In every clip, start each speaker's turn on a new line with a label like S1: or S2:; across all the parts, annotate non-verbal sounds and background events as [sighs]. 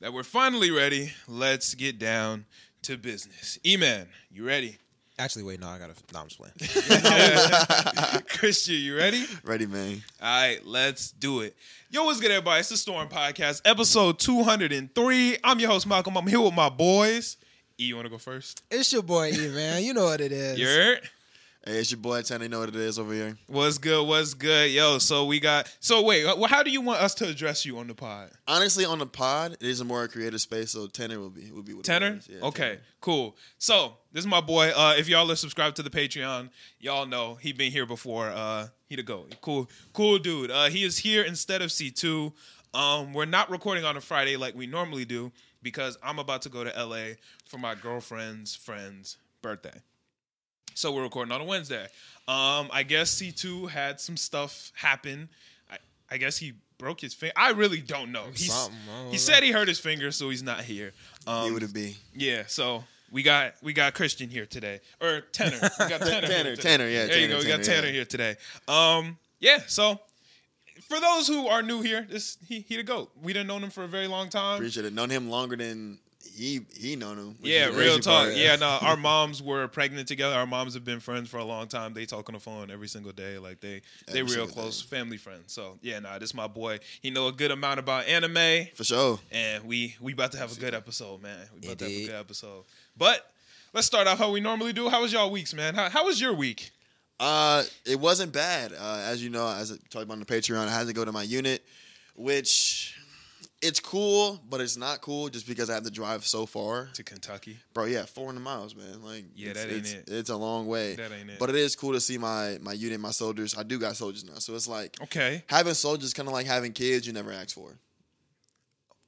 S1: that we're finally ready. Let's get down to business. E-Man, you ready? [laughs]
S2: Actually, wait, no, I gotta. No, I'm just playing. [laughs]
S1: Christian, you ready?
S3: Ready, man.
S1: All right, let's do it. Yo, what's good, everybody? It's the Storm Podcast, episode 203. I'm your host, Malcolm. I'm here with my boys. E, you want to go first?
S2: It's your boy E, man. You know what it is.
S1: You heard?
S3: Hey, it's your boy Ten. They know what it is over here.
S1: What's good? What's good? Yo, so we got. So, wait, uh, well, how do you want us to address you on the pod?
S3: Honestly, on the pod, it is a more creative space, so Tanner will be will be with
S1: Tenor? okay, cool. So this is my boy. Uh, if y'all are subscribed to the Patreon, y'all know he been here before. Uh, he the go. Cool, cool dude. Uh, he is here instead of C two. Um, we're not recording on a Friday like we normally do because I'm about to go to LA for my girlfriend's friend's birthday. So we're recording on a Wednesday. Um, I guess C two had some stuff happen. I, I guess he broke his finger. I really don't know. He's-
S2: Something, I don't
S1: he
S2: know.
S1: said he hurt his finger, so he's not here.
S3: He
S1: Um,
S3: would it be
S1: yeah, so we got we got Christian here today, or Tanner. We
S3: [laughs]
S1: got Tanner. here
S3: Tanner,
S1: today.
S3: Tanner, yeah,
S1: There you
S3: Tanner,
S1: go. We got
S3: Tanner,
S1: Tanner
S3: yeah.
S1: here today. Um, yeah. So for those who are new here, this he he the goat. We didn't know him for a very long time.
S3: appreciate it. Known him longer than he he known him. which
S1: yeah,
S3: is
S1: real
S3: crazy
S1: talk.
S3: part.
S1: yeah, no,
S3: [laughs]
S1: our moms were pregnant together. Our moms have been friends for a long time. They talk on the phone every single day. Like they they
S3: Every
S1: real
S3: single
S1: close family friends. So yeah, nah, this my boy. He know a good amount about anime.
S3: for sure.
S1: and we we about to have a good episode, man. We about to have a
S2: Indeed.
S1: good episode. But let's start off how we normally do. How was y'all weeks, man? How, how was your week?
S3: Uh, it wasn't bad. Uh, as you know, as I talked about on the Patreon, I had to go to my unit, which it's cool, but it's not cool just because I have to drive so far.
S1: To Kentucky.
S3: Bro, yeah, 400 miles, man. Like,
S1: Yeah,
S3: it's,
S1: that ain't
S3: it's-
S1: it.
S3: It's a long way.
S1: That ain't it.
S3: Eh, But it is cool to see my my unit, my soldiers. I do got soldiers now, so it's like
S1: Okay.
S3: having soldiers, kind of like having kids. You never ask for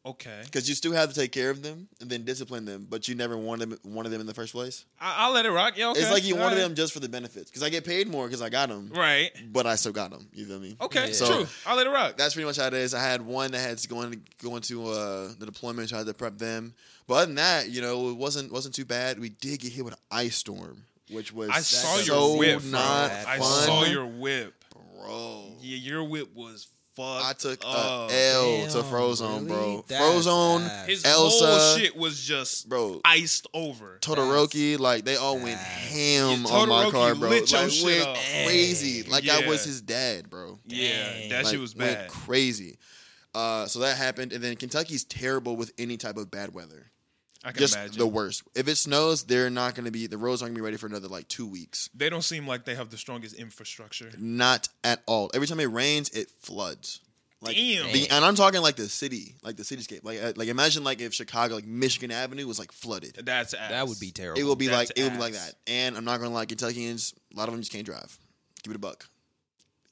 S1: Okay.
S3: because you still have to take care of them and then discipline them, but you never wanted them, wanted them in the first place.
S1: I, I'll let it rock. Yeah. Okay.
S3: It's like you
S1: All
S3: wanted
S1: right.
S3: them just for the benefits because I get paid more because I got them,
S1: Right.
S3: but I still got them. You feel me?
S1: Okay.
S2: Yeah.
S3: So-
S1: True. I'll let it rock.
S3: that's pretty much how it is. I had one that had to go in, go into uh, the deployment, so I had to prep them. But other than that, you know, it wasn't wasn't too bad. We did get hit with an ice storm, which was
S1: I saw
S3: so
S1: your whip. bro.
S3: not
S1: I
S3: fun,
S1: saw your whip.
S3: bro.
S1: Yeah, your whip was fucked.
S3: I took
S1: up.
S3: a L to
S2: Damn,
S3: Frozone,
S2: really?
S3: bro.
S2: That's
S3: Frozone,
S2: bad.
S1: His whole
S3: Elsa,
S1: shit was just
S3: bro.
S1: iced over.
S3: Todoroki, like they all went
S2: bad.
S3: ham
S1: Yeah,
S3: on my
S1: Todoroki
S3: car, bro.
S1: lit
S3: Like
S1: your
S3: went
S1: shit up.
S3: crazy, like I was
S1: Yeah.
S3: his dad, bro.
S1: Yeah,
S2: Dang.
S1: that
S3: Like,
S1: shit was
S3: went
S1: bad.
S3: crazy. Uh, so that happened, and then Kentucky's terrible with any type of bad weather.
S1: I can
S3: Just
S1: imagine.
S3: the worst. If it snows, they're not going to be the roads aren't going to be ready for another like two weeks.
S1: they don't seem like they have the strongest infrastructure.
S3: Not at all. Every time it rains, it floods. Like,
S1: Damn.
S3: the- and I'm talking like the city, like the cityscape. Like uh, like imagine like if Chicago, like Michigan Avenue, was like flooded.
S1: That's ass.
S2: That would be terrible.
S3: It will be
S1: That's
S3: like it will be like
S1: ass.
S3: that. And I'm not going to lie, Kentuckians, a lot of them just can't drive. Give it a buck.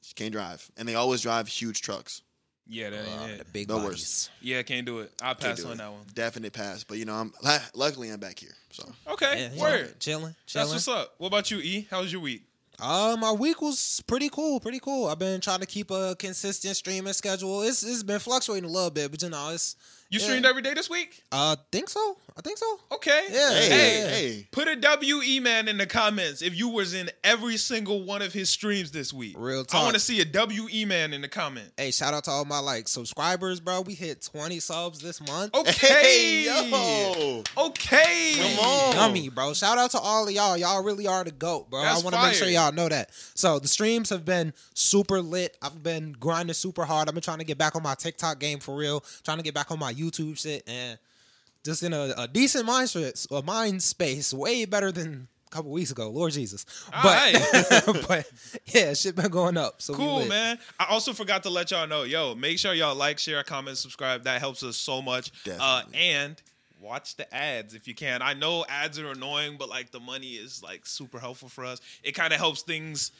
S3: Just can't drive, and they always drive huge trucks.
S1: Yeah, that
S2: Uh,
S1: ain't
S2: the
S1: it.
S2: big
S3: The
S2: bodies.
S3: worst.
S1: Yeah, can't do it. I'll
S3: Can't
S1: pass
S3: do
S1: on
S3: it.
S1: that one.
S3: Definite pass, but you know I'm la- luckily I'm back here. So
S1: Okay,
S2: Yeah,
S1: word.
S2: Chilling,
S1: That's
S2: chilling.
S1: what's up. What about you, E? How was your week?
S2: Uh, my week was pretty cool, pretty cool. I've been trying to keep a consistent streaming schedule. It's it's been fluctuating a little bit, but you know, it's
S1: You
S2: Yeah.
S1: streamed every day this week?
S2: I think so. I think so.
S1: Okay.
S2: Yeah,
S3: hey
S1: Hey,
S2: yeah.
S3: hey,
S1: put a WE man in the comments if you was in every single one of his streams this week.
S2: Real
S1: I
S2: talk.
S1: want to see a WE man in the
S2: [laughs]
S1: comment.
S2: Hey, shout out to all my like subscribers, bro. We hit 20 subs this month.
S1: Okay.
S3: yo.
S1: Okay.
S3: Come on.
S2: Yummy, bro. Shout out to all of y'all. Y'all really are the GOAT, bro.
S1: That's
S2: I want to
S1: fire.
S2: make sure y'all know that. So the streams have been super lit. I've been grinding super hard. I've been trying to get back on my TikTok game for real, trying to get back on my YouTube shit and just in a, a decent mind space, a mind space, way better than a couple weeks ago. Lord Jesus.
S1: All
S2: But, [laughs] but yeah, shit been going up. So we
S1: Cool,
S2: lit.
S1: man. I also forgot to let y'all know, yo, make sure y'all like, share, comment, subscribe. That helps us so much. Uh,
S3: Definitely.
S1: and watch the ads if you can. I know ads are annoying, but like the money is like super helpful for us. It kind of helps things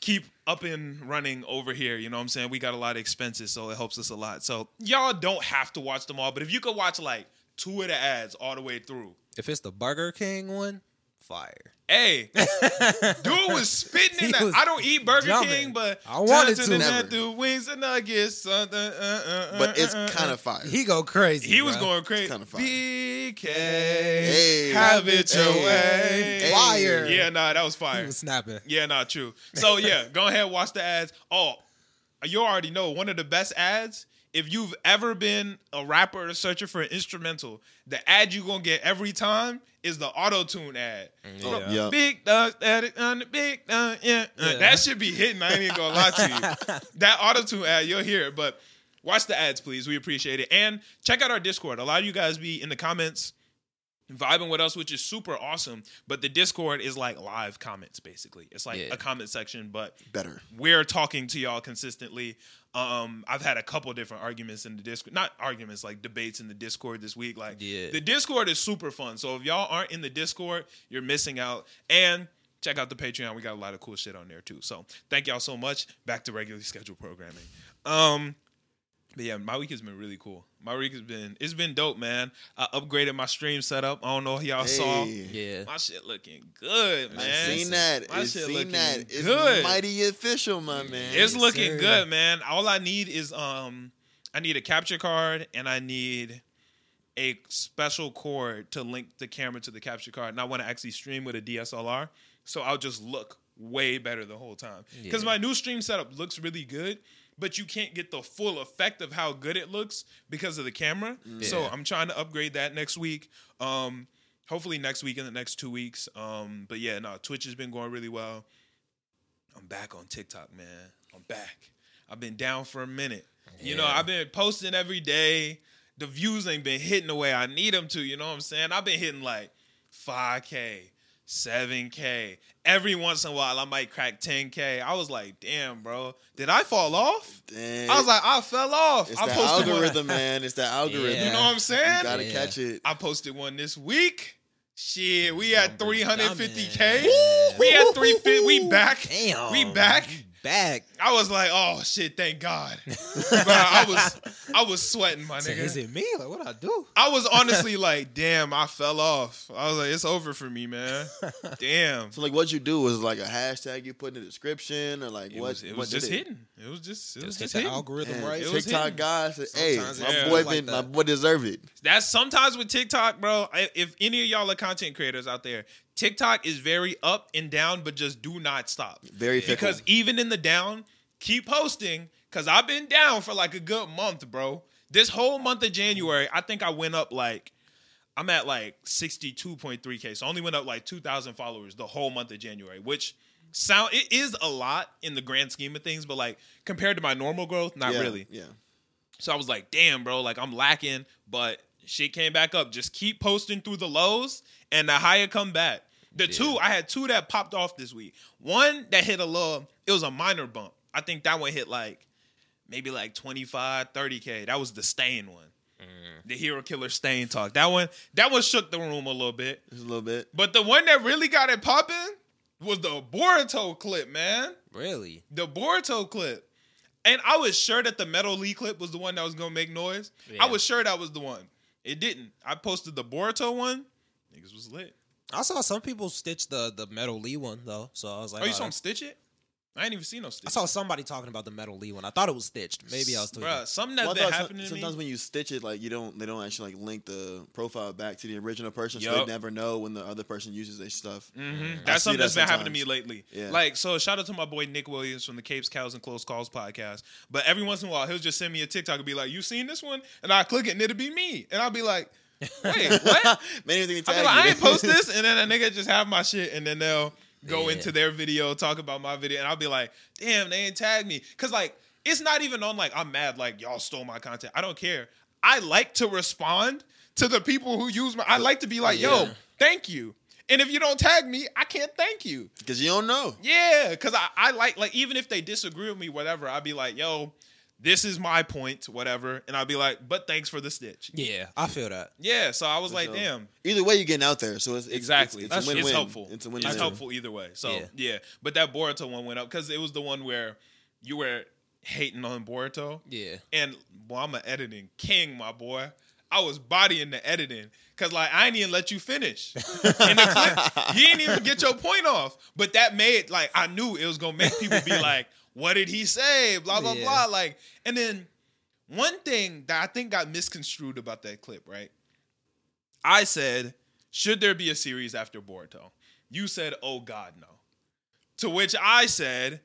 S1: keep up and running over here. You know what I'm saying? We got a lot of expenses, so it helps us a lot. So y'all don't have to watch them all, but if you could watch like two of the ads all the way through.
S2: If it's the Burger King one, fire. [laughs]
S1: Hey, dude was spitting in
S2: He
S1: that.
S2: was
S1: I don't eat Burger
S2: jumping.
S1: King, but
S2: I wanted
S1: Johnson
S2: to.
S1: and
S3: Never.
S1: that dude wings and nuggets. Something, uh, uh, uh,
S3: But it's
S1: uh, uh.
S3: kind of fire.
S2: He go crazy.
S1: He was
S2: bruh.
S1: going crazy.
S3: kinda fire.
S1: BK,
S3: Hey.
S1: have it your
S3: Hey.
S1: way.
S3: Hey.
S2: Fire.
S1: Yeah, nah, that was
S2: He
S1: fire.
S2: was snapping.
S1: Yeah, nah, true. So yeah, go ahead, watch the ads. Oh, you already know one of the best ads if you've ever been a rapper or searcher for an instrumental, the ad you gonna get every time is the auto tune ad.
S3: Yeah. Yeah.
S1: Big dog, static on the big dog, yeah. Uh,
S2: Yeah.
S1: That should be hitting. I ain't even gonna lie to you. that auto tune ad, you'll hear it. But watch the ads, please. We appreciate it. And check out our Discord. A lot of you guys be in the comments vibing with us, which is super awesome. But the Discord is like live comments, basically. It's like
S4: Yeah.
S1: a comment section, but
S3: Better.
S1: we're talking to y'all consistently. Um, I've had a couple different arguments in the Discord, not arguments like debates in the Discord this week. Like
S4: Yeah.
S1: the Discord is super fun. So if y'all aren't in the Discord, you're missing out. And check out the Patreon. We got a lot of cool shit on there too. So thank y'all so much. Back to regularly scheduled programming. Um, but yeah, my week has been really cool. My week has been it's been dope, man. I upgraded my stream setup. I don't know if y'all saw.
S3: Hey,
S4: Yeah.
S1: My shit looking good, man.
S3: I seen that.
S1: My
S3: I
S1: shit
S3: seen
S1: looking
S3: that. It's
S1: good.
S3: mighty official, my man.
S1: It's
S2: Yes,
S1: looking
S2: sir.
S1: good, man. All I need is um, I need a capture card and I need a special cord to link the camera to the capture card, and I want to actually stream with a DSLR, so I'll just look way better the whole time. Because
S4: Yeah.
S1: my new stream setup looks really good, but you can't get the full effect of how good it looks because of the camera. So
S4: Yeah.
S1: I'm trying to upgrade that next week. Um, hopefully next week in the next two weeks. Um, but yeah, no, Twitch has been going really well. I'm back on TikTok, man. I'm back. I've been down for a minute. You know,
S4: Yeah.
S1: I've been posting every day. The views ain't been hitting the way I need them to. You know what I'm saying? I've been hitting like 5K, 7K. Every once in a while, I might crack 10K. I was like, damn, bro, did I fall off?
S3: Dang.
S1: I was like, I fell off.
S3: it's
S1: I
S3: the
S1: posted one.
S3: algorithm, man. It's the algorithm.
S1: [laughs] You know
S4: Yeah.
S1: what I'm saying?
S3: You gotta
S4: Yeah.
S3: catch it.
S1: I posted one this week. Shit, we at
S4: Numbers
S1: 350k.
S4: dumbass.
S1: We at 350. We back.
S2: Damn.
S1: We back.
S2: Back.
S1: I was like, oh shit, thank God. Bruh, I
S2: [laughs]
S1: was I was sweating, my
S2: So is
S1: nigga.
S2: it me? Like what I
S1: [laughs]
S2: do?
S1: I was honestly like, damn, I fell off. I was like, it's over for me, man. Damn.
S3: [laughs] So like, what you do was like a hashtag you put in the description, or like
S1: It
S3: what?
S1: was, it
S3: what
S1: was
S3: did
S1: just
S3: it?
S1: hidden. It was just it
S4: Just
S1: was just
S4: hit
S2: The
S1: hidden.
S2: algorithm,
S3: Man,
S2: right?
S1: It was
S3: TikTok
S1: hidden.
S3: guy said, "Hey,
S2: Sometimes
S3: my
S1: it's
S3: boy,
S2: like
S3: been, my
S2: that.
S3: boy deserved it."
S1: That's sometimes with TikTok, bro. I, if any of y'all are content creators out there, TikTok is very up and down, but just do not stop.
S3: Very fickle.
S1: because even in the down, keep posting. Cause I've been down for like a good month, bro. This whole month of January, I think I went up like I'm at like 62.3k. So I only went up like 2,000 followers the whole month of January, which sound it is a lot in the grand scheme of things, but like compared to my normal growth, not
S3: yeah,
S1: really.
S3: Yeah.
S1: So I was like, damn, bro, like I'm lacking, but shit came back up. Just keep posting through the lows and the higher come back. The two, I had two that popped off this week. One that hit a little, it was a minor bump. I think that one hit like maybe like 25, 30K. That was the stain one. The hero killer stain talk. That one, that one shook the room a little bit.
S3: Just a little bit.
S1: But the one that really got it popping was the Boruto clip, man
S4: Really?
S1: the Boruto clip. And I was sure that the Metal Lee clip was the one that was gonna make noise.
S4: Yeah.
S1: I was sure that was the one. It didn't. I posted the Boruto one. Niggas was lit.
S2: I saw some people stitch the the metal Lee one though, so I was like,
S1: Oh, you
S2: "Oh,
S1: saw him
S2: that's-
S1: stitch it? I ain't even seen no stitch.
S2: I saw somebody talking about the metal Lee one. I thought it was stitched. Maybe I was tweaking.
S1: Bruh, something that's
S3: Well, I
S1: been
S3: thought some-
S1: happening to me.
S3: sometimes when you stitch it, like you don't, they don't actually like link the profile back to the original person, so
S1: Yup.
S3: they never know when the other person uses their stuff.
S1: Mhm.
S3: I
S1: That's
S3: see
S1: something
S3: that
S1: that's been happening to me
S3: sometimes.
S1: lately.
S3: Yeah.
S1: Like, so shout out to my boy Nick Williams from the Capes, Cows, and Close Calls podcast. But every once in a while, he'll just send me a TikTok and be like, You seen this one? And I click it and it'll be me. And I'll be like, Wait, what?
S3: [laughs] Many of them
S1: Mm. I, be like,
S3: tag you.
S1: I ain't
S3: [laughs]
S1: post this, and then a nigga just have my shit, and then they'll go
S4: Yeah.
S1: into their video, talk about my video, and I'll be like, damn, they ain't tag me. Cause like it's not even on like I'm mad, like y'all stole my content. I don't care. I like to respond to the people who use my I like to be like, yo,
S4: Yeah.
S1: thank you. And if you don't tag me, I can't thank you.
S3: because you don't know.
S1: Yeah, because I, I like like even if they disagree with me, whatever, I'd be like, yo, this is my point, whatever. And I'd be like, but thanks for the stitch.
S2: Yeah, I feel that.
S1: Yeah. So I was like,
S3: sure.
S1: damn.
S3: Either way, you're getting out there, so it's, it's
S1: Exactly.
S3: It's,
S1: That's
S3: it's a win-win.
S1: It's helpful.
S3: It's a win-win.
S1: helpful either way. So yeah.
S4: Yeah.
S1: But that Boruto one went up because it was the one where you were hating on Boruto.
S4: Yeah.
S1: And boy, I'm an editing king, my boy. I was bodying the editing. Cause like I ain't even let you finish. In the clip, you didn't even get your point off. But that made like I knew it was gonna make people be like, what did he say? Blah blah
S4: Yeah.
S1: blah. Like, and then one thing that I think got misconstrued about that clip, right? I said, should there be a series after Boruto? You said, oh God, no. To which I said,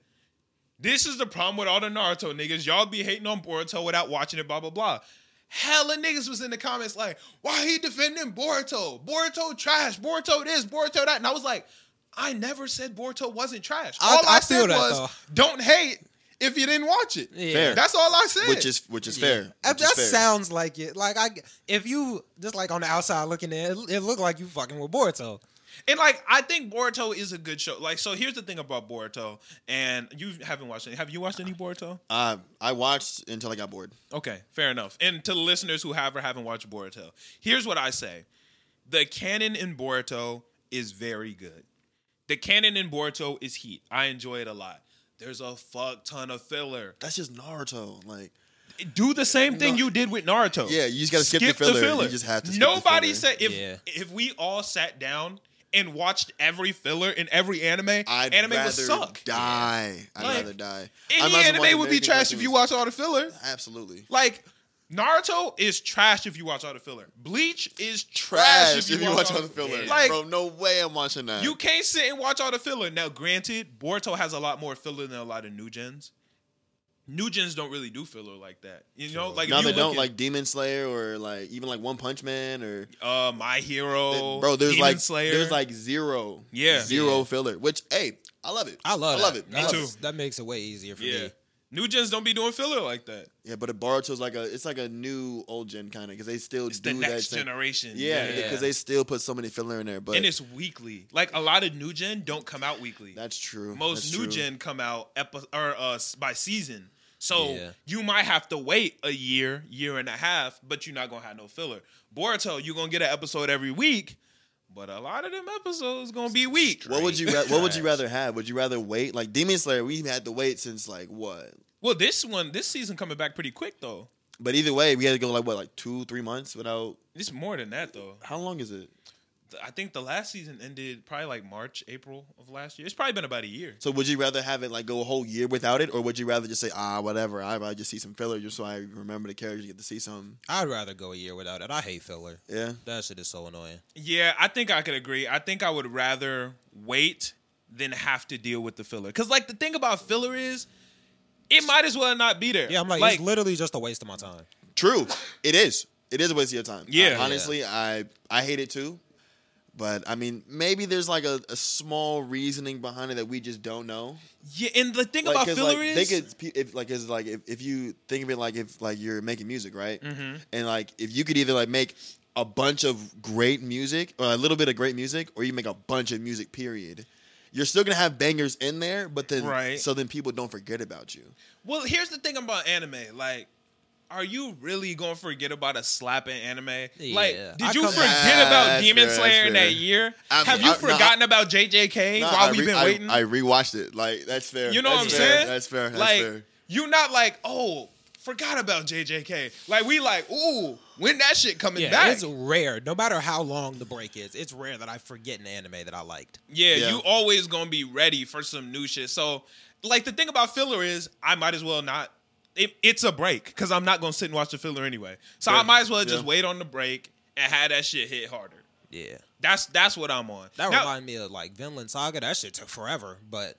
S1: This is the problem with all the Naruto niggas. Y'all be hating on Boruto without watching it, blah, blah, blah. Hella niggas was in the comments like, why he defending Boruto? Boruto trash. Boruto this, Boruto that. And I was like, I never said Boruto wasn't trash.
S2: I-
S1: all I,
S2: I feel
S1: said
S2: that,
S1: was,
S2: though.
S1: don't hate if you didn't watch it.
S2: Yeah.
S3: Fair.
S1: That's all I said.
S3: which is which is fair. Which
S2: That,
S3: is
S2: that
S3: fair.
S2: sounds like it. Like I, if you just like on the outside looking in, it, it looked like you fucking with Boruto.
S1: And like I think Boruto is a good show. Like so here's the thing about Boruto and you haven't watched it. Have you watched any Boruto?
S3: Uh, I watched until I got bored.
S1: Okay, fair enough. And to the listeners who have or haven't watched Boruto, here's what I say. The canon in Boruto is very good. The canon in Boruto is heat. I enjoy it a lot. There's a fuck ton of filler.
S3: That's just Naruto. Like,
S1: Do the same thing you did with Naruto.
S3: yeah, you just gotta skip, the, filler. You just have to. Skip
S1: Nobody
S3: the filler.
S1: said if
S2: Yeah.
S1: if we all sat down and watched every filler in every anime,
S3: I'd
S1: anime
S3: rather
S1: would suck.
S3: die. I'd
S1: Like,
S3: rather die.
S1: Any
S3: I might as well watch
S1: anime would be
S3: American
S1: trash if
S3: cartoons.
S1: you watch all the filler.
S3: Absolutely.
S1: Like Naruto is trash if you watch all the filler. Bleach is trash,
S3: Trash if you, watch all the filler.
S1: Like
S3: Bro, no way I'm watching that.
S1: you can't sit and watch all the filler. Now, granted, Boruto has a lot more filler than a lot of new gens. New gens don't really do filler like that. You know, like if
S3: now
S1: you
S3: they
S1: look
S3: don't
S1: at,
S3: like Demon Slayer or like even like One Punch Man or
S1: uh My Hero.
S3: bro. There's
S1: Demon
S3: like
S1: Slayer.
S3: there's like zero,
S1: Yeah.
S3: zero filler. Which hey, I love it.
S2: I love.
S3: I love
S2: that.
S3: it.
S1: Me
S3: I love
S1: too.
S3: it.
S2: That's- That makes it way easier for
S1: yeah.
S2: me.
S1: New gens don't be doing filler like that.
S3: Yeah, but it Boruto's like a it's like a new old gen kind of because they still
S1: It's
S3: do
S1: the next
S3: that. same-
S1: generation.
S3: Yeah,
S2: Yeah.
S3: because they still put so many filler in there. But
S1: and it's weekly. Like a lot of new gen don't come out weekly.
S3: that's true.
S1: most
S3: That's
S1: new
S3: true.
S1: gen come out epi- or uh, s- by season. So
S2: Yeah.
S1: you might have to wait a year, year and a half, but you're not gonna have no filler. Boruto, you're gonna get an episode every week, but a lot of them episodes gonna be weak.
S3: What would you ra-
S2: Straight
S3: What would you
S2: trash.
S3: rather have? Would you rather wait like Demon Slayer? We had to wait since like what?
S1: Well, this one, this season coming back pretty quick though.
S3: But either way, we had to go like what like two three months without.
S1: It's more than that though.
S3: How long is it?
S1: Th- I think the last season ended probably like March, April of last year. It's probably been about a year.
S3: So would you rather have it like go a whole year without it, or would you rather just say ah whatever? I I just see some filler just so I remember the characters get to see some.
S2: I'd rather go a year without it. I hate filler.
S3: Yeah.
S2: That shit is so annoying.
S1: Yeah, I think I could agree. I think I would rather wait than have to deal with the filler. Cause like the thing about filler is, it might as well not be there.
S2: Yeah, I'm like, it's literally just a waste of my time.
S3: True. It is. It is a waste of your time.
S1: Yeah.
S3: I- honestly, I I hate it too. But I mean, maybe there's like a, a small reasoning behind it that we just don't know.
S1: yeah. And the thing
S3: Like,
S1: about
S3: 'cause,
S1: filler
S3: like,
S1: is,
S3: they could pe- if like is like if, if you think of it like if like you're making music, right?
S1: Mm-hmm.
S3: And like if you could either like make a bunch of great music or a little bit of great music, or you make a bunch of music. Period. You're still gonna have bangers in there, but then
S1: Right.
S3: so then people don't forget about you.
S1: well, here's the thing about anime. Like, are you really gonna forget about a slapping anime? Like,
S2: Yeah.
S1: did
S2: I
S1: you
S2: come-
S1: forget
S3: Nah,
S1: about
S3: that's
S1: Demon
S3: fair,
S1: Slayer
S3: that's
S1: in
S3: fair.
S1: that year?
S3: I-
S1: Have you
S3: I- no, I-
S1: forgotten about JJK
S3: No,
S1: while
S3: I
S1: we've
S3: re-
S1: been
S3: I-
S1: waiting?
S3: I, rewatched it. Like that's fair.
S1: You know what
S3: That's
S1: I'm
S3: fair.
S1: saying?
S3: That's fair. That's
S1: like,
S3: fair.
S1: you not like, oh, forgot about JJK. Like, we like, ooh, when that shit coming
S2: Yeah,
S1: back.
S2: it's rare. No matter how long the break is, it's rare that I forget an anime that I liked.
S1: Yeah,
S3: Yeah.
S1: you always gonna be ready for some new shit. So, like, the thing about filler is, I might as well not. It, it's a break because I'm not gonna sit and watch the filler anyway. So I
S3: Fair.
S1: might as well just
S3: Yeah.
S1: wait on the break and have that shit hit harder.
S2: Yeah.
S1: That's that's what I'm on.
S2: That
S1: Now-
S2: reminds me of like Vinland Saga. That shit took forever, but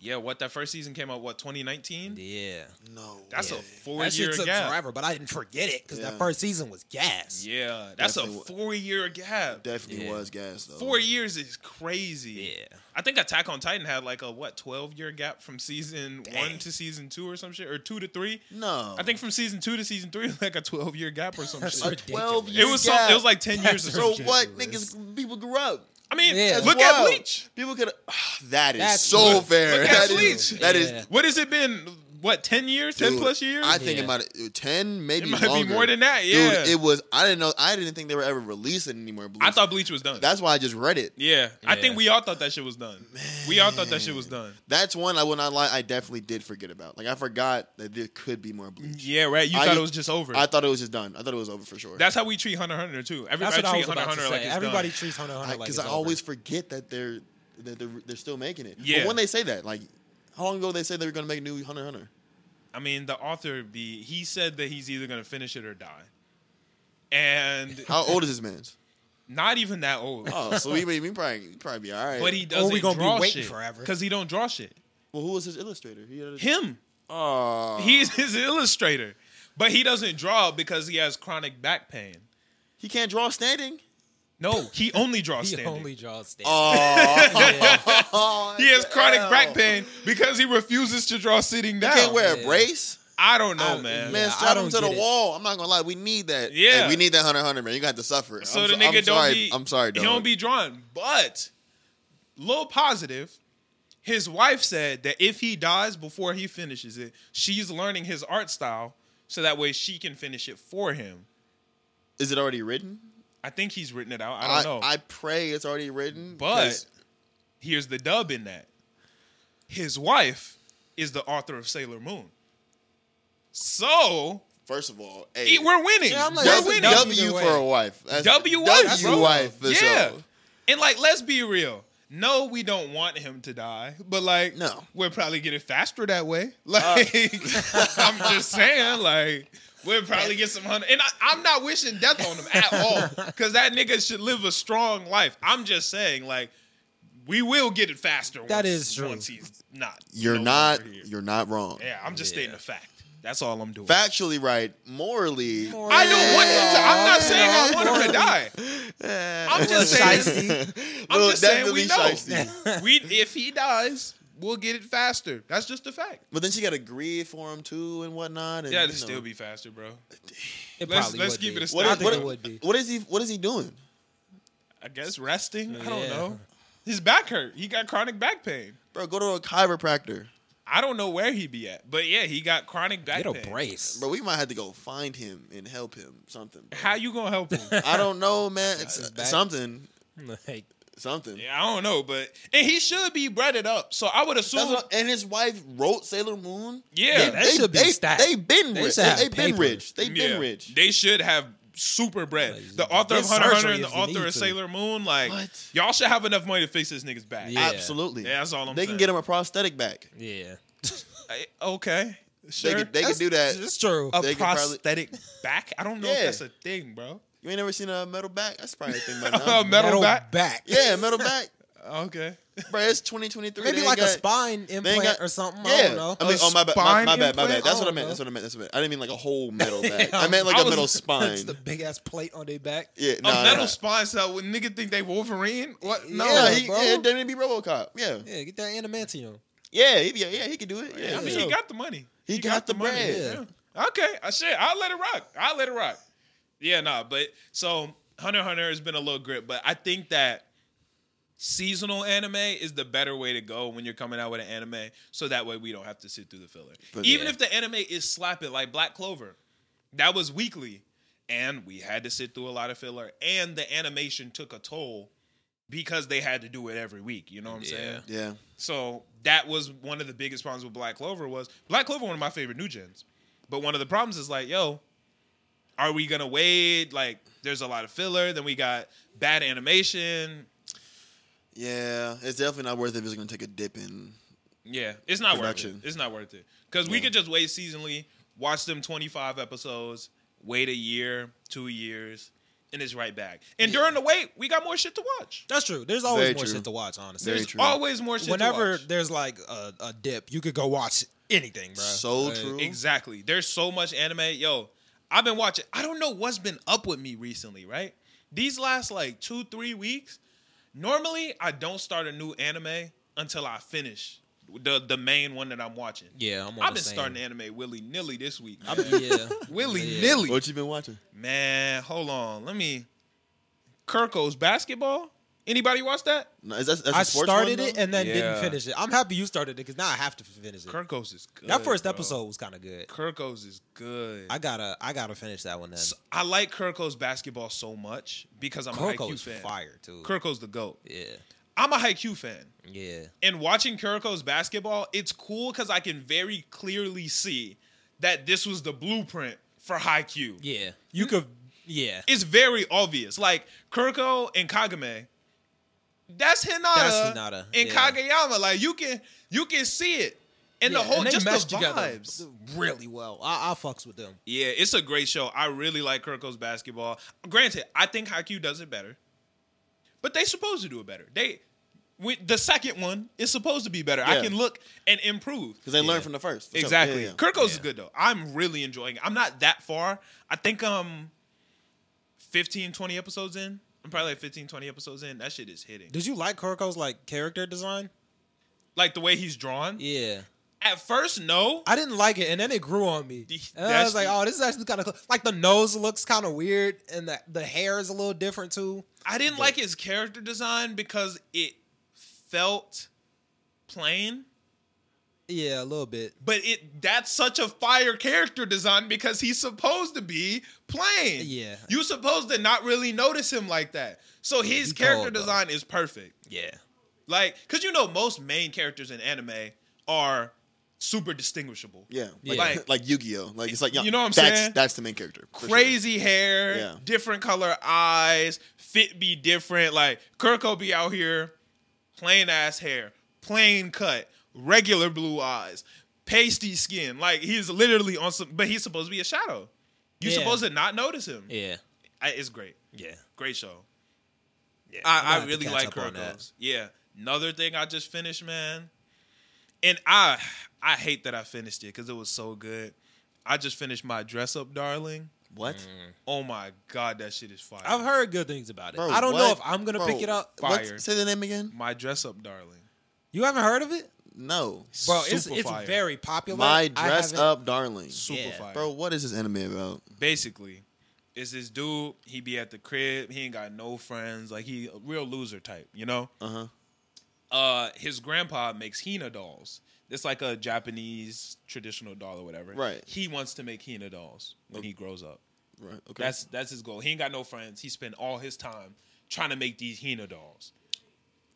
S1: yeah, what that first season came out what 2019.
S2: yeah.
S3: No.
S1: That's
S3: way.
S1: a four
S2: That
S1: year
S2: shit took
S1: gap.
S2: forever, but I didn't forget it because
S3: Yeah.
S2: that first season was gas.
S1: Yeah, that's
S3: Definitely
S1: a
S3: wa-
S1: four year gap.
S3: definitely
S2: Yeah.
S3: was gas though.
S1: Four years is crazy.
S2: Yeah.
S1: I think Attack on Titan had like a what twelve year gap from season one
S2: Dang. Oh.
S1: to season two or some shit, or two to three.
S3: No.
S1: I think from season two to season three, [laughs] like a twelve year gap or some
S2: That's
S1: shit.
S2: ridiculous.
S3: twelve
S1: It
S3: years.
S1: was some, it was like ten years or
S3: Bro,
S1: [laughs] some shit.
S3: what
S2: ridiculous.
S3: niggas? People grew up.
S1: I mean,
S2: Yeah.
S1: look
S3: That's
S1: at
S3: wild.
S1: Bleach.
S3: People could. Ah, [sighs] that is
S2: That's
S3: so
S2: look-
S3: fair.
S1: look at
S3: That is.
S1: Bleach.
S3: That is.
S2: Yeah.
S1: What has it been? What ten years? ten
S3: dude,
S1: plus years?
S3: I think
S2: Yeah.
S3: it might ten, maybe
S1: it might
S3: longer.
S1: be more than that. Yeah,
S3: Dude, it was. I didn't know. I didn't think they were ever releasing anymore. Bleach.
S1: I thought Bleach was done.
S3: That's why I just read it.
S1: yeah. I think
S2: Yeah.
S1: we all thought that shit was done. We all thought that shit was done.
S3: That's one I will not lie. I definitely did forget about. Like I forgot that there could be more Bleach.
S1: Yeah, right. You
S3: I-
S1: thought it was just over.
S3: I thought it was just done. I thought it was over for sure.
S1: That's how we treat Hunter x Hunter too.
S2: That's
S1: Everybody
S2: what I
S1: treat
S2: was
S1: Hunter x
S2: about to
S1: Hunter
S2: say.
S1: like it's
S2: Everybody
S1: done.
S2: treats Hunter x Hunter like
S3: because
S2: it's
S3: I
S2: over.
S3: always forget that they're that they're, they're still making it.
S1: Yeah.
S3: But when they say that, like how long ago they say they were going to make a new Hunter x Hunter?
S1: I mean, the author be he said that he's either gonna finish it or die,
S2: [laughs]
S1: and
S2: Oh.
S3: How old is this man?
S1: [laughs] not even that old.
S3: Oh, so he, he probably he probably be all right.
S1: But he
S2: Or
S1: doesn't.
S2: Oh, we gonna be
S1: draw
S2: waiting
S1: shit
S2: forever.
S1: because he don't draw shit.
S3: Well, who was his illustrator? He had a,
S1: Him.
S2: Oh.
S3: Aw.
S1: [laughs] He's his illustrator, but he doesn't draw because he has chronic back pain.
S3: he can't draw standing.
S1: No, he only draws
S2: [laughs] He
S1: standing.
S2: only draws standing.
S3: uh,
S1: [laughs]
S3: Oh,
S1: he has chronic
S3: L.
S1: back pain because he refuses to draw sitting down.
S3: Can't wear a
S2: Yeah.
S3: brace.
S1: I don't know,
S2: I-
S1: man.
S3: Man,
S2: Yeah, I
S3: strap him
S2: don't
S3: to the
S2: get it.
S3: wall. I'm not gonna lie, we need that.
S1: Yeah.
S3: Like, we need that hunter hunter man. You got to suffer.
S1: So
S3: I'm
S1: the
S3: so-
S1: nigga
S3: I'm
S1: don't
S3: sorry.
S1: be.
S3: I'm sorry,
S1: He
S3: dog.
S1: don't be drawn. But little positive. His wife said that if he dies before he finishes it, she's learning his art style so that way she can finish it for him.
S3: Is it already written?
S1: I think he's written it out. I don't know.
S3: I pray it's already written.
S1: but
S3: 'cause-
S1: here's the dub in that. His wife is the author of Sailor Moon. So
S3: first of all, hey,
S1: e- we're winning.
S2: Yeah, I'm like,
S1: we're
S2: that's a
S1: winning.
S2: dub.
S3: W
S2: Either
S3: for
S2: way.
S3: a wife. That's
S1: W wife,
S3: W
S1: bro.
S3: wife for
S1: yeah.
S3: sure.
S1: And like, let's be real. No, we don't want him to die, but like,
S3: No. Uh.
S1: we'll probably get it faster that way. [laughs] Like, I'm just saying, like, we'll probably get some hundred. And I, I'm not wishing death on him
S3: [laughs]
S1: at all, because that nigga should live a strong life. I'm just saying, like, we will get it faster.
S2: That
S1: once,
S2: is true.
S1: Once he's not,
S3: You're
S1: no
S3: not.
S1: longer here.
S3: You're not wrong.
S1: yeah, I'm just stating a fact. That's all I'm doing.
S3: Factually right. Morally,
S1: I don't want him to. I'm not saying I want him to die.
S3: I'm [laughs]
S1: I'm just saying. I'm just saying we know.
S3: Shiesty.
S1: we if he dies, we'll get it faster. That's just a fact.
S3: But then she got to grieve for him too and whatnot. And,
S1: Yeah, it'd
S3: you know.
S1: still be faster, bro.
S2: [laughs] It
S1: Let's-
S2: probably
S1: let's
S2: would
S1: keep
S2: be.
S1: it a
S3: What
S2: I
S3: is,
S1: stack.
S2: think
S3: what,
S2: it would be.
S3: what is he? What is he doing?
S1: I guess resting. I
S2: Yeah.
S1: don't know. His back hurt. He got chronic back pain.
S3: Bro, go to a chiropractor.
S1: I don't know where he be at, but yeah, he got chronic back
S2: Get a
S1: pain.
S2: brace.
S3: Bro, we might have to go find him and help him. Something. bro.
S1: How you gonna help
S3: [laughs]
S1: him?
S3: I don't know, man.
S2: His
S3: It's-
S2: back.
S3: something.
S2: [laughs] Like,
S3: Something.
S1: yeah, I don't know, but and he should be breaded up. So I would
S3: That's
S1: assume,
S3: what- and his wife wrote Sailor Moon.
S1: yeah,
S2: That should be
S3: they,
S2: stacked.
S3: They've been
S2: They
S3: rich.
S2: should have
S3: They've been
S2: paper.
S3: rich. They've
S1: Yeah.
S3: been rich.
S1: They should have super bread.
S2: Like,
S1: the author of
S2: get
S1: Hunter x Hunter
S2: surgery
S1: and the
S2: if you
S1: author
S2: need
S1: of
S2: to.
S1: Sailor Moon, like
S3: What?
S1: y'all should have enough money to fix this nigga's back.
S2: Yeah.
S3: Absolutely.
S1: Yeah, that's all I'm
S3: They
S1: saying.
S3: can get him a prosthetic back.
S2: yeah.
S1: I- okay, sure.
S3: They can, they can
S2: That's-
S3: do that.
S2: It's true.
S1: a
S3: they could probably-
S1: prosthetic back? I don't know if
S3: Yeah.
S1: that's a thing, bro.
S3: you ain't never seen a metal back? That's probably a
S1: [laughs]
S3: thing by
S1: A
S3: now.
S1: metal back?
S3: yeah, metal back.
S1: Okay.
S3: Bro, it's 2023.
S2: [laughs]
S3: They
S2: Maybe
S3: ain't
S2: like a
S3: got-
S2: spine
S3: they ain't
S2: implant
S3: got-
S2: or something.
S3: Yeah.
S2: I don't know. [laughs]
S3: mean,
S1: A
S3: oh, my bad. My,
S1: spine
S3: my bad. My
S1: implant? Oh,
S3: bad. That's
S2: I
S3: what I
S2: don't
S3: meant. That's
S2: know.
S3: what I meant. That's what I meant. I didn't mean like a whole metal back. I meant like
S1: I
S3: a
S1: was-
S3: metal
S2: That's
S3: spine.
S2: the big ass plate on their back.
S3: Yeah,
S1: a
S3: nah,
S1: metal
S3: nah.
S1: spine cell when nigga think they Wolverine? What? No.
S3: Yeah,
S2: Yeah,
S3: he,
S2: bro.
S3: yeah, then it'd be RoboCop. Yeah,
S2: Yeah, get that adamantium.
S3: yeah, he, yeah, yeah, he could do it. Yeah,
S1: I mean,
S3: yeah.
S1: he got the money.
S3: He got the
S1: money.
S3: bread.
S1: Yeah. Okay. I shit. I'll let it rock. I'll let it rock. Yeah, nah. But so Hunter x Hunter has been a little grip, but I think that seasonal anime is the better way to go when you're coming out with an anime. So that way we don't have to sit through the filler.
S3: But
S1: Even
S3: yeah.
S1: if the anime is slapping like Black Clover, that was weekly. And we had to sit through a lot of filler. And the animation took a toll because they had to do it every week. You know what I'm saying?
S3: yeah.
S1: So that was one of the biggest problems with Black Clover was Black Clover one of my favorite new gens. But one of the problems is like, yo, are we gonna wait? Like, there's a lot of filler. Then we got bad animation.
S3: Yeah, it's definitely not worth it if it's gonna take a dip in.
S1: Yeah, it's not
S3: Production.
S1: worth it. It's not worth it because we
S3: Yeah.
S1: could just wait seasonally, watch them 25 episodes, wait a year, two years, and it's right back. And during the wait, we got more shit to watch.
S2: That's true. There's always
S3: Very
S2: more
S3: true.
S2: shit to watch, honestly.
S3: Very
S1: There's
S3: true.
S1: always more shit. to
S2: Whenever
S1: watch.
S2: there's like a, a dip, you could go watch anything, bro.
S3: So
S2: Like,
S3: true.
S1: Exactly. There's so much anime. Yo, I've been watching. I don't know what's been up with me recently, right? These last like two, three weeks. Normally, I don't start a new anime until I finish the the main one that I'm watching.
S2: Yeah, I'm on
S1: I've
S2: the
S1: been
S2: same.
S1: starting anime willy nilly this week. man.
S2: Yeah. [laughs]
S1: Willy
S2: Yeah.
S1: nilly,
S3: What you been watching?
S1: man. Hold on, let me. Kirko's basketball. Anybody watch that?
S3: No, is that, that's a
S2: I
S3: sports
S2: started
S3: one,
S2: it
S3: though?
S2: and then
S1: Yeah.
S2: didn't finish it. I'm happy you started it because now I have to finish it.
S1: Kirko's is good.
S2: that first
S1: bro.
S2: episode was kind of good.
S1: Kirko's is good.
S2: I gotta, I gotta finish that one then.
S1: So- I like Kirko's basketball so much because I'm a
S2: Kurko's
S1: Haikyuu fan.
S2: fire too.
S1: Kirko's the GOAT.
S2: yeah,
S1: I'm a Haikyuu fan.
S2: yeah.
S1: And watching Kirko's basketball, it's cool because I can very clearly see that this was the blueprint for Haikyuu.
S2: Yeah. You could yeah.
S1: It's very obvious. Like, Kirko and Kagame, that's Hinata,
S2: That's Hinata,
S1: and
S2: yeah.
S1: Kageyama. Like, you can you can see it. And the
S2: Yeah,
S1: whole,
S2: they
S1: just
S2: meshed
S1: the
S2: together
S1: vibes.
S2: really well. I, I fucks with them.
S1: Yeah, it's a great show. I really like Kirko's basketball. Granted, I think Haikyuu does it better, but they supposed to do it better. They when, the second one is supposed to be better. I
S3: Yeah.
S1: can look and improve.
S3: because they learn
S4: Yeah.
S3: from the first. For sure. Yeah,
S1: Exactly.
S3: yeah, yeah.
S1: Kirkos is good though. I'm really enjoying it. I'm not that far. I think I'm 15, 20 episodes in. I'm probably like 15, 20 episodes in. That shit is hitting.
S2: Did you like Kurko's like character design?
S1: Like the way he's drawn.
S2: Yeah,
S1: At first, no.
S2: I didn't like it, and then it grew on me.
S1: The-
S2: And I
S1: that's
S2: was like,
S1: the-
S2: oh, this is actually kind of cool. like the nose looks kind of weird, and the the hair is a little different too.
S1: I didn't like his character design because it felt plain.
S2: Yeah, a little bit.
S1: But it that's such a fire character design because he's supposed to be plain.
S2: Yeah.
S1: You're supposed to not really notice him like that. So his
S2: he
S1: character
S2: cold, though.
S1: design is perfect.
S2: Yeah,
S1: Like, cause you know most main characters in anime are super distinguishable.
S3: Yeah, like,
S1: Like-
S3: like Yu-Gi-Oh. Like it's like yeah,
S1: You know what I'm
S3: that's,
S1: saying?
S3: That's the main character. for sure.
S1: Crazy hair,
S3: Yeah.
S1: different color eyes, fit be different. Like Kirko be out here, plain ass hair, plain cut, regular blue eyes, pasty skin. Like he's literally on some, but he's supposed to be a shadow. You're
S2: Yeah.
S1: supposed to not notice him.
S2: [laughs] yeah,
S1: I, it's great,
S2: yeah.
S1: great show.
S2: yeah.
S1: I, I really like Kirkos. Yeah. Another thing I just finished, man. And I I hate that I finished it because it was so good. I just finished my dress up, darling.
S3: What?
S1: Oh my god, that shit is fire.
S2: I've heard good things about it.
S3: Bro,
S2: I don't
S3: what?
S2: know if I'm gonna
S3: Bro,
S2: pick it up.
S1: Fire.
S3: What? Say the name again.
S1: my dress up, darling.
S2: You haven't heard of it,
S3: No.
S2: bro? It's
S1: Super
S2: it's
S1: fire.
S2: very popular.
S3: My
S2: I
S3: dress
S2: haven't-
S3: up, darling.
S1: Super
S2: Yeah.
S1: fire,
S3: Bro, what is this anime about?
S1: Basically, it's this dude. He be at the crib. He ain't got no friends. Like he a real loser type, you know.
S3: Uh huh.
S1: Uh, his grandpa makes Hina dolls. It's like a Japanese traditional doll or whatever.
S3: Right.
S1: He wants to make Hina dolls when he grows up.
S3: Right. Okay.
S1: That's that's his goal. He ain't got no friends. He spent all his time trying to make these Hina dolls.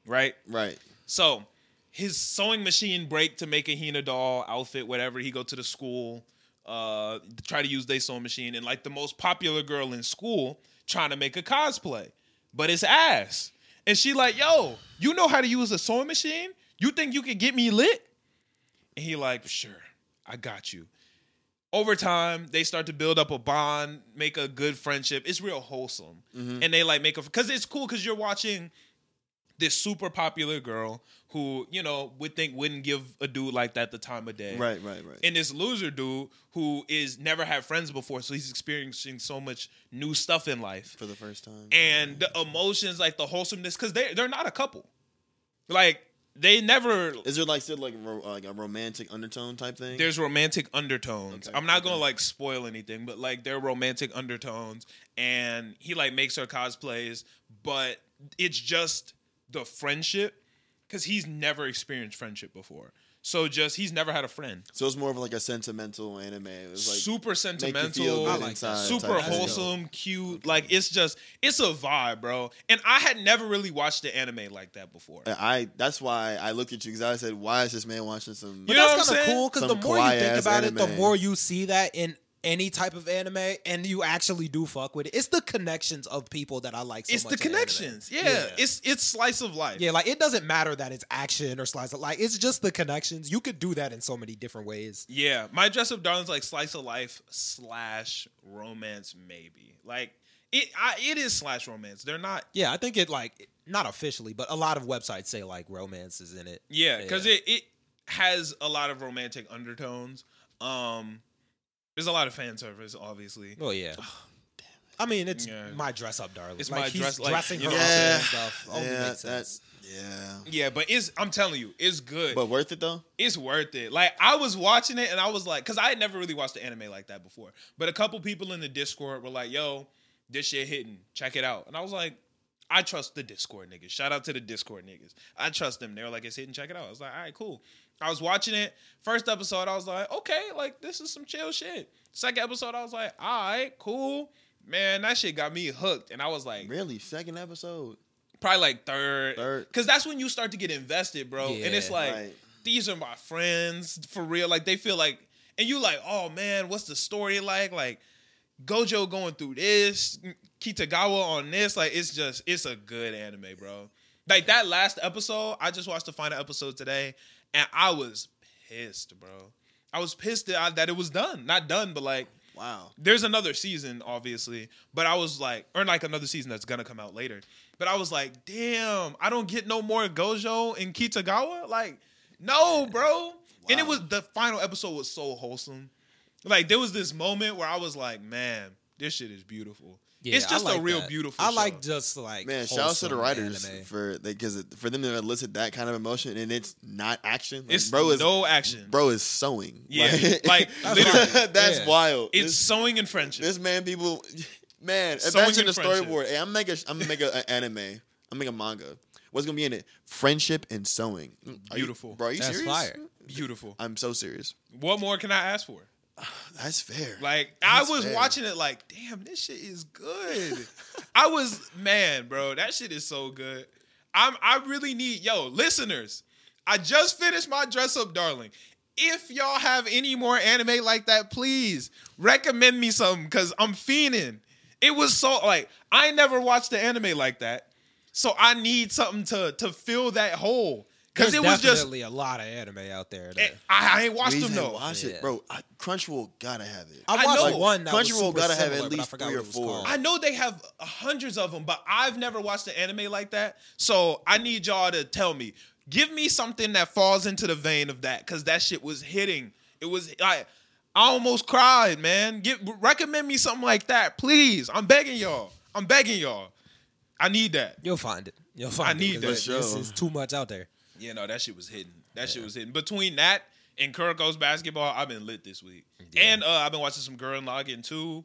S1: Right?
S3: right.
S1: So his sewing machine break to make a Hina doll outfit, whatever. He go to the school, uh, try to use their sewing machine, and like the most popular girl in school trying to make a cosplay, but it's ass. And she like, yo, you know how to use a sewing machine? You think you could get me lit? And he like, sure, I got you. Over time, they start to build up a bond, make a good friendship. It's real wholesome, and they like make a because it's cool because you're watching this super popular girl who you know would think wouldn't give a dude like that the time of day
S3: Right. Right. Right.
S1: and this loser dude who is never had friends before so he's experiencing so much new stuff in life
S3: For the first time.
S1: and the emotions like the wholesomeness because they, they're not a couple like they never
S3: Is there like still like ro- uh, like a romantic undertone type thing?
S1: there's romantic undertones.
S3: Okay,
S1: I'm not
S3: okay.
S1: gonna like spoil anything, but like there are romantic undertones, and he like makes her cosplays, but it's just the friendship because he's never experienced friendship before. So just he's never had a friend.
S3: so it's more of like a sentimental anime. It was like
S1: super
S3: make you feel
S1: sentimental,
S3: good
S2: I like
S3: inside
S2: that.
S1: super
S3: type of thing.
S1: wholesome, cute. Like it's just it's a vibe, bro. And I had never really watched the anime like that before.
S3: And I that's why I looked at you because I said, why is this man watching some?
S1: You
S2: But
S1: know
S2: that's
S1: what I'm
S2: kind of
S1: saying?
S2: cool because the
S3: Some
S2: more you think
S3: kawaii-ass
S2: about it, the
S3: anime.
S2: more you see that in any type of anime, and you actually do fuck with it. It's the connections of people that I like. So
S1: it's
S2: much
S1: the
S2: in anime.
S1: connections, yeah,
S2: Yeah.
S1: It's it's slice of life.
S2: Yeah, like it doesn't matter that it's action or slice. Of, like it's just the connections. You could do that in so many different ways.
S1: Yeah, my dress up darling's like slice of life slash romance, maybe. Like it, I, it is slash romance. They're not.
S2: Yeah, I think it like not officially, but a lot of websites say like romance is in it.
S1: Yeah, because
S2: Yeah.
S1: it it has a lot of romantic undertones. Um, there's a lot of fan service, obviously.
S2: Oh yeah. I mean, it's
S1: Yeah.
S2: my dress up, darling.
S1: It's
S2: like,
S1: my
S2: he's
S1: dress- like,
S2: dressing
S1: you
S2: her
S1: know-
S2: up
S3: Yeah,
S2: and stuff. Only
S3: yeah,
S2: makes sense.
S3: that's yeah.
S1: Yeah, but it's I'm telling you, it's good.
S3: But worth it though.
S1: it's worth it. Like I was watching it and I was like, because I had never really watched the anime like that before. But a couple people in the Discord were like, "Yo, this shit hitting. Check it out." And I was like, "I trust the Discord niggas. Shout out to the Discord niggas. I trust them." They were like, "It's hitting. Check it out." I was like, "All right, cool." I was watching it. First episode, I was like, "Okay, like this is some chill shit." Second episode, I was like, "All right, cool." Man, that shit got me hooked, and I was like,
S3: Really, second episode.
S1: probably like third,
S3: Third.
S1: because that's when you start to get invested, bro. And it's
S2: Yeah.
S1: like
S3: Right.
S1: these are my friends for real. Like they feel like, and you like, oh man, what's the story like? Like Gojo going through this, Kitagawa on this. Like it's just, it's a good anime, bro. Like that last episode, I just watched the final episode today, and I was pissed, bro. I was pissed that, I, that it was done, not done, but like
S3: Wow.
S1: There's another season, obviously, but I was like, or like another season that's gonna come out later. But I was like, damn, I don't get no more Gojo and Kitagawa. Like, no, bro. And it
S3: Wow.
S1: was the final episode was so wholesome. Like there was this moment where I was like, man, this shit is beautiful.
S2: Yeah,
S1: it's
S2: I
S1: just a
S2: like
S1: real
S2: that.
S1: beautiful.
S2: I
S1: show.
S2: like just like
S3: Man, shout out to the
S2: wholesome
S3: writers
S2: anime.
S3: for because for them to elicit that kind of emotion and it's not action. Like,
S1: it's
S3: bro is
S1: no action.
S3: bro is sewing.
S1: Yeah, like,
S3: [laughs] that's,
S1: literally.
S2: Yeah.
S3: wild.
S1: it's
S3: this,
S1: sewing and friendship.
S3: this man people, [laughs] man.
S1: Sewing
S3: imagine
S1: and
S3: the
S1: friendship.
S3: storyboard. Hey, I'm making I'm making an anime. I'm making a manga. What's gonna be in it? Friendship and sewing. Mm, are you-
S1: Beautiful.
S3: bro. Are you
S2: That's
S3: serious?
S2: fire.
S1: beautiful.
S3: I'm so serious.
S1: What more can I ask for?
S3: That's fair.
S1: Like
S3: That's
S1: I was
S3: fair.
S1: watching it, like, damn, this shit is good.
S2: [laughs]
S1: I was man, bro, that shit is so good. I'm I really need yo listeners. I just finished my dress up, darling. If y'all have any more anime like that, please recommend me something because I'm fiending. It was so like I never watched the anime like that, so I need something to to fill that hole because
S2: There's
S1: it was just Eh,
S2: definitely a lot of anime out
S1: I,
S2: there. that-
S1: I ain't watched
S3: We
S1: them
S3: didn't
S1: though.
S3: Watch
S2: Yeah.
S3: it, bro. I, Crunchyroll gotta have it.
S2: I
S1: I
S2: watched
S1: know.
S2: one that was
S3: Crunchyroll
S2: super
S3: gotta have
S2: similar,
S3: at
S2: but I
S3: least
S2: forgot
S3: three
S2: what
S3: or
S2: it was
S3: four.
S2: called.
S1: I know they have hundreds of them, but I've never watched an anime like that. So I need y'all to tell me. Give me something that falls into the vein of that, because that shit was hitting. It was I, I almost cried, man. Get recommend me something like that, please. I'm begging y'all. I'm begging y'all. I need that.
S2: You'll find it. You'll find
S1: need
S2: it.
S1: that.
S2: 'cause This
S3: For
S2: is too much out there.
S1: Yeah, no, that shit was hidden. That shit was hidden. Between that and Kirko's basketball, I've been lit this week. And uh, I've been watching some Gurren Lagann too.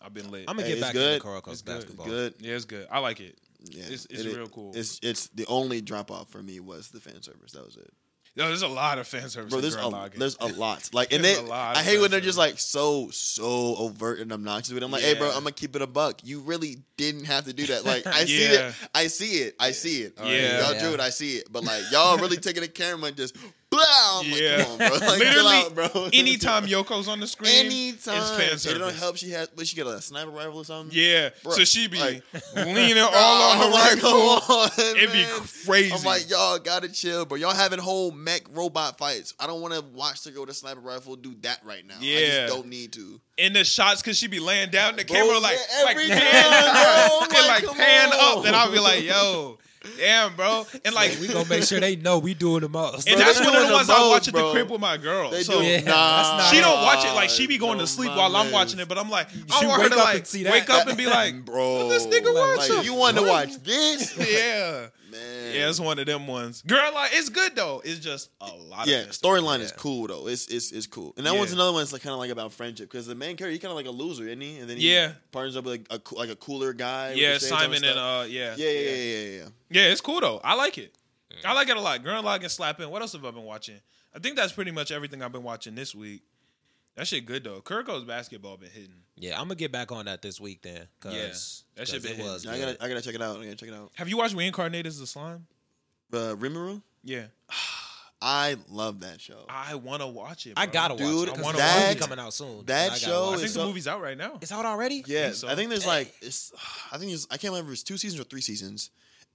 S1: I've been lit.
S2: I'm gonna
S3: Hey,
S2: get
S3: it's
S2: back
S3: good.
S2: into Koroko's
S1: It's good.
S2: basketball.
S3: Good.
S1: yeah, it's good. I like it.
S3: Yeah,
S1: It's- it's
S3: it-
S1: real cool.
S3: It's it's the only drop off for me was the fan service. That was it,
S1: Yo, there's a lot of fan service.
S3: bro.
S1: in
S3: There's
S1: Gurren
S3: a
S1: Lagann.
S3: there's
S1: [laughs]
S3: a lot. Like and they,
S1: There's a lot
S3: I
S1: of
S3: hate when
S1: fan
S3: they're just like so so overt and obnoxious. But I'm like, hey, bro,
S1: Yeah.
S3: I'm gonna keep it a buck. You really didn't have to do that.
S1: [laughs]
S3: Like I see
S1: Yeah.
S3: it, I see it, I see it. All right,
S1: Yeah.
S3: y'all drew
S2: Yeah.
S3: it, I see it. But like y'all really taking the camera and just. Blah! I'm like,
S1: Yeah.
S3: oh come on, bro. Like, chill
S1: Literally,
S3: out, bro. [laughs]
S1: Anytime Yoko's on the screen,
S3: anytime,
S1: it's fan
S3: And it don't
S1: service.
S3: help. She has, but she got a sniper rifle or something.
S1: Yeah,
S3: Bruh,
S1: so she be
S3: like- [laughs]
S1: leaning all on her rifle. It'd
S3: It'd
S1: be crazy.
S3: I'm like, y'all gotta chill, but y'all having whole mech robot fights. I don't want to watch the girl with a sniper rifle do that right now.
S1: Yeah.
S3: I just don't need to.
S1: in the shots, cause she be laying down, the
S3: Bro,
S1: camera like
S3: yeah,
S1: like
S3: every
S1: pan, bro, [laughs]
S3: time, bro.
S1: and
S3: Like,
S1: like
S3: come
S1: pan
S3: on.
S1: up, and I'll be like, yo, damn, bro, and like
S2: We gonna make sure they know we doing the most.
S1: and
S3: Bro,
S1: that's
S2: [laughs]
S3: they
S1: one of
S3: doing
S1: the
S3: the
S1: ones I
S3: most,
S1: watch at the
S3: bro.
S1: crib with my girl.
S3: They
S1: Oh, so
S3: do.
S2: Yeah,
S3: nah,
S2: that's
S1: she don't watch it like she be going to
S3: no,
S1: sleep
S3: my
S1: while I'm
S3: man.
S1: watching it, but I'm like, I
S2: She
S1: want her
S2: wake
S1: to
S2: up
S1: like
S2: and see
S1: wake
S2: that.
S1: up and be like,
S3: [laughs] bro,
S1: this nigga watch
S3: like,
S1: him?
S3: you want to watch
S1: [laughs]
S3: this?
S1: yeah.
S3: Man,
S1: Yeah, it's one of them ones. Girl, like it's good though. It's just a lot.
S3: yeah,
S1: of fan service.
S3: storyline is cool though. It's it's it's cool, and that
S1: Yeah.
S3: one's another one that's like, kind of like about friendship because the main character he kind of like a loser, isn't he? And then he
S1: Yeah.
S3: partners up with like a, coo- like a cooler guy. with
S1: Yeah,
S3: the same type of
S1: Simon and
S3: stuff.
S1: uh, yeah,
S3: yeah, yeah, yeah, yeah, yeah, yeah.
S1: Yeah, it's cool though. I like it. I like it a lot. Girl, like and slapping. What else have I been watching? I think that's pretty much everything I've been watching this week. That shit good though. Kirko's basketball been hitting.
S2: Yeah, I'm gonna get back on that this week then. Cause,
S1: Yeah, that shit
S2: 'cause
S1: been
S2: it was.
S3: I
S2: good.
S3: gotta I gotta check it out. I gotta check it out.
S1: Have you watched Reincarnated as a Slime?
S3: Uh, Rimuru,
S1: Yeah,
S3: I love that show.
S1: I want to watch it.
S2: I
S1: bro.
S2: gotta
S3: Dude,
S2: watch it.
S1: I
S2: Cause
S1: wanna
S2: the movie
S1: watch it.
S2: coming out soon. and
S3: that
S2: I gotta
S3: show
S1: I
S2: watch
S3: is
S2: it.
S1: think
S3: so-
S1: the movie's out right now.
S2: it's out already.
S3: Yeah, I
S1: think
S3: think,
S1: so.
S3: there's like it's, I think it's, I can't remember if it's two seasons or three seasons,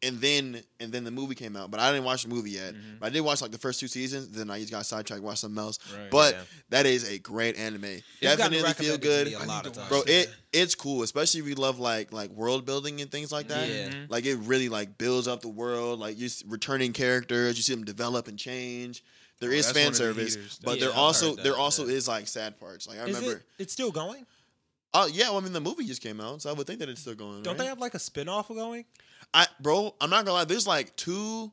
S3: and then and then the movie came out, but I didn't watch the movie yet.
S1: Mm-hmm.
S3: But I did watch like the first two seasons. Then I just got sidetracked, watched something else.
S1: Right.
S3: but
S2: Yeah.
S3: that is a great anime.
S2: It's gotten
S3: Definitely feel
S2: recommended to
S3: good.
S2: me A lot of
S1: to
S2: times.
S1: watch
S3: Bro,
S1: Yeah.
S3: it it's cool, especially if you love like like world building and things like that.
S2: Yeah.
S1: Mhm.
S3: Like it really like builds up the world. Like you s- returning characters, you see them develop and change. There
S1: Oh,
S3: is
S1: that's one
S3: fan
S1: of the
S3: service,
S1: heaters.
S3: but
S2: Yeah,
S3: there
S2: I've
S3: also
S2: heard that,
S3: there also
S2: yeah.
S3: is like sad parts. Like I
S2: Is
S3: remember,
S2: it? It's still going.
S3: oh yeah, well, I mean the movie just came out, so I would think that it's still going.
S2: Don't
S3: right?
S2: they have like a spinoff going?
S3: I bro, I'm not gonna lie. There's like two.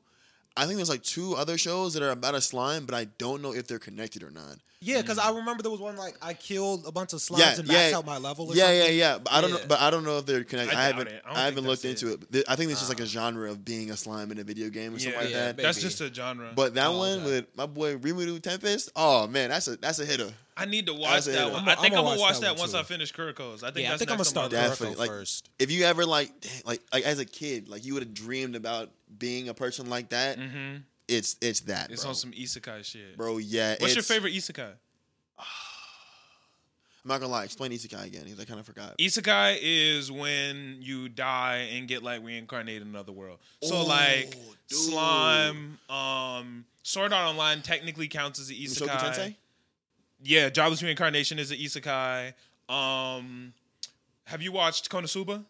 S3: I think there's like two other shows that are about a slime, but I don't know if they're connected or not.
S2: Yeah, because I remember there was one like I killed a bunch of slimes
S3: Yeah,
S2: and
S3: yeah.
S2: maxed out my level. Or
S3: yeah,
S2: something.
S3: yeah, yeah. But I don't know.
S2: Yeah.
S3: But I don't know if they're connected.
S1: I
S3: I,
S1: doubt
S3: haven't.
S1: it. I don't
S3: I,
S1: think
S3: haven't looked
S1: that's
S3: into it. Th- I think it's just like a genre of being a slime in a video game or
S1: Yeah,
S3: something like that.
S1: that's
S2: maybe.
S1: just a genre.
S3: But that
S2: Oh,
S3: one
S2: okay.
S3: with my boy Rimuru Tempest. Oh man, that's a that's a hitter.
S1: I need to watch
S3: That's it.
S1: that one.
S2: I'm-
S1: I think I'm
S2: I'ma
S1: gonna watch that
S2: one,
S1: once
S2: too.
S1: I finish Kirko's. I think
S2: yeah, I
S1: that's
S2: think I'm gonna
S1: next on my
S2: start
S1: list.
S3: Definitely,
S2: Kuroko
S3: like-
S2: first.
S3: If you ever like dang, like like as a kid, like you would have dreamed about being a person like that.
S1: Mhm.
S3: It's it's that.
S1: It's
S3: bro.
S1: on some isekai shit.
S3: Bro, yeah.
S1: What's your
S3: it's-
S1: favorite isekai?
S3: I'm not gonna lie. Explain Isekai again because I kind of forgot.
S1: Isekai is when you die and get like reincarnated in another world. So like
S3: Oh, dude.
S1: slime, um, Sword Art Online technically counts as an
S3: Mushoku
S1: isekai.
S3: Tensei?
S1: Yeah, Jobless Reincarnation is an isekai. Um, have you watched Konosuba?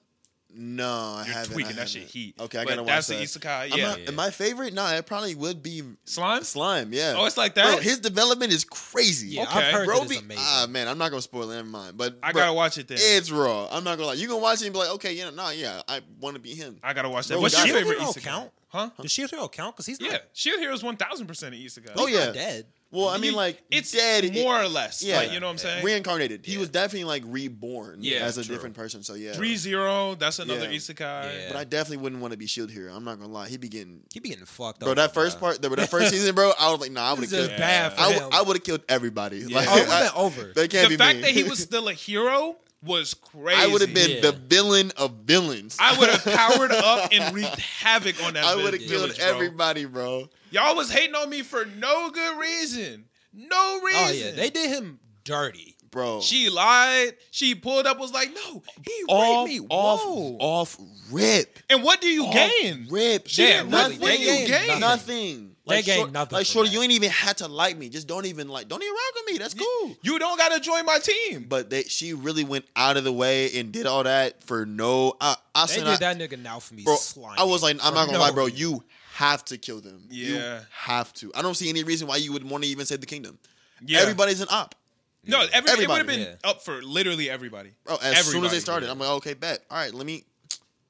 S3: No, I
S1: You're
S3: haven't. I
S1: tweaking. That shit
S3: haven't.
S1: heat.
S3: Okay, I
S1: But
S3: gotta
S1: that's
S3: watch that.
S1: the isekai.
S3: I'm
S1: Yeah.
S3: not- and my favorite, nah, it probably would be
S1: Slime?
S3: Slime, yeah.
S1: Oh, it's like that?
S3: Bro, his development is crazy.
S2: Yeah,
S1: Okay.
S2: I've heard
S3: Bro,
S2: that it's
S3: be-
S2: amazing.
S3: ah, man, I'm not gonna spoil it. Never mind. But
S1: I
S3: bro,
S1: gotta watch it then.
S3: It's raw. I'm not gonna lie. You gonna watch it and be like, okay, yeah, nah, yeah, I want to be him.
S1: I gotta watch that.
S3: Bro,
S1: What's
S3: we
S1: your
S3: got-
S1: favorite
S2: Hero
S1: isekai?
S2: count?
S1: Huh?
S2: Does Shield Hero count? Because he's not.
S1: Yeah, Shield Hero is one thousand percent an isekai.
S3: Oh,
S2: he's not
S3: yeah.
S2: dead.
S3: Well, I
S1: He-
S3: mean, like
S1: it's
S3: dead, it-
S1: more or less.
S3: yeah.
S1: Yeah, you know what I'm saying.
S3: reincarnated. He
S2: Yeah.
S3: was definitely like reborn
S1: Yeah,
S3: as a
S1: true.
S3: different person. So yeah,
S1: Three Zero, that's another
S3: Yeah.
S1: isekai.
S2: Yeah.
S3: but I definitely wouldn't want to be Shield Hero. I'm not gonna lie. He be getting
S2: He be getting fucked
S1: Oh,
S3: bro.
S2: up.
S3: That first part, that, that
S1: [laughs]
S3: first season, bro. I was like, nah, I would
S2: It's
S3: have killed.
S2: just bad for
S3: I,
S2: him.
S3: w- I would have killed everybody. Like,
S2: oh, it would
S3: I-
S2: have been over.
S3: they can't
S1: the
S3: be
S1: fact
S3: mean.
S1: that he was
S3: [laughs]
S1: still a hero was crazy.
S3: I would have been
S2: Yeah.
S3: the villain of villains.
S1: I would
S3: [laughs]
S1: have powered up and wreaked havoc on that.
S3: I
S1: vi-
S3: would have killed
S1: village, bro.
S3: everybody, bro.
S1: Y'all was hating on me for no good reason. No reason.
S2: Oh yeah, they did him dirty.
S3: Bro,
S1: She lied. She pulled up. Was like, no, he
S3: off,
S1: raped me.
S3: off,
S1: Whoa.
S3: off, rip,
S1: and what do you
S3: off
S1: gain?
S3: rip.
S1: She
S3: Yeah,
S1: didn't really-
S3: nothing.
S1: they gained
S3: nothing.
S1: nothing.
S2: They
S3: Like,
S2: gained
S3: short-
S2: nothing
S3: Like,
S2: from
S3: shorty,
S2: that.
S3: you ain't even had to like me. Just don't even like. Don't even rock with me. That's cool.
S1: You don't gotta join my team.
S3: But they, she really went out of the way and did all that for no. I, I
S2: They
S3: said,
S2: did
S3: I,
S2: that nigga now for me.
S3: bro,
S2: slimy.
S3: I was like, I'm not
S2: For
S3: gonna
S2: no
S3: lie, bro.
S2: reason.
S3: You have to kill them.
S1: Yeah.
S3: you have to. I don't see any reason why you would want to even save the kingdom.
S1: yeah.
S3: Everybody's an op.
S1: No, every, it would
S3: Everybody. Oh,
S1: have been
S2: Yeah.
S1: up for literally everybody.
S3: Bro, as soon as
S1: Everybody.
S3: they started, I'm like, okay, bet. All right, let me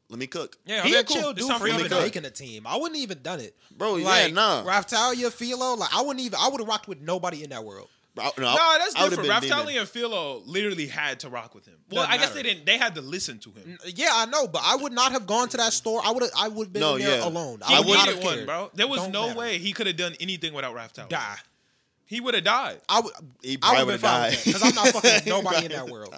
S3: let me cook.
S1: Yeah,
S2: He
S1: I mean,
S2: a
S1: cool.
S2: chill
S1: It's
S2: dude
S1: time
S2: for
S1: y'all to
S2: even
S1: go.
S2: making a team. I wouldn't even done it,
S3: Bro, Oh, yeah,
S2: Like,
S3: nah.
S2: Raftalia, Philo, like I wouldn't even. I would have rocked with nobody in that world.
S3: Bro, I- no,
S1: No, that's
S3: I would've
S1: different.
S3: been demon.
S1: Raftali and Philo literally had to rock with him. Well,
S2: Doesn't
S1: I guess they
S2: matter.
S1: didn't. They had to listen to him.
S2: Yeah, I know, but I would not have gone to that store. I would. have I would have been
S3: No,
S2: in there
S3: yeah.
S2: alone.
S1: He
S2: I would not
S1: needed
S2: have
S1: one,
S2: cared.
S1: bro. There was
S2: Don't
S1: no
S2: matter.
S1: way he could have done anything without Raftali.
S2: die.
S1: He would have died.
S2: I would.
S3: He
S2: I
S3: probably
S2: would
S3: would
S2: have died
S3: have died
S2: because I'm not fucking
S3: [laughs]
S2: with nobody in that world.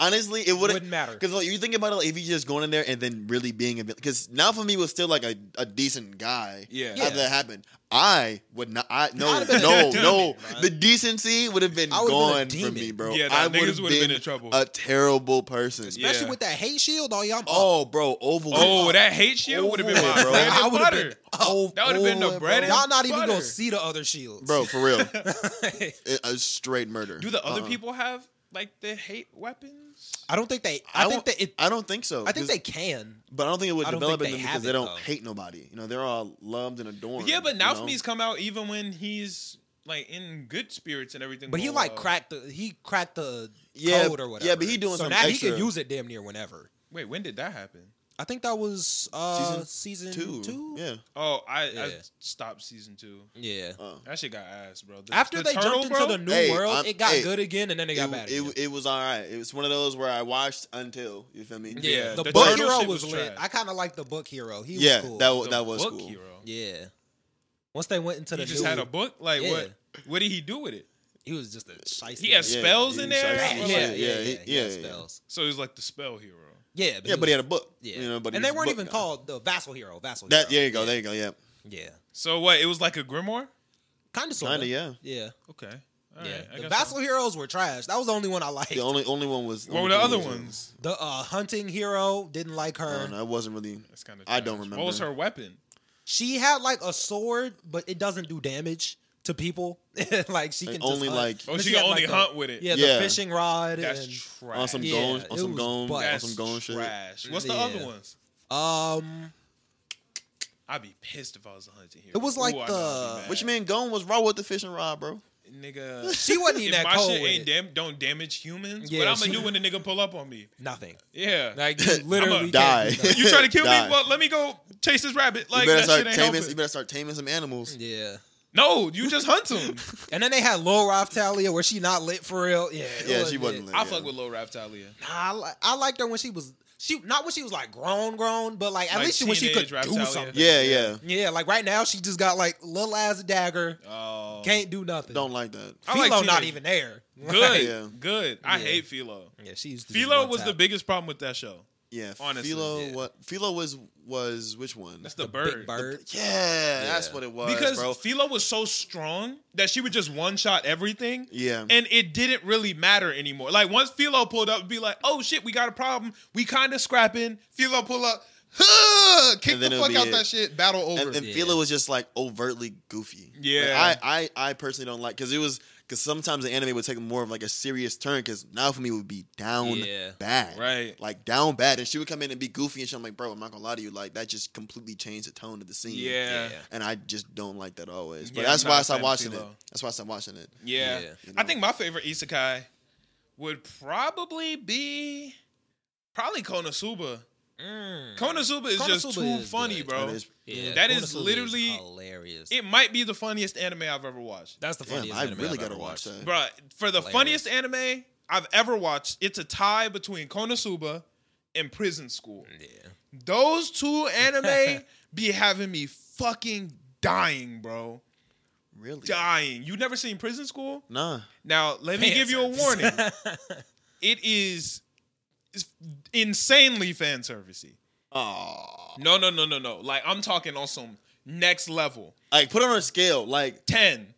S3: Honestly, it would
S2: Wouldn't matter.
S3: because like you think about it, like, if you just going in there and then really being a because now for me was still like a, a decent guy.
S1: Yeah.
S3: after
S2: Yeah.
S3: that happened, I would not. I no
S2: I'd have been
S3: no
S2: a
S3: no.
S2: demon, bro.
S3: The decency would have been
S2: I would've been a
S3: gone from
S2: demon.
S3: me, bro.
S1: Yeah, nah,
S3: I
S1: niggas
S3: would have
S1: would've
S3: been,
S1: been in trouble.
S3: A terrible person.
S1: Yeah.
S2: Especially with that hate shield. Oh, y'all.
S3: Oh, bro, over.
S1: Oh,
S3: with.
S1: that hate shield would have been
S3: Over,
S1: my
S3: bro.
S1: bread
S2: I
S1: and
S2: would've
S1: butter.
S2: been-
S3: Oh,
S1: That would've been the
S3: over,
S1: bread
S3: bro.
S1: and-
S2: y'all not even
S1: butter.
S2: gonna see the other shields,
S3: bro
S2: [laughs]
S3: for real.
S2: I
S3: It- a straight murder.
S1: Do the other
S3: Uh-uh.
S1: people have like the hate weapons?
S2: don't think they. Uh. I, think
S3: won't-
S2: that it.
S3: I don't think so.
S2: I think
S3: 'cause-
S2: they can.
S3: But I don't think it would
S2: I don't
S3: develop
S2: think
S3: in
S2: they
S3: them
S2: have
S3: because they
S2: it,
S3: don't
S2: though.
S3: hate nobody. You know, they're all loved and adored.
S1: Yeah, but
S3: you
S1: now
S3: know?
S1: Smee's come out even when he's like in good spirits and everything. uh,
S2: But he
S1: going
S2: like
S1: well.
S2: cracked the he cracked the
S3: Yeah,
S2: code or whatever.
S3: yeah, but he doing
S2: so
S3: some
S2: now he
S3: extra-
S2: can use it damn near whenever.
S1: Wait, when did that happen?
S2: I think that was uh season,
S3: two. Yeah.
S1: Oh, I, I
S2: Yeah.
S1: stopped season two.
S2: yeah.
S3: Oh.
S1: That shit got ass, bro. The-
S2: After
S1: the
S2: they
S1: turtle,
S2: jumped into
S1: bro?
S2: the new
S3: Hey,
S2: world,
S3: I'm-
S2: it got
S3: hey,
S2: good again, and then it got
S3: It,
S2: bad. again.
S3: it, it was all right. It was one of those where I watched until you feel me.
S1: Yeah.
S2: the,
S1: the
S2: book
S1: turtle
S2: hero
S1: shit
S2: was,
S1: was
S2: lit.
S1: trash.
S2: I kind of like the book hero. He
S3: yeah,
S2: was cool.
S3: that was
S1: The
S3: that was
S1: book
S3: cool.
S1: hero.
S2: yeah. Once they went into
S1: He
S2: the
S1: just
S2: new,
S1: had a book. Like
S2: Yeah.
S1: what? What did he do with it?
S2: he was just a shiesty.
S1: He has-
S3: Yeah,
S1: Spells
S3: he
S1: in
S3: was
S1: there?
S3: like-
S2: yeah,
S1: Yeah,
S2: yeah, yeah,
S3: he-
S2: he had
S3: yeah.
S2: spells.
S1: So he's like the spell hero.
S2: Yeah, but
S3: Yeah, but he had a
S2: was-
S3: book.
S2: yeah.
S3: you know, but he
S2: and they
S3: was a
S2: weren't
S3: book
S2: even
S3: guy.
S2: called the vassal hero. Vassal. hero.
S3: That. There you go. There you go. Yeah,
S2: Yeah,
S1: So what? It was like a grimoire.
S2: kind of sort
S3: kind of. Yeah,
S2: Yeah.
S1: Okay. All
S2: Yeah,
S1: right. I
S2: the
S1: guess
S2: vassal
S1: I'm-
S2: heroes were trash. That was the only one I liked.
S3: the only only one was.
S1: What were
S3: only
S1: the
S3: one
S1: other
S3: was-
S1: ones?
S2: The uh, hunting hero didn't like
S3: I
S2: her.
S3: don't know. It wasn't really.
S1: That's kind of.
S3: I don't remember.
S1: What was her weapon?
S2: She had like a sword, but it doesn't do damage to people. [laughs] like she
S3: Like,
S2: can just
S3: only,
S2: hunt.
S3: like-
S1: Oh,
S2: But
S1: she can
S2: had,
S1: only
S2: like, the-
S1: hunt with it.
S2: Yeah,
S3: Yeah.
S2: the fishing rod.
S1: That's
S2: and,
S1: trash.
S3: On some
S2: Yeah,
S3: gone,
S2: it
S3: on some
S2: was
S3: gone,
S2: butt.
S3: on
S1: That's
S3: some gone shit.
S1: trash. What's the other
S2: Yeah.
S1: ones? [laughs]
S2: um,
S1: I'd be pissed if I was a hunter here.
S2: It was like
S1: Ooh, I know I'd be
S2: the-
S1: mad.
S3: What you mean? Gone was raw with the fishing rod, bro.
S1: nigga?
S2: she wasn't
S1: If
S2: even that
S1: my
S2: cold.
S1: shit
S2: with
S1: ain't
S2: it.
S1: dam- don't damage humans,
S2: Yeah,
S1: what I'm gonna
S2: she-
S1: do when a nigga pull up on me?
S2: Nothing.
S1: [laughs] Yeah,
S2: Like you literally
S3: die.
S2: can't do
S3: [laughs]
S2: nothing.
S1: you try to kill
S3: Die.
S1: me? Well, let me go chase this rabbit. Like
S3: you better
S1: that
S3: start
S1: shit ain't Mm,
S3: taming.
S1: helping.
S3: You better start taming some animals.
S2: Yeah.
S1: No, you just hunt him.
S3: [laughs]
S2: And then they had Lil Ralph Talia where she not lit for real. Yeah. it
S3: Yeah, she wasn't
S2: it.
S3: lit.
S1: I
S3: Yeah.
S1: fuck with Lil Raptalia.
S2: Nah, I, li- I liked her when she was she not when she was like grown, grown, but like at
S1: Like
S2: least when she could
S1: teenage Rap
S2: do
S1: Talia.
S2: something.
S3: Yeah,
S1: Yeah.
S3: yeah.
S2: Yeah, like right now she just got like little ass dagger,
S1: Oh,
S2: can't do nothing.
S3: Don't like that.
S1: I
S2: Philo
S1: like
S2: not
S1: teenage-
S2: even there.
S4: [laughs]
S1: good,
S3: [laughs] Yeah.
S1: good. I
S2: Yeah.
S1: hate Philo.
S2: yeah, she's
S1: Philo was the biggest problem with that show.
S3: Yeah,
S1: Honestly,
S3: Philo.
S2: yeah.
S3: What Philo was was which one?
S1: That's the, bird.
S2: bird. bird.
S3: yeah, that's
S2: Yeah.
S3: what it was,
S1: Because
S3: bro.
S1: Philo was so strong that she would just one shot everything.
S3: Yeah,
S1: And it didn't really matter anymore. Like once Philo pulled up, it'd be like, "Oh shit, we got a problem. We kind of scrapping." Philo pull up, [laughs] huh, kick
S3: And then
S1: the
S3: it'll
S1: fuck
S3: be
S1: out
S3: it.
S1: that shit. Battle over.
S3: and, and
S2: Yeah.
S3: Philo was just like overtly goofy. Like,
S1: Yeah.
S3: I, I I personally don't like because it was Because sometimes the anime would take more of like a serious turn. Because now for me would be down
S4: Yeah.
S3: bad,
S1: Right.
S3: Like down bad, and she would come in and be goofy and shit. I'm like, bro, I'm not gonna lie to you. Like that just completely changed the tone of the scene.
S1: Yeah.
S4: Yeah.
S3: And I just don't like that always. But
S1: Yeah,
S3: that's
S1: I'm
S3: why
S1: not
S3: I
S1: a
S3: stopped
S1: fan of
S3: watching it.
S1: Philo.
S3: That's why I stopped watching it.
S1: Yeah.
S4: Yeah.
S3: You
S1: I
S3: know?
S1: think my favorite isekai would probably be probably Konosuba. Konosuba is just
S2: Konosuba
S1: too
S2: is
S1: funny,
S2: good.
S1: bro.
S3: That is-
S4: Mm. Yeah,
S1: That is
S4: Konosuba
S1: literally-
S4: hilarious.
S1: It might be the funniest anime I've ever watched.
S4: That's the
S3: damn,
S4: funniest.
S3: I
S4: anime
S3: really
S4: I've
S3: gotta
S4: ever
S3: watch
S4: watched.
S3: that.
S1: Bruh, for the
S4: Hilarious.
S1: funniest anime I've ever watched, it's a tie between Konosuba and Prison School.
S4: Yeah.
S1: Those two anime be having me fucking dying, bro.
S3: Really?
S1: Dying. You never seen Prison School?
S3: Nah.
S1: Now, let me
S4: Fan
S1: give you a
S4: service.
S1: warning.
S2: [laughs]
S4: [laughs]
S1: it is it's insanely fan servicey.
S3: Oh.
S1: No, no, no, no, no. Like I'm talking on some next level.
S3: Like put it on a scale. Like
S1: Ten.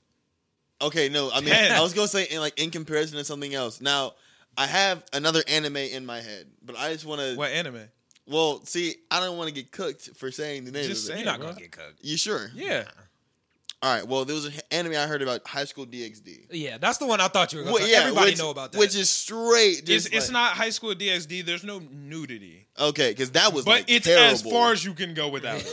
S3: Okay, no, I mean,
S1: Ten.
S3: I was gonna say in like in comparison to something else. Now, I have another anime in my head, but I just want to.
S1: What anime?
S3: Well, see, I don't want to get cooked for saying the name.
S1: Just
S3: of it.
S1: say
S4: You're
S1: it.
S4: not
S1: bro.
S4: gonna get cooked.
S3: You sure?
S1: Yeah.
S3: All right. Well, there was an anime I heard about High School DxD.
S4: Yeah, that's the one I thought you were. Gonna
S3: Well,
S4: talk.
S3: yeah,
S4: Everybody
S3: which-
S4: know about that.
S3: Which is straight.
S1: It's,
S3: Just
S1: it's
S3: like-
S1: not High School DxD. There's no nudity,
S3: okay because that was
S1: but
S3: like
S1: it's
S3: terrible.
S1: as far as you can go without it.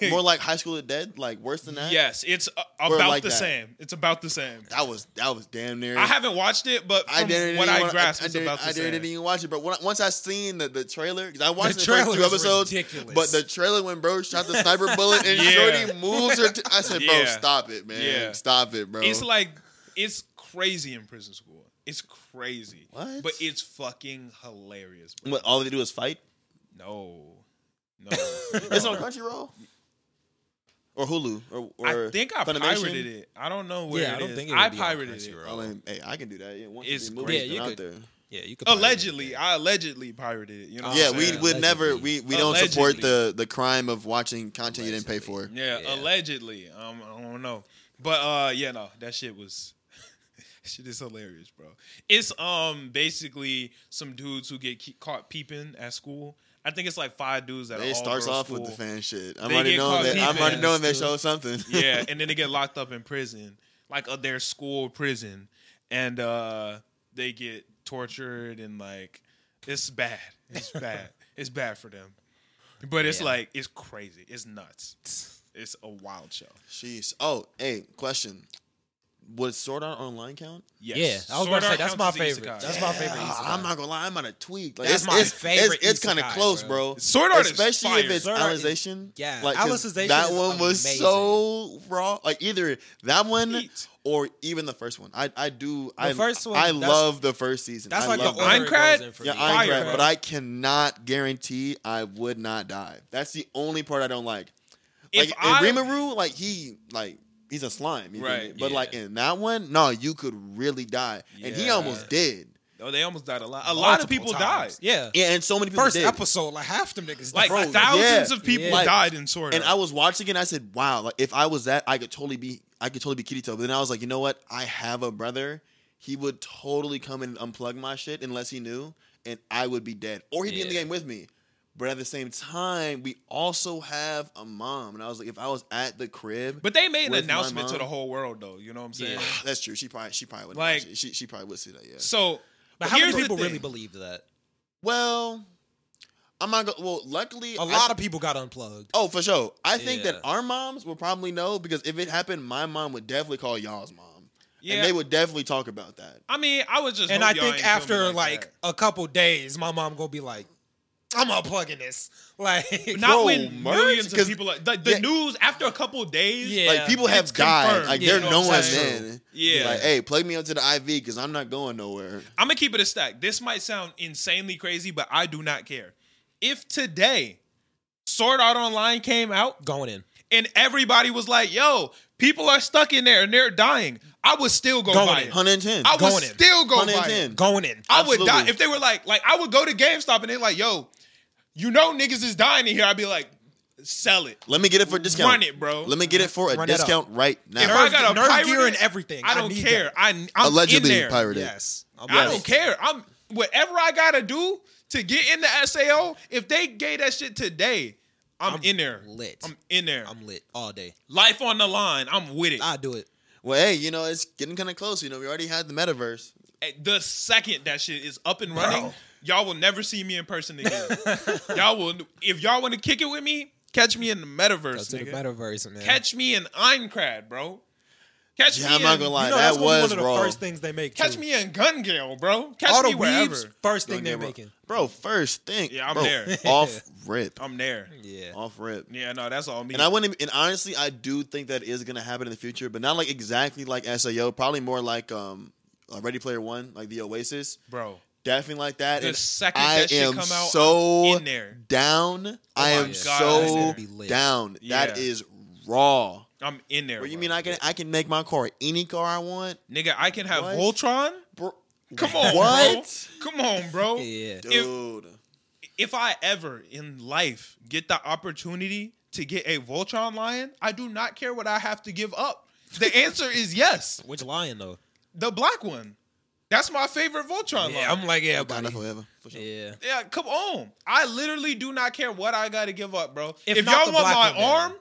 S1: [laughs]
S3: more, more like High School of Dead, like worse than that.
S1: yes, it's uh,
S3: Or
S1: about
S3: like
S1: the
S3: that.
S1: same. It's about the same.
S3: that was that was damn near.
S1: I haven't watched it, but
S3: I
S1: from
S3: didn't
S1: what
S3: even
S1: I
S3: wanna-
S1: grasped,
S3: I,
S1: it's
S3: didn't,
S1: about the
S3: I didn't
S1: same.
S3: even watch it, but when, once I seen the, the trailer, because I watched
S4: The
S3: the, first
S4: trailer
S3: two
S4: was
S3: episodes,
S4: ridiculous.
S3: but the trailer when bro shot the sniper bullet and
S1: Yeah.
S3: Shorty moves her, t- I said, bro,
S1: Yeah.
S3: stop it, man,
S1: Yeah.
S3: stop it, bro.
S1: It's like it's crazy in prison school. It's crazy,
S3: What?
S1: but it's fucking hilarious. Bro.
S3: what all they do is fight.
S1: No, no.
S3: [laughs] It's on Crunchyroll or Hulu or, or
S1: I think I
S3: Funimation.
S1: pirated it. I don't know where
S4: Yeah,
S1: it
S4: I don't
S1: is.
S4: think it would
S1: I
S4: be on
S1: pirated it.
S4: Crunchyroll.
S3: I mean, hey, I can do that. Yeah, once
S1: It's
S3: the
S1: great.
S3: movie's
S4: Yeah,
S3: been
S4: you
S3: out there.
S4: yeah, you could probably-
S1: Allegedly, I allegedly pirated it. You know? what
S3: Yeah,
S1: I'm
S3: we
S1: saying?
S3: would never
S4: Allegedly.
S3: we, we don't support
S1: Oh, Allegedly.
S3: the the crime of watching content you didn't pay
S4: Allegedly.
S3: for.
S1: Yeah,
S4: Yeah.
S1: allegedly. Um, I don't know, but uh, yeah, no, that shit was. [laughs] that Shit is hilarious, bro. It's um basically some dudes who get ke- caught peeping at school. I think it's like five dudes that are
S3: It
S1: all
S3: starts
S1: girls
S3: off with the
S1: school.
S3: fan shit. I'm
S1: They
S3: already
S1: get
S3: knowing
S1: caught
S3: that. I'm already
S1: peeping.
S3: knowing they
S4: Too.
S3: show something.
S1: [laughs]
S3: [laughs]
S1: yeah, and then they get locked up in prison, like uh, their school prison, and uh, they get tortured and like it's bad.
S3: [laughs]
S1: It's bad. it's bad for them, but it's
S4: Yeah.
S1: like it's crazy. It's
S3: [laughs]
S1: nuts. It's a wild show.
S3: Jeez. Oh, hey, question. Would Sword Art Online count?
S1: Yes.
S4: Yeah, I was
S1: Sword
S4: about to say
S1: Art
S4: that's my
S1: counts as
S4: favorite.
S1: isekai.
S4: That's my favorite.
S3: Ah,
S4: isekai.
S3: I'm not gonna lie, I'm on a tweak. Like,
S4: That's
S3: it's,
S4: my
S3: it's,
S4: favorite
S3: It's, it's kind of
S4: isekai,
S3: close,
S4: bro.
S3: bro.
S1: Sword Art is
S3: especially
S1: fire.
S3: if it's
S4: Sword Art is-
S3: Alicization.
S4: yeah,
S3: 'cause
S4: Alicization
S3: That
S4: is
S3: one was
S4: amazing.
S3: so raw. Like either that one
S1: Heat.
S3: or even the first one. I I do. I
S4: first one,
S3: I
S4: that's-
S3: love the first season.
S4: That's
S3: I
S4: like the
S3: love that.
S4: order it
S1: Minecraft?
S4: goes in for
S3: Yeah,
S4: me.
S3: I ain't
S1: Fire.
S3: crap, but I cannot guarantee I would not die. That's the only part I don't like. Like
S1: If
S3: in
S1: I-
S3: Rimuru, like he like he's a slime, you feel
S1: Right,
S3: me? But
S4: yeah.
S3: like in that one, no, you could really die, and he
S1: Yeah.
S3: almost did.
S1: Oh, they almost died a lot. A lot of
S4: Multiple
S1: people
S4: times.
S1: died.
S4: Yeah,
S3: Yeah, and so many people
S2: First
S3: did.
S2: episode, like half them niggas.
S1: Like
S3: Bro,
S1: thousands
S3: yeah.
S1: of people
S4: Yeah.
S3: Like-
S1: died in Sword Art.
S3: And I was watching it, and I said, "Wow! Like if I was that, I could totally be, I could totally be Kirito." But then I was like, "You know what? I have a brother. He would totally come and unplug my shit unless he knew, and I would be dead, or he'd be in the
S4: Yeah.
S3: game with me." But at the same time, we also have a mom, and I was like, "If I was at the crib,
S1: but they made an
S3: with my
S1: announcement to
S3: mom-
S1: the whole world, though. You know what I'm saying?
S4: Yeah.
S3: [sighs] that's true. She probably, she probably would
S1: Like-
S3: like, she, she probably would see that. Yeah.
S1: So,
S4: but how
S1: here's
S4: many
S1: the
S4: people really
S1: thing.
S4: believed that?
S3: Well, I'm not. Go- well, luckily,
S2: a lot of people got unplugged.
S3: Oh, for sure. I think
S4: Yeah.
S3: that our moms will probably know because if it happened, my mom would definitely call y'all's mom.
S1: Yeah.
S3: And they would definitely talk about that.
S1: I mean, I was just
S2: And
S1: hope
S2: I
S1: y'all
S2: think
S1: ain't filming
S2: after like,
S1: that.
S2: a couple days, my mom gonna be like, "I'm unplugging this." [laughs] Like,
S1: Not
S3: Bro,
S1: when
S3: merch?
S1: millions of
S3: 'Cause-
S1: people like the, the
S3: yeah.
S1: news after a couple days.
S4: Yeah.
S3: Like people have
S1: It's
S3: died.
S1: confirmed.
S3: Like
S1: Yeah,
S3: they're
S1: you know
S3: knowing
S1: what I'm saying?
S3: then.
S1: Yeah.
S3: Like, eh. hey, plug me up to the IV because I'm not going nowhere.
S1: I'm gonna keep it a stack. This might sound insanely crazy, but I do not care. If today Sword Art Online came out
S2: going in.
S1: and everybody was like, "Yo, people are stuck in there and they're dying," I would still go
S2: Going
S1: buy
S2: in.
S1: it.
S3: 110.
S1: I would
S2: Going in.
S1: still go buy it.
S3: 110.
S2: Going in.
S1: I would die
S3: Absolutely.
S1: if they were like, like I would go to GameStop and they're like, "Yo, you know niggas is dying in here." I'd be like, "Sell it,
S3: Let me get it for a discount.
S1: run it, bro."
S3: Let me get it for a
S2: Run it up.
S3: discount right
S1: If
S3: now.
S1: I got a
S2: Nerve
S1: pirate
S2: gear
S1: it,
S2: and everything.
S1: I
S2: I
S1: don't
S2: need
S1: care.
S2: that.
S1: I, am
S3: Allegedly
S1: in there.
S3: pirated.
S2: Yes, I'm
S1: I
S2: with
S1: don't
S2: it.
S1: care. I'm whatever I gotta do to get in the SAO. If they gave that shit today, I'm,
S2: I'm
S1: in there.
S2: lit.
S1: I'm in there.
S2: I'm lit all day.
S1: Life on the line. I'm with it.
S2: I do it.
S3: Well, hey, you know it's getting kind of close. You know, we already had the metaverse.
S1: At The second that shit is up and running, y'all will never see me in person again.
S3: [laughs]
S1: y'all will. If y'all want to kick it with me, catch me in the
S2: Go
S1: metaverse,
S2: to the
S1: nigga.
S2: metaverse, man.
S1: catch me in Einkrad, bro. Catch
S3: Yeah,
S1: me.
S3: I'm not
S1: in,
S3: gonna
S2: you
S3: lie,
S2: know, that's
S3: that
S2: gonna be
S3: was
S2: one of the
S3: raw.
S2: first things they make.
S1: Catch
S2: too.
S1: me in Gun Gale, bro. Catch
S2: All
S1: me
S2: the
S1: wherever.
S2: weaves, first thing
S3: Don't
S2: they're
S3: get wrong.
S2: making.
S3: bro. First thing,
S1: Yeah, I'm
S3: bro,
S1: there.
S3: Off
S1: [laughs]
S3: rip,
S1: I'm there.
S2: Yeah.
S3: off rip.
S1: Yeah, no, that's all me.
S3: And I wouldn't. And honestly, I do think that is gonna happen in the future, but not like exactly like Sao. Probably more like um, uh, Ready Player One, like the Oasis.
S1: bro.
S3: Definitely like that.
S1: The
S3: and
S1: second
S3: I
S1: that shit
S3: am
S1: come out,
S3: so
S1: in there. Oh
S3: down. I am
S1: God, that's
S3: so
S1: gonna
S2: be lit.
S3: down.
S1: Yeah.
S3: That is raw.
S1: I'm in there.
S3: Bro, you
S1: bro.
S3: mean I can I can make my car any car I want?
S1: nigga? I can have
S3: What?
S1: Voltron.
S3: Bro,
S1: Come on,
S3: What?
S1: Bro. Come on, bro.
S2: [laughs] Yeah.
S1: If-
S3: dude.
S1: If I ever in life get the opportunity to get a Voltron lion, I do not care what I have to give up.
S2: [laughs]
S1: The answer is yes.
S2: Which lion though?
S1: The black one. That's my favorite Voltron
S2: Yeah,
S1: lion.
S2: I'm like, yeah,
S3: Wakanda
S2: buddy.
S3: forever. For sure.
S2: Yeah.
S1: yeah, come on. I literally do not care what I got to give up, bro. If,
S2: If not
S1: y'all
S2: the
S1: want
S2: black
S1: my
S2: one, then.
S1: arm,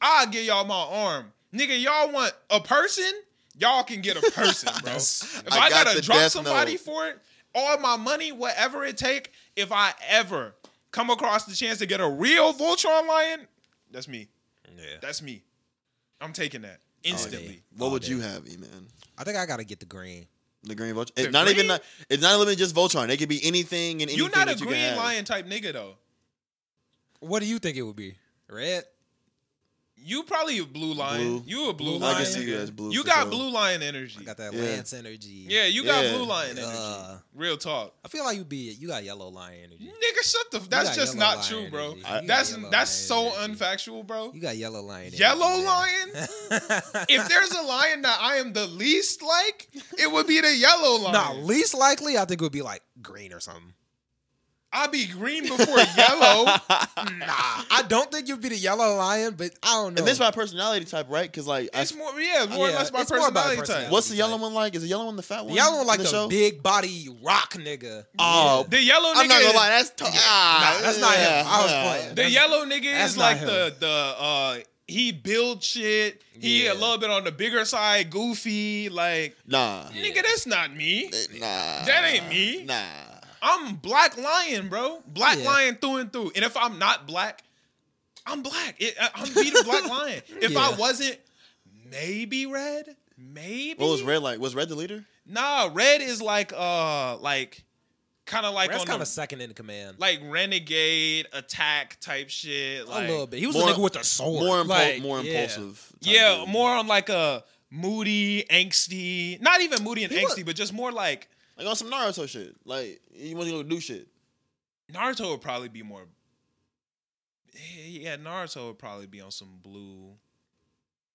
S1: I'll give y'all my arm. Nigga, y'all want a person? Y'all can get
S2: [laughs]
S1: a person, bro.
S2: That's-
S1: If I,
S3: I got
S1: gotta
S3: the
S1: drop
S3: death
S1: somebody
S3: note.
S1: for it, all my money, whatever it take, if I ever come across the chance to get a real Voltron lion, that's me.
S2: Yeah.
S1: That's me. I'm taking
S3: Oh,
S1: that instantly.
S3: What
S2: All
S3: would
S2: day.
S3: you have, E man?
S2: I think I gotta get the green.
S3: The green Voltron.
S1: The
S3: It's not even
S1: green?
S3: not, it's not even just Voltron. It could be anything and anything.
S1: You're not a
S3: that you can
S1: green
S3: have.
S1: lion type nigga though.
S2: What do you think it would be? Red?
S1: You probably a blue lion.
S3: Blue.
S1: You a blue,
S2: Blue
S1: lion.
S2: lion. I can see
S3: you as blue
S1: You
S3: for
S1: got
S3: sure.
S1: blue lion energy.
S2: I got E. that
S3: Yeah.
S2: Lance energy.
S1: Yeah, you got
S3: Yeah.
S1: blue lion energy.
S2: Uh,
S1: Real talk.
S2: I feel like you be you got yellow lion energy.
S1: Nigga, shut the.
S2: got
S1: That's just
S2: yellow
S1: not
S2: lion
S1: true, bro.
S2: energy. You
S1: That's
S2: got yellow
S1: that's so
S2: lion energy.
S1: unfactual, bro.
S2: You got yellow lion. energy,
S1: Yellow
S2: man.
S1: lion.
S2: [laughs]
S1: if there's a lion that I am the least like, it would be the yellow lion.
S2: nah, least likely I think it would be like green
S1: [laughs]
S2: or something.
S1: I'll be green before
S3: [laughs]
S1: yellow.
S2: Nah, I don't think you'd be the yellow lion, but I don't know.
S3: And this is my personality type, right? Because like, I,
S1: It's more, yeah, more or
S2: Yeah,
S1: less my
S2: it's more about
S1: personality type.
S2: personality.
S3: what's the yellow
S2: type.
S3: one like? Is the yellow one the fat
S2: the
S3: one?
S2: yellow one like
S3: in
S2: the
S3: the show?
S2: big body rock nigga.
S3: Oh,
S1: The yellow nigga.
S3: I'm not gonna
S1: is-
S3: lie, that's to- ah,
S2: Nah, that's not him.
S3: yeah,
S2: I was
S3: yeah.
S2: playing.
S1: The
S2: That's-
S1: yellow nigga
S2: that's
S1: is like
S2: not
S1: the the uh he build shit. He a
S2: Yeah.
S1: little bit on the bigger side, goofy. Like
S3: Nah, eh,
S1: nigga, that's not me.
S3: nah,
S1: That ain't me.
S3: Nah,
S1: I'm black lion, bro. Black
S2: Yeah.
S1: lion through and through. And if I'm not black, I'm black. It, I- I'm be the
S2: [laughs]
S1: black lion. If I
S2: Yeah.
S1: wasn't, maybe red. Maybe
S3: what was red like? Was red the leader?
S1: Nah, red is like uh like kind of like
S2: That's
S1: on
S2: kind
S1: the,
S2: of second in command.
S1: like renegade attack type shit. Like
S2: a little bit. He was
S3: More-
S2: a nigga with a sword.
S3: More, impul-
S2: Like,
S3: more
S2: yeah.
S3: impulsive. type
S1: Yeah,
S3: dude.
S1: more on like a moody, angsty. Not even moody and
S2: He
S1: angsty,
S2: was-
S1: but just more like
S3: like on some Naruto shit. Like you want to go do shit.
S1: Naruto would probably be more. Yeah, Naruto would probably be on some blue,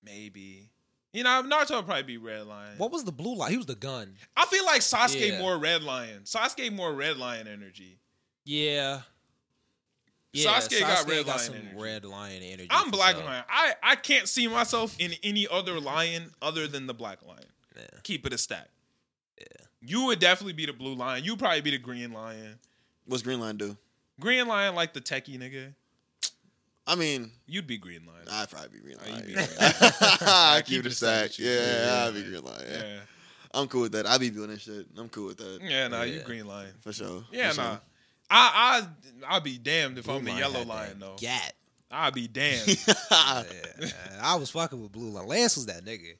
S1: maybe. You know, Naruto would probably be red lion.
S2: What was the blue light? He was the gun.
S1: I feel like Sasuke
S2: Yeah.
S1: more red lion. Sasuke more red lion energy.
S2: Yeah.
S1: Sasuke got red lion energy.
S2: red lion energy.
S1: I'm
S2: for
S1: black
S2: sure.
S1: lion. I I can't see myself in any other lion other than the black lion.
S2: Yeah.
S1: Keep it a stack. Yeah. You would definitely be the blue lion. You probably be the green lion.
S3: What's Green Line do?
S1: Green lion like the techie nigga.
S3: I mean,
S1: You'd be green lion.
S3: I'd probably be Green
S1: Oh, you
S3: Line.
S1: be-
S3: [laughs] yeah. I
S1: Keep
S3: keep
S1: it a
S3: the
S1: stack with
S3: stack.
S1: you. Yeah,
S3: Yeah, I'd be
S1: yeah.
S3: Green Line. Yeah.
S1: yeah.
S3: I'm cool with that. I be doing that shit. I'm cool with that.
S1: Yeah, nah, you
S2: Yeah.
S1: green lion.
S3: For sure.
S1: Yeah,
S3: For sure.
S1: nah. I I I'll be damned if I'm the
S2: Blue lion
S1: yellow
S2: had that
S1: lion though.
S2: Gat.
S1: I'll be
S3: [laughs]
S1: damned.
S2: Yeah, [laughs] I was fucking with blue lion. Lance was that nigga.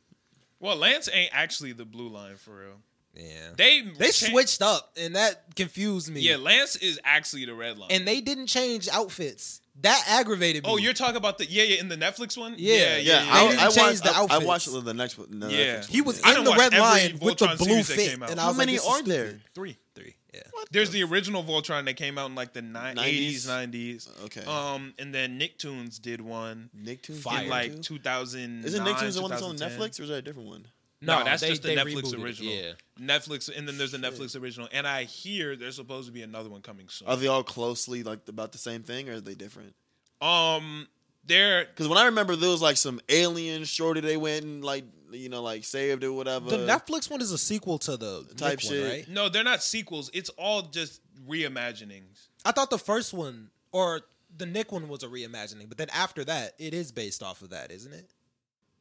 S1: well, Lance ain't actually the blue lion for real.
S2: Yeah.
S1: They
S2: They
S1: cha-
S2: switched up, and that confused me.
S1: Yeah, Lance is actually the red lion.
S2: and they didn't change outfits. That aggravated me.
S1: oh, you're talking about the yeah yeah in the Netflix one.
S2: Yeah.
S3: yeah,
S2: They
S3: I,
S2: didn't
S3: I
S2: change
S3: watched
S2: the
S3: I- I,
S2: outfits.
S3: watched the next one. the
S1: Yeah.
S3: next one,
S2: He was
S1: I
S2: in
S1: done
S2: the
S1: watched
S2: red
S1: every
S2: lion with the
S1: Voltron
S2: blue
S1: series that
S2: fit,
S1: came out.
S2: and I
S3: How
S2: was
S3: many
S2: like, this
S3: are
S2: is stupid.
S3: there?
S1: Three.
S2: Three. Yeah.
S1: There's the original Voltron that came out in like the ni- 80s,
S3: 90s?
S1: 90s.
S3: Okay.
S1: Um, and then Nicktoons did one
S3: Nicktoons
S2: Fire.
S1: in
S3: did
S1: like
S3: one too?
S1: 2009.
S3: Isn't Nicktoons the one that's on
S1: 2010.
S3: Netflix or is that a different one?
S1: No, that's just the
S2: they
S1: Netflix
S2: rebooted it,
S1: original.
S2: Yeah.
S1: Netflix, and then there's the Netflix original. And I hear there's supposed to be another one coming soon.
S3: Are they all closely like about the same thing or are they different?
S1: um, there.
S3: Because when I remember there was like some alien shorty they went and like you know like saved or whatever.
S2: The Netflix one is a sequel to the
S3: Type
S2: type
S3: shit.
S2: one, right?
S1: No, they're not sequels. It's all just reimaginings.
S2: I thought the first one or the Nick one was a reimagining, but then after that, it is based off of that, isn't it?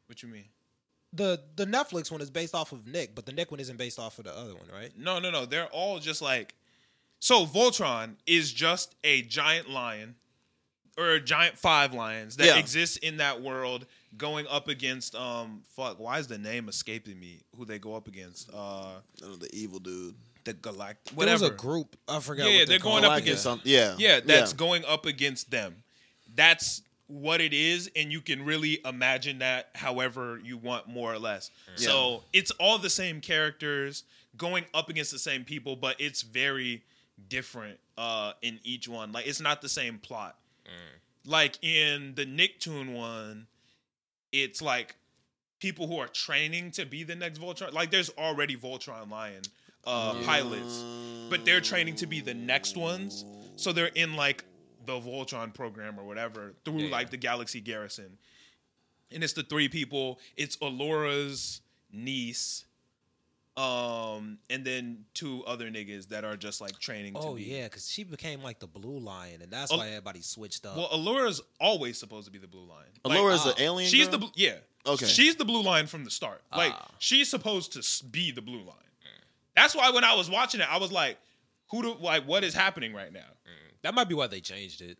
S1: What you mean?
S2: the the Netflix one is based off of Nick, but the Nick one isn't based off of the other one, right?
S1: No, no, no. They're all just like so. Voltron is just a giant lion or a giant five lions that
S3: Yeah.
S1: exists in that world, going up against um. Fuck, why is the name escaping me? Who they go up against? Uh,
S3: I know, the evil dude.
S1: the Galact.
S2: There was
S1: Whatever.
S2: a group. I
S1: Yeah,
S2: forgot. what
S1: yeah, they're going
S2: called.
S1: up
S3: Galactus
S1: against-
S3: something. Yeah.
S1: yeah, that's going up against them. That's what it is, and you can really imagine that however you want, more or less. So it's all the same characters going up against the same people, but it's very different uh, in each one. Like it's not the same plot. Like in the Nicktoon one, it's like people who are training to be the next Voltron. Like there's already Voltron Lion uh, pilots but they're training to be the next ones. So they're in like the Voltron program or whatever through
S4: Yeah, yeah.
S1: like the Galaxy Garrison. And it's the three people. It's Alora's niece, um, and then two other niggas that are just like training.
S2: Oh
S1: to be.
S2: yeah, because she became like the blue lion, and that's
S1: Oh.
S2: why everybody switched up.
S1: Well, Alora's always supposed to be the blue line.
S3: Allura is
S2: ah,
S3: the alien.
S1: uh, she's
S3: girl?
S1: the bl- yeah.
S3: Okay.
S1: She's the blue line from the start. Like
S4: Ah.
S1: she's supposed to s- be the blue line. That's why when I was watching it, I was like, "Who do like what is happening right now?"
S2: that might be why they changed it.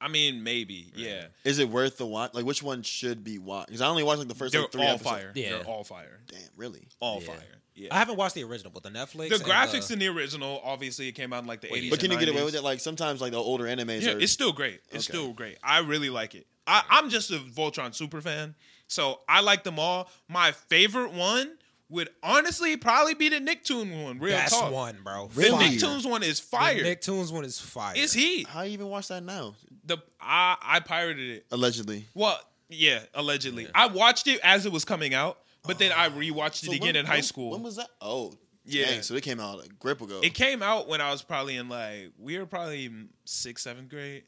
S1: I mean, maybe, yeah.
S3: Is it worth the watch? Like, which one should be watched? Because I only watched like the first
S1: They're
S3: like, three
S1: all
S3: episodes.
S1: fire.
S2: Yeah.
S1: They're all fire.
S3: Damn, really?
S1: All
S2: Yeah.
S1: fire.
S2: I
S1: Yeah.
S2: haven't watched the original, but the Netflix.
S1: The
S2: and
S1: graphics in the original, obviously, it came out in like the
S2: Wait,
S1: eighties.
S3: But can you get away with it? Like sometimes like the older animes
S1: Yeah,
S3: are.
S1: it's still great. It's
S3: Okay.
S1: still great. I really like it. I, I'm just a Voltron super fan, so I like them all. My favorite one would honestly probably be the Nicktoon one. Real
S2: that's
S1: talk.
S2: one, bro.
S1: The
S3: Really?
S2: Fire.
S1: Nicktoons one is
S2: The
S1: fire.
S2: Nicktoons one is fire.
S1: it's heat.
S3: How you even watch that now?
S1: The I I pirated it.
S3: Allegedly.
S1: Well, yeah, allegedly. I watched it as it was coming out, but then
S3: [gasps]
S1: I rewatched it
S3: So
S1: again
S3: when-
S1: in high
S3: when-
S1: school.
S3: When was that? Oh,
S1: Yeah.
S3: yeah. so it came out a grip ago.
S1: It came out when I was probably in like we were probably in sixth, seventh grade.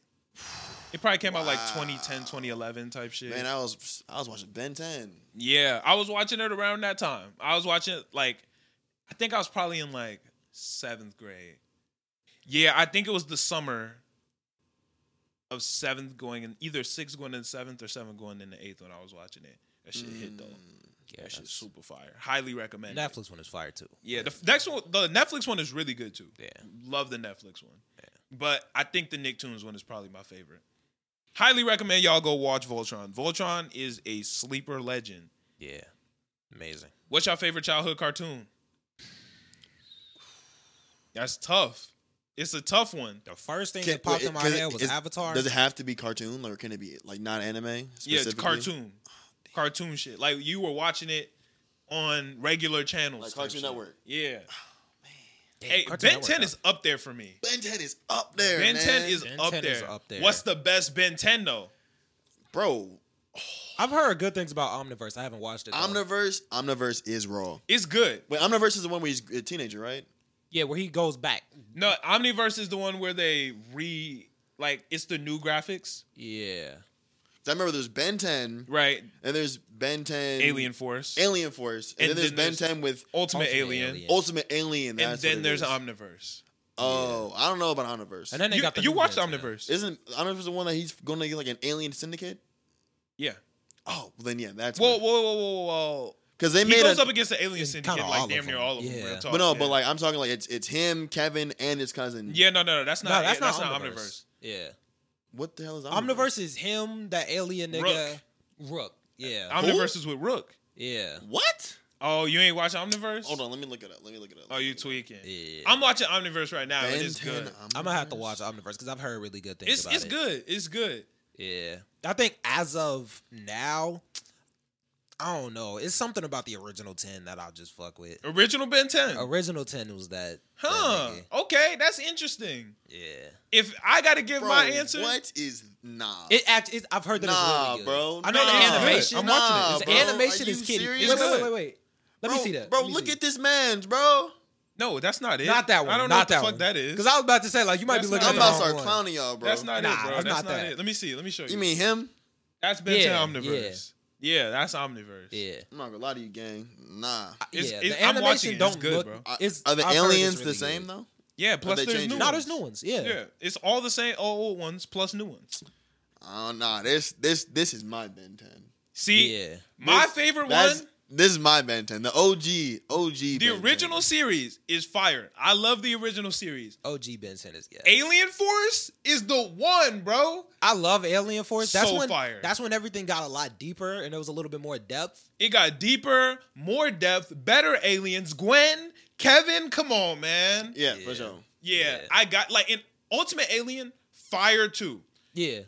S1: It probably came out like
S3: Wow.
S1: 2010, 2011 type shit.
S3: Man, I was I was watching Ben 10.
S1: yeah, I was watching it around that time. I was watching it, like I think I was probably in like seventh grade. Yeah, I think it was the summer of seventh going in either sixth going in seventh or seventh going in the eighth when I was watching it. That shit hit
S3: Mm,
S1: though.
S4: Yeah,
S1: That shit's super fire. Highly recommend. it.
S2: Netflix one is fire too.
S1: Yeah, the f- next one, the Netflix one is really good too.
S4: Yeah.
S1: love the Netflix one. But I think the Nicktoons one is probably my favorite. Highly recommend y'all go watch Voltron. Voltron is a sleeper legend.
S4: yeah, amazing.
S1: What's your favorite childhood cartoon? That's tough. It's a tough one.
S2: The first thing
S3: Can-
S2: that popped
S3: wait,
S2: in my
S3: can it-
S2: head was
S3: is-
S2: Avatar.
S3: Does it have to be cartoon, or can it be like not anime?
S1: Yeah, it's
S3: specifically?
S1: cartoon, cartoon shit. Like you were watching it on regular channels,
S3: Like
S1: type
S3: Cartoon
S1: shit.
S3: Network.
S1: Yeah.
S2: Damn,
S1: Hey,
S2: Cartoon
S1: Ben
S2: Network
S1: 10
S2: got-
S1: is up there for me.
S3: Ben 10 is up there.
S1: Ben 10
S3: man.
S1: is,
S2: Ben
S1: up,
S2: 10
S1: there.
S2: is up there.
S1: What's the best Ben 10 though?
S3: bro.
S2: I've heard good things about Omniverse. I haven't watched it. though.
S3: Omniverse. Omniverse is raw.
S1: It's good.
S3: Wait, Omniverse is the one where he's a teenager, right?
S2: yeah, where he goes back.
S1: No, Omniverse is the one where they re like it's the new graphics,
S4: Yeah,
S3: 'Cause I remember there's Ben 10,
S1: right?
S3: and there's Ben 10
S1: Alien Force,
S3: Alien Force,
S1: And
S3: and, then there's
S1: then
S3: Ben
S1: there's-
S3: 10 with
S1: Ultimate,
S4: Ultimate
S1: Alien,
S4: Alien.
S3: Ultimate Alien.
S1: and
S3: That's
S1: then
S3: what it
S1: there's
S3: is.
S1: Omniverse.
S3: Oh, I don't know about Omniverse.
S2: And then they
S1: You,
S2: got the
S1: you
S2: new
S1: watched
S2: Ben 10.
S1: Omniverse,
S3: Isn't Omniverse the one that he's going to get like an alien syndicate?
S1: yeah.
S3: Oh, well, then yeah, that's
S1: Whoa, whoa, whoa, whoa, whoa!
S3: because they
S1: He
S3: made
S1: goes
S3: a,
S1: up against the Alien
S2: It's
S1: Syndicate,
S2: kinda all
S1: like
S2: of
S1: damn near
S2: them.
S1: all of them.
S2: Yeah.
S1: real talk,
S3: but no,
S1: yeah.
S3: but like I'm talking like it's it's him, Kevin, and his cousin.
S1: yeah, no, no, no, that's not,
S2: No,
S1: it.
S2: that's
S1: that's,
S2: not
S1: not
S2: Omniverse.
S1: Omniverse.
S4: yeah.
S3: What the hell is Omniverse?
S2: Omniverse is him, that alien nigga.
S1: Rook.
S2: Rook. Yeah.
S1: Omniverse is with Rook.
S4: Yeah.
S3: What?
S1: Oh, you ain't watching Omniverse?
S3: Hold on, let me look it up. Let me look it up.
S1: Oh, you tweaking?
S4: Yeah.
S1: I'm watching Omniverse right now, and
S3: Ben
S1: it's
S3: 10
S1: good.
S2: I'm gonna have to
S3: Omniverse?
S2: watch Omniverse because I've heard really good things
S1: It's
S2: about
S1: it's
S2: it.
S1: good. It's good.
S4: Yeah.
S2: I think as of now, I don't know. It's something about the original ten that I'll just fuck with.
S1: Original Ben
S3: Hmm.
S1: 10.
S2: Original ten was that. that
S1: Huh.
S2: nigga.
S1: Okay, that's interesting.
S4: Yeah.
S1: If I got to give
S3: Bro,
S1: my answer,
S3: What is nah?
S2: It actually. It's, I've heard that
S3: nah,
S2: it's really good.
S3: bro.
S2: I know
S1: Nah,
S2: the
S1: it's good.
S2: animation.
S1: I'm
S3: watching it.
S2: The
S3: Bro,
S2: animation
S3: are
S2: is
S3: you
S2: kidding. Wait,
S3: serious?
S2: wait, wait, wait, wait. Let
S3: bro,
S2: me see that.
S3: Bro,
S2: Let me
S3: look
S2: see.
S3: at this man's, bro.
S1: no, that's not it.
S2: Not that one.
S1: I don't
S2: not
S1: know
S2: that
S1: what the fuck
S2: one.
S1: that is.
S2: Because I was about to say like you might
S1: That's
S2: be looking.
S1: not-
S3: I'm
S2: at
S3: about
S2: the
S3: to start
S2: wrong one.
S3: clowning y'all, bro.
S1: that's not
S2: Nah,
S1: it, bro.
S2: that's
S1: That's,
S2: not
S1: not,
S2: that.
S1: it. Let me see. Let me show you.
S3: You mean him?
S1: that's Ben 10
S4: Yeah,
S1: Omniverse? Yeah. that's Omniverse.
S4: Yeah.
S3: I'm not gonna lie to you, gang. Nah.
S2: Yeah,
S1: It's- it's-
S2: the
S1: I'm
S2: animation
S1: watching it. It's
S2: don't
S1: good,
S2: look.
S1: bro.
S3: Are-
S2: It's,
S3: are the
S2: I've heard it's
S3: aliens the
S2: really
S3: same
S2: good.
S3: though?
S1: Yeah, plus
S3: they
S1: there's
S3: changed
S1: new
S3: it?
S2: No,
S1: ones.
S2: there's new ones. Yeah.
S1: Yeah, it's all the same old old ones plus new ones.
S3: Uh, Oh nah, this this this is my Ben 10.
S1: See,
S4: Yeah.
S1: my
S3: This-
S1: favorite one,
S3: That's, this is my Ben 10. The OG, OG.
S1: the
S3: Ben 10.
S1: original series, is fire. I love the original series.
S2: OG Benson is yeah.
S1: Alien Force is the one, bro.
S2: I love Alien Force. That's
S1: So
S2: when
S1: fire.
S2: that's when everything got a lot deeper and there was a little bit more depth.
S1: It got deeper, more depth, better aliens. Gwen, Kevin, come on, man.
S3: Yeah,
S4: Yeah.
S3: for sure.
S1: Yeah,
S4: Yeah.
S1: I got like in Ultimate Alien, fire too.
S2: Yeah.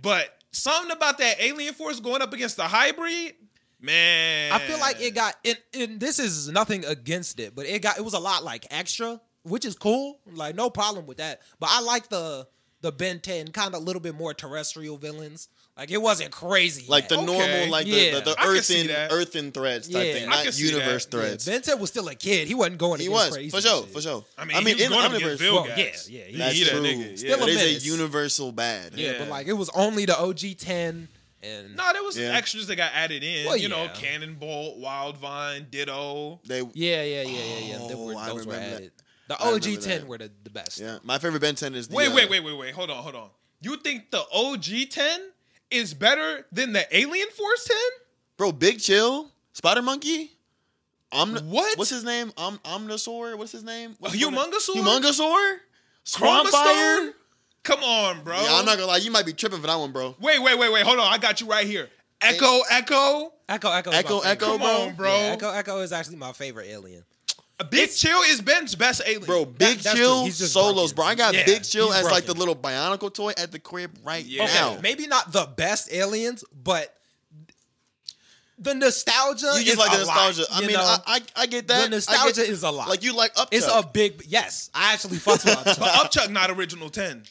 S1: But something about that Alien Force going up against the hybrid, man.
S2: I feel like it got and, and this is nothing against it, but it got it was a lot like extra, which is cool. Like no problem with that. But I like the the Ben 10 kind of a little bit more terrestrial villains. Like it wasn't crazy.
S3: Like
S2: yet. Oh,
S3: the
S1: Okay.
S3: normal, like
S2: Yeah.
S3: the, the,
S1: I
S3: the
S1: can see
S3: earthen,
S1: that.
S3: earthen threads type
S2: Yeah.
S3: thing,
S1: I can
S3: not
S1: see that.
S3: universe
S2: Yeah,
S3: threads.
S2: Ben 10 was still a kid. He wasn't going
S3: he
S2: against
S3: was
S2: crazy.
S3: for sure,
S2: shit.
S3: for sure.
S1: I mean, he was
S3: in
S1: going up
S3: Omniverse,
S1: against Bill
S2: Well,
S1: guys.
S2: yeah, yeah, he-
S3: That's
S1: He that
S3: true.
S1: nigga,
S2: Still
S1: yeah.
S2: a
S3: It
S2: menace.
S3: is a universal bad.
S2: Yeah,
S1: Yeah.
S2: but like it was only the OG 10 and
S1: No, there was
S3: Yeah.
S1: extras that got added in.
S2: Well,
S1: you know,
S2: yeah.
S1: Cannonball, Wild Vine, Ditto.
S3: They,
S2: Yeah, yeah, yeah, yeah, yeah. They
S3: Oh,
S2: were,
S3: I
S2: those were
S3: remember that.
S2: added. The
S3: I remember
S2: OG 10
S3: that.
S2: were the, the best.
S3: yeah. My favorite Ben 10 is the,
S1: Wait,
S3: uh,
S1: wait, wait, wait, wait. Hold on, hold on. You think the OG 10 is better than the Alien Force 10?
S3: Bro, Big Chill, Spider Monkey, Omni-
S1: What?
S3: What's his name? Om- Omnisaur. What's his name? What's his name?
S1: Humongousaur?
S3: Humongousaur. Swamp
S1: Chromastone?
S3: Fire.
S1: Come on, bro.
S3: Yeah, I'm not gonna lie. You might be tripping for that one, bro.
S1: Wait, wait, wait, wait. Hold on. I got you right here. Echo, Echo.
S2: Echo, Echo, is my
S3: Echo,
S2: favorite.
S3: Echo,
S1: Come
S3: bro.
S1: on, bro.
S2: Yeah, Echo, Echo is actually my favorite alien.
S1: Big Chill is Ben's best alien.
S3: Bro, Big
S2: that's true.
S3: Chill
S2: He's just
S3: solos,
S2: broken.
S3: bro. I got
S1: Yeah,
S3: Big Chill
S2: he's
S3: as like the
S2: broken.
S3: little Bionicle toy at the crib right
S1: Yeah.
S2: Okay,
S3: now.
S2: maybe not the best aliens, but the nostalgia.
S3: You
S2: is
S3: just like
S2: a
S3: the nostalgia.
S2: Lot,
S3: I
S2: you
S3: mean,
S2: know?
S3: I, I I get that.
S2: the nostalgia
S3: I get-
S2: is a lot.
S3: like you like Upchuck,
S2: it's a big yes. I actually fucked
S3: [laughs]
S2: uh, with Upchuck.
S1: But Upchuck not original 10.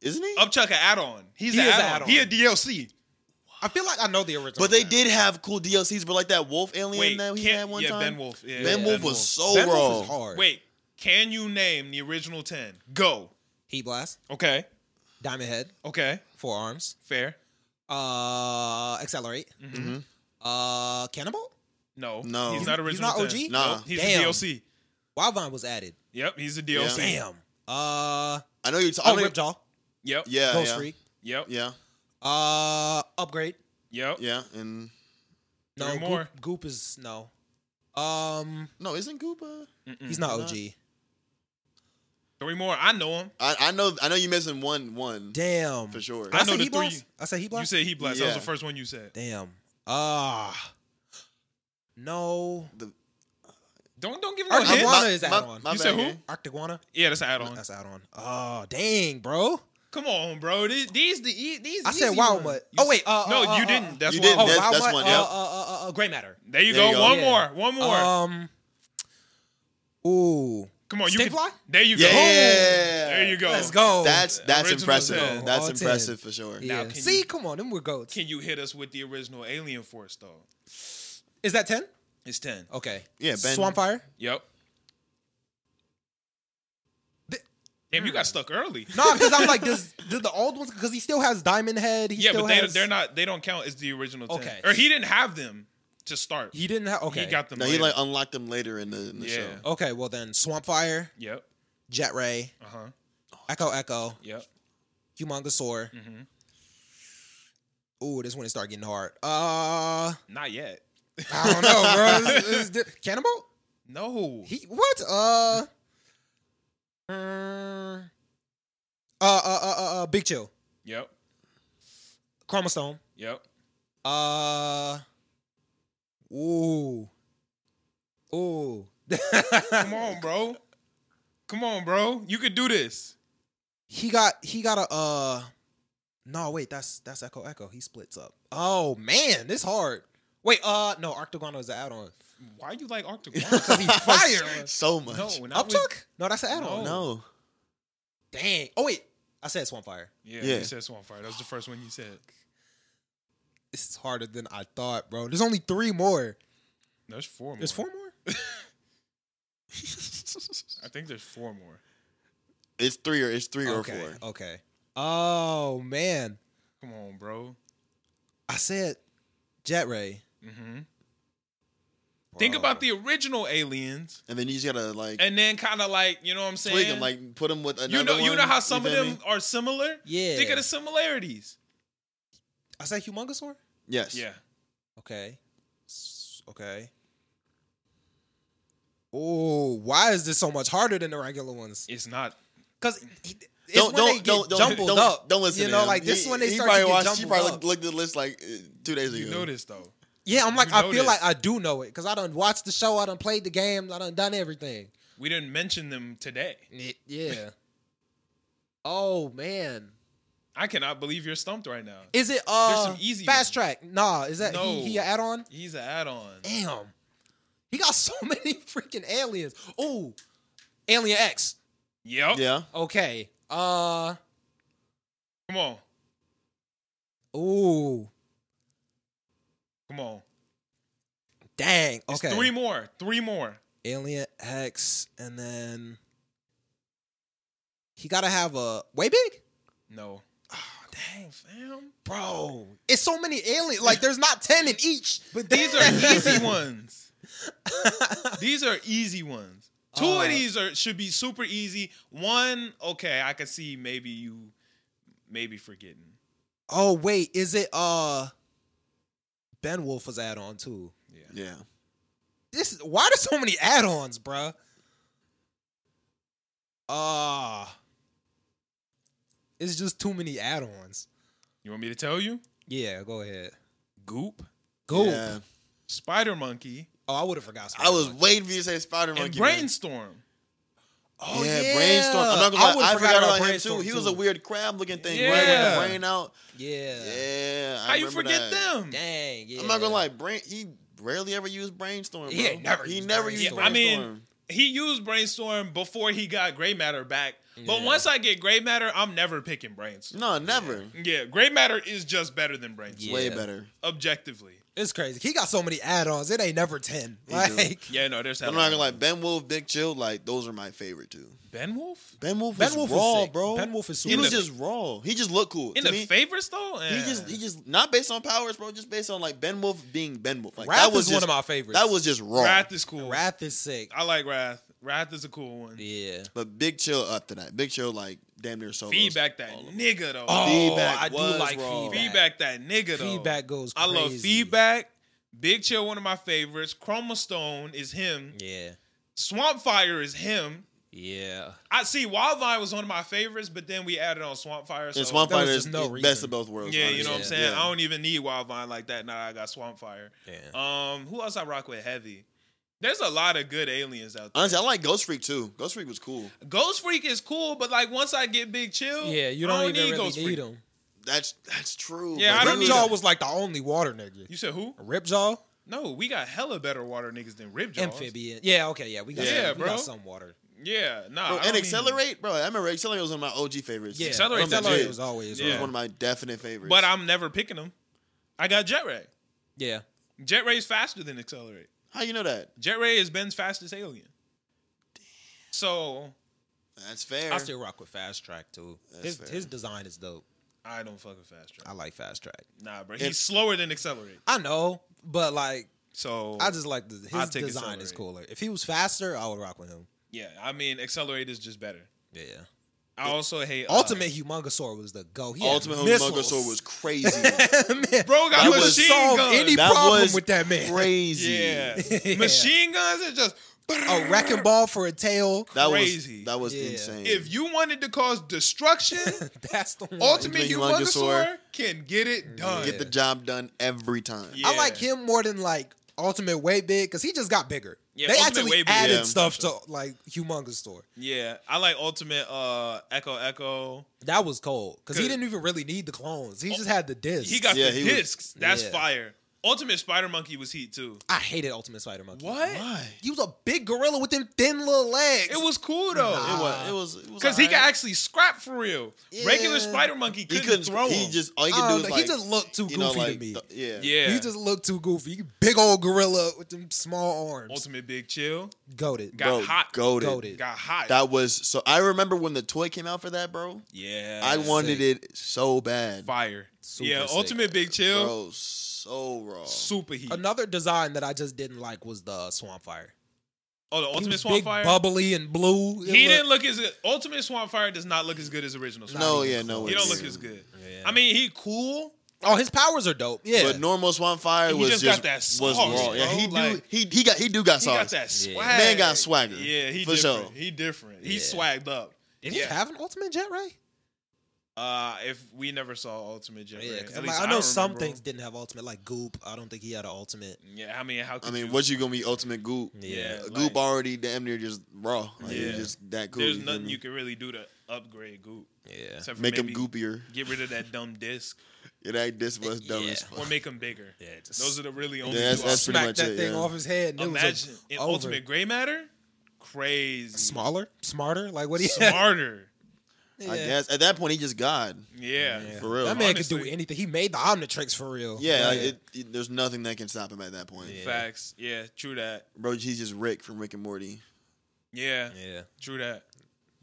S3: isn't he?
S1: Upchuck an add-on. He's
S2: He
S1: an
S2: is an
S1: add-on.
S2: add-on.
S1: He a DLC.
S2: I feel like I know the original.
S3: but they
S2: Ben.
S3: did have cool DLCs, but like that Wolf Alien
S1: Wait,
S3: that he
S1: can't-
S3: had one
S1: yeah,
S3: time.
S1: Ben Wolf. Yeah,
S3: Ben
S1: yeah,
S3: Wolf was so
S2: Ben
S3: raw.
S2: Wolf is hard.
S1: Wait, can you name the original 10? Go.
S2: Heat Blast,
S1: Okay.
S2: Diamond Head,
S1: Okay.
S2: Forearms,
S1: Fair. Mm-hmm.
S2: uh, Accelerate,
S3: Mm-hmm.
S2: uh, Cannibal.
S1: No.
S3: No.
S1: He's
S3: He's-
S1: not
S2: he's
S1: original
S2: not
S1: 10.
S2: OG?
S3: Nah.
S1: Nope, He's
S2: Damn.
S1: a DLC.
S2: Wild Vine was added.
S1: Yep. He's a DLC.
S2: Damn. Uh,
S3: I know you're talking.
S2: oh, Ripjaw,
S1: Yep.
S3: Yeah,
S2: Ghost
S3: yeah,
S2: Freak,
S1: Yep.
S3: yeah,
S2: uh, Upgrade.
S1: Yep.
S3: yeah, and
S2: No,
S1: Three
S2: Goop,
S1: more.
S2: Goop is no. Um,
S3: no, isn't Goopa?
S1: Mm-mm.
S2: he's not
S3: Not-
S2: OG.
S1: Three more. I know him.
S3: I, I know, I know you're missing one, one
S2: Damn.
S3: for sure.
S2: Did I,
S1: I know
S2: say
S1: the
S2: he blast?
S1: three-
S2: I said he
S1: You
S2: blast.
S1: said he blast. That was
S3: Yeah.
S1: the first one you said.
S2: Damn. Ah. No.
S1: Don't don't give no
S2: Ar-
S1: hint.
S2: I want- Iguana is add-on.
S3: my
S1: You said
S3: bad,
S1: who?
S3: gang.
S2: Arctic Iguana?
S1: yeah, that's an add-on.
S2: That's add on. Oh, dang, bro.
S1: Come on, bro. These these the e- these.
S2: I said
S1: easy
S2: wow,
S1: ones.
S2: but.
S1: You
S2: Oh,
S1: s-
S2: wait. Uh,
S1: no,
S2: uh,
S1: you
S2: uh,
S1: didn't.
S2: Uh,
S1: That's
S3: You
S1: one.
S3: didn't.
S2: oh,
S1: Oh,
S3: That's-
S2: wow,
S3: that's
S2: what?
S3: one,
S2: Uh,
S3: yep.
S2: uh, uh, uh, uh, gray matter.
S1: there you
S3: there
S1: go.
S3: you go.
S1: One
S2: Yeah.
S1: more. One more.
S2: Um. Ooh.
S1: Come on, you
S2: Stick
S1: can-
S2: fly?
S1: There you go.
S3: Yeah,
S1: There you go.
S2: Let's go.
S3: That's that's
S1: Original
S3: impressive.
S1: Zero.
S3: That's
S2: All
S3: impressive for sure.
S2: Yeah.
S1: Now, can
S2: See,
S1: you-
S2: come on, them were goats.
S1: Can you hit us with the original Alien Force though?
S2: Is that ten?
S1: It's ten.
S2: Okay.
S3: Yeah, Ben- [laughs]
S2: Swampfire.
S1: Yep.
S2: Th-
S1: Damn, you got stuck early.
S2: Hmm. No, because I'm like, does, do the old ones? Because he still has Diamond Head. He
S1: yeah,
S2: still
S1: but they,
S2: has,
S1: they're not. They don't count as the original ten.
S2: Okay.
S1: Or he didn't have them to start.
S2: He didn't have. Okay.
S1: He got them.
S3: No, he
S1: later.
S3: like uh, unlocked them later in the, in the
S1: Yeah.
S3: show.
S2: Okay, well then, Swampfire,
S1: Yep.
S2: Jet Ray,
S1: Uh huh.
S2: Echo Echo,
S1: Yep.
S2: Humongousaur.
S1: hmm
S2: Ooh, this one is start getting hard. Uh,
S1: Not yet.
S2: I don't know, bro.
S1: [laughs]
S2: This- this- this- Cannibal?
S1: No.
S2: He what? Uh, mm, uh, uh, uh, uh, uh, Big Chill,
S1: Yep.
S2: Chromosome.
S1: Yep.
S2: Uh, ooh, ooh.
S1: Come
S2: [laughs]
S1: on, bro. Come on, bro. You could do this.
S2: he got he got a uh no wait that's that's echo echo he splits up oh man this hard wait uh no octagon is an add-on
S1: Why you like [laughs] Octagon?
S2: he fire
S3: so much.
S1: no, not with-
S2: upchuck no that's an
S1: No.
S2: add-on
S3: No.
S2: dang oh wait i said swampfire
S1: Yeah,
S3: Yeah.
S1: you said Swampfire. That was the first one you said.
S2: this is harder than i thought bro there's only three more
S1: There's four more.
S2: there's four more
S1: [laughs] I think there's four more.
S3: It's three or it's three
S2: okay
S3: or four.
S2: okay oh man
S1: Come on, bro.
S2: i said jet ray
S1: hmm Think
S2: Bro.
S1: about the original aliens,
S3: And then you just gotta like
S1: and then kind of like you know what I'm saying.
S3: twig them, like put them with another
S1: you know, you know
S3: one,
S1: how some of
S3: feel
S1: them
S3: me?
S1: are similar.
S2: yeah
S1: Think of the similarities.
S2: i said humongousaur
S3: Yes.
S1: Yeah.
S2: Okay. S- Okay. Oh, why is this so much harder than the regular ones?
S1: It's not.
S2: Because it's
S3: Don't
S2: when they
S3: don't
S2: get
S3: don't don't,
S2: jumbled
S3: don't,
S2: up.
S3: don't listen.
S2: You
S3: to
S2: know,
S3: him.
S2: like this
S3: He-
S2: one they
S3: he
S2: start to
S3: probably
S2: get
S3: watched- He
S2: jumbled
S3: probably
S2: up.
S3: looked, looked at the list like uh, two days ago.
S1: You know this though.
S2: Yeah, I'm like,
S1: You
S2: I
S1: know
S2: feel
S1: this.
S2: like I do know it because I done watched the show, I done played the game, I done done everything.
S1: We didn't mention them today.
S2: It- yeah. [laughs] oh man,
S1: I cannot believe you're stumped right now.
S2: is it uh
S1: some easy
S2: fast
S1: ones.
S2: track? Nah, is that he,
S1: No.
S2: he an add-on?
S1: He's an add-on.
S2: Damn, he got [laughs] so many freaking aliens. Oh, Alien X.
S1: Yep.
S3: Yeah.
S2: Okay. Uh.
S1: Come on.
S2: Ooh.
S1: Come on.
S2: Dang.
S1: It's
S2: Okay.
S1: Three more. Three more.
S2: Alien X, and then he gotta have a way big.
S1: No.
S3: Ah,
S1: Oh, dang, fam.
S2: Bro, it's so many aliens. Like, there's not ten in each.
S1: But these are
S2: [laughs]
S3: [laughs]
S1: easy ones. These are easy
S3: [laughs]
S1: ones. Two
S2: Uh,
S1: of these are should be super easy. One, okay, I can see maybe you maybe forgetting.
S2: Oh wait, is it uh? Ben Wolf was add on too.
S1: Yeah.
S3: Yeah.
S2: This is why there's so many add ons, bruh. Ah, it's just too many add ons.
S1: You want me to tell you?
S2: Yeah, go ahead.
S1: Goop,
S2: Go.
S3: Yeah.
S1: Spider monkey,
S2: Oh, I would have forgot.
S3: I was
S2: Spider-Man.
S3: waiting for you to say Spider Monkey.
S1: and brainstorm.
S2: Oh
S3: yeah,
S2: yeah,
S3: brainstorm. I'm not gonna
S2: would've
S3: lie, I, forgot about, him
S2: Brainstorm,
S3: too. He was a weird crab looking thing, right?
S1: Yeah.
S3: With the brain out.
S2: Yeah.
S3: Yeah. I
S1: How you
S3: remember
S1: forget
S3: that.
S1: them?
S2: Dang. Yeah.
S3: I'm not gonna lie, brain he rarely ever used brainstorm.
S2: He
S3: bro.
S2: ain't never
S3: he
S2: used
S3: never used
S1: Yeah,
S2: Brainstorm.
S1: I
S3: brainstorm.
S1: mean, he used brainstorm before he got gray matter back. But
S2: Yeah.
S1: once I get gray matter, I'm never picking brainstorm.
S3: no, never.
S1: Yeah, gray matter is just better than brainstorm.
S2: Yeah.
S3: Way better.
S1: Objectively.
S2: It's crazy. He got so many add-ons. It ain't never ten.
S3: do.
S2: Like
S1: Yeah, no, there's
S3: I'm not gonna lie, Ben Wolf, Big Chill, like those are my favorite too.
S1: Ben Wolf?
S3: Ben Wolf
S2: Ben
S3: was
S2: Wolf was
S3: raw,
S2: sick.
S3: bro.
S2: Ben Wolf is
S3: He
S2: super
S3: was
S1: sick.
S3: just raw. He just looked cool.
S1: In
S3: to
S1: the
S3: me,
S1: favorites though?
S3: he
S1: Eh.
S3: just he just not based on powers, bro. Just based on like Ben Wolf being Ben Wolf. Like
S2: Wrath
S3: that was
S2: is one
S3: just-
S2: of my favorites.
S3: That was just raw.
S1: Wrath is cool.
S2: Wrath is sick.
S1: I like Wrath. Wrath is a cool one.
S2: Yeah.
S3: but Big Chill up to that. Big Chill like damn near so
S1: Feedback that nigga though.
S2: Oh,
S3: Feedback
S2: I do
S3: was
S2: like
S3: raw.
S2: feedback.
S1: feedback that nigga though.
S2: Feedback goes.
S1: I love
S2: crazy.
S1: feedback. Big Chill, one of my favorites. Chroma Stone is him.
S2: Yeah.
S1: Swamp Fire is him.
S2: Yeah.
S1: I see Wildvine was one of my favorites, but then we added on Swamp Fire. So
S3: And Swamp
S2: There was
S3: Fighter is
S2: just no
S3: is
S2: reason.
S3: best of both worlds.
S1: Yeah, you know what I'm
S3: honestly.
S1: saying?
S3: Yeah.
S1: I don't even need Wildvine like that. Now I got Swamp Fire.
S4: Yeah.
S1: Um, who else I rock with heavy? There's a lot of good aliens out there.
S3: Honestly, I like Ghost Freak too. Ghost Freak was cool.
S1: Ghost Freak is cool, but like once I get Big Chill,
S2: Yeah. You
S1: I
S2: don't, even
S1: need
S2: really
S1: Ghost
S2: need
S1: Freak.
S2: him.
S3: That's that's true.
S1: Yeah,
S3: but
S1: I don't
S3: Rip
S1: need
S3: Jaw
S1: him.
S2: Ripjaw was like the only water nigga.
S1: You said who?
S2: Ripjaw,
S1: No, we got hella better water niggas than Rip Jaws.
S2: amphibian. Yeah. Okay. Yeah. We got.
S1: Yeah,
S2: some, we
S1: bro.
S2: got some water.
S1: Yeah, nah.
S3: Bro,
S1: I
S3: and
S1: don't
S3: Accelerate, bro. I remember Accelerate was one of my OG favorites.
S2: Yeah.
S1: Accelerate-
S3: From the
S2: Accelerate
S3: jit.
S2: was always.
S3: It was
S1: Yeah.
S2: Yeah.
S3: one of my definite
S1: Even,
S3: favorites.
S1: but I'm never picking them. I got Jet Ray.
S2: Yeah.
S1: Jet Ray's faster than Accelerate.
S3: how you know that?
S1: Jet Ray is Ben's fastest alien. So
S3: That's fair.
S2: I still rock with fast track too.
S3: That's
S2: His
S3: fair.
S2: his design is dope.
S1: I don't fuck with fast track.
S2: I like fast track.
S1: Nah, bro.
S3: And-
S1: He's slower than Accelerate.
S2: I know, but like
S1: So
S2: I just like the,
S1: I'll
S2: his
S1: take
S2: design is
S1: Accelerate.
S2: cooler. If he was faster, I would rock with him.
S1: yeah, I mean Accelerate is just better.
S2: Yeah.
S1: I also hate uh,
S2: Ultimate Humongousaur was the go. He had
S3: Ultimate
S2: missiles.
S3: Humongousaur
S2: [laughs]
S3: was crazy.
S1: [laughs]
S2: man,
S1: Bro got
S2: you
S3: a
S2: would
S1: machine
S2: solve
S1: gun.
S2: any
S3: That
S2: problem
S3: was
S2: with that man.
S3: crazy.
S1: Yeah.
S2: Yeah.
S1: Machine guns are just
S2: A wrecking ball for a tail. [laughs]
S3: That
S1: Crazy.
S3: was that was
S2: Yeah.
S3: insane.
S1: If you wanted to cause [laughs] destruction,
S2: That's the one.
S1: Ultimate
S3: Ultimate Humongousaur.
S1: Humongousaur can get it done.
S3: get the job done every time.
S1: Yeah.
S2: I like him more than like Ultimate Way Big because he just got bigger.
S1: Yeah,
S2: they
S1: Ultimate
S2: actually
S1: Way Big.
S2: added
S3: Yeah.
S2: stuff to like Humongousaur.
S1: Yeah, I like Ultimate uh Echo Echo.
S2: That was cold because he
S1: Good. Oh,
S2: didn't even really need the clones. He just had the disc.
S1: He got
S3: Yeah,
S1: the
S3: he was-
S1: discs. That's
S2: Yeah.
S1: fire. Ultimate Spider Monkey was heat too.
S2: I hated Ultimate Spider Monkey.
S1: What?
S3: Why?
S2: He was a big gorilla with them thin little legs.
S1: It was cool though.
S3: It was. It was. It was
S1: Cause he
S3: alright.
S1: could actually scrap for real. Regular
S2: Yeah.
S1: Spider Monkey
S3: He
S1: couldn't,
S3: couldn't.
S1: throw
S3: he
S1: him. Oh,
S3: just all he
S2: I
S3: could
S2: don't
S3: do was
S2: know.
S3: like
S2: he just looked too
S3: you
S2: goofy
S3: know like
S2: to me.
S3: th- yeah
S1: yeah.
S2: He just looked too goofy. Big old gorilla with them small arms.
S1: Ultimate Big Chill
S2: Goated.
S1: got
S3: Bro,
S1: hot.
S3: goated.
S2: Goated.
S1: Got hot.
S3: That was so. I remember when the toy came out for that, bro.
S1: yeah.
S3: I wanted
S2: sick.
S3: it so bad,
S1: fire.
S2: Super
S1: yeah.
S2: sick.
S1: Ultimate Big Chill.
S3: bro. So raw.
S1: Super heat.
S2: Another design that I just didn't like was the Swamp Fire.
S1: Oh, the
S2: He
S1: Ultimate
S2: was
S1: Swamp
S2: big,
S1: Fire.
S2: bubbly, and blue. It
S1: He
S2: looked-
S1: didn't look as Ultimate Swamp Fire does not look as good as original. Swamp
S3: No,
S1: Fire.
S3: yeah, no.
S1: he don't
S3: it's-
S1: look as good.
S2: Yeah.
S1: I mean, he cool,
S2: Oh, his powers are dope. Yeah.
S3: But normal swamp fire
S1: He
S3: was
S1: just
S3: just,
S1: got that
S3: was
S1: sauce,
S3: raw. Yeah,
S1: bro,
S3: he do
S1: like-
S3: he he got he do got
S1: He
S3: sauce.
S1: got that
S4: Yeah.
S1: swag.
S4: Man
S3: got swagger.
S1: Yeah, he
S3: For
S1: different.
S3: sure.
S1: He different. He
S4: Yeah.
S1: swagged up.
S2: Did
S1: yeah.
S2: he have an ultimate jet ray?
S1: Uh, if we never saw Ultimate Jet,
S2: Oh, Yeah,
S1: Ray.
S2: 'cause
S1: At
S2: I'm
S1: least
S2: like, I know
S1: don't
S2: some
S1: remember.
S2: things didn't have ultimate, like Goop. I don't think he had an ultimate.
S1: Yeah, I mean, how?
S3: I
S1: Could
S3: mean,
S1: you-
S3: what you gonna be ultimate goop?
S1: Yeah,
S3: Uh,
S1: like-
S3: goop already damn near just raw. Like,
S1: Yeah.
S3: yeah, just that cool.
S1: There's
S3: you feel
S1: nothing
S3: me?
S1: you can really do to upgrade Goop.
S4: Yeah.
S1: Except for
S3: make him
S1: maybe
S3: goopier.
S1: Get rid of that dumb disc,
S3: It ain't this much dumb
S4: Yeah.
S3: as
S1: or
S3: [laughs] fuck.
S1: make him bigger.
S4: Yeah. Just,
S1: Those are the really only.
S3: Yeah,
S1: two
S3: that's pretty
S2: Smacked
S3: much
S2: that
S3: it,
S2: thing
S3: yeah.
S2: off his head. And it was, like,
S1: Imagine in
S2: over.
S1: Ultimate Gray Matter, crazy, [laughs]
S2: smaller, smarter. Like what he [laughs]
S1: smarter.
S3: I guess at that point he just God.
S1: Yeah,
S3: For real.
S2: That man could do
S1: Honestly.
S2: anything. He made the Omnitrix for real.
S3: Yeah, like, it, it- there's nothing that can stop him at that point.
S4: Yeah.
S1: Facts. Yeah, true that.
S3: Bro, he's just Rick from Rick and Morty.
S1: Yeah,
S4: yeah.
S1: true that.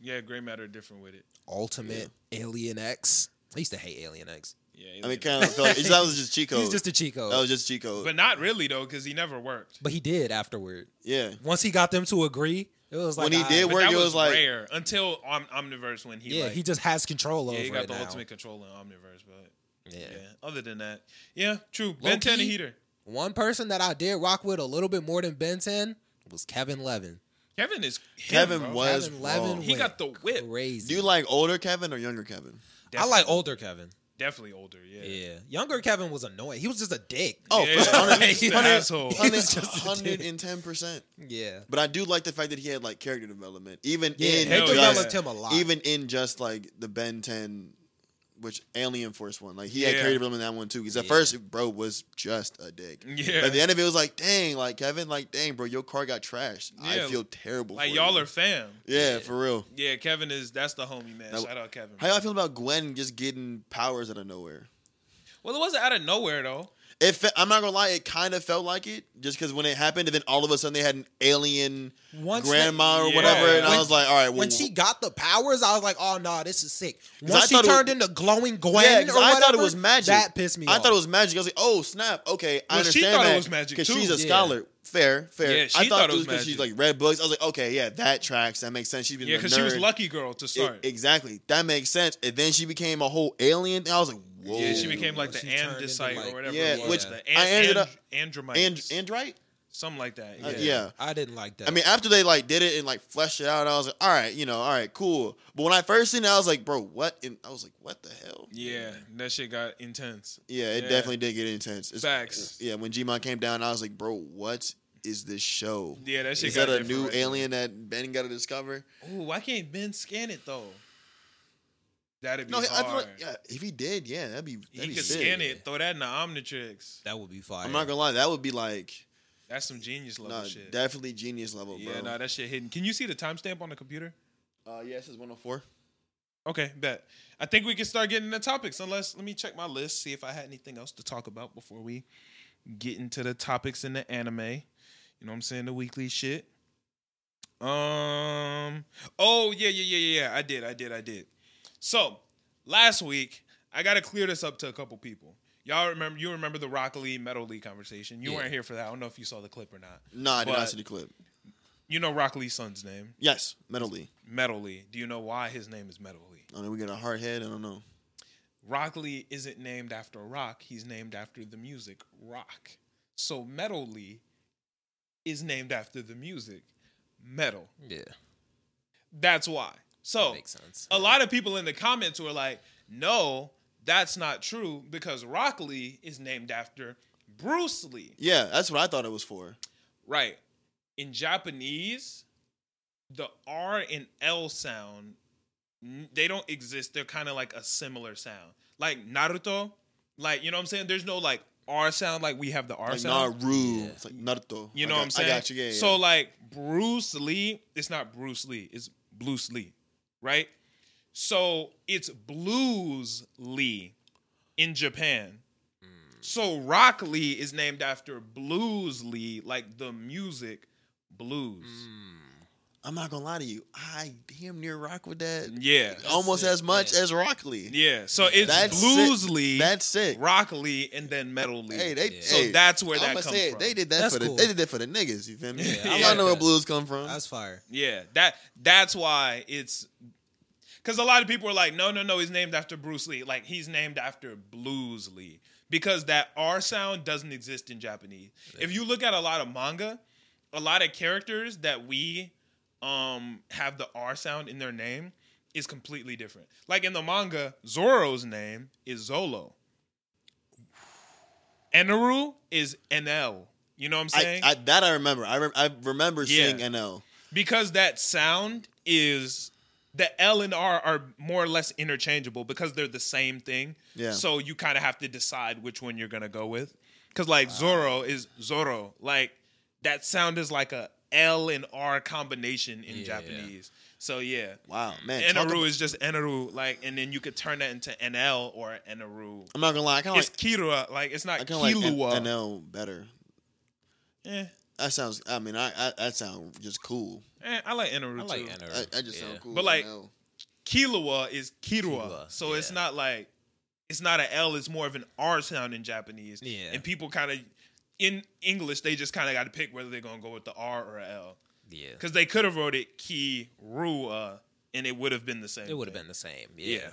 S1: Yeah, Gray Matter different with it.
S2: Ultimate Alien X. I used to hate Alien X.
S1: Yeah,
S3: I mean,
S1: Alien.
S3: kind of felt that
S1: [laughs]
S3: was just Chico.
S2: He's just a Chico,
S3: that was just Chico.
S1: but not really though, because he never worked.
S2: but he did afterward.
S3: yeah,
S2: Once he got them to agree, it was like
S3: When he
S2: ah,
S3: did
S1: But
S3: Where
S1: that
S3: it
S1: was,
S3: was like-
S1: rare until Om- Omniverse when he
S2: yeah,
S1: like,
S2: he just has control
S1: yeah
S2: over
S1: he got
S2: it
S1: the
S2: now.
S1: ultimate control in Omniverse, but
S2: Yeah.
S1: yeah. Other than that, yeah, true. Ben
S2: Low-key-
S1: 10 and Heater.
S2: One person that I did rock with a little bit more than Ben 10 was Kevin Levin.
S1: Kevin is him,
S3: Kevin
S1: bro.
S3: was
S2: Kevin
S3: raw.
S2: Levin
S1: He got the whip.
S2: Crazy.
S3: Do you like older Kevin or younger Kevin?
S2: I
S1: Definitely-
S2: like older Kevin.
S1: Definitely older. Yeah.
S2: Yeah. Younger Kevin was annoying. He was just a dick.
S3: Oh,
S1: Yeah,
S3: for
S1: [laughs]
S3: sure.
S1: he's an asshole.
S2: [laughs] He was just a
S3: hundred
S2: dick.
S3: and ten percent.
S2: Yeah.
S3: But I do like the fact that he had like character development, even
S2: Yeah,
S3: in
S2: he
S1: hell
S3: just,
S2: developed him a lot.
S3: even in just like the Ben Ten, which Alien Force one. Like he had
S1: Yeah.
S3: character development in that one too. Because at
S2: Yeah.
S3: first, bro was just a dick.
S1: Yeah.
S3: But at the end of it, it was like, dang, like Kevin, like dang, bro, your car got trashed. I
S1: Yeah.
S3: feel terrible.
S1: Like
S3: for
S1: y'all
S3: you.
S1: are fam.
S3: Yeah, for real.
S1: Yeah, Kevin is that's the homie man.
S3: Now,
S1: Shout out Kevin.
S3: How y'all feel about Gwen just getting powers out of nowhere?
S1: Well, it wasn't out of nowhere though.
S3: It fe- I'm not gonna lie, it kind of felt like it just because when it happened, and then all of a sudden they had an alien
S2: Once they-
S3: grandma or
S1: Yeah.
S3: whatever, and
S2: When-
S3: I was like, all right, well,
S2: when she got the powers, I was like, "Oh no, this is sick."
S3: 'Cause
S2: Once
S3: I
S2: she
S3: thought it was-
S2: turned into glowing Gwen,
S3: yeah,
S2: or
S3: 'cause I thought it
S2: whatever,
S3: was magic.
S2: That pissed me.
S3: I
S2: off.
S3: thought it was magic. I was like, oh snap, okay, I
S1: Well, she
S3: understand
S1: thought it
S3: that
S1: was magic,
S3: because she's
S1: too.
S3: a
S2: Yeah.
S3: scholar. Fair, fair.
S1: Yeah, she
S3: I
S1: thought
S3: thought
S1: it
S3: it was
S1: was
S3: because she's
S1: magic.
S3: like read books. I was like, okay, yeah, that tracks. That makes sense. She's been
S1: Yeah,
S3: because
S1: because she was lucky girl to start.
S3: E-, exactly, that makes sense. And then she became a whole alien. thing. I was like, whoa.
S1: yeah, she became like
S2: Well,
S1: the
S2: she turned into,
S1: andesite
S2: like-
S1: or whatever.
S3: Yeah,
S1: it was,
S2: which
S1: the
S3: I ended up-
S1: Andromite,
S3: and and right.
S1: something like that. Yeah.
S3: Uh, yeah.
S2: I didn't like that.
S3: I mean, after they like did it and like fleshed it out, I was like, all right, you know, all right, cool. But when I first seen it, I was like, bro, what? And I was like, what the hell?
S1: Yeah, that shit got intense.
S3: Yeah, it
S1: Yeah.
S3: definitely did get intense. It's-
S1: Facts.
S3: Yeah, when Gmon came down, I was like, bro, what is this show?
S1: Yeah, that shit
S3: Is
S1: got
S3: that a
S1: different
S3: new
S1: right
S3: alien that Ben got to discover?
S1: Ooh, why can't Ben scan it though? That'd be
S3: No, I
S1: hard.
S3: feel like yeah, if he did, yeah, that'd be that'd
S1: he
S3: be
S1: could
S3: sick.
S1: scan it, throw that in the Omnitrix.
S2: that would be fire.
S3: I'm not gonna lie, that would be like
S1: That's some genius level
S3: nah,
S1: shit.
S3: definitely genius level,
S1: yeah,
S3: bro.
S1: nah, that shit hidden. Can you see the timestamp on the computer?
S3: uh, yeah, it says 104.
S1: Okay, bet. I think we can start getting the topics. Unless, let me check my list, see if I had anything else to talk about before we get into the topics in the anime. You know what I'm saying? The weekly shit. Um. Oh yeah, yeah, yeah, yeah, yeah. I did, I did, I did. So last week, I gotta clear this up to a couple people. Y'all remember? You remember the Rock Lee Metal Lee conversation? You
S4: Yeah.
S1: weren't here for that. I don't know if you saw the clip or not.
S3: Nah, I did
S1: But-
S3: not see the clip.
S1: You know Rock Lee's son's name,
S3: Yes, Metal Lee.
S1: Metal Lee. Do you know why his name is Metal Lee?
S3: I don't know, we got a hard head. I don't know.
S1: Rock Lee isn't named after a rock. He's named after the music rock. So Metal Lee is named after the music metal.
S4: Yeah.
S1: That's why. So
S4: Makes sense.
S1: Oh, a lot of people in the comments were like, no, that's not true because Rock Lee is named after Bruce Lee.
S3: Yeah, that's what I thought it was for.
S1: Right. In Japanese, the R and L sound, n- they don't exist. They're kind of like a similar sound. Like Naruto, like, you know what I'm saying? There's no like R sound like we have the R
S3: like
S1: sound.
S3: Naru.
S4: Yeah.
S3: It's like Naruto.
S1: You
S3: I
S1: know
S3: got-
S1: what I'm saying?
S3: I got you. Yeah. yeah.
S1: So like Bruce Lee, it's not Bruce Lee, it's Bruce Lee, right? So it's Blues Lee in Japan.
S3: Hmm.
S1: So Rock Lee is named after Blues Lee, like the music blues.
S3: Hmm.
S2: Mm,
S3: I'm not gonna lie to you. I damn near rock with that.
S1: Yeah.
S3: Almost
S4: it,
S3: as much
S4: yeah.
S3: as Rock Lee.
S1: Yeah. So it's
S3: That's
S1: Blues
S3: sick.
S1: Lee,
S3: That's sick.
S1: Rock Lee, and then Metal Lee.
S3: Hey, they.
S4: Yeah.
S1: so
S3: hey,
S1: that's where that
S3: I'ma
S1: comes
S3: say it,
S1: from.
S3: They did that
S2: That's
S3: for the.
S2: cool.
S3: They did that for the niggas. You feel me?
S1: [laughs] Yeah, I
S3: I
S1: like
S3: know where
S2: that.
S3: blues come from.
S2: That's fire.
S1: Yeah, that that's why it's because a lot of people are like, no, no, no, he's named after Bruce Lee. Like he's named after Blues Lee because that R sound doesn't exist in Japanese. If you look at a lot of manga, a lot of characters that we um have the R sound in their name is completely different. Like in the manga, Zoro's name is Zolo. Eneru is NL. You know what I'm
S3: I,
S1: saying?
S3: I, that I remember. I, re- I remember
S1: Yeah.
S3: seeing NL.
S1: because that sound is the L and R are more or less interchangeable because they're the same thing.
S3: Yeah.
S1: So you kind of have to decide which one you're gonna go with. Cause like Zoro is Zoro. Like that sound is like a L and R combination in
S4: Yeah.
S1: Japanese. So yeah.
S3: Wow, man. talk
S1: Enaru
S3: about-
S1: is just Enaru, like, and then you could turn that into NL or Enaru.
S3: I'm not gonna lie. I kind of
S1: It's
S3: like
S1: Kira, like it's
S3: I
S1: not
S3: kind of
S1: Kilua.
S3: like N- NL better.
S1: Eh,
S3: That sounds. I mean, I, I that sounds just cool.
S1: eh, I like Enaru
S4: I like
S1: too.
S4: Enner.
S3: I, I just sound
S4: Yeah.
S3: cool.
S1: But, like,
S3: NL.
S1: Kilua is Kirua.
S4: Kirua,
S1: so it's
S4: yeah.
S1: not like it's not an L, it's more of an R sound in Japanese.
S2: Yeah.
S1: And people kind of in English they just kind of got to pick whether they're going to go with the R or a L.
S4: Yeah,
S1: Cuz they could have wrote it Kirua and it would have been the same.
S4: it would have
S1: thing.
S4: been the same. Yeah,
S1: Yeah.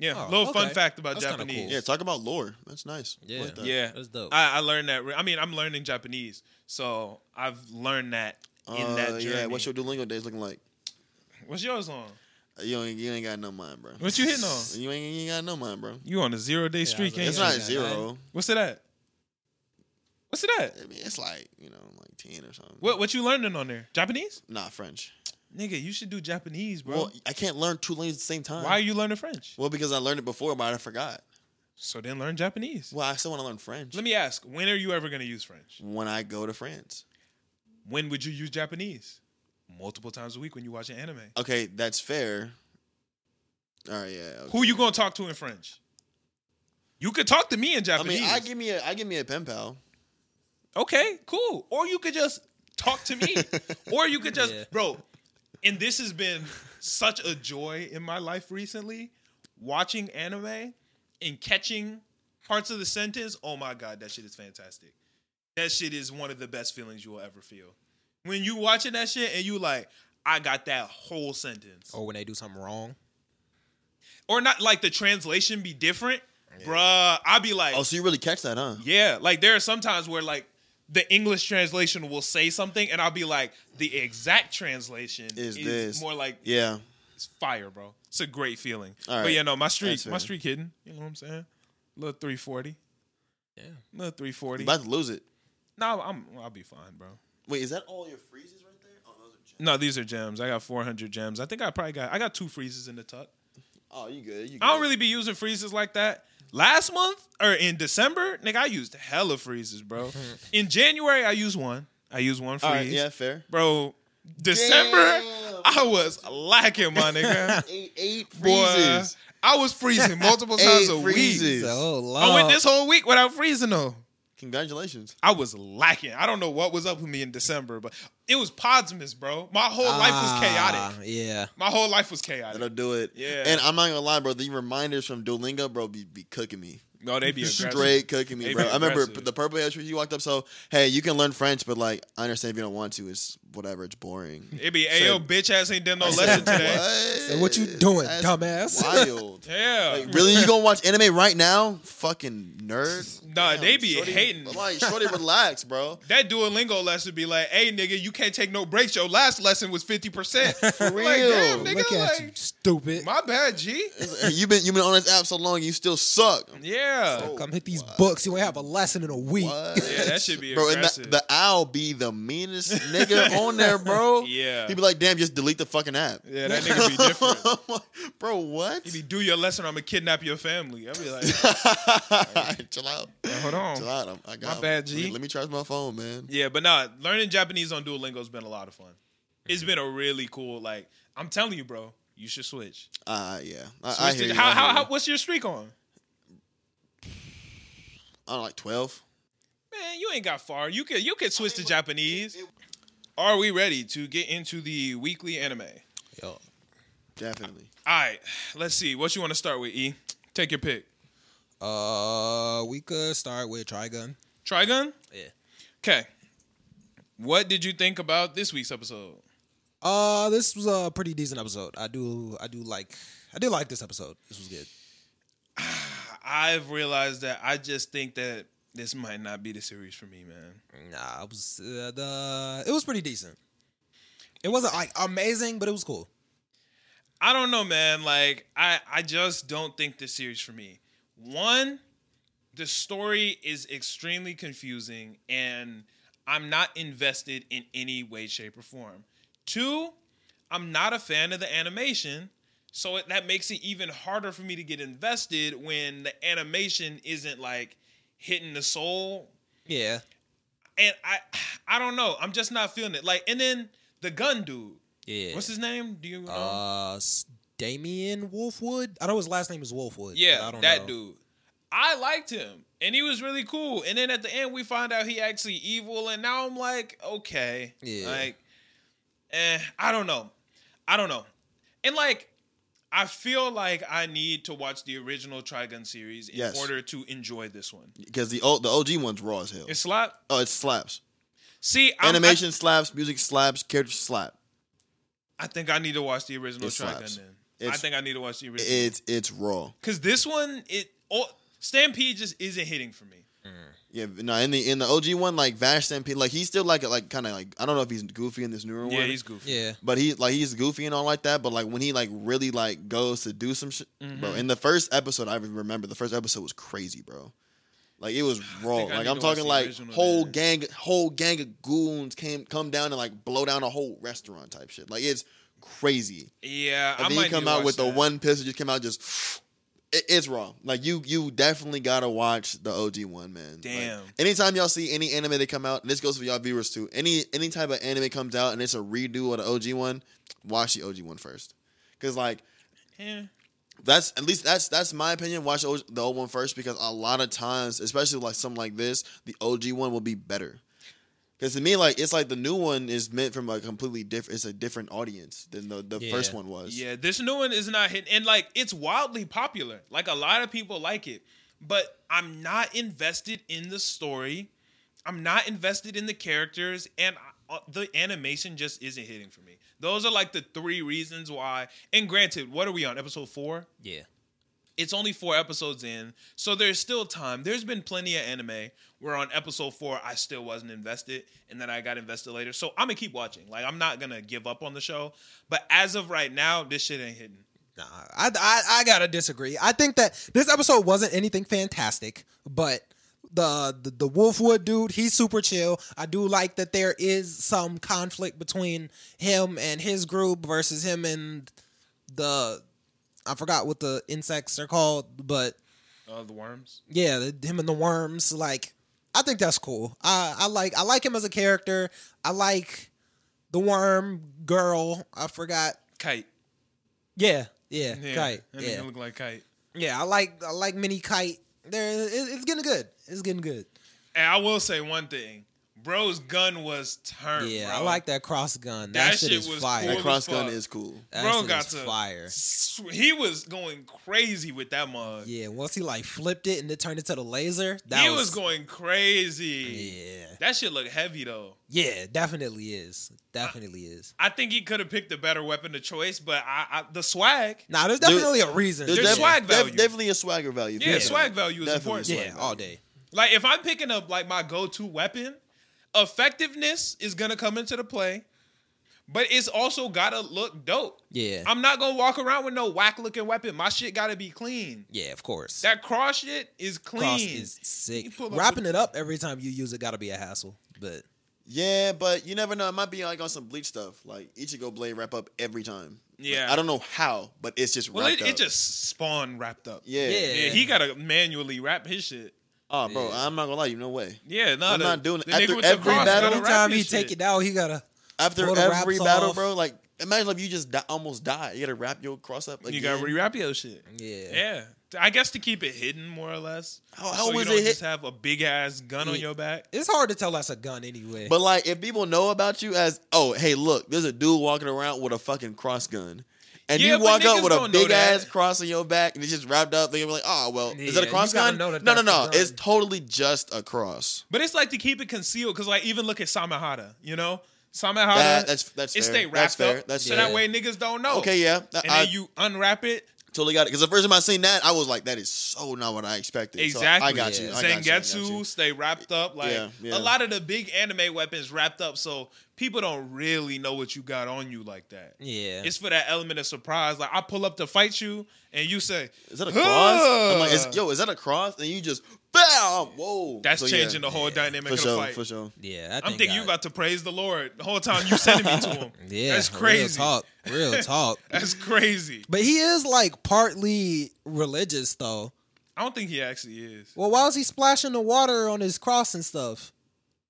S1: Yeah,
S2: Oh,
S1: little fun
S2: okay.
S1: fact about
S4: That's kinda
S1: Japanese.
S4: cool.
S3: yeah, talk about lore. That's nice. I
S4: yeah,
S3: like that.
S1: Yeah.
S4: That's dope.
S1: I, I learned that. re- I mean, I'm learning Japanese, so I've learned that in
S3: Uh,
S1: that journey.
S3: yeah, what's your Duolingo days looking like?
S1: What's yours on?
S3: You ain't, you ain't got no mind, bro.
S1: What you hitting on?
S3: You ain't, you ain't got no mind, bro.
S1: You on a zero day
S2: I
S1: streak?
S2: was like-
S1: ain't
S3: It's
S1: you?
S3: not
S2: got
S3: zero.
S1: What's it at? What's it at?
S3: I mean, it's like you know, like ten or something.
S1: What what you learning on there? Japanese?
S3: Not French.
S1: Nigga, you should do Japanese, bro.
S3: Well, I can't learn two languages at the same time.
S1: Why are you learning French?
S3: Well, because I learned it before, but I forgot.
S1: So then learn Japanese.
S3: Well, I still want to learn French.
S1: Let me ask, when are you ever gonna use French?
S3: when I go to France.
S1: When would you use Japanese? Multiple times a week when you watch an anime.
S3: Okay, that's fair. All right, yeah. okay.
S1: Who you gonna talk to in French? You could talk to me in
S3: I
S1: Japanese.
S3: mean, I give me a I give me a pen pal.
S1: okay, cool. Or you could just talk to
S3: [laughs]
S1: me. or you could just,
S4: Yeah.
S1: bro. And this has been such a joy in my life recently, watching anime and catching parts of the sentence. Oh my god, that shit is fantastic. That shit is one of the best feelings you will ever feel. When you watching that shit and you like, I got that whole sentence
S3: Oh.
S2: Or when they do something wrong.
S1: or not like the translation be different, bruh. I'll be like,
S3: Oh, so you really catch that, huh?
S1: yeah, like there are some times where like the English translation will say something, and I'll be like, the exact translation
S3: Is this.
S1: more like
S3: Yeah.
S1: it's fire, bro. It's a great feeling.
S3: All right.
S1: But yeah, no, my street,
S3: That's fair.
S1: my street hidden. You know what I'm saying? Little 340,
S4: yeah,
S1: little
S3: You
S1: 340.
S3: about to lose it.
S1: no, I'm I'll be fine, bro.
S3: Wait, is that all your freezes right there? Oh, those are. Gems.
S1: No, these are gems. I got 400 gems. I think I probably got I got two freezes in the tuck.
S3: Oh, you good? You good.
S1: I don't really be using freezes like that. Last month or in December, nigga, I used hella freezes,
S3: [laughs]
S1: bro. in January, I used one. I used one freeze.
S3: All right, yeah, fair.
S1: Bro, December,
S3: Damn.
S1: I was lacking, my nigga.
S3: Eight, eight
S1: Boy,
S3: [laughs] freezes.
S1: I was freezing multiple times
S3: Eight
S1: a week.
S3: freezes. Jeez.
S2: So long.
S1: I went Oh, this whole week without freezing though.
S3: Congratulations.
S1: I was lacking. I don't know what was up with me in December, but it was Podsmas, bro. My whole life was chaotic.
S2: Ah, Yeah.
S1: My whole life was chaotic.
S3: That'll do it.
S1: Yeah.
S3: And I'm not gonna lie, bro. The reminders from Duolingo, bro, be, be cooking me.
S1: No, they be aggressive.
S3: Straight cooking
S1: They
S3: me,
S1: be
S3: bro. I remember
S1: aggressive.
S3: the purple hair tree you walked up. So hey, you can learn French, but like I understand if you don't want to, it's whatever. It's boring.
S1: It be, hey, yo, bitch ass ain't
S3: [laughs]
S1: done no
S3: I said,
S1: lesson today.
S2: So what you doing,
S3: That's
S2: dumbass?
S1: [laughs]
S3: Wild.
S1: Yeah.
S3: Like, really, you gonna watch anime right now? Fucking nerd.
S1: Nah, they be
S3: shorty,
S1: hating.
S3: Like, shorty, relax, bro.
S1: That Duolingo lesson be like, hey nigga, you can't take no breaks. Your last lesson was 50%. For
S3: real.
S1: Like, damn, nigga,
S2: Look at
S1: like,
S2: you, stupid.
S1: my bad, G.
S3: You've been you been on this app so long, you still suck.
S1: Yeah.
S3: So-
S2: Come hit these books. You won't have a lesson in a week. [laughs]
S3: What?
S1: Yeah, that should be
S3: bro. And
S1: aggressive.
S3: the, the owl be the meanest nigga on
S1: [laughs]
S3: there, bro.
S1: Yeah.
S3: he be like, "Damn, just delete the fucking app."
S1: yeah, that nigga be
S3: [laughs]
S1: different.
S3: bro, what? [laughs]
S1: If you do your lesson, I'ma kidnap your family. I be like,
S3: Chill out.
S1: hold
S3: Chill
S1: on.
S3: out. I'm- I got
S1: My bad,
S3: let me-
S1: G.
S3: Let me charge my phone, man.
S1: Yeah, but nah, learning Japanese on Duolingo's been a lot of fun. It's
S3: Mm-hmm.
S1: been a really cool, like, I'm telling you, bro, you should switch.
S3: Uh, yeah. I,
S1: switch
S3: I
S1: to-
S3: hear you.
S1: how,
S3: I, hear
S1: how,
S3: you.
S1: how, what's your streak on?
S3: I don't like twelve.
S1: Man, you ain't got far. You could you could switch to Japanese. Are we ready to get into the weekly anime?
S4: yo,
S3: Definitely.
S1: All right, let's see. What you want to start with, E? Take your pick.
S2: Uh, we could start with Trigun.
S1: Trigun?
S4: yeah.
S1: Okay. What did you think about this week's episode?
S2: Uh, this was a pretty decent episode. I do, I do like I did like this episode. This was good.
S1: I've realized that I just think that this might not be the series for me, man.
S2: Nah, it was uh, the it was pretty decent. It wasn't like amazing, but it was cool.
S1: I don't know, man. Like I, I just don't think this series for me. One, the story is extremely confusing, and I'm not invested in any way, shape, or form. Two, I'm not a fan of the animation, so it, that makes it even harder for me to get invested when the animation isn't like hitting the soul
S2: Yeah,
S1: and I [sighs] I don't know. I'm just not feeling it. Like, and then the gun dude.
S2: yeah.
S1: What's his name? Do you know?
S2: Uh, S- Damien Wolfwood. I know his last name is Wolfwood. but
S1: yeah,
S2: I don't
S1: that
S2: know.
S1: dude. I liked him, and he was really cool. And then at the end, we find out he actually evil, and now I'm like, okay,
S2: Yeah.
S1: like, eh, I don't know, I don't know, and like, I feel like I need to watch the original Trigun series in
S3: Yes.
S1: order to enjoy this one.
S3: because the old the OG one's raw as hell.
S1: It's slap.
S3: oh, it slaps.
S1: See, I'm-
S3: Animation slaps, music slaps, character slap.
S1: I, I think I need to watch the original
S3: It
S1: Trigun.
S3: slaps.
S1: Then I
S3: It's-
S1: think I need to watch the original.
S3: It's it's raw.
S1: Cause this one, it all, Stampede just isn't hitting for me.
S3: Yeah, but no, in the in the OG one, like Vash Stampede, like he's still like like kind of like I don't know if he's goofy in this newer one.
S1: Yeah, he's goofy.
S2: Yeah,
S3: but he like he's goofy and all like that. But like when he like really like goes to do some shit, bro.
S1: Mm-hmm.
S3: In the first episode, I remember the first episode was crazy, bro. Like it was raw.
S1: think I
S3: Like
S1: need
S3: I'm
S1: to watch
S3: talking
S1: the
S3: like
S1: original
S3: whole
S1: then.
S3: gang, whole gang of goons came come down and like blow down a whole restaurant type shit. Like it's crazy.
S1: Yeah, I
S3: And then
S1: might
S3: you come
S1: need to
S3: out
S1: watch
S3: with the
S1: that.
S3: one pistol just came out just. It, it's raw. Like you, you definitely gotta watch the OG one, man. Like,
S1: Damn.
S3: anytime y'all see any anime that come out, and this goes for y'all viewers too. Any any type of anime comes out and it's a redo of the OG one, watch the OG one first, because like
S1: Yeah.
S3: that's at least that's that's my opinion. Watch the OG the old one first because a lot of times, especially like something like this, the OG one will be better. Because to me, like it's like the new one is meant from a completely different. It's a different audience than the the
S2: Yeah.
S3: first one was.
S1: Yeah, this new one is not hitting, and like it's wildly popular. Like a lot of people like it, but I'm not invested in the story. I'm not invested in the characters, and I, uh, the animation just isn't hitting for me. Those are like the three reasons why. And granted, what are we on episode four?
S2: yeah.
S1: it's only four episodes in, so there's still time. There's been plenty of anime where on episode four I still wasn't invested, and then I got invested later. So I'm gonna keep watching. Like I'm not gonna give up on the show. But as of right now, this shit ain't hitting.
S2: Nah, I, I I gotta disagree. I think that this episode wasn't anything fantastic, but the, the the Wolfwood dude, he's super chill. I do like that there is some conflict between him and his group versus him and the I forgot what the insects are called, but
S1: Uh, the worms.
S2: yeah, the, him and the worms. Like, I think that's cool. I I like I like him as a character. I like the worm girl. I forgot.
S1: Kite.
S2: Yeah, yeah, right.
S1: I think
S2: yeah.
S1: it look like kite.
S2: Yeah, I like I like mini kite. There, it, it's getting good. It's getting good.
S1: And I will say one thing. Bro's gun was turned.
S2: Yeah,
S1: bro.
S2: I like that cross gun.
S1: That
S2: That,
S1: shit
S2: shit, is
S1: was
S2: fire.
S1: cool.
S3: That
S1: as
S3: cross gun
S1: fuck.
S3: is cool.
S2: That
S1: Bro
S2: shit
S1: got
S2: is
S1: to-
S2: fire.
S1: He was going crazy with that mug.
S2: Yeah, once he like flipped it and it turned into the laser, that
S1: he was,
S2: was,
S1: going crazy.
S2: Yeah,
S1: That shit looked heavy though.
S2: yeah, definitely is. Definitely is.
S1: I think he could have picked a better weapon of choice, but I, I the swag.
S2: Nah, there's
S3: There-
S2: definitely a reason.
S1: There's
S2: yeah.
S3: def-
S1: swag
S3: def-
S1: value.
S3: definitely a swagger value.
S1: Yeah,
S3: for sure.
S1: swag value is
S3: Definitely
S1: important.
S3: swag
S2: yeah, all day.
S1: Like if I'm picking up like my go-to weapon, effectiveness is gonna come into the play, but it's also gotta look dope.
S2: Yeah,
S1: I'm not gonna walk around with no whack looking weapon. My shit gotta be clean.
S2: yeah, of course.
S1: That cross shit is clean.
S2: cross is
S1: You
S2: sick.
S1: pull up
S2: Wrapping
S1: with-
S2: it up every time you use it got to be a hassle, but
S3: Yeah, but you never know. It might be like on some bleach stuff. Like Ichigo Blade wrap up every time.
S1: Yeah.
S3: Like, I don't know how, but it's just
S1: well,
S3: wrapped
S1: it, it
S3: up.
S1: just spawned wrapped up.
S3: yeah.
S2: Yeah.
S1: Yeah, he gotta manually wrap his shit.
S3: Oh, bro,
S2: Yeah.
S3: I'm not gonna lie, you no way.
S1: Yeah, no,
S3: I'm
S1: the-
S3: not doing it.
S1: the nigga
S3: After
S1: with the
S3: every
S1: cross
S3: battle-
S1: gotta
S2: every
S1: wrap
S2: time
S1: his
S2: he take
S1: shit.
S2: it out, he gotta.
S3: After
S2: Pull the
S3: every
S2: wraps
S3: battle,
S2: off.
S3: bro, like imagine if you just di- almost die. You gotta wrap your cross up. Again.
S1: you gotta rewrap your shit.
S2: Yeah.
S1: Yeah. I guess to keep it hidden, more or less.
S3: How- how
S1: so you
S3: was
S1: don't
S3: it hid-
S1: just have a big ass gun on
S2: Yeah.
S1: your back.
S2: It's hard to tell that's a gun anyway.
S3: But like, if people know about you as, oh, hey, look, there's a dude walking around with a fucking cross gun. And
S1: Yeah,
S3: you
S1: but
S3: walk
S1: niggas
S3: up with a
S1: don't know
S3: big ass
S1: that.
S3: cross on your back and it's just wrapped up. They're gonna be like, oh, well, is
S2: Yeah,
S3: that a
S2: you
S3: cross
S2: gotta
S3: gun?
S2: know that
S3: no, no,
S2: that's
S3: no.
S2: the gun.
S3: It's totally just a cross.
S1: But it's like to keep it concealed because, like, even look at Samahada, you know? Samahada,
S3: That- that's- that's
S1: it
S3: fair.
S1: stay
S3: That's
S1: wrapped
S3: fair.
S1: up.
S3: That's
S1: so
S2: fair.
S1: that way niggas don't know.
S3: Okay, yeah.
S1: And
S3: I-
S1: then you unwrap it.
S3: Totally got it. Because the first time I seen that, I was like, that is so not what I expected. So
S1: Exactly.
S3: I got you.
S1: Yeah.
S3: I got you, I got you.
S1: Sengetsu, they wrapped up. Like
S3: Yeah, yeah.
S1: a lot of the big anime weapons wrapped up, so people don't really know what you got on you like that.
S2: Yeah.
S1: It's for that element of surprise. Like I pull up to fight you, and you say,
S3: Is that a
S1: Huh.
S3: cross? I'm like, is, yo, is that a cross? And you just, bow, whoa.
S1: "That's
S3: So, yeah.
S1: changing the whole dynamic
S3: for
S1: of the
S3: sure,
S1: fight."
S3: for sure.
S2: yeah. I think
S1: I'm thinking you
S2: I-
S1: about to praise the Lord the whole time you sending me
S2: [laughs]
S1: to him.
S2: Yeah.
S1: that's crazy.
S2: Real talk.
S1: [laughs]
S2: Real talk.
S1: That's crazy.
S2: But he is like partly religious though.
S1: I don't think he actually is.
S2: Well, why was he splashing the water on his cross and stuff?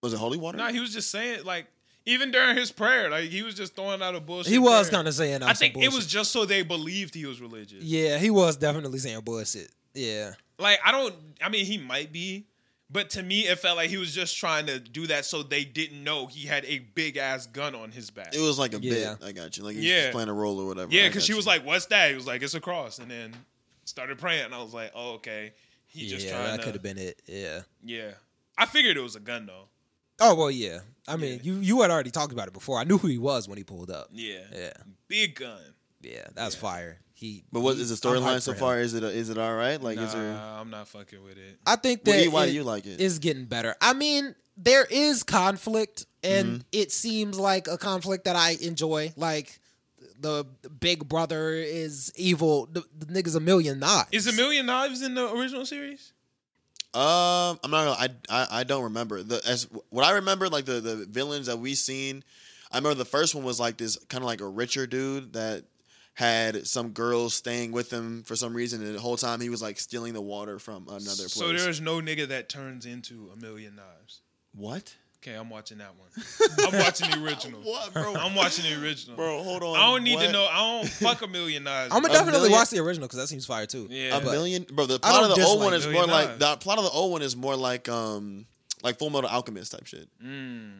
S3: Was it holy water?
S1: No, he was just saying like even during his prayer, like he was just throwing out a bullshit.
S2: He was
S1: prayer.
S2: kind of saying.
S1: I think it was just so they believed he was religious.
S2: Yeah, he was definitely saying bullshit. Yeah.
S1: Like I don't. I mean, he might be, but to me, it felt like he was just trying to do that so they didn't know he had a big ass gun on his back.
S3: it was like a
S2: Yeah.
S3: bit. I got you. Like, he was
S1: Yeah.
S3: just playing a role or whatever.
S1: yeah,
S3: because
S1: because she was like, "What's that?" He was like, "It's a cross," and then started praying. And I was like, "Oh, okay." He just
S2: yeah,
S1: trying
S2: that
S1: to.
S2: could have been it. Yeah.
S1: Yeah, I figured it was a gun though.
S2: Oh well, yeah. I mean,
S1: Yeah.
S2: you you had already talked about it before. I knew who he was when he pulled up.
S1: Yeah,
S2: Yeah,
S1: big gun.
S2: yeah. That's fire. He.
S3: But what
S2: he-
S3: is the
S2: I'm hyped
S3: storyline so
S2: for him.
S3: far? Is it is it all right? Like,
S1: nah,
S3: is there?
S1: I'm not fucking with it.
S2: I think
S3: What
S2: that
S3: do you- why
S2: it
S3: do you like it?
S2: is getting better. I mean, there is conflict, and
S3: Mm-hmm.
S2: it seems like a conflict that I enjoy. Like the Big Brother is evil. The, the nigga's a million not.
S1: Is a million knives in the original series?
S3: Um, I'm not. Gonna, I, I I don't remember the as what I remember like the the villains that we seen. I remember the first one was like this kind of like a richer dude that had some girls staying with him for some reason, and the whole time he was like stealing the water from another place.
S1: So there's no nigga that turns into a million knives. [laughs]
S3: what?
S1: Okay, I'm watching that
S3: [laughs]
S1: one. I'm watching the original.
S3: What, bro?
S1: I'm watching the original.
S3: Bro, hold on.
S1: I don't need
S3: What?
S1: to know. I don't fuck a million knives.
S2: I'm gonna
S3: A
S2: definitely
S3: million-
S2: watch the original because that seems fire too.
S1: Yeah.
S3: A
S1: but-
S3: million, bro. The plot
S2: don't
S3: of the old
S2: dislike
S3: one is
S1: Million
S3: more like
S1: Knives.
S3: the plot of the old one is more like um like Full Metal Alchemist type shit. I-
S1: Mm.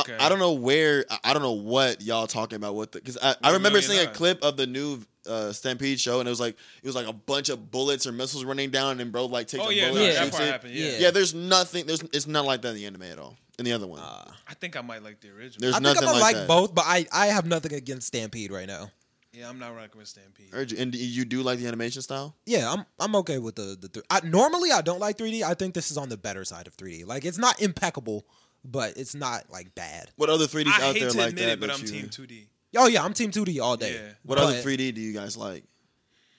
S1: okay.
S3: I, don't know where I, I don't know what y'all talking about what because I, I
S1: One
S3: remember
S1: million
S3: seeing a
S1: eyes.
S3: clip of the new uh, Stampede show and it was like it was like a bunch of bullets or missiles running down and bro like takes
S1: Oh
S3: a
S1: yeah,
S3: bullet
S1: no,
S2: Yeah.
S3: and
S1: that
S3: shoots
S1: part
S3: it.
S1: happened. Yeah.
S2: Yeah.
S3: Yeah. there's nothing. There's it's not like that in the anime at all. In the other one,
S2: Uh,
S1: I think I might like the original.
S3: there's
S2: I think
S3: nothing
S2: I'm gonna
S3: like,
S2: like
S3: that.
S2: both, but I I have nothing against Stampede right now.
S1: yeah, I'm not rocking with Stampede.
S3: Urge- And you do like the animation style?
S2: Yeah, I'm I'm okay with the the. Th- I, normally, I don't like 3D. I think this is on the better side of 3D. Like, it's not impeccable, but it's not like bad.
S3: What other 3Ds
S1: I
S3: out
S1: hate
S3: there
S1: to
S3: like
S1: admit
S3: that?
S1: it, but
S3: that
S1: I'm Team
S3: you-
S1: 2D.
S2: Oh yeah, I'm Team 2D all day.
S1: Yeah.
S3: What other
S2: But
S3: 3D do you guys like?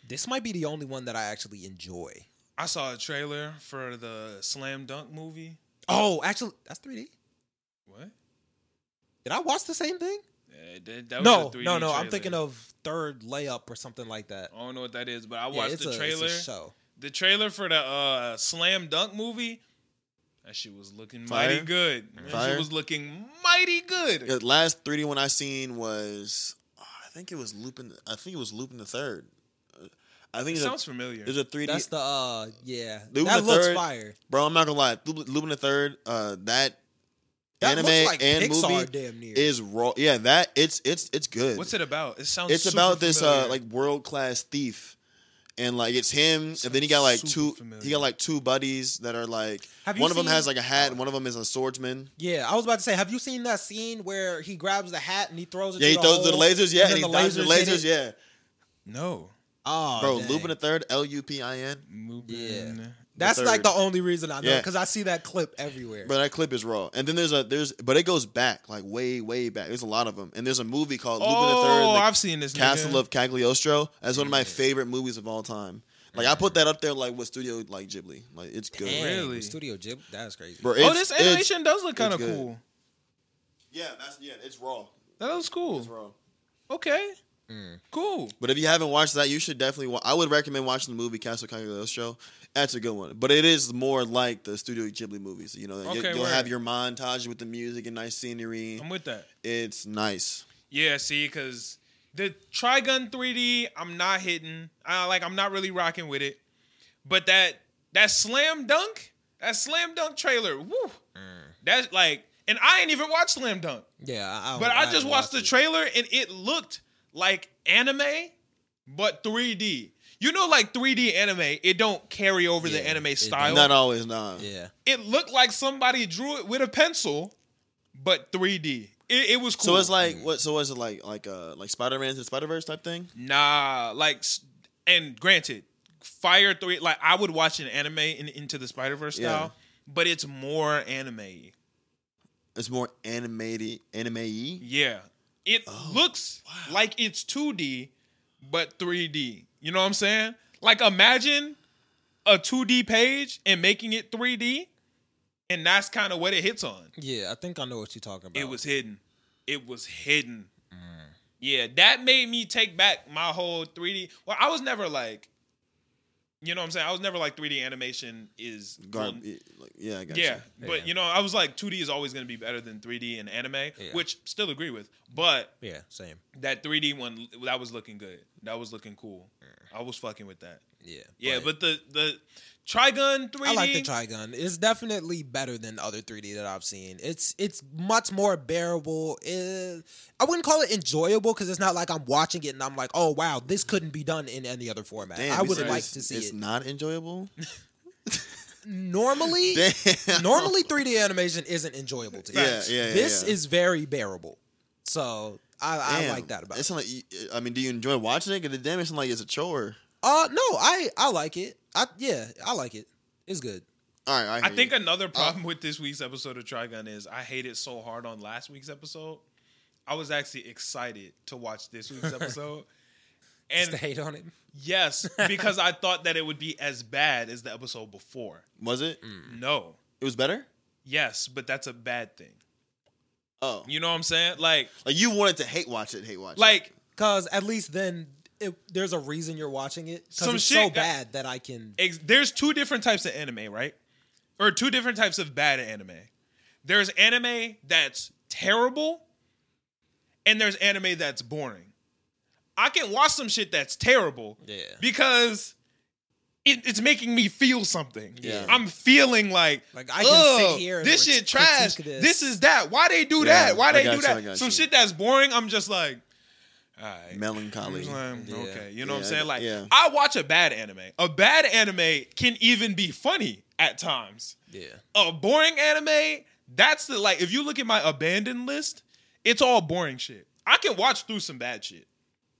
S2: This might be the only one that I actually enjoy.
S1: I saw a trailer for the Slam Dunk movie.
S2: Oh, actually, that's 3D.
S1: What?
S2: Did I watch the same thing?
S1: Yeah, that, that was
S2: No,
S1: a 3D
S2: no, no. I'm
S1: trailer.
S2: thinking of Third Layup or something like that.
S1: I don't know what that is, but I
S2: Yeah,
S1: watched
S2: it's
S1: the
S2: a-
S1: trailer.
S2: It's a show.
S1: the trailer for the uh, Slam Dunk movie. That shit was looking mighty
S3: Fire?
S1: good. That
S3: Fire?
S1: shit was looking mighty good.
S3: The last 3D one I seen was oh, I think it was Lupin. I think it was Lupin the Third. Uh, I think
S1: It
S3: it's a,
S1: sounds familiar.
S3: it's a 3D.
S2: That's the uh yeah.
S3: Lupin
S2: that
S3: the
S2: looks
S3: Third-
S2: fire.
S3: Bro, I'm not gonna lie. Lu- Lupin the Third, uh, that,
S2: That
S3: anime
S2: looks like
S3: and
S2: Pixar
S3: movie
S2: damn near.
S3: is raw. Yeah, that it's it's it's good.
S1: What's it about? It sounds.
S3: It's
S1: super
S3: about this uh,
S1: familiar.
S3: like world class thief, and like it's him,
S1: Sounds
S3: and then he got like
S1: super
S3: two.
S1: familiar.
S3: He got like two buddies that are like.
S2: Have you
S3: one of them
S2: seen- Oh.
S3: has like a hat, and one of them is a swordsman.
S2: Yeah, I was about to say, have you seen that scene where he grabs the hat and he throws it?
S3: Yeah, he
S2: through
S3: throws the
S2: hole,
S3: lasers. Yeah, and,
S2: then
S3: he dodges the
S2: hit it?
S3: lasers. Yeah,
S1: no.
S2: oh,
S3: bro,
S2: dang.
S3: Lupin the Third, L U P I N.
S1: Lupin.
S2: Yeah. That's like
S3: third.
S2: the only reason I know
S3: Yeah.
S2: because I see that clip everywhere.
S3: Bro, that clip is raw. And then there's a there's, but it goes back like way way back. There's a lot of them, and there's a movie called Lupin the Third.
S1: Oh,
S3: the
S1: I've seen this.
S3: Castle
S1: nigga.
S3: of Cagliostro. That's one of my favorite movies of all time. Like I put that up there like with Studio like Ghibli. Like it's good.
S2: Dang,
S1: Really?
S2: Studio Ghib, that's crazy.
S3: Bro,
S1: Oh,
S3: it's-
S1: this
S3: it's-
S1: animation does look kind of
S3: it's good.
S1: cool.
S3: Yeah, that's yeah, it's raw.
S1: That looks
S3: It's
S1: cool.
S3: raw.
S1: Okay.
S2: Mm.
S1: Cool.
S3: But if you haven't watched that, you should definitely. Wa- I would recommend watching the movie Castle Cagliostro. That's a good one. But it is more like the Studio Ghibli movies. You know, you,
S1: Okay,
S3: will
S1: word.
S3: have your montage with the music and nice scenery.
S1: I'm with that.
S3: It's nice.
S1: Yeah. See, because the Trigun 3D, I'm not hitting. I like. I'm not really rocking with it. But that that slam dunk, that slam dunk trailer. Woo.
S2: Mm.
S1: That's like, and I ain't even watched slam dunk.
S2: yeah, Oh, I,
S1: But I just watched the
S2: it.
S1: trailer and it looked like anime, but 3D. You know, like 3D anime, it don't carry over
S2: Yeah,
S1: the anime
S2: it
S1: style.
S3: Not always, nah.
S2: Yeah,
S1: it looked like somebody drew it with a pencil, but 3D. It, it was cool.
S3: So it's like what? So is it like like uh like Spider Man to Spider Verse type thing?
S1: nah, like s- and granted, Fire Three, like I would watch an anime in Into the Spider Verse
S3: Yeah.
S1: style, but it's more anime.
S3: It's more animated, anime.
S1: Yeah, it looks like it's two D, but three D. You know what I'm saying? Like imagine a two D page and making it three D, and that's kind of what it hits on.
S2: Yeah, I think I know what you're talking about.
S1: It was hidden. It was hidden. Yeah, that made me take back my whole 3D. Well, I was never like, you know what I'm saying? I was never like 3D animation is.
S3: Gar-
S1: well,
S3: like, yeah, I got
S1: yeah,
S3: you.
S1: but
S4: Yeah.
S1: you know, I was like, 2D is always going to be better than 3D in anime, which still agree with. But
S4: Yeah, same.
S1: that 3D one, that was looking good. That was looking cool.
S2: Mm.
S1: I was fucking with that.
S4: Yeah.
S1: Yeah, but, the the Trigun 3D.
S2: I like the Trigun. It's definitely better than the other 3D that I've seen. It's it's much more bearable. It, I wouldn't call it enjoyable because it's not like I'm watching it and I'm like, oh wow, this couldn't be done in any other format.
S3: Damn,
S2: I
S3: you
S2: would
S3: said
S2: like
S3: it's-
S2: to see
S3: It's
S2: it. [laughs]
S3: not enjoyable.
S2: Normally,
S3: [laughs] Damn.
S2: normally 3D animation isn't enjoyable to me.
S3: Yeah, yeah, yeah,
S2: this
S3: yeah.
S2: is very bearable. So I, I
S3: Damn.
S2: like that about
S3: It's
S2: it.
S3: not like you, I mean, do you enjoy watching it? Because damn, it's not like it's a chore.
S2: Uh no, I I like it. I yeah, I like it. It's good.
S3: All right, I,
S1: I
S3: hear
S1: think
S3: you.
S1: another problem with this week's episode of Trigun is I hated so hard on last week's episode. I was actually excited to watch this week's episode.
S2: Just to
S1: And
S2: hate on it.
S1: yes, because I thought that it would be as bad as the episode before.
S3: was it?
S2: Mm.
S1: No.
S3: It was better.
S1: Yes, but that's a bad thing.
S3: Oh,
S1: You know what I'm saying? Like
S3: like you wanted to hate watch it, hate watch it.
S1: like
S2: Cause at least then it, there's a reason you're watching it. 'Cause
S1: Some
S2: it's so
S1: shit-
S2: bad that I can.
S1: ex- there's two different types of anime, right? Or two different types of bad anime. There's anime that's terrible, and there's anime that's boring. I can watch some shit that's terrible
S4: Yeah.
S1: because it, it's making me feel something.
S3: Yeah.
S1: I'm feeling like,
S2: Like, I can sit
S1: "Ugh,
S2: here and
S1: this
S2: ret-
S1: shit trash.
S2: critique this."
S1: This. is that. Why they do
S3: Yeah,
S1: that? Why
S3: I
S1: they
S3: got
S1: do
S3: you, I
S1: that?
S3: got
S1: some
S3: you.
S1: shit that's boring. I'm just like, all right.
S3: melancholy.
S1: Mm, Okay, you know what I'm
S3: Yeah,
S1: saying?
S3: I-
S1: Like,
S3: yeah.
S1: I watch a bad anime. A bad anime can even be funny at times.
S4: Yeah.
S1: A boring anime, that's the like. If you look at my abandoned list, it's all boring shit. I can watch through some bad shit.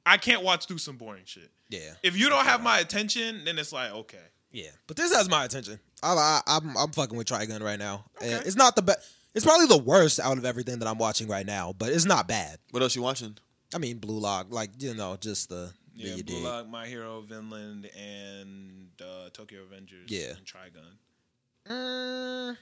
S1: I can't watch through some boring shit.
S4: Yeah.
S1: If you don't have my attention, then it's like okay.
S4: Yeah.
S2: But this has my attention. I, I, I'm I'm fucking with Trigun right now. And it's not the best. It's probably the worst out of everything that I'm watching right now. But it's not bad.
S3: What else you watching?
S2: I mean, Blue Lock, like you know, just the yeah,
S1: Yeah,
S2: you
S1: Blue
S2: dig.
S1: Lock, My Hero, Vinland, and uh, Tokyo Avengers.
S2: Yeah.
S1: and Trigun.
S2: Mm.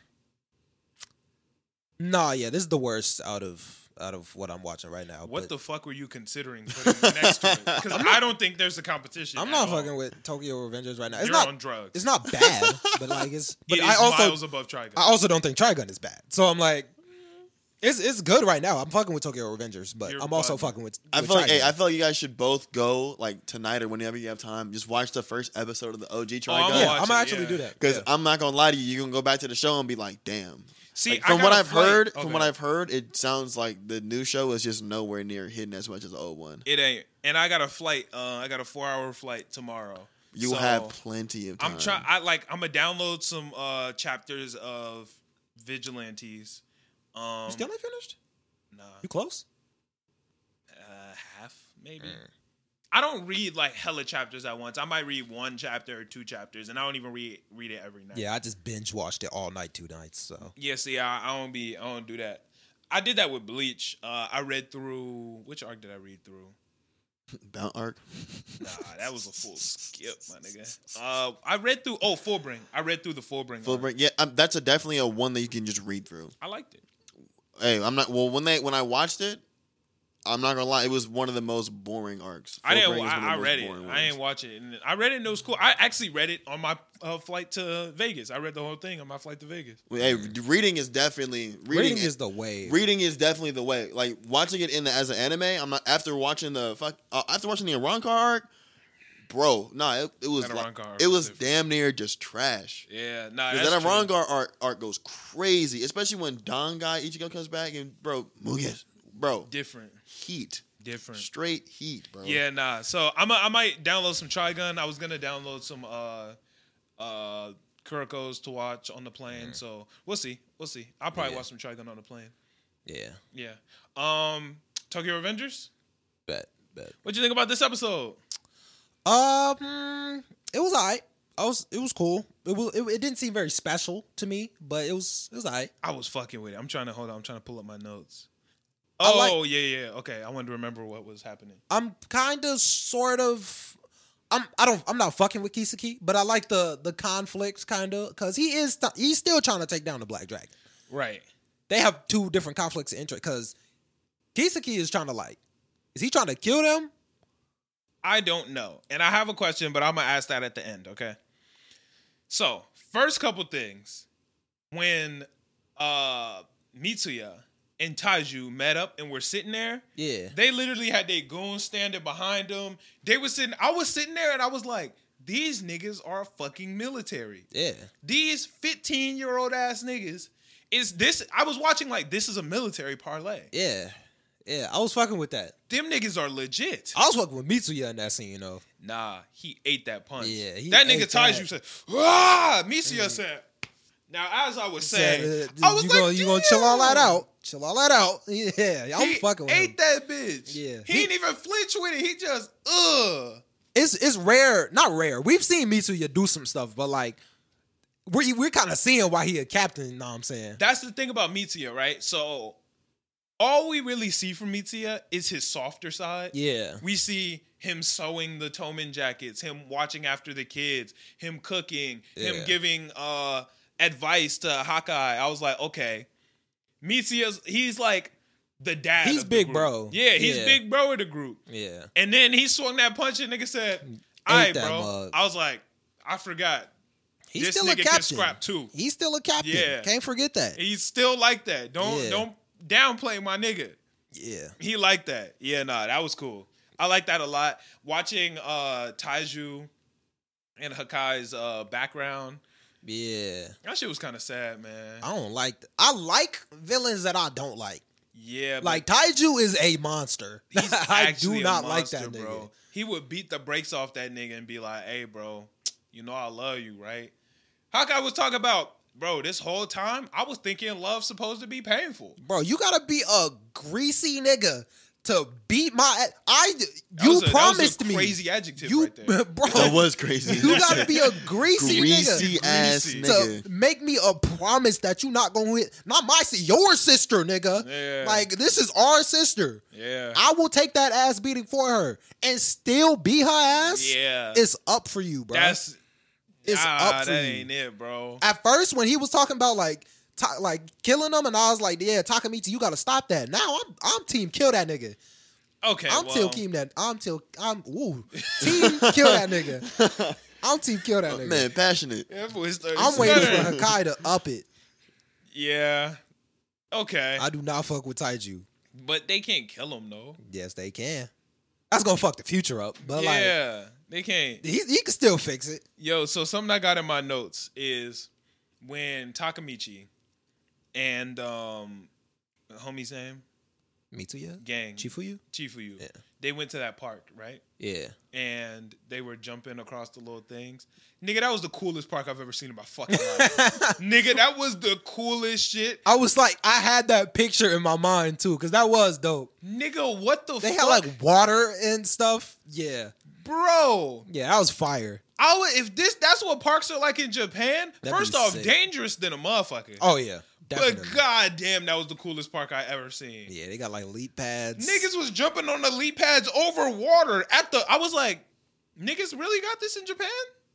S2: Nah, yeah, this is the worst out of out of what I'm watching right now.
S1: What
S2: but
S1: the fuck were you considering putting next to
S2: [laughs]
S1: it? Because I don't think there's a competition.
S2: I'm
S1: at
S2: not
S1: all.
S2: fucking with Tokyo Avengers right now. It's
S1: You're
S2: not
S1: on drugs.
S2: it's not bad, but
S1: [laughs]
S2: like it's but
S1: It
S2: I
S1: is
S2: also
S1: miles above Trigun.
S2: I also don't think Trigun is bad. So I'm like, it's it's good right now. I'm fucking with Tokyo Avengers, but
S1: You're
S2: I'm also
S1: bugging.
S2: fucking with.
S3: I
S2: with
S3: feel like hey,
S2: Trigun.
S3: I feel like you guys should both go like tonight or whenever you have time. Just watch the first episode of the OG Trigun.
S1: gonna
S2: yeah,
S1: watch
S2: I'm
S1: it,
S2: gonna actually
S1: yeah.
S2: do that
S3: Because
S2: Yeah.
S3: I'm not gonna lie to you, you can go back to the show and be like, "Damn."
S1: See,
S3: Like,
S1: I
S3: from what
S1: gotta
S3: I've
S1: play-
S3: heard, from
S1: Okay.
S3: what I've heard, it sounds like the new show is just nowhere near hidden as much as the old one.
S1: it ain't. And I got a flight. Uh, I got a four-hour flight tomorrow.
S3: You will
S1: So,
S3: have plenty of time.
S1: I'm trying. I like. I'm gonna download some uh chapters of Vigilantes. Um,
S2: You still not finished?
S1: nah,
S2: You close?
S1: uh, half maybe.
S3: Mm.
S1: I don't read like hella chapters at once. I might read one chapter or two chapters, and I don't even read read it every night.
S2: Yeah, I just binge watched it all night, two nights. So
S1: Yeah, see, I, I don't be, I don't do that. I did that with Bleach. Uh, I read through which arc did I read through?
S3: Bound arc.
S1: Nah, that was a full skip, my nigga. Uh, I read through. Oh, Fullbring. I read through the Fullbring.
S3: Full
S1: arc.
S3: break. Yeah, um, that's a definitely a one that you can just read through.
S1: I liked it.
S3: Hey, I'm not. Well, when they when I watched it, I'm not gonna lie, it was one of the most boring arcs.
S1: I
S3: Full
S1: didn't.
S3: Break is one of the
S1: I, I
S3: most
S1: read it.
S3: boring
S1: I
S3: ones.
S1: didn't watch it. And I read it. and It was cool. I actually read it on my uh, flight to Vegas. I read the whole thing on my flight to Vegas.
S3: Well, Hey, reading is definitely reading,
S2: reading is the way.
S3: reading is definitely the way. Like watching it in the as an anime, I'm not after watching the fuck uh, after watching the Ironcar arc, bro. Nah, it, it was
S1: That
S3: like,
S1: Ironcar arc
S3: it
S1: was
S3: was
S1: different.
S3: damn near just trash.
S1: Yeah, nah.
S3: Because
S1: That's
S3: that
S1: true.
S3: Irongar art art goes crazy, especially when Don guy Ichigo comes back and bro, Mugen, bro,
S1: Different.
S3: heat,
S1: Different.
S3: straight heat, bro.
S1: Yeah, nah. So I'm. A, I might download some Trigun. I was gonna download some uh, uh, Kurokos to watch on the plane. So we'll see. We'll see. I'll probably
S4: Yeah.
S1: watch some Trigun on the plane.
S4: Yeah.
S1: Yeah. Um, Tokyo Avengers.
S4: Bet. Bet.
S1: What'd you think about this episode?
S2: Um, it was alright. I was. It was cool. It was. It, it didn't seem very special to me, but it was. It was alright.
S1: I was fucking with it. I'm trying to hold on. I'm trying to pull up my notes.
S2: I
S1: Oh
S2: like-
S1: yeah, yeah. Okay, I wanted to remember what was happening.
S2: I'm kind of, sort of. I'm. I don't. I'm not fucking with Kisaki, but I like the the conflicts kind of because he is. st- he's still trying to take down the Black Dragon.
S1: Right.
S2: They have two different conflicts of interest because Kisaki is trying to like. Is he trying to kill them?
S1: I don't know. And I have a question, but I'm gonna ask that at the end, okay? So, first couple things. When uh Mitsuya and Taiju met up and were sitting there,
S2: Yeah.
S1: they literally had their goons standing behind them. They were sitting, I was sitting there and I was like, these niggas are fucking military.
S2: Yeah.
S1: These 15 year old ass niggas is this I was watching like this is a military parlay.
S2: Yeah. Yeah. I was fucking with that.
S1: Them niggas are legit.
S2: I was fucking with Mitsuya in that scene, you know.
S1: Nah, he ate that punch.
S2: Yeah, he
S1: that nigga
S2: ate that. Mm.
S1: Taiju said, "Ah!" Misia said. Now, as I was saying,
S2: Said, uh,
S1: I was
S2: you
S1: like,
S2: gonna, you gonna chill all that
S1: "Damn."
S2: out. Chill all that out. [laughs] Yeah, I'm
S1: he
S2: fucking with
S1: ate
S2: him.
S1: that bitch.
S2: Yeah.
S1: he,
S2: He-
S1: didn't even flinch with it. He just ugh.
S2: It's it's rare, not rare. We've seen Mitsuya do some stuff, but like we're we're kind of seeing why he a captain. Know what I'm saying?
S1: That's the thing about Mitsuya, right? So, all we really see from Mitsuya is his softer side.
S2: yeah,
S1: We see him sewing the Toman jackets, him watching after the kids, him cooking,
S2: Yeah.
S1: him giving uh advice to Hakai. I was like, okay, Mitsuya's he's like the dad.
S2: He's
S1: of the
S2: big
S1: group.
S2: bro.
S1: Yeah, he's
S2: Yeah.
S1: big bro of the group.
S2: yeah.
S1: And then he swung that punch and nigga said, "All right,
S2: that
S1: bro."
S2: mug.
S1: I was like, I forgot.
S2: He's
S1: this
S2: still
S1: nigga
S2: a
S1: can
S2: captain.
S1: scrap too.
S2: He's still a captain.
S1: Yeah.
S2: Can't forget that.
S1: He's still like that. Don't
S2: Yeah.
S1: don't downplay my nigga.
S2: Yeah,
S1: He liked that. Yeah, nah, that was cool. I like that a lot. Watching uh Taiju and Hakai's uh background,
S2: yeah.
S1: that shit was kind of sad, man.
S2: I don't like. th- I like villains that I don't like.
S1: Yeah, but
S2: Like [laughs] Taiju is a monster.
S1: [laughs] he's
S2: [laughs] I
S1: actually
S2: do
S1: a
S2: not like that
S1: monster,
S2: nigga.
S1: bro. He would beat the brakes off that nigga and be like, "Hey, bro, you know I love you, right?" Hakai was talking about, bro. This whole time, I was thinking love's supposed to be painful.
S2: Bro, you gotta be a greasy nigga to beat my. a- I
S1: That
S2: you
S1: was a- that was a
S2: promised me.
S1: crazy adjective
S2: you,
S1: right
S2: [laughs]
S1: there.
S2: bro,
S3: [laughs] That
S1: [laughs]
S3: was crazy.
S2: you gotta be a greasy,
S3: greasy
S2: nigga
S3: ass
S1: Greasy.
S3: nigga.
S2: to make me a promise that you not gonna hit not my si- your sister, nigga.
S1: Yeah.
S2: Like this is our sister.
S1: Yeah,
S2: I will take that ass beating for her and still beat her ass.
S1: yeah.
S2: It's up for you, bro.
S1: That's
S2: it's
S1: ah,
S2: up for
S1: that
S2: you.
S1: ain't it, bro.
S2: At first, when he was talking about like ta- like killing them, and I was like, "Yeah, Takamichi, you gotta stop that." Now I'm I'm team kill that nigga.
S1: Okay,
S2: I'm
S1: well,
S2: team team that. I'm team. I'm ooh team kill that nigga.
S1: [laughs]
S2: I'm team kill that nigga.
S3: Oh, Man, passionate.
S1: That boy's starting
S2: I'm waiting for
S1: stuttering.
S2: Hakai to up it.
S1: [laughs] Yeah. Okay.
S2: I do not fuck with Taiju.
S1: but they can't kill him though.
S2: Yes, they can. That's gonna fuck the future up, but like
S1: yeah. they can't.
S2: he he can still fix it.
S1: Yo, so something I got in my notes is when Takamichi and um homie's name,
S2: Me too, yeah.
S1: gang,
S2: Chifuyu.
S1: Chifuyu,
S2: Yeah.
S1: they went to that park, right?
S2: Yeah,
S1: [laughs] And they were jumping across the little things. Nigga, that was the coolest park I've ever seen in my fucking life.
S2: [laughs]
S1: Nigga, that was the coolest shit.
S2: I was like, I had that picture in my mind too, because that was dope.
S1: Nigga, what the
S2: They
S1: fuck?
S2: had like water and stuff. Yeah,
S1: bro.
S2: yeah, that was fire.
S1: I would, if this that's what parks are like in Japan.
S2: That'd
S1: first
S2: be
S1: off,
S2: sick.
S1: dangerous than a motherfucker.
S2: Oh yeah,
S1: but
S2: definitely.
S1: goddamn, that was the coolest park I ever seen.
S2: Yeah, they got like leap pads.
S1: Niggas was jumping on the leap pads over water at the. I was like, niggas really got this in Japan?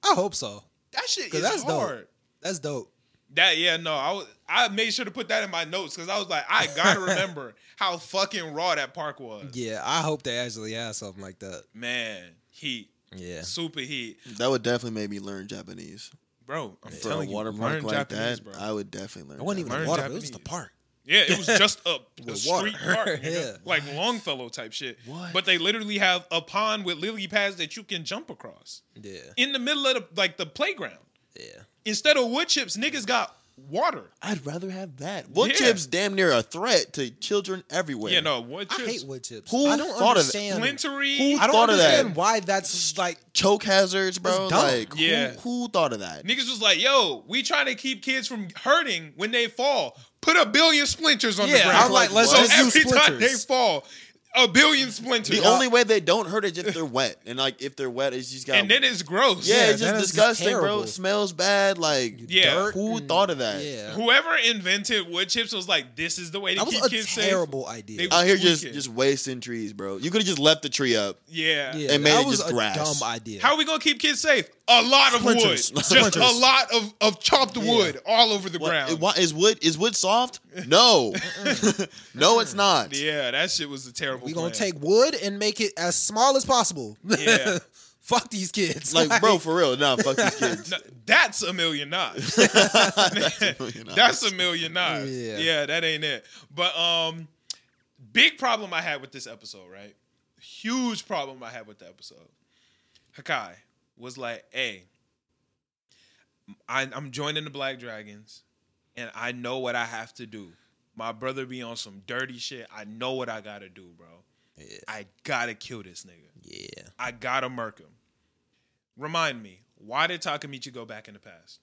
S2: I hope so.
S1: That shit
S2: 'Cause
S1: is
S2: that's dope.
S1: hard.
S2: That's dope.
S1: That yeah no, I was, I made sure to put that in my notes because I was like, I
S2: [laughs]
S1: gotta remember how fucking raw that park was.
S2: Yeah, I hope they actually have something like that.
S1: Man, heat,
S2: Yeah.
S1: super heat,
S3: That would definitely make me learn Japanese.
S1: bro. I'm
S3: For a
S1: telling
S3: water
S1: you,
S3: park
S1: learn
S3: like
S1: Japanese,
S3: that,
S1: bro.
S3: I would definitely learn.
S2: It wasn't even
S3: Japanese.
S1: Learn
S2: the water, it was the
S1: Japanese.
S2: park.
S1: Yeah, it was just a, a
S2: [laughs] With
S1: street
S2: water.
S1: park,
S2: [laughs]
S1: nigga.
S2: Yeah.
S1: like Longfellow type shit.
S3: What?
S1: But they literally have a pond with lily pads that you can jump across
S2: Yeah,
S1: in the middle of the, like the playground.
S2: yeah.
S1: Instead of wood chips, niggas got water.
S3: I'd rather have that. Wood
S1: Yeah.
S3: chips damn near a threat to children everywhere.
S1: Yeah, no wood
S2: I
S1: chips.
S2: hate wood chips.
S3: Who
S2: I don't
S3: thought of it?
S2: understand.
S1: Splintery.
S3: Who
S2: I don't
S3: thought of that?
S2: understand why that's like
S3: Choke hazards, bro.
S2: It's dumb.
S3: Like,
S1: Yeah.
S3: who, who thought of that?
S1: Niggas was like, "Yo, we trying to keep kids from hurting when they fall. Put a billion splinters on the
S2: Yeah,
S1: ground.
S2: I'm like, let's
S1: so
S2: just use
S1: every time
S2: splinters.
S1: they fall, a billion splinters.
S3: The only way they don't hurt is if they're wet, and like if they're wet, it's just got.
S1: and then it's gross.
S3: yeah,
S2: Yeah,
S3: it's
S2: that
S3: just
S2: is just
S3: disgusting, bro.
S2: terrible.
S3: It smells bad. Like,
S1: Yeah.
S2: Dirt
S3: who
S2: and-
S3: thought of that?
S2: Yeah,
S1: Whoever invented wood chips was like, this is the way to
S2: that was
S1: keep
S2: a
S1: kids
S2: terrible
S1: They-
S2: idea.
S3: Out here, just
S1: Wicked.
S3: just wasting trees, bro. You could have just left the tree up.
S1: safe. Yeah.
S2: yeah,
S3: and made
S2: that
S3: it
S2: was
S3: just
S2: a
S3: grass.
S2: dumb idea.
S1: How are we gonna keep kids safe? A lot of
S2: Splinters. [laughs]
S1: wood, just
S2: Splinters.
S1: a lot of, of chopped wood all over the
S3: What,
S1: ground.
S3: why, is wood is wood soft? No, [laughs] no, it's not.
S1: Yeah, that shit was a terrible.
S2: we gonna
S1: plan.
S2: take wood and make it as small as possible.
S1: Yeah.
S2: [laughs] Fuck these kids.
S3: Like, bro, for real, nah, fuck these
S1: [laughs]
S3: kids. [laughs]
S1: No, that's a million knots. That's a million knives. Yeah.
S2: Yeah.
S1: that ain't it. But um big problem I had with this episode, right? Huge problem I had with the episode. Hakai was like, hey, I, I'm joining the Black Dragons and I know what I have to do. My brother be on some dirty shit. I know what I gotta do, bro.
S4: Yeah.
S1: I gotta kill this nigga.
S4: Yeah.
S1: I gotta murk him. Remind me, why did Takamichi go back in the past?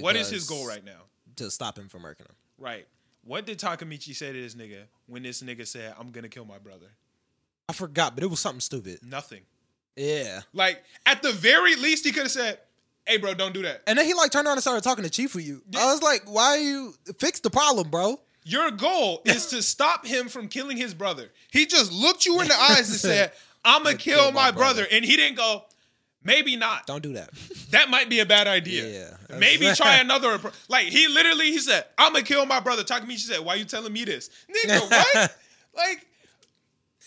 S1: what is his
S2: Because-
S1: goal right now?
S2: to stop him from murking him.
S1: Right. What did Takamichi say to this nigga when this nigga said, I'm gonna kill my brother?
S2: I forgot, but it was something stupid.
S1: Nothing.
S2: Yeah.
S1: Like, at the very least, he could have said, Hey, bro, don't do that.
S2: And then he like turned around and started talking to Chief for you.
S1: Yeah.
S2: I was like, why are you fix the problem, bro?
S1: Your goal is to stop him from killing his brother. He just looked you in the eyes and said, I'm gonna kill, my, brother. And he didn't go, Maybe not.
S2: Don't do that.
S1: That might be a bad idea.
S2: Yeah.
S1: Maybe try another. appro- Like, he literally, he said, I'm gonna kill my brother. Takamichi said, Why you telling me this? Nigga, what? like,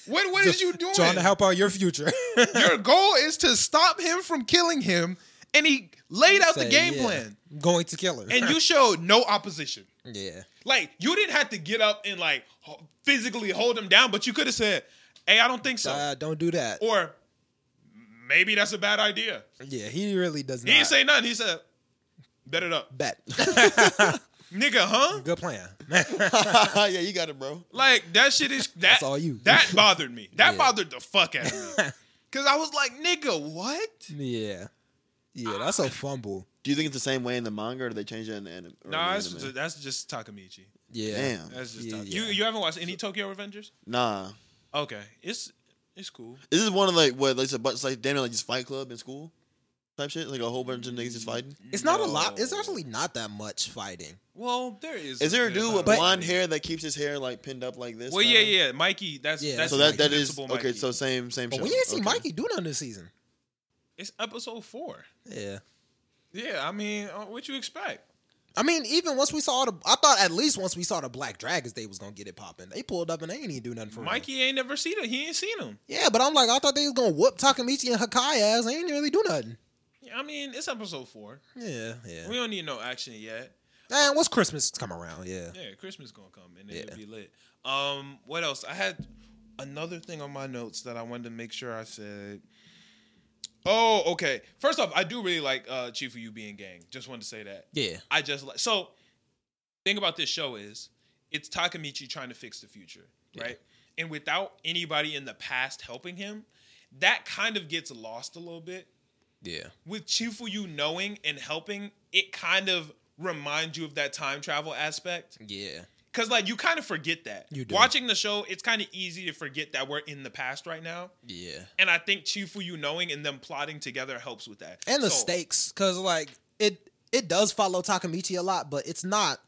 S1: what, what is you doing?
S2: [laughs] Trying to help out your future. [laughs]
S1: Your goal is to stop him from killing him, and he laid out the
S2: Say,
S1: game
S2: yeah, [laughs]
S1: plan,
S2: I'm going to kill her.
S1: and you showed no opposition.
S2: [laughs] yeah.
S1: Like you didn't have to get up and like ho- physically hold him down, but you could have said, "Hey, I don't think so,"
S2: Uh, don't do that.
S1: or maybe that's a bad idea.
S2: yeah, he really does
S1: He
S2: not.
S1: didn't say nothing. He said, "Bet it up, [laughs]
S2: bet. [laughs]
S1: nigga, huh?"
S2: Good plan.
S3: [laughs] yeah, you got it, bro.
S1: Like that shit
S2: [laughs]
S1: is that,
S2: all you.
S1: That bothered me. That
S2: Yeah.
S1: bothered the fuck out of
S2: [laughs]
S1: me because I was like, "Nigga, what?"
S2: yeah. Yeah, that's a fumble.
S3: Do you think it's the same way in the manga, or do they change it in the anim- or in the
S1: Nah,
S3: anime?
S1: that's just, that's just Takamichi.
S2: Yeah.
S3: Damn.
S1: That's just
S2: Yeah,
S1: Taki-
S2: yeah.
S1: you. You haven't watched any Tokyo Revengers?
S3: Nah,
S1: Okay, it's it's cool.
S3: this is one of like what like it's a bunch like damn near like just Fight Club in school type shit. Like a whole bunch of niggas just fighting.
S2: It's not a lot. It's
S1: No.
S2: actually not that much fighting.
S1: Well, there is.
S3: Is there a
S1: there's
S3: dude
S1: not
S3: with
S1: lot.
S3: blonde hair that keeps his hair like pinned up like this?
S1: Well,
S3: kinda?
S1: yeah, yeah, Mikey. That's
S2: Yeah,
S1: that's
S3: So that that is
S1: Invincible Mikey.
S3: okay. So same same.
S2: But
S3: show.
S2: we didn't see
S3: Okay.
S2: Mikey do nothing this season.
S1: it's episode four.
S2: Yeah.
S1: Yeah, I mean, uh, what you expect?
S2: I mean, even once we saw all the, I thought at least once we saw the Black Dragons, they was gonna get it popping. They pulled up and they ain't even do nothing for real.
S1: Mikey ain't never seen him. He ain't seen him.
S2: Yeah, but I'm like, I thought they was gonna whoop Takamichi and Hakai ass. They ain't really do nothing.
S1: Yeah, I mean, it's episode four.
S2: Yeah, yeah.
S1: We don't need no action yet.
S2: And once Christmas come around, yeah.
S1: Yeah, Christmas gonna come and
S2: Yeah.
S1: it'll be lit. Um, what else? I had another thing on my notes that I wanted to make sure I said. Oh, okay. First off, I do really like uh Chief of You being gang. Just wanted to say that.
S2: Yeah.
S1: I just like so. Thing about this show is it's Takamichi trying to fix the future, right? And without anybody in the past helping him, that kind of gets lost a little bit
S4: Yeah.
S1: with Chifu you knowing and helping, it kind of reminds you of that time travel aspect.
S4: Yeah.
S1: Cause like you kind of forget that.
S2: You do.
S1: Watching the show, it's kind of easy to forget that we're in the past right now.
S4: Yeah.
S1: And I think Chifu you knowing and them plotting together helps with that.
S2: And the
S1: So,
S2: stakes, cause like it it does follow Takamichi a lot, but it's not.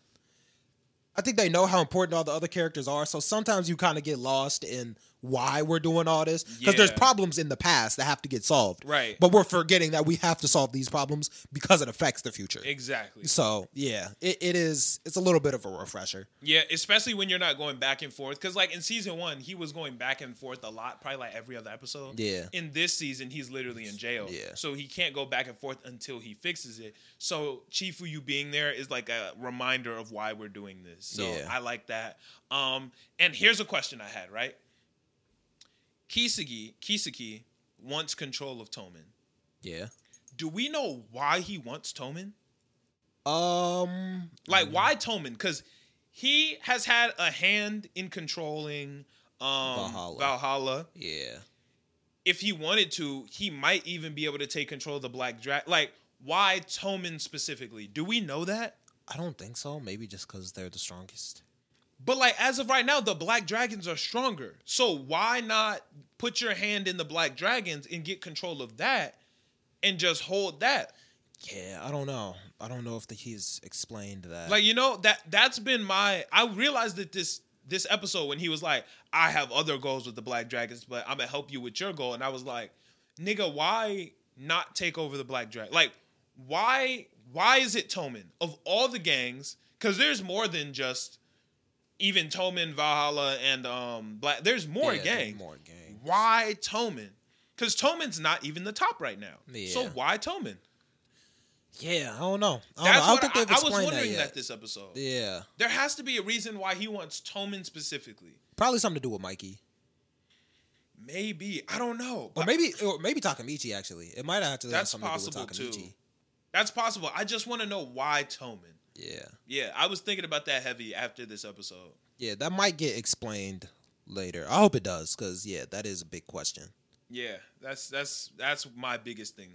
S2: I think they know how important all the other characters are, so sometimes you kind of get lost in why we're doing all this because there's
S1: Yeah.
S2: problems in the past that have to get solved,
S1: Right.
S2: But we're forgetting that we have to solve these problems because it affects the future.
S1: Exactly.
S2: So yeah, it, it is. It's a little bit of a refresher.
S1: Yeah, especially when you're not going back and forth. Cause like in season one, he was going back and forth a lot, probably like every other episode.
S2: Yeah.
S1: In this season, he's literally in jail.
S4: Yeah.
S1: So he can't go back and forth until he fixes it. So Chifu you being there is like a reminder of why we're doing this. So
S4: Yeah.
S1: I like that. Um, and here's a question I had, right? Kisagi, Kisaki wants control of Toman.
S4: Yeah.
S1: Do we know why he wants Toman?
S2: Um,
S1: Like why Toman? Because he has had a hand in controlling um, Valhalla.
S4: Valhalla. Yeah.
S1: If he wanted to, he might even be able to take control of the Black Dragon. Like why Toman specifically? Do we know that?
S2: I don't think so. Maybe just because they're the strongest.
S1: But like as of right now, the black dragons are stronger. So why not put your hand in the black dragons and get control of that and just hold that?
S2: Yeah, I don't know. I don't know if the, he's explained that.
S1: Like you know that that's been my I realized that this this episode when he was like I have other goals with the black dragons, but I'm going to help you with your goal and I was like, "Nigga, why not take over the black dragon?" Like why why is it Toman of all the gangs? Cuz there's more than just even Toman, Valhalla and um black there's more
S4: Yeah, there's
S1: gangs.
S2: more gang.
S1: Why Toman? Cuz Toman's not even the top right now. So
S4: Yeah.
S1: why Toman?
S2: Yeah, I don't know. I don't, know.
S1: That's
S2: I don't
S1: what
S2: think
S1: I,
S2: they've
S1: I
S2: explained
S1: was wondering
S2: that
S1: that,
S2: yet.
S1: this episode.
S4: Yeah.
S1: There has to be a reason why he wants Toman specifically.
S2: Probably something to do with Mikey,
S1: Maybe I don't know.
S2: or
S1: But
S2: maybe or maybe Takamichi. Actually, it might have to have
S1: that's
S2: something to do with
S1: possible
S2: Takamichi.
S1: too. That's possible. I just want to know why Toman.
S4: Yeah.
S1: Yeah, I was thinking about that heavy after this episode.
S2: Yeah, that might get explained later. I hope it does, because yeah, that is a big question.
S1: Yeah, that's that's that's my biggest thing.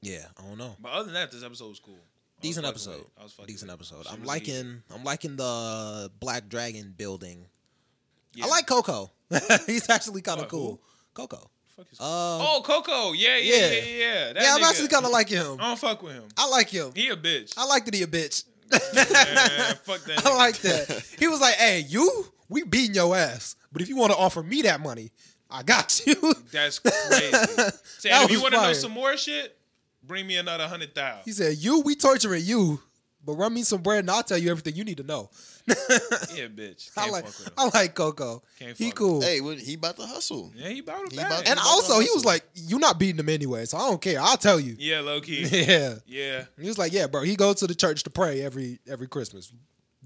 S2: Yeah, I don't know.
S1: But other than that, this episode was cool. I was
S2: Decent
S1: fucking
S2: episode.
S1: with it. I was fucking
S2: Decent
S1: with it.
S2: episode.
S1: She
S2: I'm
S1: really-
S2: liking. I'm liking the Black Dragon building.
S1: yeah.
S2: I like Coco. [laughs] He's actually kind of
S1: What,
S2: cool. Coco.
S1: Fuck is-
S2: Uh,
S1: oh, Coco. Yeah, yeah,
S2: yeah.
S1: yeah, yeah. yeah. That
S2: yeah, I'm
S1: nigga.
S2: actually kind of like him.
S1: I don't fuck with him.
S2: I like him.
S1: He a bitch.
S2: I like that he a bitch.
S1: Yeah, fuck that
S2: [laughs] I
S1: nigga.
S2: like that. He was like, "Hey, you, we beating your ass, but if you want to offer me that money, I got you." [laughs]
S1: That's crazy. Say,
S2: That
S1: if you
S2: was
S1: want to know
S2: fire.
S1: some more shit, bring me another hundred
S2: He
S1: thousand.
S2: said, "You, we torturing you, but run me some bread and I'll tell you everything you need to know." [laughs]
S1: Yeah, bitch.
S2: I
S1: Can't
S2: like,
S1: fuck with him.
S2: I like Coco.
S1: Can't fuck
S2: He
S1: with
S2: cool.
S3: Hey, what, he about to hustle.
S1: Yeah, he bought him
S3: He
S1: back.
S3: about-
S2: and
S3: he
S2: also, he was
S3: hustle.
S2: like, "You not beating him anyway, so I don't care. I'll tell you."
S1: yeah, low key.
S2: [laughs] Yeah.
S1: Yeah,
S2: And he was like, "Yeah, bro. He goes to the church to pray every every Christmas.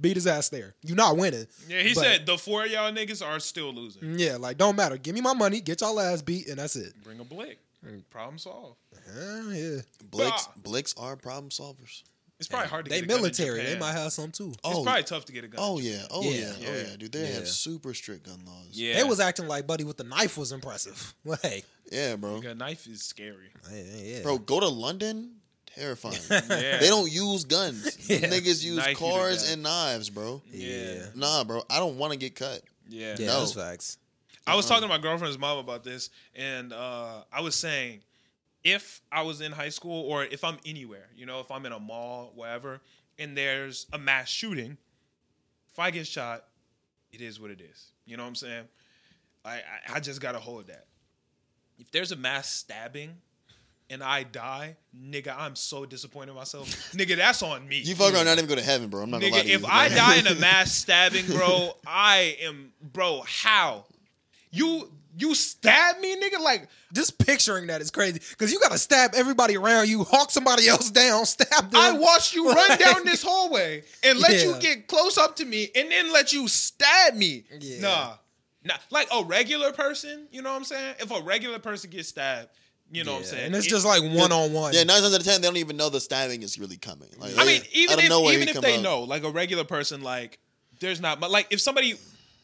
S2: Beat his ass there. You not winning."
S1: yeah. He
S2: But- Mm.
S1: said the four of y'all niggas are still losing.
S2: "Yeah, like don't matter. Give me my money. Get y'all ass beat, and that's it."
S1: Bring a blick.
S2: Mm.
S1: Problem solved.
S2: Uh, yeah.
S3: Blicks,
S1: Ah.
S3: Blicks are problem solvers.
S1: It's probably hard to
S2: They
S1: get. a gun in
S2: military. They
S1: Japan.
S2: might have some too.
S1: It's
S3: Oh,
S1: probably tough to get a gun.
S3: oh yeah, oh
S2: Yeah.
S3: yeah, oh
S1: Yeah.
S3: yeah, dude. They
S2: Yeah.
S3: have super strict gun laws.
S1: yeah.
S2: They was acting like Buddy with the knife was impressive. [laughs] Like,
S3: yeah, bro.
S1: a knife is scary.
S2: yeah, yeah.
S3: Bro, go to London.
S2: [laughs]
S3: Terrifying.
S1: Yeah.
S3: They don't
S1: [laughs]
S3: use guns.
S2: Yeah.
S3: Niggas use
S1: Knife you to
S3: cars
S1: death.
S3: and knives, bro.
S1: Yeah.
S3: Nah, bro. I don't want to get cut.
S1: Yeah.
S2: yeah,
S3: No.
S2: that's facts.
S1: I was
S3: Uh-huh.
S1: talking to my girlfriend's mom about this, and uh, I was saying, if I was in high school or if I'm anywhere, you know, if I'm in a mall, wherever, and there's a mass shooting, if I get shot, it is what it is. You know what I'm saying? I I, I just gotta hold that. If there's a mass stabbing. And I die, nigga. I'm so disappointed in
S3: [laughs]
S1: myself, nigga. That's on me.
S3: You fuck around, not even go to heaven, bro. I'm not gonna lie
S1: Nigga,
S3: to you.
S1: if I die in a mass stabbing, bro, I am, bro. How you you stab me, nigga? Like
S2: Just picturing that is crazy because you got to stab everybody around you, hawk somebody else down, [laughs] stab them.
S1: I watched you run down this hallway and let
S2: Yeah.
S1: you get close up to me, and then let you stab me.
S2: Yeah.
S1: Nah, nah. Like a regular person, you know what I'm saying? If a regular person gets stabbed, you know what I'm
S2: Yeah,
S1: saying?
S2: And it's
S1: It-
S2: just like one on one.
S3: [laughs] yeah, nine times out of ten, they don't even know the stabbing is really coming. Like,
S1: I
S3: they-
S1: mean, even
S3: out of
S1: if
S3: nowhere,
S1: even
S3: he
S1: if
S3: come
S1: they
S3: out.
S1: know, [laughs] like a regular person, like there's not, but like if somebody,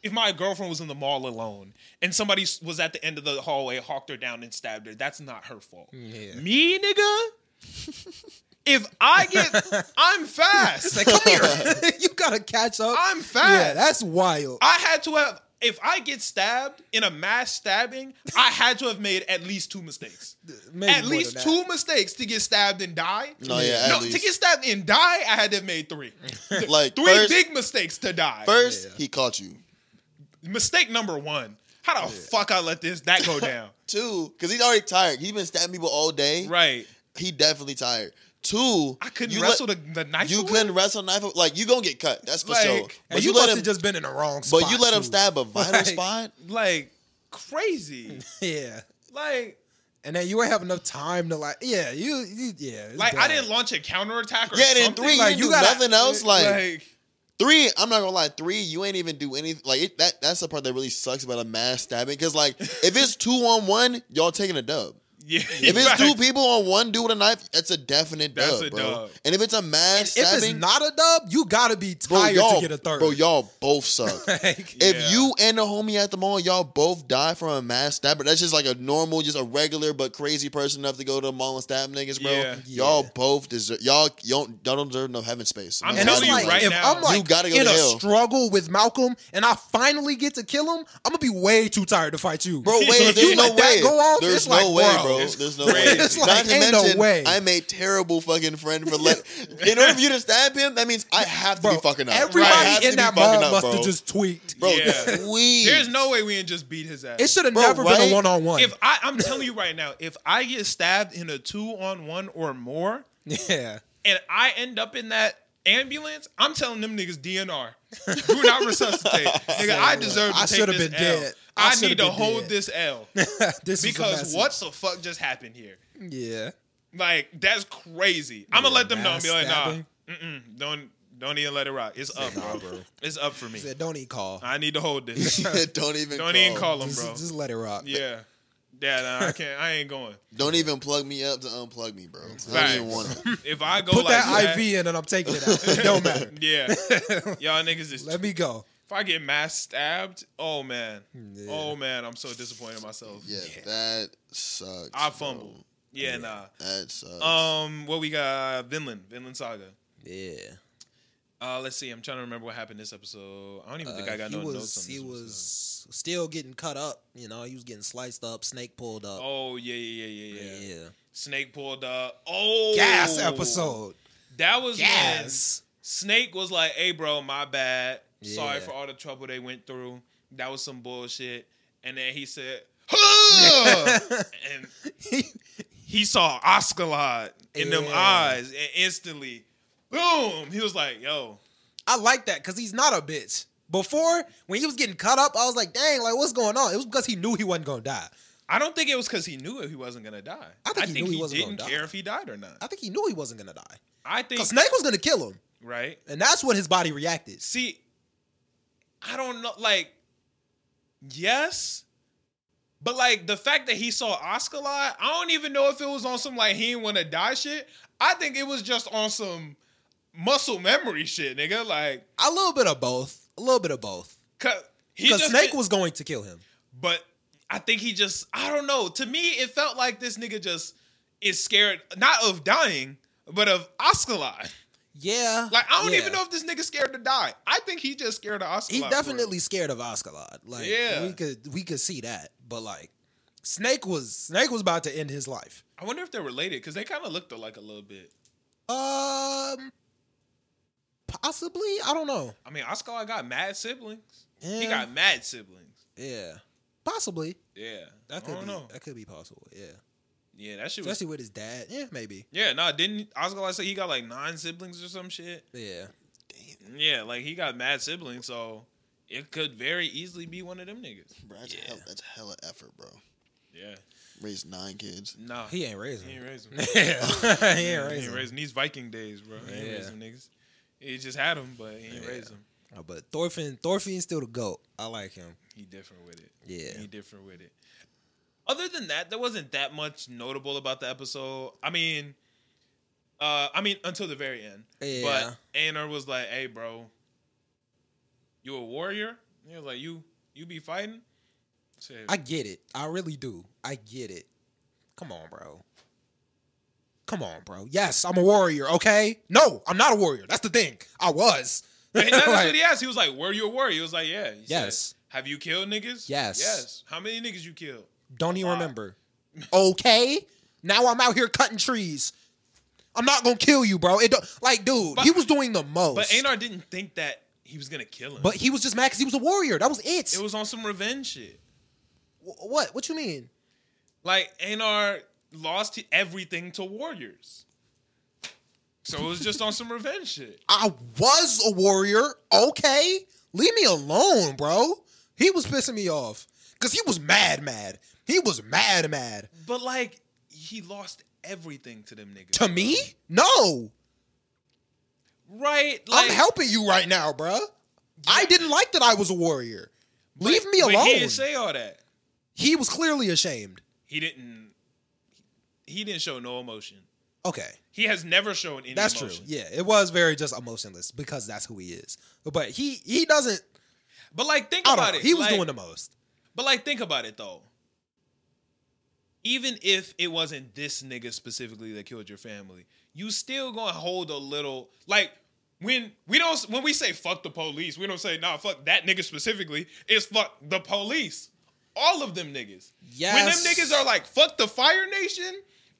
S1: if my girlfriend was in the mall alone and somebody s- was at the end of the hallway, hawked her down and stabbed her, that's not her fault.
S2: Mm, Yeah.
S1: Me, nigga. if I get, I'm fast.
S2: Like, come here. [laughs] you got to catch up.
S1: [laughs] I'm fast.
S2: yeah, that's wild.
S1: I had to have. If I get stabbed in a mass stabbing, I had to have made at least two mistakes.
S2: Maybe
S1: At
S2: more
S1: least
S2: than
S1: two
S2: that.
S1: mistakes to get stabbed and die.
S3: No, yeah, at
S1: no, to
S3: least.
S1: get stabbed and die, I had to have made three.
S3: [laughs] like
S1: Three
S3: first,
S1: big mistakes to die.
S3: first
S2: Yeah.
S3: he caught you.
S1: Mistake number one. How the fuck I let this that go
S3: [laughs]
S1: down?
S3: Two, because he's already tired. He's been stabbing people all day.
S1: right.
S3: He definitely tired. Two,
S1: I couldn't
S3: you
S1: wrestle
S3: let,
S1: the, the knife.
S3: You
S1: away?
S3: couldn't wrestle knife. Like you gonna get cut. That's for
S1: Like-
S3: sure.
S2: And
S3: But
S2: you,
S3: you,
S2: must
S3: let
S2: have
S3: him.
S2: just been in the wrong spot.
S3: But you let him
S2: too.
S3: stab a
S1: [laughs]
S3: vital
S2: Like-
S3: spot.
S1: like
S3: [laughs]
S1: crazy.
S2: [laughs] Yeah.
S1: like
S2: And then you ain't have enough time to like. Yeah, you. you yeah. it's
S1: like I
S2: bad.
S1: didn't launch a counterattack or
S3: Yeah, and then
S1: something.
S3: three, you
S1: like,
S3: didn't do nothing else. Like,
S1: like
S3: three, I'm not gonna lie, three, you ain't even do anything. Like it, that, that's the part that really sucks about a mass stabbing. Because like, if it's two on one, y'all taking a dub.
S1: Yeah. [laughs]
S3: If it's
S1: facts.
S3: two people on one dude with a knife, that's a definite
S1: That's
S3: dub,
S1: a
S3: bro.
S1: dub.
S3: And if it's a mass
S2: If it's
S3: stabbing,
S2: not a dub, you gotta be
S3: bro,
S2: tired
S3: y'all,
S2: to get a third.
S3: bro, y'all both
S1: [laughs]
S2: [laughs]
S3: suck.
S2: Like,
S1: Yeah.
S3: If you and the homie at the mall, y'all both die from a mass stabber. That's just like a normal, just a regular but crazy person enough to go to the mall and stab niggas, bro.
S1: Yeah.
S3: Y'all
S2: Yeah.
S3: both deserve y'all y'all don't, y'all don't deserve no heaven space.
S1: I'm
S3: No,
S2: and it's
S1: telling you
S2: like
S1: right
S2: if
S1: now,
S2: I'm like
S3: you gotta go
S2: in
S3: to
S2: a
S3: hell.
S2: struggle with Malcolm and I finally get to kill him, I'm gonna be way too tired to fight you,
S1: [laughs]
S3: Bro,
S1: If
S3: wait,
S1: you
S3: there's no
S2: let that
S3: way.
S2: go off,
S3: there's
S2: it's
S3: no
S2: like,
S3: way,
S2: bro,
S3: bro.
S1: it's
S3: There's no
S1: crazy.
S3: way.
S1: It's
S3: Not
S2: like,
S3: to
S2: ain't no
S3: mention,
S2: way.
S3: I'm a terrible fucking friend for let. [laughs] in order for you to stab him, that means I have to
S2: Bro,
S3: be fucking up.
S2: everybody
S3: I have to
S2: in
S3: be
S2: that
S3: fucking
S2: mall
S3: up,
S2: must
S3: bro.
S2: have just tweaked.
S3: Bro,
S1: Yeah.
S3: [laughs] please.
S1: There's no way we didn't just beat his ass.
S2: It should have
S3: Bro,
S2: never been
S3: right?
S2: a one on one.
S1: if I, I'm telling you right now, if I get stabbed in a two on one or more,
S2: [laughs] Yeah. [laughs]
S1: and I end up in that ambulance, I'm telling them niggas DNR. Do
S2: [laughs]
S1: not resuscitate. Nigga, I deserve to
S2: I
S1: take
S2: should've
S1: this
S2: been
S1: L.
S2: dead.
S1: I,
S2: I should've
S1: need to
S2: been
S1: hold
S2: dead.
S1: this
S2: [laughs]
S1: L.
S2: this
S1: Because
S2: is
S1: what the fuck just happened here?
S2: Yeah.
S1: Like, that's crazy. I'm gonna let them know and be like, nah,
S2: Stabbing.
S1: mm-mm, don't don't even let it rock. It's up, bro. It's up for me.
S2: He said, don't eat call.
S1: I need to hold
S2: [laughs]
S1: this.
S3: don't even.
S1: Don't even call him,
S2: Just,
S1: bro.
S2: just let it rock.
S1: Yeah. Yeah, nah, I can't. I ain't going.
S3: Don't even plug me up to unplug me, bro. I don't
S1: Facts.
S3: even want it.
S1: [laughs] If I go
S2: Put
S1: like
S2: that, IV in and I'm taking it out.
S1: [laughs]
S2: It don't matter.
S1: Yeah,
S2: [laughs]
S1: y'all niggas is
S2: Let me go.
S1: If I get mass stabbed, oh man,
S2: Yeah.
S1: oh man, I'm so disappointed in myself.
S3: Yeah, that sucks.
S1: I
S3: bro.
S1: fumbled. Yeah,
S3: That sucks.
S1: nah. Um, what we got? Vinland, Vinland Saga.
S4: Yeah.
S1: Uh, let's see. I'm trying to remember what happened this episode. I don't even think
S4: Uh,
S1: I got
S2: he
S1: no
S2: was
S1: notes on
S2: he
S1: this episode.
S2: was still getting cut up. You know, he was getting sliced up, snake pulled up.
S1: Oh yeah, yeah, yeah, yeah, yeah.
S4: Yeah.
S1: Snake pulled up. Oh,
S2: Gas episode.
S1: That was when
S2: Gas.
S1: Snake was like, "Hey, bro, my bad. Sorry
S4: Yeah.
S1: for all the trouble they went through. That was some bullshit." And then he
S2: [laughs]
S1: said, "Huh!" [laughs] and he saw Oscar in them
S2: Yeah.
S1: eyes, and instantly, boom, he was like, "Yo,
S2: I like that because he's not a bitch. Before, when he was getting cut up, I was like, dang, like what's going on? It was because he knew he wasn't gonna die.
S1: I don't think it was because he knew he wasn't gonna die.
S2: I think he knew he wasn't
S1: didn't
S2: gonna
S1: care
S2: die.
S1: if he died or not.
S2: I think he knew he wasn't gonna die.
S1: I think
S2: 'Cause Snake was gonna kill him.
S1: right.
S2: And that's when his body reacted.
S1: See, I don't know. Like, yes." But like the fact that he saw Oscar I don't even know if it was on some like he didn't want to die shit. I think it was just on some muscle memory shit, nigga. Like,
S2: A little bit of both. A little bit of both.
S1: cause he
S2: Because
S1: just
S2: Snake
S1: did-
S2: was going to kill him.
S1: But I think he just, I don't know. To me, it felt like this nigga just is scared, not of dying, but of Oscalon.
S2: Yeah.
S1: Like, I don't
S2: yeah.
S1: even know if this nigga's scared to die. I think he just scared of Oscalon.
S2: He's definitely scared of Ascalon. Like
S1: Yeah.
S2: we could we could see that. But like Snake was Snake was about to end his life.
S1: I wonder if they're related because they kind of looked alike a little bit.
S2: Um possibly? I don't know.
S1: I mean, Oscalon got mad siblings. He
S2: Yeah.
S1: got mad siblings.
S2: Yeah. Possibly.
S1: Yeah.
S2: That
S1: I
S2: could
S1: don't
S2: be
S1: know.
S2: that could be possible, yeah.
S1: Yeah, that shit was.
S2: Especially with his dad. Yeah, maybe.
S1: Yeah, no, nah, didn't Oscalon say he got like nine siblings or some shit?
S4: Yeah.
S1: Yeah, like he got mad siblings, so it could very easily be one of them niggas.
S3: bro, that's,
S4: yeah.
S3: hell, that's hella effort, bro.
S1: Yeah.
S3: Raised nine kids.
S1: Nah.
S2: He ain't raising.
S1: He ain't
S2: him.
S1: raised them.
S2: Yeah. [laughs]
S1: [laughs]
S2: he
S1: Yeah,
S2: ain't
S1: he
S2: raising.
S1: ain't
S2: him.
S1: raised these Viking days, bro. He ain't
S4: Yeah.
S1: raised them niggas. He just had them, but he ain't
S4: Yeah.
S1: raised them.
S2: Oh, But Thorfinn Thorfinn's still the GOAT. I like him.
S1: He different with it.
S4: Yeah.
S1: He different with it. Other than that, there wasn't that much notable about the episode. I mean, uh, I mean until the very end.
S4: Yeah.
S1: But Aenor was like, "Hey, bro, you a warrior?" He was like, "You you be fighting?" Said, [laughs]
S2: I get it. I really do. I get it. Come on, bro. Come on, bro. Yes, I'm a warrior, okay? No, I'm not a warrior. That's the thing.
S1: [laughs]
S2: I was.
S1: And that's
S2: Like,
S1: what he asked. He was like, "Were you a warrior?" He was like, "Yeah." He said,
S2: Yes.
S1: Have you killed niggas?
S2: Yes.
S1: Yes. How many niggas you killed?
S2: [laughs] don't even
S1: Why?
S2: remember. Okay? Now I'm out here cutting trees. I'm not gonna kill you, bro. It don't, like, dude,
S1: But-
S2: he was doing the most.
S1: But Anar didn't think that he was gonna kill him.
S2: Oh, But he was just mad because he was a warrior. That was it.
S1: it was on some revenge shit.
S2: Wh- what? What you mean?
S1: Like Anar lost everything to warriors, so it was just on some revenge
S2: [laughs]
S1: shit.
S2: I was a warrior. Okay, leave me alone, bro. He was pissing me off because he was mad, mad. He was mad, mad
S1: But like he lost everything to them niggas.
S2: to me. No,
S1: right? Like,
S2: I'm helping you right now, bro. I didn't like that I was a warrior.
S1: but-
S2: leave me
S1: but
S2: alone.
S1: He didn't say all that.
S2: he was clearly ashamed.
S1: He didn't. he didn't show no emotion.
S2: Okay,
S1: He has never shown any
S2: that's
S1: emotion.
S2: true. Yeah, it was very just emotionless because that's who he is. But he he doesn't.
S1: But like think
S2: I
S1: about
S2: don't know.
S1: it.
S2: He was
S1: Like,
S2: doing the most.
S1: But like think about it though. Even if it wasn't this nigga specifically that killed your family, you still gonna hold a little like when we don't when we say fuck the police, we don't say nah fuck that nigga specifically. It's fuck the police, all of them niggas. When them
S2: Yes.
S1: niggas are like fuck the Fire Nation,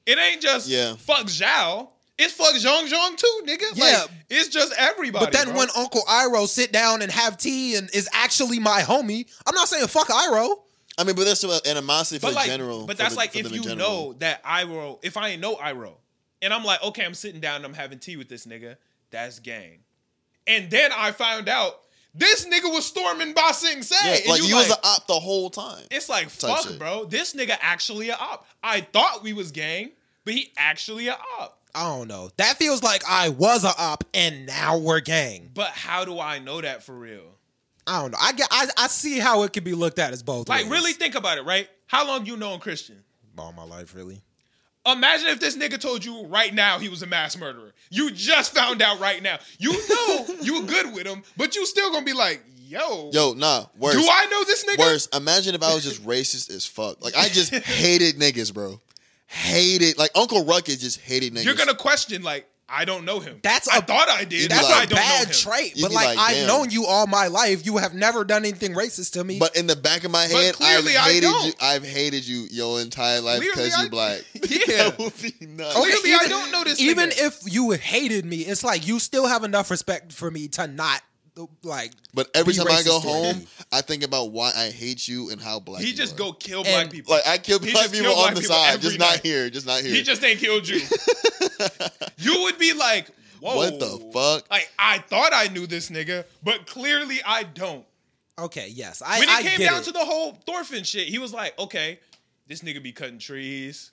S1: it ain't just
S3: Yeah.
S1: fuck Zhao. It's fuck Zhong Zhong too, nigga.
S2: Yeah.
S1: Like, it's just everybody.
S2: But then
S1: bro.
S2: when Uncle Iroh sit down and have tea and is actually my homie, I'm not saying fuck Iroh.
S3: I mean, but there's some animosity for
S1: but
S3: the
S1: like,
S3: general.
S1: But
S3: for
S1: that's
S3: the-
S1: like
S3: for
S1: if
S3: them in
S1: you
S3: general.
S1: know that Iro, if I ain't know Iro, and I'm like, okay, I'm sitting down, I'm having tea with this nigga. That's gang. And then I found out this nigga was storming Ba Sing Se.
S3: yeah,
S1: and
S3: like
S1: you,
S3: you was
S1: like,
S3: an op the whole time.
S1: it's like
S3: type
S1: fuck,
S3: shit.
S1: bro. This nigga actually a op. I thought we was gang, but he actually a op.
S2: I don't know. That feels like I was a op and now we're gang.
S1: But how do I know that for real?
S2: I don't know. I get. I, I see how it could be looked at as both.
S1: Like,
S2: ways.
S1: really think about it, right? How long you known Christian?
S2: all my life, really.
S1: Imagine if this nigga told you right now he was a mass murderer. You just found out right now. You
S2: [laughs]
S1: know you were good with him, but you still gonna be like, yo,
S3: Yo, nah, worse.
S1: do I know this nigga?
S3: Worse. Imagine if I was just racist as fuck. Like I
S1: [laughs]
S3: just hated niggas, bro. Hated. Like Uncle Ruckus just hated niggas.
S1: You're gonna question like, I don't know him.
S2: That's
S1: I
S2: a-
S1: thought I did.
S3: be
S1: That's
S2: That's
S3: like-
S1: why I
S2: a
S1: don't know
S2: bad
S1: him.
S2: trait.
S3: You'd
S2: But
S3: be
S2: like,
S3: like,
S2: I've
S3: damn.
S2: known you all my life. You have never done anything racist to me.
S3: But in the back of my
S1: But
S3: head, I've
S1: clearly I
S3: hated
S1: don't.
S3: you. I've hated you your entire life
S1: Clearly
S3: because
S1: I-
S3: you black.
S1: [laughs] Yeah.
S3: [laughs] that would be nuts.
S1: Okay. Clearly, Oh, I don't know this
S2: Even
S1: nigga.
S2: if you hated me, it's like you still have enough respect for me to not like.
S3: But every
S2: Be
S3: time I go
S2: racist to me.
S3: home, I think about why I hate you and how black.
S1: He
S3: you
S1: just
S3: are.
S1: go kill
S2: And-
S1: black people.
S3: Like I kill
S1: He
S3: black
S1: just
S3: people
S1: kill
S3: on
S1: black
S3: the
S1: people
S3: side,
S1: every
S3: just
S1: night.
S3: not here, just not here.
S1: he just ain't killed
S3: [laughs]
S1: you. you would be like, whoa.
S3: What the fuck?
S1: Like, I thought I knew this nigga, but clearly I don't.
S2: Okay, yes, I.
S1: when it
S2: I
S1: came
S2: get
S1: down
S2: it.
S1: to the whole Thorfinn shit, he was like, okay, this nigga be cutting trees.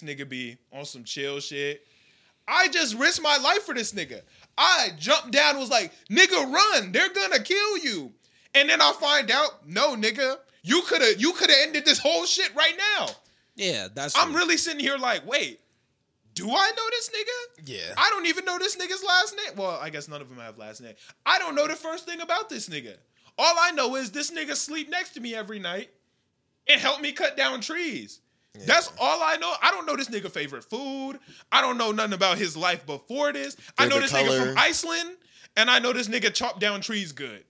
S1: This nigga be on some chill shit. I just risked my life for this nigga. I jumped down and was like, nigga, run. They're gonna kill you. And then I find out, no, nigga, you could have you could have ended this whole shit right now.
S2: yeah, that's.
S1: I'm
S2: true.
S1: really sitting here like, wait, do I know this nigga?
S2: Yeah.
S1: I don't even know this nigga's last name. Well, I guess none of them have last name. I don't know the first thing about this nigga. All I know is this nigga sleep next to me every night and help me cut down trees. That's all I know. I don't know this nigga favorite food. I don't know nothing about his life before this. I know
S3: Favorite
S1: this nigga
S3: color.
S1: from Iceland, and I know this nigga chopped down trees good.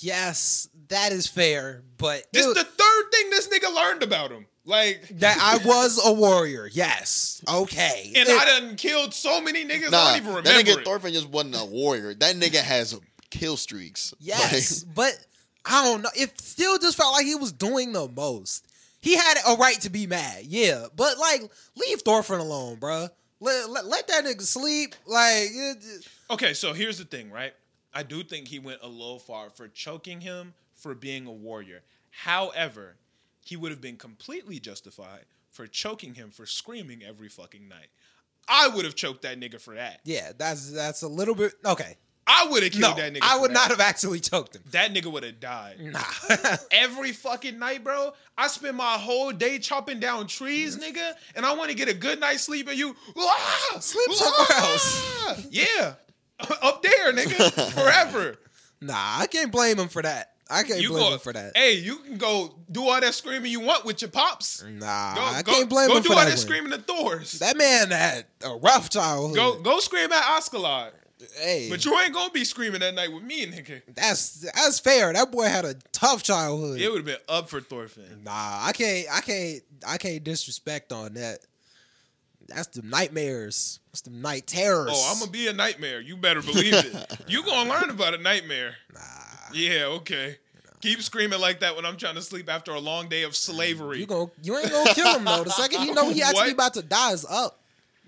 S2: yes, that is fair, but
S1: This
S2: it-
S1: the third thing this nigga learned about him. Like,
S2: that I was a warrior. Yes, okay.
S1: and
S2: It-
S1: I done killed so many niggas. I
S3: nah,
S1: don't even remember.
S3: that nigga
S1: it.
S3: Thorfinn just wasn't a warrior. That nigga has kill streaks. [laughs]
S2: Yes, but I don't know. It still just felt like he was doing the most. He had a right to be mad, yeah, but like leave Thorfinn alone, bruh. Let, let, let that nigga sleep. Like, it- it-
S1: Okay, so here's the thing, right? I do think he went a little far for choking him for being a warrior. However, he would have been completely justified for choking him for screaming every fucking night. I would have choked that nigga for that.
S2: yeah, that's that's a little bit okay.
S1: I would have
S2: No,
S1: killed that nigga.
S2: I
S1: for
S2: would
S1: that.
S2: not have actually choked him.
S1: That nigga would have died.
S2: Nah, [laughs]
S1: Every fucking night, bro. I spend my whole day chopping down trees, nigga, and I want to get a good night's sleep. And you "Ah!
S2: Sleep somewhere
S1: Ah!" Yeah, [laughs] up there,
S2: [laughs]
S1: nigga, forever.
S2: nah, I can't blame him for that. I can't blame him for that.
S1: Hey, you can go do all that screaming you want with your pops.
S2: Nah,
S1: Go,
S2: I
S1: go-
S2: can't blame
S1: go
S2: him
S1: do
S2: for
S1: all
S2: that.
S1: that
S2: one.
S1: screaming at Thor's.
S2: That man had a rough childhood.
S1: go go scream at Oscalot.
S2: hey,
S1: But you ain't gonna be screaming that night with me, nigga.
S2: that's that's fair. That boy had a tough childhood.
S1: It would have been up for Thorfinn.
S2: Nah, I can't, I can't, I can't disrespect on that. That's the nightmares. That's the night terrors.
S1: Oh, I'm gonna be a nightmare. You better believe it.
S2: [laughs]
S1: you gonna learn about a nightmare.
S2: Nah,
S1: Yeah, okay. Keep screaming like that when I'm trying to sleep after a long day of slavery,
S2: you going you ain't gonna kill him though. The second you
S1: [laughs]
S2: know he
S1: What?
S2: actually about to die is up.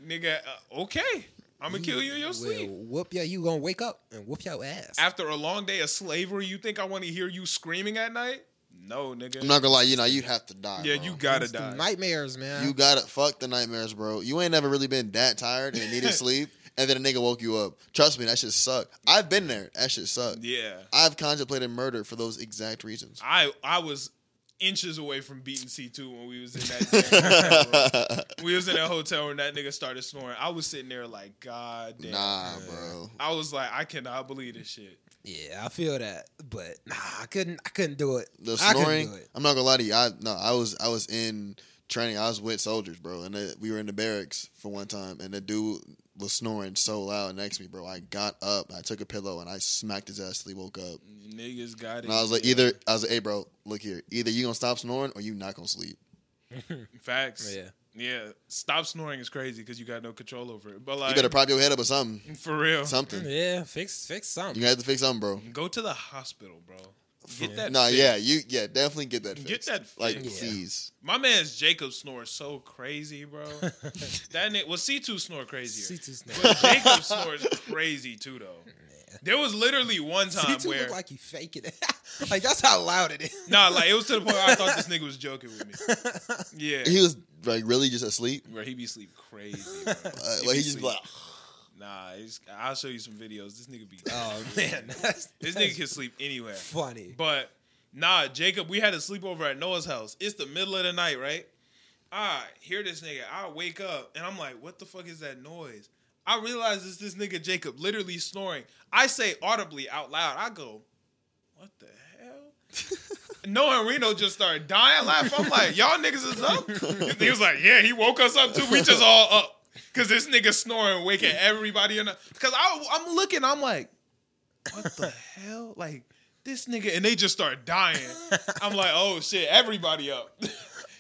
S1: nigga. Uh, okay, I'm gonna kill you in your
S2: Well,
S1: sleep.
S2: whoop ya! You gonna wake up and whoop your ass.
S1: After a long day of slavery, you think I want to hear you screaming at night? No, nigga.
S3: I'm not gonna lie, you know, you have to die.
S1: yeah,
S3: bro.
S1: you gotta
S2: It's the
S1: die.
S2: nightmares, man.
S3: You gotta fuck the nightmares, bro. You ain't never really been that tired
S1: [laughs]
S3: and needed sleep, and then a nigga woke you up. Trust me, that shit suck. I've been there. That shit suck.
S1: Yeah.
S3: I've contemplated murder for those exact reasons.
S1: I I was inches away from beating C2 when we was in
S3: [laughs]
S1: that damn hotel room. we was in that hotel when that nigga started snoring. I was sitting there like, God damn.
S3: Nah, bro.
S1: I was like, I cannot believe this shit.
S2: Yeah, I feel that, but nah, I couldn't. I couldn't do it.
S3: The
S2: I couldn't
S3: snoring.
S2: do it.
S3: I'm not gonna lie to you. I no, I was I was in training. I was with soldiers, bro, and they, we were in the barracks for one time, and the dude was snoring so loud next to me, bro. I got up, I took a pillow, and I smacked his ass till he woke up.
S1: Niggas got it.
S3: And I was like, either I was like, hey, bro, look here, either you gonna stop snoring or you not gonna sleep.
S2: Oh,
S1: Facts.
S4: Yeah.
S1: Yeah. Stop snoring is crazy because you got no control over it. But like,
S3: You better prop your head up or something,
S1: for real,
S3: something. You
S2: Yeah, fix fix something.
S3: gonna have to fix something, bro.
S1: go to the hospital, bro. Get that.
S3: Nah,
S1: fixed.
S3: yeah, you yeah, definitely get that.
S1: Get
S3: Fixed.
S1: that
S3: Like,
S1: fixed.
S2: Yeah.
S3: please.
S1: My man's Jacob snores so crazy, bro. that nigga, well, C2 snore crazier.
S2: C2
S1: But Jacob snores crazy too, though. There was literally one
S2: [laughs]
S1: time
S2: C2
S1: where
S2: look like he faking it. [laughs] like that's how loud it
S1: [laughs]
S2: is.
S1: nah, like it was to the point where I thought this nigga was joking with
S3: [laughs]
S1: me. Yeah,
S3: He was like really just asleep.
S1: where he be sleep crazy.
S3: [laughs]
S1: Bro.
S3: Uh, like
S1: be
S3: he just
S1: sleep.
S3: be like, [sighs]
S1: Nah, it's, I'll show you some videos. This nigga be.
S2: [laughs] Oh man, [laughs] that's,
S1: this
S2: that's
S1: nigga can sleep anywhere.
S2: funny.
S1: But nah, Jacob, we had a sleepover at Noah's house. It's the middle of the night, right? I hear this nigga. I wake up and I'm like, what the fuck is that noise? I realize it's this nigga Jacob literally snoring. I say audibly out loud, I go, what the hell? Noah and Reno just started dying laughing. I'm like, y'all niggas is up? He was like, yeah, he woke us up too. We just all up. Cause this nigga snoring, waking everybody in. the- Cause I, I'm looking, I'm like, what the hell? Like this nigga, and they just start
S2: [laughs]
S1: dying. I'm like, oh shit, everybody up. [laughs]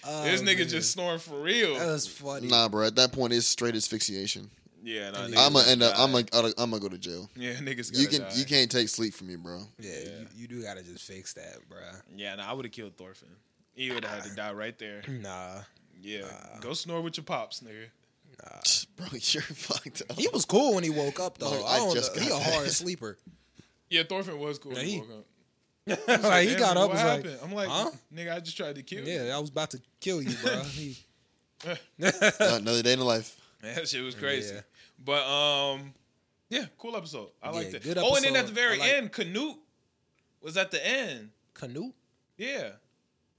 S2: Oh,
S1: this nigga
S2: man.
S1: just snoring for real. [laughs]
S2: that was funny.
S3: nah, bro. At that point, it's straight asphyxiation.
S1: yeah, nah, niggas
S3: I'm gonna end up.
S1: gotta
S3: I'm
S1: die.
S3: like, I'm gonna go to jail.
S1: yeah, niggas.
S3: You
S1: gotta
S3: can
S1: die.
S3: you can't take sleep from me, bro. [laughs]
S2: Yeah, You, you do gotta just fix that, bruh.
S1: Yeah, nah, I would have killed Thorfinn. He would have had
S2: Ah.
S1: to die right there.
S2: [clears throat] Nah,
S1: Yeah,
S2: Ah.
S1: go snore with your pops, nigga.
S3: bro, you're [laughs] fucked up.
S2: he was cool when he woke up though.
S3: Mother,
S2: I
S3: I
S2: don't
S3: just
S2: know. He a
S3: got that. [laughs]
S1: [laughs]
S2: hard sleeper.
S1: Yeah, Thorfinn was cool. when
S2: Yeah,
S1: he
S2: he-
S1: woke up.
S2: [laughs]
S1: Damn,
S2: like he got
S1: nigga, What
S2: up. Was like,
S1: happened? I'm like,
S2: huh?
S1: nigga, I just tried to kill you.
S2: Yeah, I was about to kill you, bro. [laughs] He,
S3: Uh, Another day in
S1: [laughs]
S3: the life.
S1: Man, [laughs] that shit was crazy.
S2: Yeah.
S1: But um, yeah, cool episode. I
S2: Yeah,
S1: liked it.
S2: good
S1: Oh, and then at
S2: episode.
S1: the very
S2: I like-
S1: end, Canute was at the end.
S2: Canute.
S1: Yeah,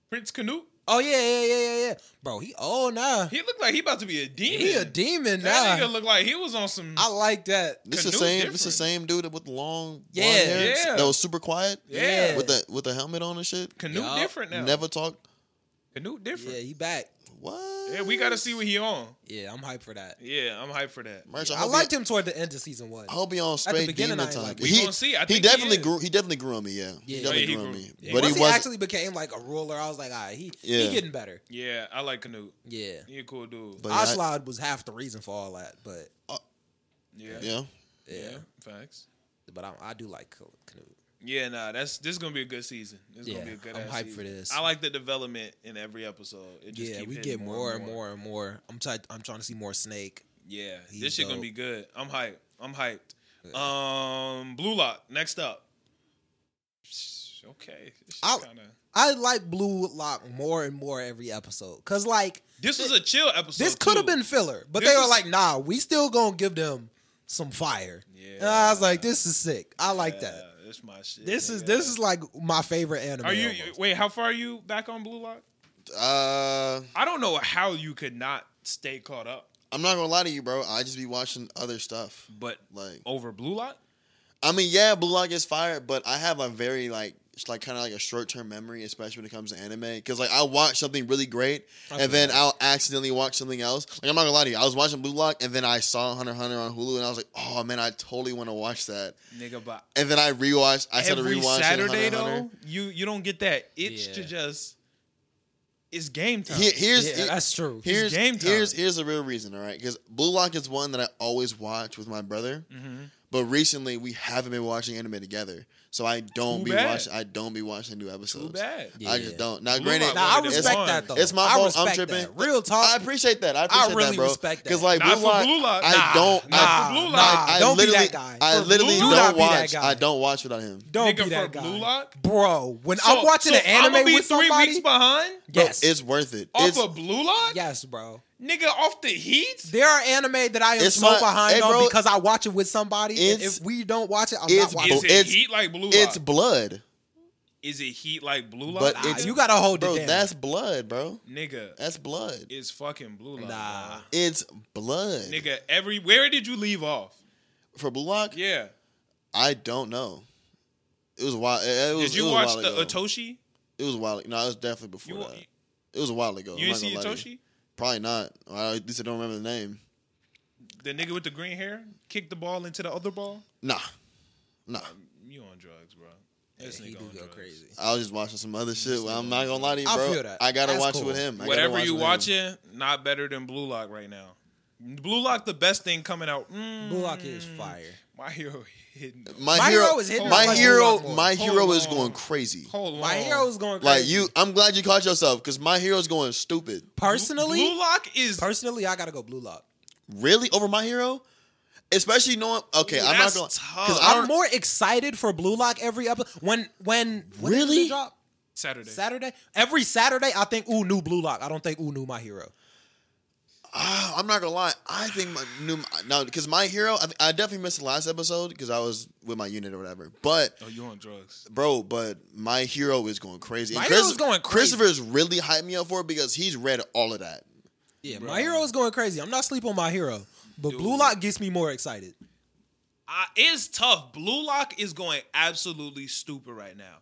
S1: Prince Canute.
S2: Oh yeah, yeah, yeah, yeah, yeah, bro. He oh nah.
S1: He looked like he about to be a demon.
S2: He a demon
S1: That
S2: now.
S1: nigga looked like he was on some.
S2: I like that.
S3: This the
S1: Canoe
S3: same. This the
S1: different.
S3: same dude with the long
S2: Yeah.
S3: blonde hair
S1: Yeah.
S3: that was super quiet
S1: yeah,
S2: Yeah.
S3: with the with the helmet on and shit.
S1: Canute
S2: Yup.
S1: different now.
S3: Never talked.
S1: Canute
S2: Yeah,
S1: different.
S2: he back.
S3: What?
S1: Yeah, we gotta see what he on.
S2: Yeah, I'm hyped for that.
S1: Yeah, I'm hyped for that.
S3: Merch, I,
S2: I
S3: hope
S2: liked
S3: he,
S2: him toward the end of season one.
S3: I hope he on straight
S2: beginning,
S3: demon
S2: I ain't
S3: time.
S2: like
S1: We
S3: he
S1: gonna see. I
S3: he
S1: think he
S3: definitely
S1: is.
S3: grew. He definitely grew on me. Yeah,
S2: Yeah.
S3: he definitely
S1: Yeah, he
S3: grew, on
S1: grew.
S3: me.
S1: Yeah.
S3: But
S2: Once
S3: he
S2: he,
S3: was
S2: actually became like a ruler, I was like, all right, he
S3: Yeah.
S2: he getting better.
S1: Yeah, I like Canute.
S2: Yeah,
S1: He a cool dude.
S3: But I-
S2: Ocelot was half the reason for all that, but
S1: yeah. yeah,
S3: Yeah,
S2: yeah,
S1: facts.
S2: but I, I do like Ca- Canute.
S1: Yeah, nah, that's this is gonna be a good season. This is
S2: Yeah,
S1: gonna be a good.
S2: I'm
S1: ass
S2: hyped
S1: season.
S2: for this.
S1: I like the development in every episode. It just
S2: Yeah,
S1: keep
S2: we
S1: hitting
S2: get more and more and more. I'm t- I'm trying to see more Snake.
S1: Yeah,
S2: He's
S1: this shit gonna
S2: dope.
S1: be good. I'm hyped. I'm hyped. Um, Blue Lock next up. Psh, Okay, this, shit
S2: I'll-
S1: kinda-
S2: I like Blue Lock more and more every episode, cause like
S1: this was a chill episode.
S2: this could have
S1: too.
S2: been filler, but
S1: This
S2: they were
S1: is-
S2: like, nah, we still gonna give them some fire.
S1: Yeah.
S2: And I was like, this is sick. I like that.
S1: Yeah, This my shit.
S2: This is
S1: nigga.
S2: this is like my favorite anime.
S1: Are you
S2: almost.
S1: wait? How far are you back on Blue Lock?
S3: uh,
S1: I don't know how you could not stay caught up,
S3: I'm not gonna lie to you, bro. I just be watching other stuff.
S1: but
S3: Like,
S1: over Blue Lock.
S3: I mean, yeah, Blue Lock is fire, but I have a very like, it's like kind of like a short term memory, especially when it comes to anime. Because like, I watch something really great,
S2: I feel
S3: and then
S2: that.
S3: I'll accidentally watch something else. Like, I'm not gonna lie to you, I was watching Blue Lock, and then I saw Hunter x Hunter on Hulu, and I was like, oh man, I totally want to watch that.
S1: Nigga, but
S3: And then I rewatched. I started
S1: every
S3: rewatching
S1: Saturday
S3: Hunter x Hunter.
S1: though, you you don't get that itch to
S4: Yeah.
S1: just. It's game time.
S3: Here- here's
S2: Yeah, that's true.
S3: here's
S1: game time.
S3: here's here's the real reason, all right? Because Blue Lock is one that I always watch with my brother,
S1: Mm-hmm.
S3: but recently we haven't been watching anime together, so I don't
S1: Too
S3: be
S1: bad.
S3: watching. I don't be watching new
S1: Too
S3: episodes.
S1: bad.
S3: I
S2: Yeah.
S3: just don't. Now,
S1: Blue
S3: granted,
S1: Lock
S2: Nah, I
S1: One of them
S2: respect
S1: ones.
S2: that though.
S3: It's my
S2: I
S3: fault. I'm
S2: respect
S3: tripping.
S2: that. Real talk.
S3: I appreciate that. I appreciate
S2: really
S3: that, bro.
S2: respect that.
S3: Because like
S1: Not
S3: Blue
S1: for
S3: Lock,
S1: Blue Lock.
S3: I
S1: Nah,
S3: don't.
S1: not
S3: I,
S1: for Blue Lock.
S3: I
S2: Don't be that
S3: literally,
S2: guy.
S3: I
S2: For
S3: literally
S1: Blue
S2: Lock,
S3: don't
S2: be that
S3: watch.
S2: guy.
S3: I don't watch without him.
S2: Don't
S1: Nigga,
S2: be that
S1: for
S2: guy.
S1: Blue Lock?
S2: bro. When
S1: So-
S2: I'm watching
S1: so
S2: an anime
S1: I'ma be
S2: with
S1: three
S2: somebody,
S1: weeks behind
S3: Bro,
S2: yes,
S3: it's worth it.
S1: off
S3: it's
S1: of Blue Lock,
S2: yes, bro.
S1: nigga, off the heat.
S2: There are anime that I am
S3: It's
S2: so
S3: my-
S2: behind
S3: hey, bro,
S2: on because I watch it with somebody. And
S3: it's-
S2: if we don't watch it, I'm
S3: it's
S2: not watching.
S1: Is
S3: Well,
S1: it
S3: it's-
S1: heat like Blue Lock?
S3: it's blood.
S1: Is it heat like blue light?
S3: But
S2: Nah,
S3: it's-
S2: you gotta hold
S3: bro,
S2: it down.
S3: that's blood, bro.
S1: nigga,
S3: That's blood.
S1: it's fucking blue light.
S2: Nah.
S1: bro.
S3: It's blood.
S1: Nigga, every where did you leave off?
S3: For Blue Lock,
S1: Yeah.
S3: I don't know. It was a while. It was,
S1: Did you
S3: it was
S1: watch
S3: a while
S1: the
S3: ago.
S1: Atoshi?
S3: It was a while. No, it was definitely before
S1: You
S3: that. It was a while ago.
S1: you
S3: I'm
S1: didn't
S3: not
S1: see
S3: gonna lie to you.
S1: Atoshi?
S3: Probably not. I, at least I don't remember the name.
S1: The nigga with the green hair kicked the ball into the other ball?
S3: Nah, nah.
S1: You on drugs, bro.
S4: Yeah,
S1: This
S4: he
S1: nigga
S4: do
S1: on
S4: go
S1: drugs.
S4: crazy.
S3: I was just watching some other shit. I'm not gonna lie to you,
S2: I
S3: bro.
S2: feel that.
S3: I gotta
S2: That's
S3: watch it
S2: cool.
S3: with him. I gotta
S1: Whatever
S3: watch
S1: you
S3: with him.
S1: watching, not better than Blue Lock right now. Blue Lock, the best thing coming out. Mm,
S2: Blue Lock is fire.
S1: My hero hidden.
S3: My,
S2: My
S3: hero,
S2: Hero is hitting
S3: my
S1: on
S2: Blue
S3: hero,
S2: Lock more.
S3: my
S1: Hold
S3: hero is
S1: on.
S3: going crazy.
S1: Hold on.
S2: My hero's going
S3: Like
S2: crazy.
S3: you, I'm glad you caught yourself because my hero's going stupid.
S2: personally.
S1: Blue Lock is.
S2: personally, I gotta go Blue Lock.
S3: Really over my hero, especially knowing. Okay, I'm not
S1: That's
S3: going
S1: tough.
S3: because I
S2: I'm
S3: don't.
S2: more excited for Blue Lock every episode. When when when did
S3: Really?
S2: it drop?
S1: Saturday.
S2: Saturday. Every Saturday, I think ooh new Blue Lock. I don't think ooh new my hero.
S3: ah, I'm not gonna lie. I think my new now because my hero. I, I definitely missed the last episode because I was with my unit or whatever. But
S1: Oh, you on drugs?
S3: bro, but my hero is going crazy.
S2: My
S3: And
S2: Hero's going crazy.
S3: Christopher's really hyped me up for it because he's read all of that.
S2: Yeah,
S1: Bro.
S2: my hero is going crazy. I'm not sleep on my hero, but Blue
S1: Dude.
S2: Lock gets me more excited.
S1: I, it's tough. Blue Lock is going absolutely stupid right now,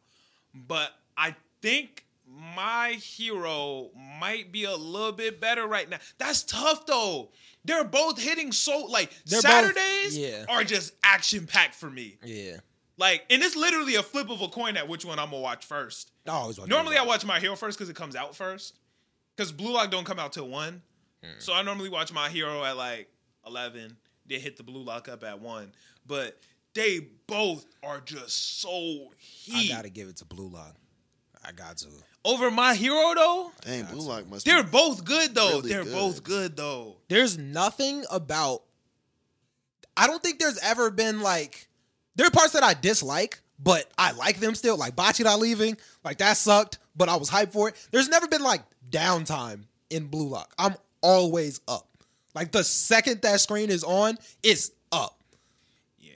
S1: but I think my hero might be a little bit better right now. That's tough though. They're both hitting so like
S2: They're both-
S1: Saturdays
S2: yeah.
S1: are just action packed for me.
S2: Yeah,
S1: Like, and it's literally a flip of a coin at which one I'm gonna watch first.
S2: I always watch
S1: Normally, I
S2: Blue Lock.
S1: watch My Hero first because it comes out first. Because Blue Lock don't come out till one,
S2: Hmm.
S1: so I normally watch My Hero at like eleven. Then hit the Blue Lock up at one. But they both are just so
S2: I
S1: heat
S2: gotta give it to Blue Lock. I got to.
S1: over My Hero though.
S3: Dang, Blue Lock must.
S1: They're
S3: be,
S1: both good though.
S3: Really
S1: They're
S3: good.
S1: both good though.
S2: There's nothing about. I don't think there's ever been like. There are parts that I dislike, but I like them still. Like Bachida leaving, like that sucked, but I was hyped for it. There's never been like downtime in Blue Lock. I'm always up. Like the second that screen is on, it's up.
S1: Yeah,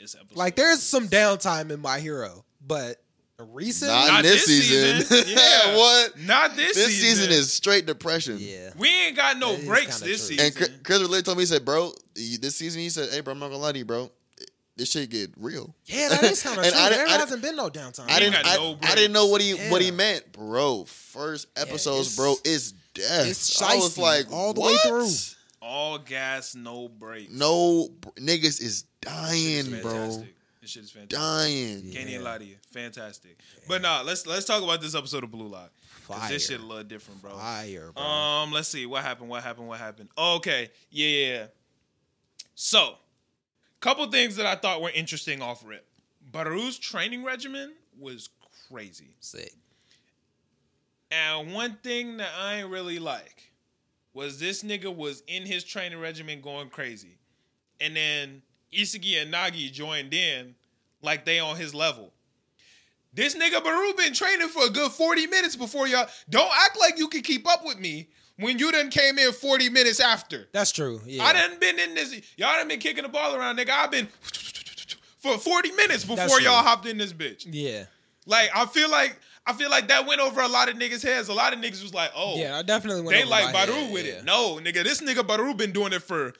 S1: this episode.
S2: Like there's some downtime in My Hero, but recent,
S3: not,
S1: Not
S3: this
S1: this
S3: season. [laughs]
S1: season. Yeah.
S3: what?
S1: not this,
S3: This
S1: season.
S3: season is straight depression.
S2: yeah,
S1: we ain't got no
S2: That is
S1: breaks
S2: kinda
S1: this
S2: true.
S1: season.
S3: And Chris, Chris literally told me, he said, bro, you- this season, he said, hey, bro, I'm not gonna lie to you, bro. This shit get real.
S2: yeah, that is kind of
S3: [laughs] And
S2: true.
S3: I
S2: there
S3: didn't- I didn't-
S2: hasn't been no downtime.
S3: I
S1: ain't
S3: didn't,
S1: got
S3: I,
S1: no
S3: I didn't know what he what he
S2: Yeah.
S3: meant, bro. First episodes,
S2: it's-
S3: bro, it's death.
S2: it's
S3: I was
S2: shiesty
S3: like,
S2: all the way
S3: what?
S2: through.
S1: All gas, no breaks.
S3: No, br- niggas is
S1: This shit
S3: dying,
S1: is
S3: bro,
S1: fantastic. This shit is fantastic.
S3: dying.
S1: Can't even
S2: Yeah.
S1: lie to you. Fantastic. But nah, let's let's talk about this episode of Blue Lock. 'Cause This
S2: Fire.
S1: shit a little different, bro.
S2: Fire, bro.
S1: Um, let's see. What happened? What happened? What happened? Okay. Yeah, yeah, yeah. So, couple things that I thought were interesting off rip. Baru's training regimen was crazy.
S4: Sick.
S1: And one thing that I ain't really like was this nigga was in his training regimen going crazy. And then Isagi and Nagi joined in like they on his level. This nigga Baru been training for a good 40 minutes before y'all. Don't act like you can keep up with me when you done came in 40 minutes after.
S2: That's true. Yeah,
S1: I done been in this. Y'all done been kicking the ball around, nigga. I've been for 40 minutes before
S2: true.
S1: y'all hopped in this bitch.
S2: yeah,
S1: Like I feel like I feel like that went over a lot of niggas' heads. A lot of niggas was like, "Oh,
S2: yeah. I definitely went
S1: they
S2: over
S1: like
S2: my
S1: Baru
S2: head.
S1: with
S4: yeah.
S1: it." No, nigga, this nigga Baru been doing it for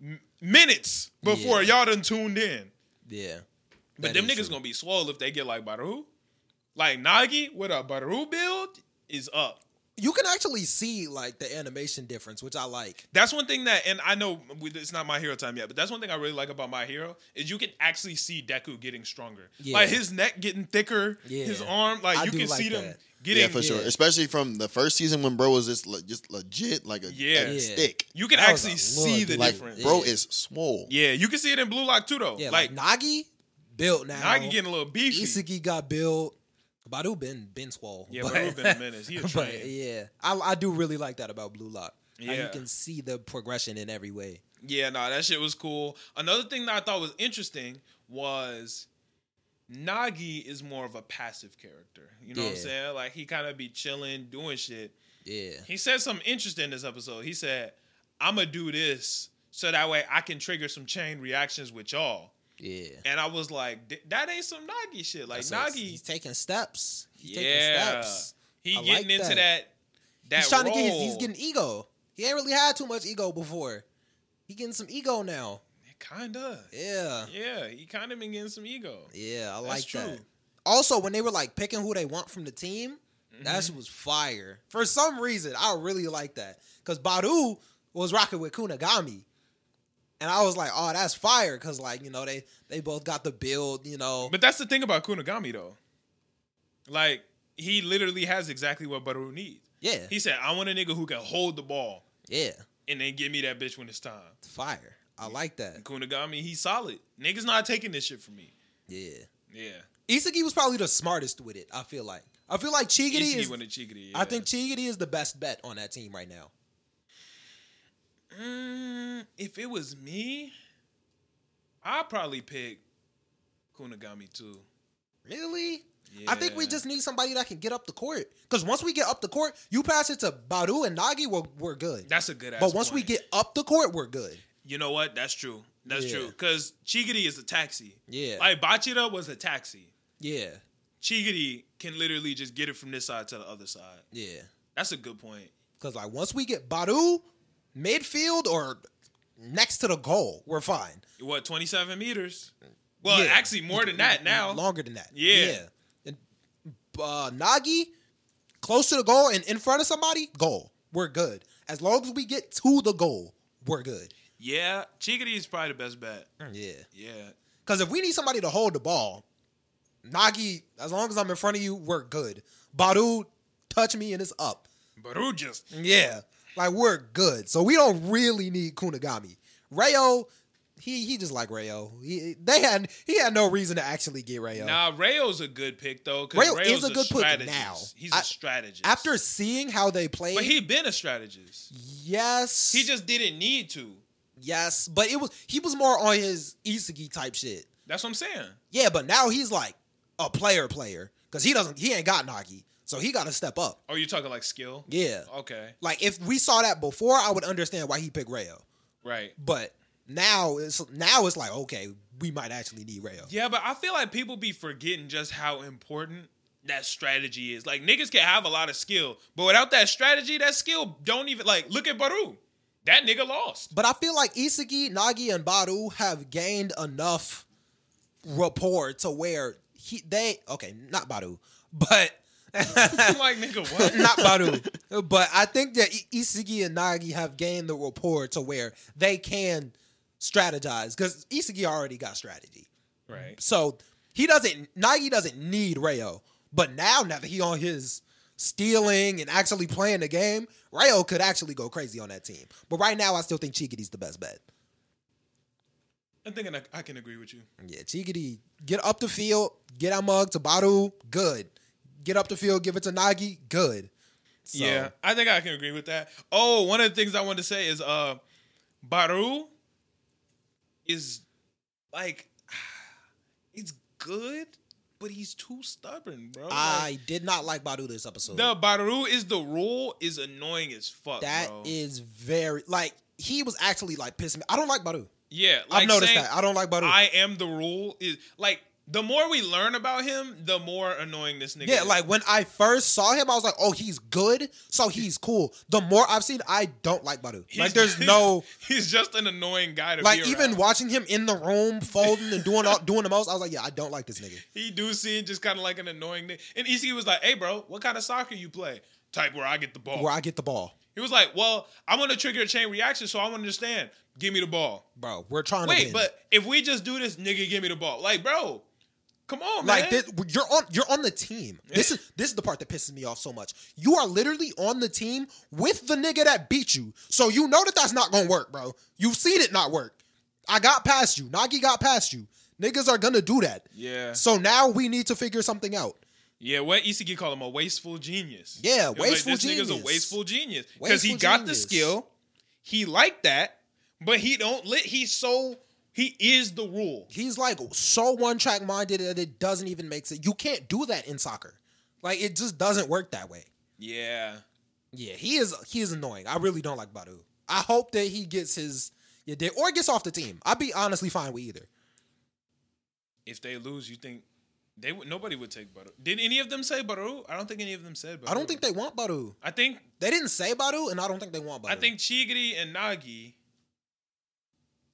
S1: m- minutes before y'all done tuned in.
S4: Yeah. That
S1: But them
S4: is
S1: niggas
S4: true.
S1: gonna be swole if they get like Baru. Like Nagi with a Baru build is up.
S2: You can actually see like the animation difference, which I like.
S1: That's one thing that, and I know we- it's not my hero time yet, but that's one thing I really like about my hero is you can actually see Deku getting stronger.
S2: Yeah.
S1: Like his neck getting thicker,
S2: Yeah.
S1: his arm, like
S2: I
S1: you
S2: do
S1: can
S2: like
S1: see them
S2: that.
S1: getting.
S3: Yeah, for sure.
S2: Yeah.
S3: Especially from the first season when bro was just le- just legit like a,
S1: Yeah.
S3: a
S2: Yeah.
S3: stick.
S1: You can
S2: That was
S1: actually
S2: a
S1: see
S2: look,
S1: the
S2: dude.
S3: Like
S1: difference.
S3: bro
S2: Yeah.
S3: is swole.
S1: Yeah, you can see it in Blue Lock too, though.
S2: Yeah,
S1: Oh, like,
S2: like, Nagi built now.
S1: now I can get a little beefy.
S2: Isagi got built. Baru been been swole.
S1: yeah,
S2: [laughs]
S1: but it's been a minute. He a
S2: but
S1: train.
S2: yeah, I, I do really like that about Blue Lock. How
S1: Yeah.
S2: you can see the progression in every way.
S1: Yeah, nah, that shit was cool. Another thing that I thought was interesting was Nagi is more of a passive character. You know what I'm
S4: Yeah.
S1: saying? Like he kind of be chilling, doing shit.
S4: Yeah.
S1: He said something interesting in this episode. He said, "I'm gonna do this so that way I can trigger some chain reactions with y'all."
S4: Yeah.
S1: and I was like, "Th- that ain't some Nagi shit. Like
S2: So it's-
S1: Nagi,
S2: he's taking steps. He's
S1: yeah,
S2: taking steps.
S1: he
S2: I
S1: getting
S2: like
S1: into
S2: that.
S1: that. That
S2: he's trying
S1: role.
S2: to get his, he's getting ego. He ain't really had too much ego before. He getting some ego now.
S1: kinda.
S2: Yeah.
S1: Yeah, he kind of been getting some ego.
S2: Yeah, I
S1: That's
S2: like that.
S1: true.
S2: Also, when they were like picking who they want from the team,
S1: Mm-hmm.
S2: that shit was fire. For some reason, I really like that because Badu was rocking with Kunagami, and I was like, "Oh, that's fire!" Because like you know they they both got the build, you know.
S1: But that's the thing about Kunigami though. Like he literally has exactly what Baru needs.
S2: yeah,
S1: He said, "I want a nigga who can hold the ball
S2: yeah,
S1: and then give me that bitch when it's time."
S2: it's fire. I like that.
S1: Kunigami, he's solid. Niggas not taking this shit from me.
S2: Yeah,
S1: Yeah,
S2: Isagi was probably the smartest with it. I feel like. I feel like Chigiri
S1: Isagi
S2: is.
S1: won the Chigiri.
S2: I
S1: yeah.
S2: think Chigiri is the best bet on that team right now.
S1: Mm, if it was me, I'd probably pick Kunigami too.
S2: Really?
S1: Yeah.
S2: I think we just need somebody that can get up the court. Because once we get up the court, you pass it to Badu and Nagi, we're, we're good.
S1: that's a good.
S2: but once we get up the court, we're good.
S1: you know what? That's true. That's
S2: Yeah.
S1: true. Because Chigiri is a taxi.
S2: Yeah.
S1: Like Bachida was a taxi.
S2: yeah.
S1: Chigiri can literally just get it from this side to the other side.
S2: Yeah.
S1: That's a good point.
S2: Because, like, once we get Badu midfield or next to the goal, we're fine.
S1: What, 27 meters? Well,
S2: Yeah.
S1: actually, more than that now.
S2: Longer than that.
S1: Yeah.
S2: And, uh, Nagi, close to the goal and in front of somebody, goal. We're good. As long as we get to the goal, we're good.
S1: yeah, Chigiri is probably the best bet.
S2: Yeah.
S1: Yeah.
S2: Because if we need somebody to hold the ball, Nagi, as long as I'm in front of you, we're good. Badu, touch me and it's up.
S1: Baru just.
S2: Yeah. Like we're good. So we don't really need Kunigami. Rayo, he he just like Rayo. He they had he had no reason to actually get Rayo.
S1: Nah, Rayo's a good pick, though. 'cause
S2: Rayo is
S1: Rayo's
S2: a good pick
S1: strategist.
S2: now.
S1: He's a
S2: I-
S1: strategist.
S2: After seeing how they played,
S1: But he been a strategist.
S2: yes,
S1: He just didn't need to.
S2: yes, but it was he was more on his Isagi type shit.
S1: That's what I'm saying.
S2: Yeah, but now he's like a player player because he doesn't he ain't got Nagi, so he got to step up.
S1: Oh, you're talking like skill?
S2: Yeah,
S1: Okay.
S2: Like if we saw that before, I would understand why he picked Rayo.
S1: Right.
S2: But now it's now it's like okay, we might actually need Rayo.
S1: Yeah, but I feel like people be forgetting just how important that strategy is. Like niggas can have a lot of skill, but without that strategy, that skill don't even like look at Baru. That nigga lost. [laughs]
S2: But I feel like Isagi, Nagi, and Badu have gained enough rapport to where he they okay not Badu, but [laughs]
S1: I'm like, nigga, what?
S2: not Badu, but I think that I- Isagi and Nagi have gained the rapport to where they can strategize because Isagi already got strategy.
S1: Right.
S2: So he doesn't Nagi doesn't need Rayo. But now now that he on his stealing and actually playing the game, Rayo could actually go crazy on that team. But right now I still think Chigiri's the best bet.
S1: I'm thinking I, I can agree with you.
S2: Yeah, Chigiri, get up the field, get out mug to Badu, good. Get up the field, give it to Nagi, good. So,
S1: Yeah, I think I can agree with that. Oh, one of the things I wanted to say is uh Baru is like [sighs] it's good, but he's too stubborn, bro. Like,
S2: I did not like Badu this episode.
S1: the Baru is the rule is annoying as fuck,
S2: that
S1: bro.
S2: is very like he was actually like pissing me. I don't like Badu.
S1: yeah,
S2: I've noticed
S1: saying,
S2: that. I don't like Badu.
S1: I am the rule is like the more we learn about him, the more annoying this nigga.
S2: Yeah,
S1: is.
S2: like when I first saw him, I was like, "Oh, he's good, so he's cool." The more I've seen, I don't like Badu.
S1: He's- [laughs]
S2: Like, there's no
S1: [laughs] he's just an annoying guy to
S2: like
S1: be
S2: even
S1: around.
S2: watching him in the room folding and doing all doing the most. I was like, "Yeah, I don't like this nigga."
S1: He do seem just kind of like an annoying nigga. And EC was like, "Hey, bro, what kind of soccer you play? Type where I get the ball."
S2: Where I get the ball,
S1: He was like, "Well, I want to trigger a chain reaction, so I want to understand. Give me the ball."
S2: bro. We're trying to
S1: Wait,
S2: win.
S1: but if we just do this, nigga, give me the ball. Like, bro, come on,
S2: like
S1: man.
S2: this, you're on you're on the team. This is this is the part that pisses me off so much. You are literally on the team with the nigga that beat you, so you know that that's not gonna work, bro. You've seen it not work. I got past you. Nagi got past you. Niggas are gonna do that.
S1: Yeah,
S2: So now we need to figure something out.
S1: yeah. What E ECG called him a wasteful genius.
S2: Yeah,
S1: It was
S2: wasteful
S1: like, this nigga's
S2: genius.
S1: a wasteful genius because he
S2: Wasteful
S1: got the
S2: genius.
S1: skill. He liked that, but he don't let. He's so he is the rule.
S2: He's like so one track minded that it doesn't even make sense. You can't do that in soccer. Like it just doesn't work that way.
S1: Yeah,
S2: Yeah, he is he is annoying. I really don't like Badu. I hope that he gets his yeah, or gets off the team. I'd be honestly fine with either.
S1: if they lose, you think they would nobody would take Baru. Did any of them say Baru? I don't think any of them said Baru.
S2: I don't think they want Badu.
S1: I think
S2: They didn't say Badu, and I don't think they want Badu.
S1: I think Chigiri and Nagi.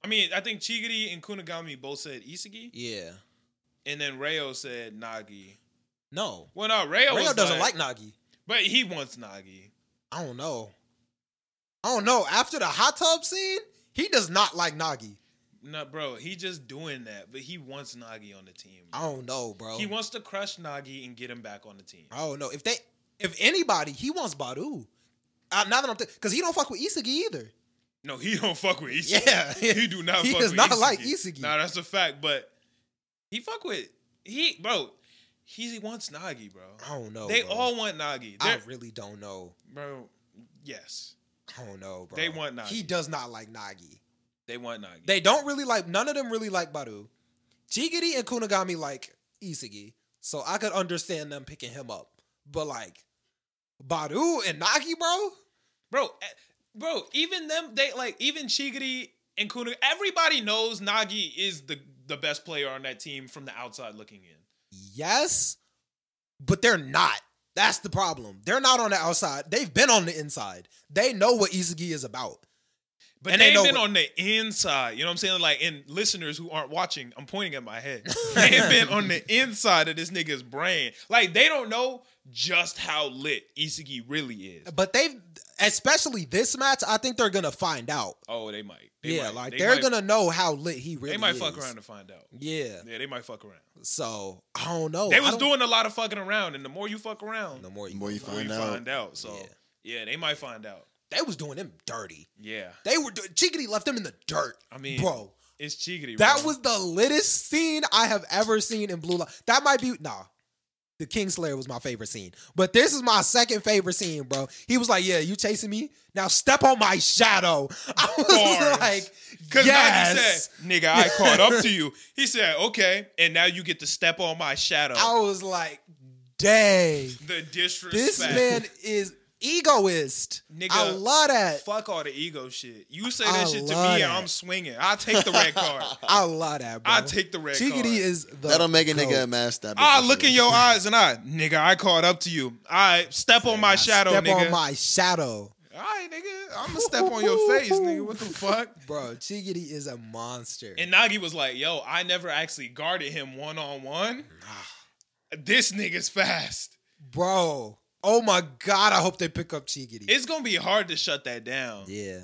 S1: I mean, I think Chigiri and Kunigami both said Isagi,
S4: Yeah.
S1: and then Rayo said Nagi.
S2: no.
S1: Well, no, Rayo,
S2: Rayo
S1: was
S2: doesn't like Nagi.
S1: but he wants Nagi.
S2: I don't know. I don't know. After the hot tub scene, he does not like Nagi.
S1: No, bro, he just doing that, but he wants Nagi on the team.
S2: I don't know, bro.
S1: He wants to crush Nagi and get him back on the team.
S2: I don't know if they, if anybody, he wants Badu. Uh, now that I'm thinking, because he don't fuck with Isagi either.
S1: No, he don't fuck with Isagi.
S2: Yeah.
S1: he do not.
S2: He
S1: fuck
S2: does
S1: with
S2: not like Isagi.
S1: Nah, that's a fact. But he fuck with he, bro. He wants Nagi, bro.
S2: I don't know.
S1: they
S2: bro.
S1: all want Nagi.
S2: I
S1: They're-
S2: really don't know.
S1: bro, yes,
S2: I don't know, bro.
S1: They want Nagi.
S2: He does not like Nagi.
S1: they want Nagi.
S2: They don't really like. None of them really like Badu. Chigiri and Kunigami like Isagi, so I could understand them picking him up. But like Badu and Nagi, bro.
S1: bro, eh, bro. Even them, they like even Chigiri and Kuna. Everybody knows Nagi is the the best player on that team from the outside looking in.
S2: Yes, but they're not. That's the problem. They're not on the outside. They've been on the inside. They know what Isagi is about.
S1: But
S2: And they
S1: they've
S2: know
S1: been
S2: what-
S1: on the inside. You know what I'm saying? Like, and listeners who aren't watching, I'm pointing at my
S2: [laughs]
S1: head. they've been on the inside of this nigga's brain. Like, they don't know just how lit Isagi really is.
S2: But they've, especially this match, I think they're gonna find out.
S1: Oh, they might. They
S2: yeah,
S1: might.
S2: like
S1: They
S2: they are
S1: might-
S2: gonna know how lit he really
S1: They
S2: is.
S1: might fuck around to find out.
S2: Yeah.
S1: Yeah, they might fuck around.
S2: So I don't know.
S1: they
S2: I
S1: was
S2: don't-
S1: doing a lot of fucking around, and the more you fuck around,
S2: no more.
S3: The more you
S1: the more you
S3: find out.
S1: find out. So, yeah. they might find out.
S2: They was doing him dirty.
S1: Yeah.
S2: They were do- Chickadee left them in the dirt.
S1: I mean,
S2: bro,
S1: It's Chigiri.
S2: that
S1: bro.
S2: was the litest scene I have ever seen in Blue Light. That might be nah. The Kingslayer was my favorite scene, but this is my second favorite scene, bro. He was like, "Yeah, you chasing me? Now step on my shadow." [laughs] I was
S1: Bars.
S2: like,
S1: Because
S2: "Yes."
S1: Nagi said, nigga, I caught up
S2: [laughs]
S1: to you. He said, okay, and now you get to step on my shadow.
S2: I was like, "Dang,
S1: the disrespect.
S2: this man is egoist."
S1: Nigga,
S2: I love that.
S1: Fuck all the ego shit. You say
S2: I
S1: that shit to me
S2: love
S1: and
S2: that.
S1: I'm swinging. I'll take the red
S2: [laughs]
S1: card.
S2: I love that, bro.
S1: I'll take the red card.
S2: Chickadee is the
S3: That'll make a
S2: goat.
S3: nigga a mass stab.
S1: Ah, look in your eyes and I, nigga, I caught up to you. I step on my shadow,
S2: step
S1: nigga.
S2: on my shadow.
S1: all right, nigga, I'm gonna step on your face, nigga. What the fuck?
S2: Bro, Chigiri is a monster.
S1: And Nagi was like, yo, I never actually guarded him one on
S2: [sighs]
S1: one. This nigga's fast.
S2: Bro. Oh my god, I hope they pick up Chigiri.
S1: It's gonna be hard to shut that down.
S2: yeah.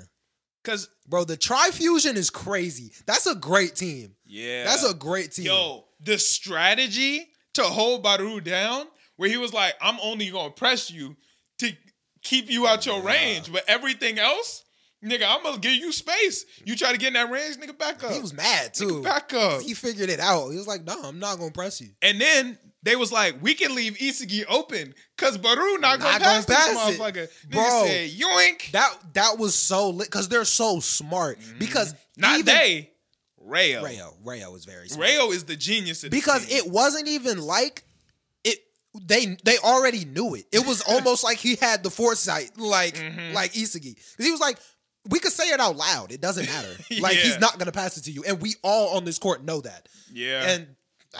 S1: Cause
S2: Bro, the Trifusion is crazy. That's a great team.
S1: yeah,
S2: That's a great team.
S1: Yo, the strategy to hold Baru down, where he was like, I'm only gonna press you to keep you out your range, but everything else, nigga, I'm gonna give you space. You try to get in that range, nigga, back up.
S2: he was mad too.
S1: back up.
S2: He figured it out. He was like, no, I'm not gonna press you.
S1: And then they was like, we can leave Isagi open because Baru not gonna
S2: Not
S1: pass,
S2: gonna pass
S1: this
S2: it.
S1: motherfucker. Nigga
S2: Bro.
S1: said, yoink.
S2: That that was so lit because they're so smart. Because
S1: Mm-hmm. Not
S2: even
S1: they, Rayo. Rayo.
S2: Rayo. Rayo was very smart.
S1: is the genius of this
S2: because
S1: team.
S2: it wasn't even like it they they already knew it it
S1: [laughs]
S2: was almost like he had the foresight like
S1: Mm-hmm.
S2: like Isagi because he was like we could say it out loud it doesn't matter
S1: [laughs]
S2: like
S1: Yeah.
S2: he's not gonna pass it to you and we all on this court know that
S1: yeah.
S2: and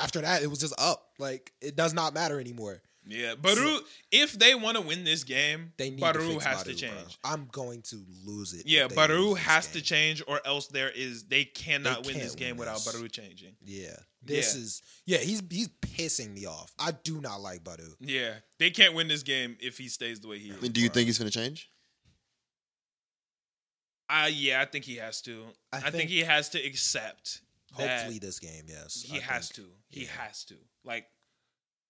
S2: after that it was just up like it does not matter anymore
S1: Yeah, Baru. If they want to win this game,
S2: they need to
S1: Baru
S2: fix
S1: has to
S2: Badu,
S1: change.
S2: bro. I'm going to lose it
S1: Yeah,
S2: if they
S1: Baru
S2: lose this
S1: has
S2: game.
S1: to change, or else there is they cannot
S2: They
S1: win this
S2: can't
S1: game
S2: win
S1: without
S2: this.
S1: Baru changing.
S2: yeah this
S1: Yeah.
S2: is yeah he's he's pissing me off I do not like Badu
S1: Yeah, they can't win this game if he stays the way he is.
S3: I mean, do you
S1: bro.
S3: think he's gonna change?
S1: I yeah, I think he has to. I,
S2: I
S1: think,
S2: think-
S1: he has to accept. that
S2: hopefully this game yes
S1: he
S2: I
S1: has
S2: think.
S1: to. He
S2: Yeah.
S1: has to. Like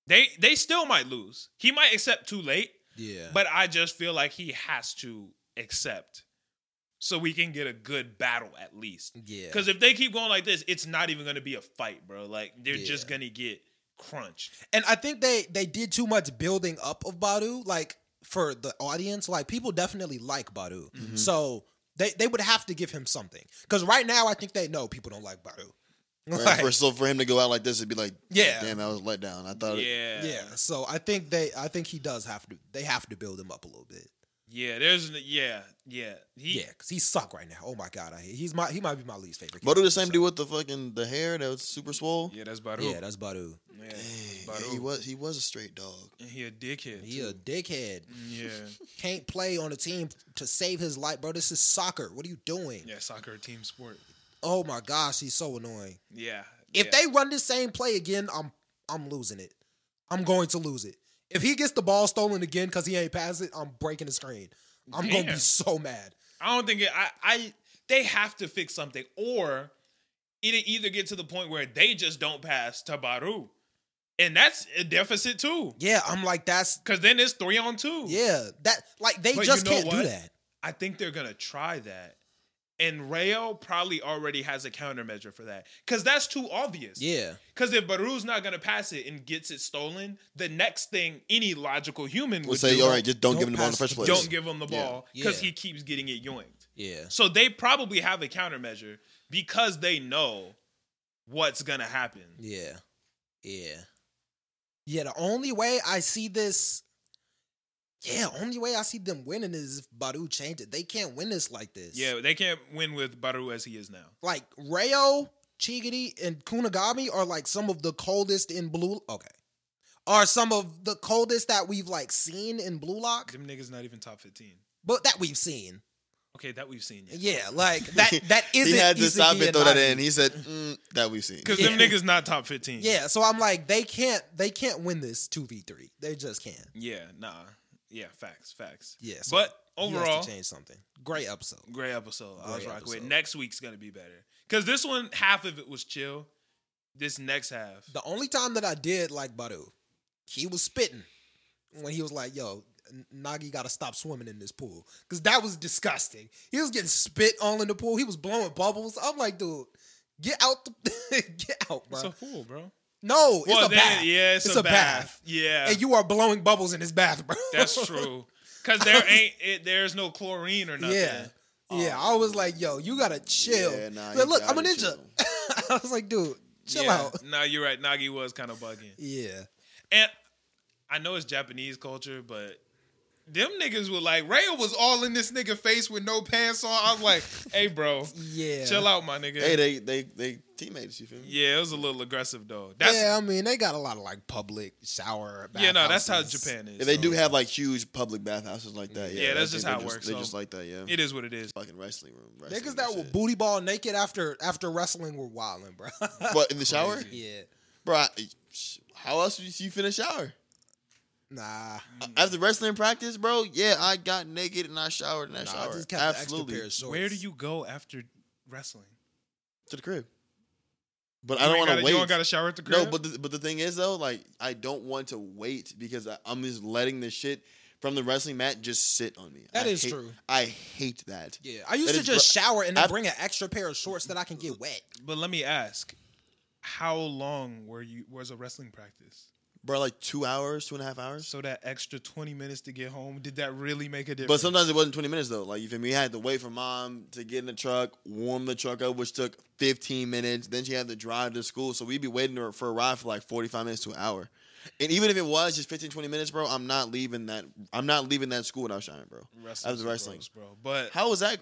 S1: they they still might lose. He might accept too late,
S2: yeah
S1: but I just feel like he has to accept, so we can get a good battle at least.
S2: yeah
S1: Because if they keep going like this, it's not even going to be a fight, bro. Like they're
S2: Yeah.
S1: just going to get crunched.
S2: And I think they they did too much building up of Badu, like for the audience. Like people definitely like Badu,
S1: Mm-hmm.
S2: so they they would have to give him something. Because right now, I think they know people don't like Badu. [laughs]
S3: Right.
S2: Like,
S3: For, so for him to go out like this, it'd be like,
S2: Yeah.
S3: damn, that was let
S2: Uh,
S3: down. I thought, it,
S1: Yeah,
S2: yeah, so I think they I think he does have to. They have to build him up a little bit.
S1: Yeah, there's n- yeah, yeah. He,
S2: Yeah, because he suck right now. Oh my god, I, he's my he might be my least favorite.
S3: But
S2: character
S3: do the
S2: in
S3: same
S2: show.
S3: dude with the fucking the hair that was super swole.
S1: yeah, that's Baru.
S2: Yeah,
S1: Yeah,
S2: that's Badu.
S1: yeah
S3: Dang,
S1: that's
S3: yeah,
S1: Baru.
S3: he was he was a straight dog.
S1: and he a dickhead.
S2: He
S1: too.
S2: a dickhead.
S1: yeah,
S2: [laughs] Can't play on a team to save his life, bro. This is soccer. What are you doing?
S1: yeah. Soccer a team sport.
S2: Oh my gosh, he's so annoying.
S1: Yeah.
S2: If
S1: yeah.
S2: they run this same play again, I'm I'm losing it. I'm going to lose it. If he gets the ball stolen again because he ain't passed it, I'm breaking the screen. I'm gonna
S1: Damn.
S2: be so mad.
S1: I don't think it, I, I they have to fix something or it either get to the point where they just don't pass to Baru. And that's a deficit too.
S2: Yeah, I'm like that's
S1: Cause then it's three on two.
S2: yeah that like they
S1: But
S2: just
S1: you know
S2: can't do
S1: what?
S2: that.
S1: I think they're gonna try that. And Rayo probably already has a countermeasure for that. Cause that's too obvious.
S4: Yeah.
S1: Cause if Baru's not gonna pass it and gets it stolen, the next thing any logical human would
S3: We'll say,
S1: do,
S3: all right, just don't,
S2: don't
S3: give him the ball in
S2: pass
S3: the first
S2: the
S3: place.
S1: don't give him the ball because
S4: Yeah.
S1: he keeps getting it yoinked.
S4: Yeah.
S1: So they probably have a countermeasure because they know what's gonna happen.
S4: Yeah. Yeah.
S2: Yeah, the only way I see this, yeah, only way I see them winning is if Badu change it. They can't win this like this.
S1: Yeah, they can't win with Baru as he is now.
S2: like Rayo, Chigiri, and Kunigami are like some of the coldest in blue. Okay, are some of the coldest that we've like seen in Blue Lock,
S1: Them niggas not even top fifteen.
S2: but that we've seen.
S1: Okay, that we've seen. Yet. [laughs]
S2: Yeah, like that.
S3: [laughs]
S2: That isn't.
S3: he had to
S2: Izumi
S3: stop
S2: and
S3: it, throw that
S2: Nagi.
S3: in. He said mm, that we've seen.
S1: Because them
S2: Yeah.
S1: niggas not top fifteen.
S2: Yeah, so I'm like, they can't. They can't win this two v three. They just can't.
S1: Yeah. Nah. Yeah. Facts. Facts.
S2: Yeah, so
S1: But
S2: he has to
S1: overall,
S2: change something. Great episode.
S1: great episode. I was
S2: Great
S1: rocking with.
S2: episode.
S1: Next week's gonna be better. Because this one, half of it was chill. This next half,
S2: The only time that I did like Badu, he was spitting when he was like, "Yo, N- Nagi got to stop swimming in this pool," because that was disgusting. He was getting spit all in the pool. He was blowing bubbles. I'm like, dude, get out the [laughs] get out, bro.
S1: it's a pool, bro.
S2: no, it's a
S1: then-
S2: bath.
S1: Yeah, it's, a, bath. Yeah.
S2: and you are blowing bubbles in this bath, bro.
S1: That's
S2: [laughs]
S1: true. Cause there ain't it, there's no chlorine or nothing. Um,
S2: yeah. Yeah, I was like, yo, you gotta chill.
S3: Yeah, nah,
S2: But
S3: you
S2: look, I'm a
S3: gotta
S2: ninja. [laughs] I was like, dude, chill
S1: yeah.
S2: out. [laughs]
S1: No, you're right. Nagi was kind of bugging.
S2: Yeah.
S1: And I know it's Japanese culture, but them niggas were like, Rayo was all in this nigga face with no pants on. I was like,
S2: [laughs]
S1: hey, bro,
S2: Yeah.
S1: chill out, my nigga.
S3: Hey, they they they teammates. You feel me?
S1: yeah, it was a little aggressive, though. That's, yeah,
S2: yeah, I mean, they got a lot of like public shower.
S1: no, that's how
S2: bathhouses.
S1: Japan is.
S3: If they
S1: so
S3: do have like huge public bathhouses like that, yeah,
S1: Yeah,
S3: I
S1: that's
S3: think
S1: just
S3: they're
S1: how it works,
S3: They
S1: so-
S3: just like that, yeah.
S1: It is what it is.
S3: Fucking wrestling room, wrestling
S2: Niggas
S3: and
S2: that will
S3: shit.
S2: booty ball naked after after wrestling were wilding, bro. [laughs]
S3: But in the shower,
S1: Crazy.
S2: yeah,
S3: bro, I- sh- how else would you finish shower?
S2: nah.
S1: Mm.
S3: After wrestling practice, bro, yeah, I got naked and I showered and I
S2: Nah, I
S3: showered.
S2: just kept
S3: Absolutely.
S2: the extra pair of shorts.
S1: Where do you go after wrestling?
S3: to the crib. But I don't
S1: You ain't
S3: want
S1: gotta-
S3: to wait.
S1: You don't got to shower at the crib?
S3: no, but the, but the thing is though, like I don't want to wait because I, I'm just letting the shit from the wrestling mat just sit on me.
S2: That
S3: I
S2: is
S3: hate-
S2: true.
S3: I hate that.
S2: Yeah, I used
S3: That
S2: to
S3: is
S2: just
S3: bro-
S2: shower and then
S3: I've-
S2: bring an extra pair of shorts that I can get wet.
S1: But let me ask, how long were you was a wrestling practice?
S3: Bro, like two hours, two and a half hours.
S1: So that extra twenty minutes to get home, did that really make a difference?
S3: But sometimes it wasn't 20 minutes though. Like you feel me? We had to wait for mom to get in the truck, warm the truck up, which took 15 minutes. Then she had to drive to school, so we'd be waiting to- for a ride for like 45 minutes to an hour. And even if it was just 15, 20 minutes, bro, I'm not leaving that. I'm not leaving that school without showering, bro.
S1: wrestling's
S3: I was wrestling.
S1: gross, bro. But
S3: How was that?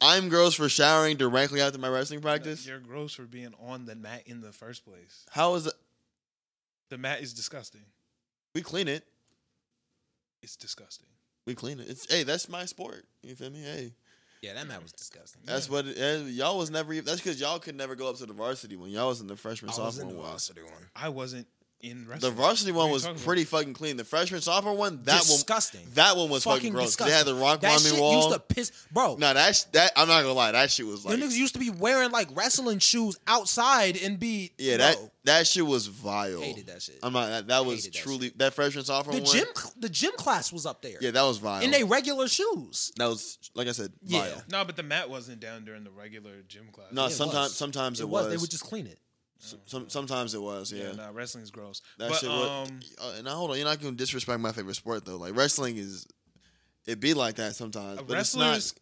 S3: I'm gross for showering directly after my wrestling practice.
S1: you're gross for being on the mat in the first place.
S3: How is that?
S1: The mat is disgusting.
S3: We clean it.
S1: It's disgusting.
S3: We clean it. It's hey, that's my sport. You feel me? Hey,
S2: Yeah, that man was disgusting.
S3: that's what it, eh, y'all was never. even- That's because y'all could never go up to the varsity when y'all was in the freshman
S2: I was
S3: sophomore
S2: in the
S3: one.
S2: varsity one.
S1: I wasn't in
S3: The
S1: wrestling.
S3: varsity
S1: What are
S3: one
S1: you
S3: was
S1: talking
S3: pretty fucking clean. The freshman sophomore one, that
S2: disgusting.
S3: one, that one was fucking, gross. 'cause They had the rock
S2: that
S3: climbing
S2: shit
S3: wall.
S2: used to piss, bro.
S3: no, that sh- that I'm not gonna lie, that shit was like,
S2: them niggas used to be wearing like wrestling shoes outside and be
S3: yeah, that
S2: bro,
S3: that shit was vile.
S2: hated that shit.
S3: I'm not. That, that was
S2: Hated that
S3: truly that, freshman sophomore
S2: the
S3: one.
S2: gym the gym class was up there
S3: yeah, that was vile.
S2: in their regular shoes.
S3: that was like I said,
S2: Yeah.
S3: vile.
S1: No, but the mat wasn't down during the regular gym class.
S3: No,
S2: it
S3: sometimes
S2: was.
S3: sometimes it,
S2: It
S3: was.
S2: was they would just clean it.
S3: S- some, sometimes it was. Yeah,
S1: yeah, nah, wrestling's gross.
S3: that
S1: but
S3: shit was.
S1: um,
S3: uh, and now hold on, you're not gonna disrespect my favorite sport though. Like wrestling is, it be like that sometimes. But it's not.
S1: wrestlers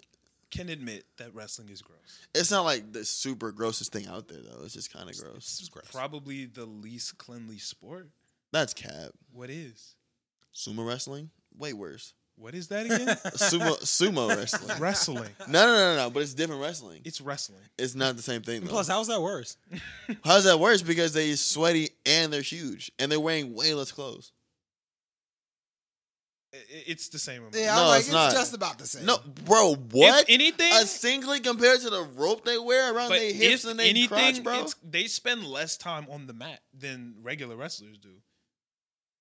S1: can admit that wrestling is gross.
S3: It's not like the super grossest thing out there though. It's just kind of gross.
S1: It's probably the least cleanly sport.
S3: That's cap.
S1: What is?
S2: [laughs]
S3: Sumo wrestling, way worse.
S1: What is that
S3: [laughs]
S1: again?
S3: Sumo sumo wrestling.
S1: wrestling.
S3: No, no, no, no. But it's different wrestling.
S1: It's wrestling.
S3: It's not the same thing. Though.
S2: Plus, how's that worse?
S3: How's that worse? Because they sweaty and they're huge and they're wearing way less clothes.
S1: I- I- It's the same. amount.
S2: Yeah,
S3: No,
S2: I'm like,
S3: it's
S2: it's,
S3: not.
S2: just about the same.
S3: No, bro, what?
S1: If anything,
S3: a singlet compared to the rope they wear around
S1: but
S3: their hips
S1: if
S3: and their
S1: anything,
S3: crotch, bro.
S1: it's- they spend less time on the mat than regular wrestlers do.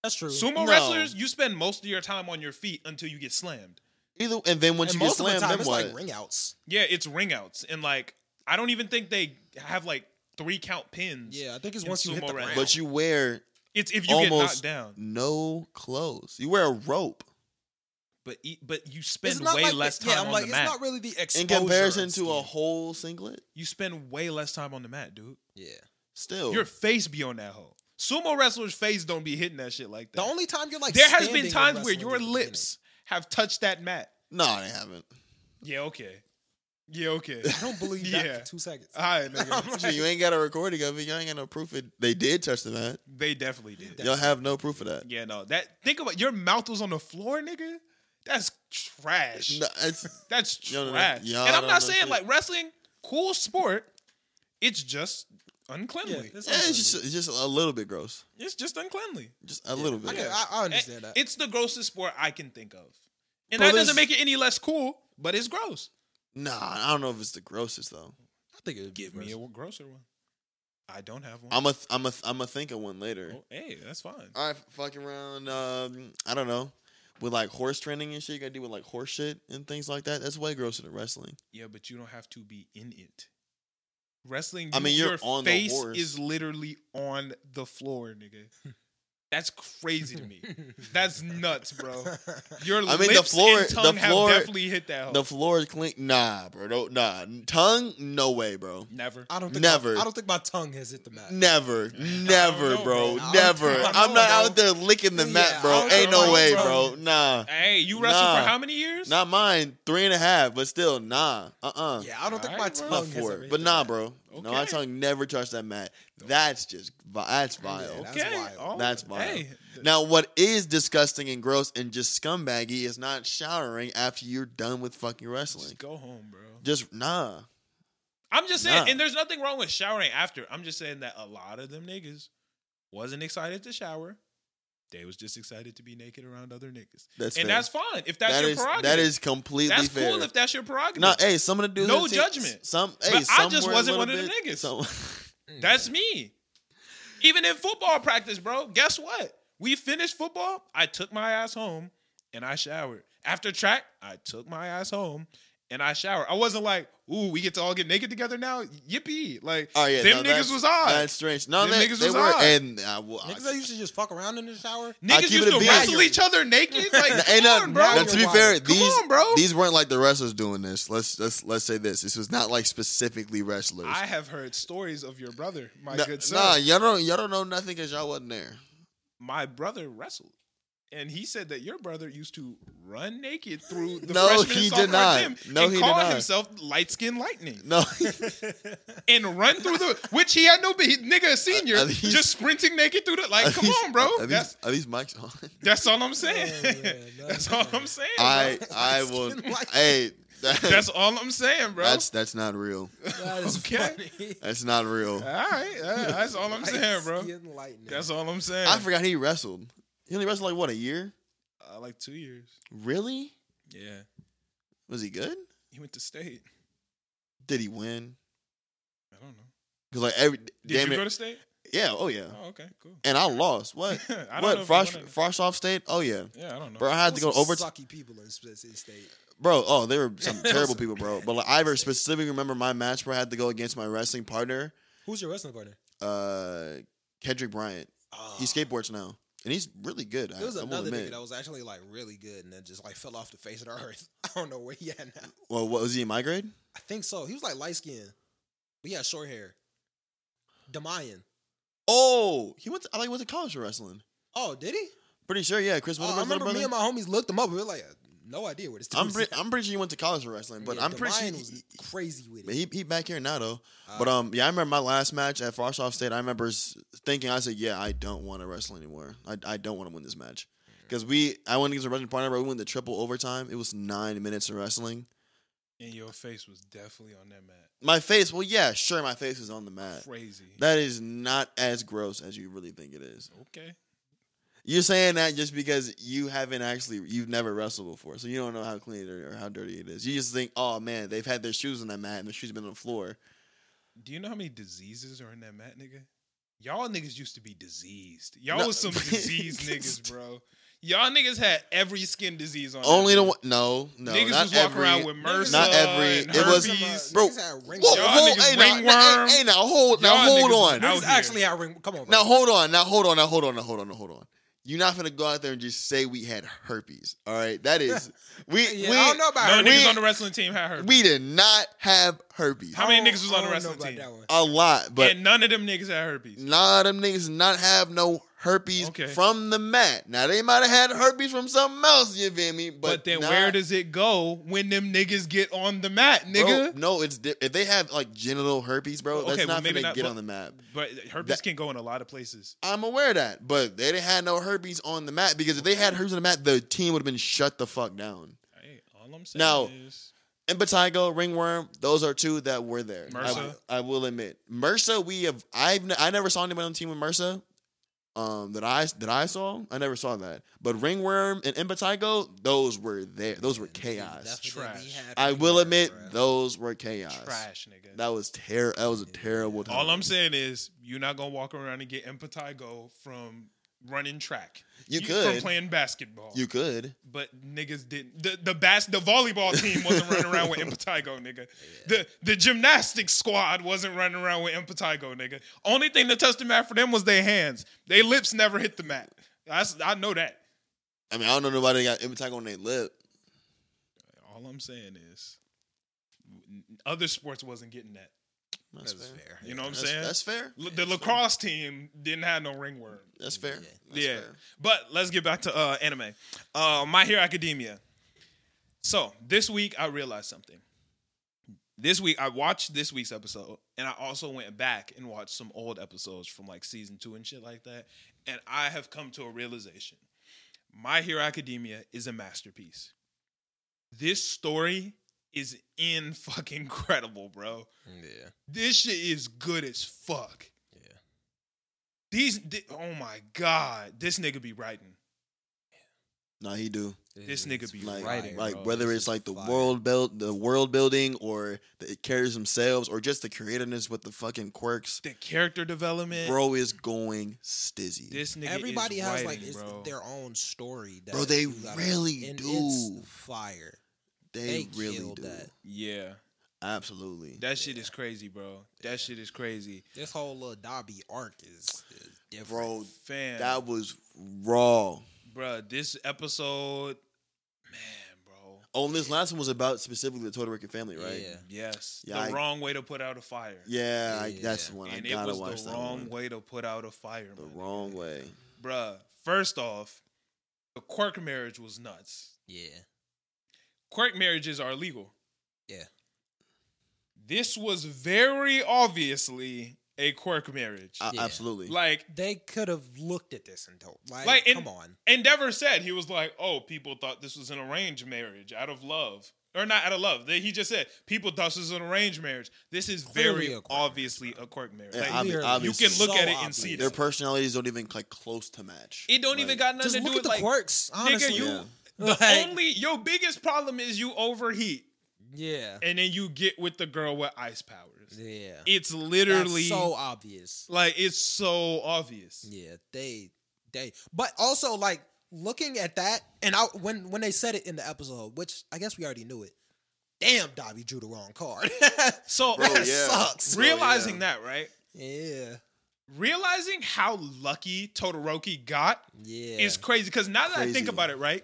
S2: that's true.
S1: Sumo
S3: No.
S1: wrestlers, you spend most of your time on your feet until you get slammed.
S3: Either and then once
S2: and
S3: you get
S2: most of
S3: slammed,
S2: the time,
S3: then
S2: it's
S3: what?
S2: like ring outs.
S1: Yeah, it's ring outs. And like I don't even think they have like three count pins.
S2: Yeah, I think it's
S1: In
S2: once you hit
S1: sumo
S2: the
S1: wrestling.
S2: ground.
S3: but you wear
S1: It's if you
S3: Almost-
S1: get knocked down.
S3: no clothes. You wear a rope
S1: But e- but you
S2: It's
S1: spend
S2: not
S1: way
S2: like
S1: less
S2: the-
S1: time
S2: yeah, I'm
S1: on
S2: like,
S1: the
S2: it's
S1: mat.
S2: not really the exposure.
S3: in comparison to a
S2: scheme.
S3: whole singlet.
S1: you spend way less time on the mat, dude.
S2: Yeah.
S3: Still,
S1: Your face be on that hole. Sumo wrestlers' face don't be hitting that shit like that.
S2: The only time you're like
S1: there has
S2: standing
S1: been
S2: in
S1: times where
S2: wrestling
S1: your
S2: is the
S1: lips have touched that mat.
S3: no, I haven't.
S1: Yeah, okay. Yeah, [laughs] okay.
S2: beginning. I don't believe that
S1: Yeah.
S2: for two seconds.
S1: All right, [laughs] nigga.
S3: you ain't got a recording of it. You ain't got no proof it. They did touch the mat.
S1: They definitely did. [laughs]
S3: Y'all have no proof of that.
S1: Yeah, no. That think about your mouth was on the floor, nigga. That's trash.
S3: No, it's,
S1: That's
S3: Yo, no, no.
S1: trash.
S3: Y'all
S1: and I'm
S3: don't
S1: not
S3: know
S1: saying
S3: shit.
S1: like wrestling, cool sport. It's just
S2: yeah,
S1: uncleanly.
S2: that's
S3: yeah, it's
S2: unbelievable.
S3: just, it's just a little bit gross.
S1: it's just uncleanly.
S3: Just a little bit.
S2: I, can, I, I understand
S1: Eh,
S2: that.
S1: It's the grossest sport I can think of. And
S3: Bro,
S1: that doesn't
S3: there's-
S1: make it any less cool, but it's gross.
S3: Nah, I don't know if it's the grossest though.
S2: I think it would
S1: Give me a w- grosser one. I don't have one.
S3: I'm a, th- I'm a, th- I'm a think of one later.
S1: Oh, hey, that's fine.
S3: All right, fucking around. Um, I don't know. With like horse training and shit, you gotta do with like horse shit and things like that. That's way grosser than wrestling.
S1: Yeah, but you don't have to be in it. Wrestling,
S3: I
S1: you-
S3: mean, you're
S1: your
S3: on the
S1: face
S3: horse.
S1: is literally on the floor, nigga. That's crazy to me. That's nuts,
S2: [laughs]
S1: bro. Your
S3: I mean, the
S1: lips
S3: floor-
S1: and
S3: the
S1: tongue
S3: floor-
S1: have definitely hit that hole.
S3: The floor is clean. Nah, bro. Don't, nah. Tongue? No way, bro.
S1: Never.
S2: I don't think
S3: Never.
S2: My, I don't think my tongue has hit the mat.
S3: Never, never,
S1: know,
S3: bro.
S1: bro. I
S2: don't
S3: Never.
S2: think- I
S3: I'm
S2: don't
S3: not
S2: know.
S3: out there licking the
S2: Yeah,
S3: mat,
S2: I
S3: bro.
S2: don't
S3: Ain't
S2: know,
S3: no way,
S2: bro.
S3: bro. Nah.
S1: Hey, you wrestled
S3: Nah.
S1: for how many years?
S3: Not mine. Three and a half, but still, nah. Uh uh
S2: Yeah, I don't think my
S1: Alright, bro.
S2: tongue
S3: Not
S2: has
S3: for
S2: ever
S3: it.
S2: hit
S3: But
S2: the
S3: nah,
S2: mat.
S3: bro. No, my
S1: Okay.
S3: tongue never touched that mat. That's just, vi- that's vile.
S2: Yeah, that's
S1: okay.
S2: wild.
S1: Oh,
S3: That's wild.
S1: Hey,
S3: Now, what is disgusting and gross and just scumbaggy is not showering after you're done with fucking wrestling.
S1: just go home, bro.
S3: Just nah.
S1: I'm just saying,
S3: Nah.
S1: and there's nothing wrong with showering after. I'm just saying that a lot of them niggas wasn't excited to shower. They was just excited to be naked around other niggas.
S3: That's
S1: and
S3: fair.
S1: that's fine if that's
S3: That
S1: your
S3: is-
S1: prerogative.
S3: that is completely
S1: That's
S3: fair.
S1: cool if that's your prerogative.
S3: no, hey, some of the dudes.
S1: No
S3: that
S1: judgment.
S3: Some, hey,
S1: But I
S3: some
S1: just
S3: were a
S1: wasn't
S3: little
S1: one of the
S3: bit-
S1: niggas.
S3: some-
S1: That's me. Even in football practice, bro, guess what? We finished football. I took my ass home and I showered. After track, I took my ass home and I showered. I wasn't like, ooh, we get to all get naked together now. Yippee. Like,
S3: Oh yeah,
S1: them
S3: no,
S1: niggas
S3: that's-
S1: was odd.
S3: That's strange. No,
S1: Them
S3: they,
S1: niggas
S3: they
S1: was
S3: were,
S1: odd.
S3: and I, well, I-
S2: Niggas that used to just fuck around in the shower.
S1: [laughs]
S2: [laughs]
S3: I
S1: Niggas
S3: keep
S1: used
S3: it a
S1: to
S3: bean.
S1: wrestle each other
S3: [laughs]
S1: naked. Like,
S3: and
S1: come
S3: now-
S1: on, bro.
S3: now to be
S2: You're
S3: fair,
S2: wild.
S1: Come
S3: these
S1: on, bro.
S3: these weren't like the wrestlers doing this. Let's let's let's say this. This was not like specifically wrestlers.
S1: I have heard stories of your brother, my
S3: Nah-
S1: good son.
S3: nah, y'all don't y'all don't know nothing because y'all wasn't there. [laughs]
S1: my brother wrestled. And he said that your brother used to run naked through the
S3: No,
S1: freshman
S3: he
S1: and
S3: did
S1: sophomore
S3: not.
S1: gym
S3: No,
S1: and
S3: he did
S1: called
S3: not.
S1: himself light skin lightning
S3: No,
S2: Oh,
S1: and run through the which he had no be he- nigga a senior
S3: Are- are these-
S1: just sprinting naked through the like come on bro
S3: Are
S1: that's
S3: these, are these mics
S1: [laughs]
S3: on? [laughs]
S1: that's all I'm saying
S2: Oh, man,
S1: [laughs] that's
S2: that's-
S1: all I'm saying
S3: I
S1: bro.
S3: I will.
S2: Skin light.
S3: [laughs] Hey, that-
S1: [laughs] that's all I'm saying bro
S3: that's that's not real.
S2: That
S1: [laughs]
S2: is
S1: Okay.
S2: funny.
S3: That's not real.
S1: all right uh, that's all I'm saying
S2: [laughs]
S1: bro
S2: Skin lightning.
S1: that's all I'm saying
S3: I forgot he wrestled. He only wrestled like what a year?
S1: uh, like two years
S3: Really?
S1: yeah
S3: Was he good?
S1: he went to state
S3: Did he win?
S1: I don't know
S3: Because like every
S1: did
S3: damn
S1: you
S3: it,
S1: go to state
S3: yeah, oh yeah.
S1: oh okay cool [laughs]
S3: And I
S2: [laughs]
S3: lost. What?
S1: I don't know if
S3: what?
S1: he
S3: Frost,
S1: won or not.
S3: Frost off state? Oh yeah,
S1: yeah I don't know
S3: bro. I had to go
S2: Those
S3: over.
S2: sucky people in Spence State.
S3: bro, oh, they were
S2: [laughs]
S3: some terrible people, bro. But like, I ever specifically remember my match where I had to go against my wrestling partner,
S2: Who's your wrestling partner?
S3: uh, Kendrick Bryant.
S2: Oh.
S3: He skateboards now, and he's really good. I,
S2: There was
S3: I will
S2: another
S3: admit.
S2: nigga that was actually like really good and then just like fell off the face of the earth. [laughs] I don't know where he at now.
S3: well, what was he in my grade?
S2: I think so. He was like light skinned. But he had short hair. Demayan.
S3: Oh, he went. To, I like went to college for wrestling.
S2: Oh, did he?
S3: Pretty sure, yeah. Chris
S2: Oh, I
S3: Williams' little
S2: remember
S3: brother.
S2: me and my homies looked him up. We were like, uh, no idea where this dude [laughs]
S3: I'm
S2: is.
S3: pretty, I'm pretty sure he went to college for wrestling, but
S2: Yeah,
S3: I'm pretty sure
S2: Demayan was crazy with it.
S3: he, he he back here now though.
S2: Uh,
S3: But um, yeah, I remember my last match at Farshaw State. I remember s- thinking, I said, "Yeah, I don't want to wrestle anymore. I, I don't want to win this match."
S1: Mm-hmm.
S3: because we I went against a wrestling partner, but we went to triple overtime. It was nine minutes of wrestling.
S1: And your face was definitely on that mat.
S3: My face, well, yeah, sure, my face is on the mat.
S1: Crazy.
S3: That is not as gross as you really think it is.
S1: okay.
S3: You're saying that just because you haven't actually, you've never wrestled before, so you don't know how clean it or or how dirty it is. You just think, oh man, they've had their shoes on that mat and their shoes been on the floor.
S1: Do you know how many diseases are in that mat, nigga? Y'all niggas used to be diseased. Y'all
S3: No.
S1: was
S3: [laughs]
S1: some disease niggas, bro. Y'all niggas had every skin disease on. that
S3: Only the
S1: bitch.
S3: one, no, no,
S1: niggas
S3: not
S1: was walking
S3: every,
S1: around with MRSA.
S3: not every-
S1: and
S3: it was-
S1: herpes.
S3: bro, Whoa,
S1: Y'all
S3: whoa,
S1: niggas
S3: hey, now, now,
S1: ringworm.
S3: hey, hey, now, hold, now,
S1: Y'all
S3: hold
S1: niggas
S3: on.
S1: out
S2: Niggas
S1: here.
S2: actually out ring. Come on, bro.
S3: Now hold on, now hold on, now hold on, now hold on, now hold on, You're not gonna go out there and just say we had herpes. All right,
S1: [laughs]
S3: that is we
S2: yeah,
S3: we
S2: I don't know about
S1: No
S2: her.
S3: we-
S1: niggas on the wrestling team had herpes.
S3: we did not have herpes.
S1: How
S2: I
S1: many
S2: don't-
S1: niggas was on the
S2: I don't
S1: wrestling
S2: know about
S1: team?
S2: that one.
S3: A lot, but Mm,
S1: and none of them niggas had herpes.
S3: nah, them niggas not have no herpes
S1: Okay.
S3: from the mat. Now they might have had herpes from something else. You feel me? But,
S1: But, then
S3: not-
S1: where does it go when them niggas get on the mat,
S3: Bro,
S1: nigga?
S3: no, it's di- if they have like genital herpes, bro.
S1: Well, okay,
S3: that's
S1: well,
S3: not
S1: maybe
S3: gonna
S1: not,
S3: get
S1: but-
S3: on the mat.
S1: But herpes
S3: That-
S1: can go in a lot of places.
S3: I'm aware of that, but they didn't have no herpes on the mat because if they had herpes on the mat, the team would have been shut the fuck down.
S1: Hey, all I'm saying
S3: Now-
S1: is
S3: Impetigo, ringworm, those are two that were there.
S1: MRSA?
S3: I, I will admit, MRSA. We have I've n- I never saw anybody on the team with MRSA. Um, that I that I saw, I never saw that. But ringworm and impetigo, those were there. Those were chaos.
S1: Trash.
S3: I will admit,
S4: though.
S3: those were chaos.
S1: trash, nigga.
S3: That was ter- That was a terrible time.
S1: all I'm saying is you're not gonna walk around and get impetigo from running track.
S3: you
S1: from
S3: could,
S1: playing basketball.
S3: you could.
S1: but niggas didn't. The the bas- the volleyball team wasn't running around
S3: [laughs]
S1: with impetigo, nigga. The the gymnastics squad wasn't running around with impetigo, nigga. Only thing that touched the mat for them was their hands. Their lips never hit the mat. That's, I know that.
S3: I mean, I don't know nobody that got impetigo on their lip.
S1: All I'm saying is, other sports wasn't getting that.
S3: That's,
S4: That's
S3: fair.
S4: fair.
S1: You know what I'm
S3: That's,
S1: saying?
S3: that's fair.
S1: L- the lacrosse team didn't have no ringworm.
S3: That's fair.
S4: Yeah.
S3: That's
S1: yeah.
S3: fair.
S1: But let's get back to uh, anime. Uh, My Hero Academia. So this week I realized something. This week I watched this week's episode, and I also went back and watched some old episodes from like season two and shit like that. And I have come to a realization: My Hero Academia is a masterpiece. This story is in fucking [laughs] incredible, bro.
S4: Yeah.
S1: This shit is good as fuck.
S4: Yeah.
S1: These, thi- oh my god, this nigga be writing.
S3: Nah, he do.
S1: This nigga be
S3: like,
S1: writing,
S3: like whether it's like the world build, the world building, or the, it carries themselves, or just the creativeness with the fucking quirks.
S1: The character development,
S3: Bro is going stizzy.
S1: This nigga,
S2: Everybody
S1: is
S2: has
S1: writing,
S2: like it's
S1: bro.
S2: their own story. That
S3: Bro, they
S2: you gotta-
S3: really
S2: and
S3: do.
S2: It's fire.
S3: they,
S2: they
S3: really
S2: killed
S3: do.
S2: that.
S1: Yeah,
S3: Absolutely.
S1: that shit is crazy, bro. That shit is crazy,
S2: This whole little Dobby arc is, is different.
S3: Bro,
S1: fam.
S3: that was raw.
S1: bro, this episode, man, bro.
S3: Oh, and this last one was about specifically the Todoroki family, right?
S4: Yeah.
S1: Yes,
S3: Yeah,
S1: the
S3: I-
S1: wrong way to put out a fire.
S3: Yeah, I,
S4: Yeah.
S3: that's the one.
S1: and
S3: I
S1: it
S3: gotta
S1: was
S3: watch
S1: the
S3: that
S1: wrong
S3: one.
S1: way to put out a fire,
S3: The
S1: man.
S3: wrong way.
S1: Bruh, First off, the quirk marriage was nuts.
S4: Yeah.
S1: Quirk marriages are illegal.
S4: Yeah.
S1: This was very obviously a quirk marriage.
S3: A-
S4: Yeah.
S3: Absolutely.
S1: like
S2: they could have looked at this and told, like,
S1: Like, and-
S2: come on,
S1: Endeavor said he was like, "Oh, people thought this was an arranged marriage out of love, or not out of love." He just said people thought this was an arranged marriage. This is very
S2: Clearly a quirk marriage,
S1: obviously a quirk marriage.
S3: Yeah,
S1: Like,
S3: obvi-
S2: Clearly.
S1: you
S3: obviously.
S1: can look
S2: So
S1: at it and see
S2: obvious.
S1: that.
S3: Their personalities don't even like close to match.
S1: It don't even
S3: Like,
S1: got nothing
S2: just
S1: to do
S2: look
S1: with
S2: at the
S1: like
S2: quirks. Honestly,
S1: nigga. You
S3: Yeah.
S1: the
S2: Like-
S1: only your biggest problem is you overheat,
S2: [laughs] yeah,
S1: and then you get with the girl with ice powers.
S2: yeah,
S1: It's literally
S2: That's so obvious.
S1: like it's so obvious.
S2: Yeah, they they but also like looking at that and I when when they said it in the episode, which I guess we already knew it. Damn, Dobby drew the wrong card. [laughs]
S1: So [laughs]
S3: Bro,
S2: That
S3: yeah.
S2: sucks.
S3: Bro,
S1: realizing
S3: yeah.
S1: that, right?
S2: yeah.
S1: Realizing how lucky Todoroki got
S2: Yeah.
S1: It's crazy because now that I think
S3: Crazy.
S1: about it, right?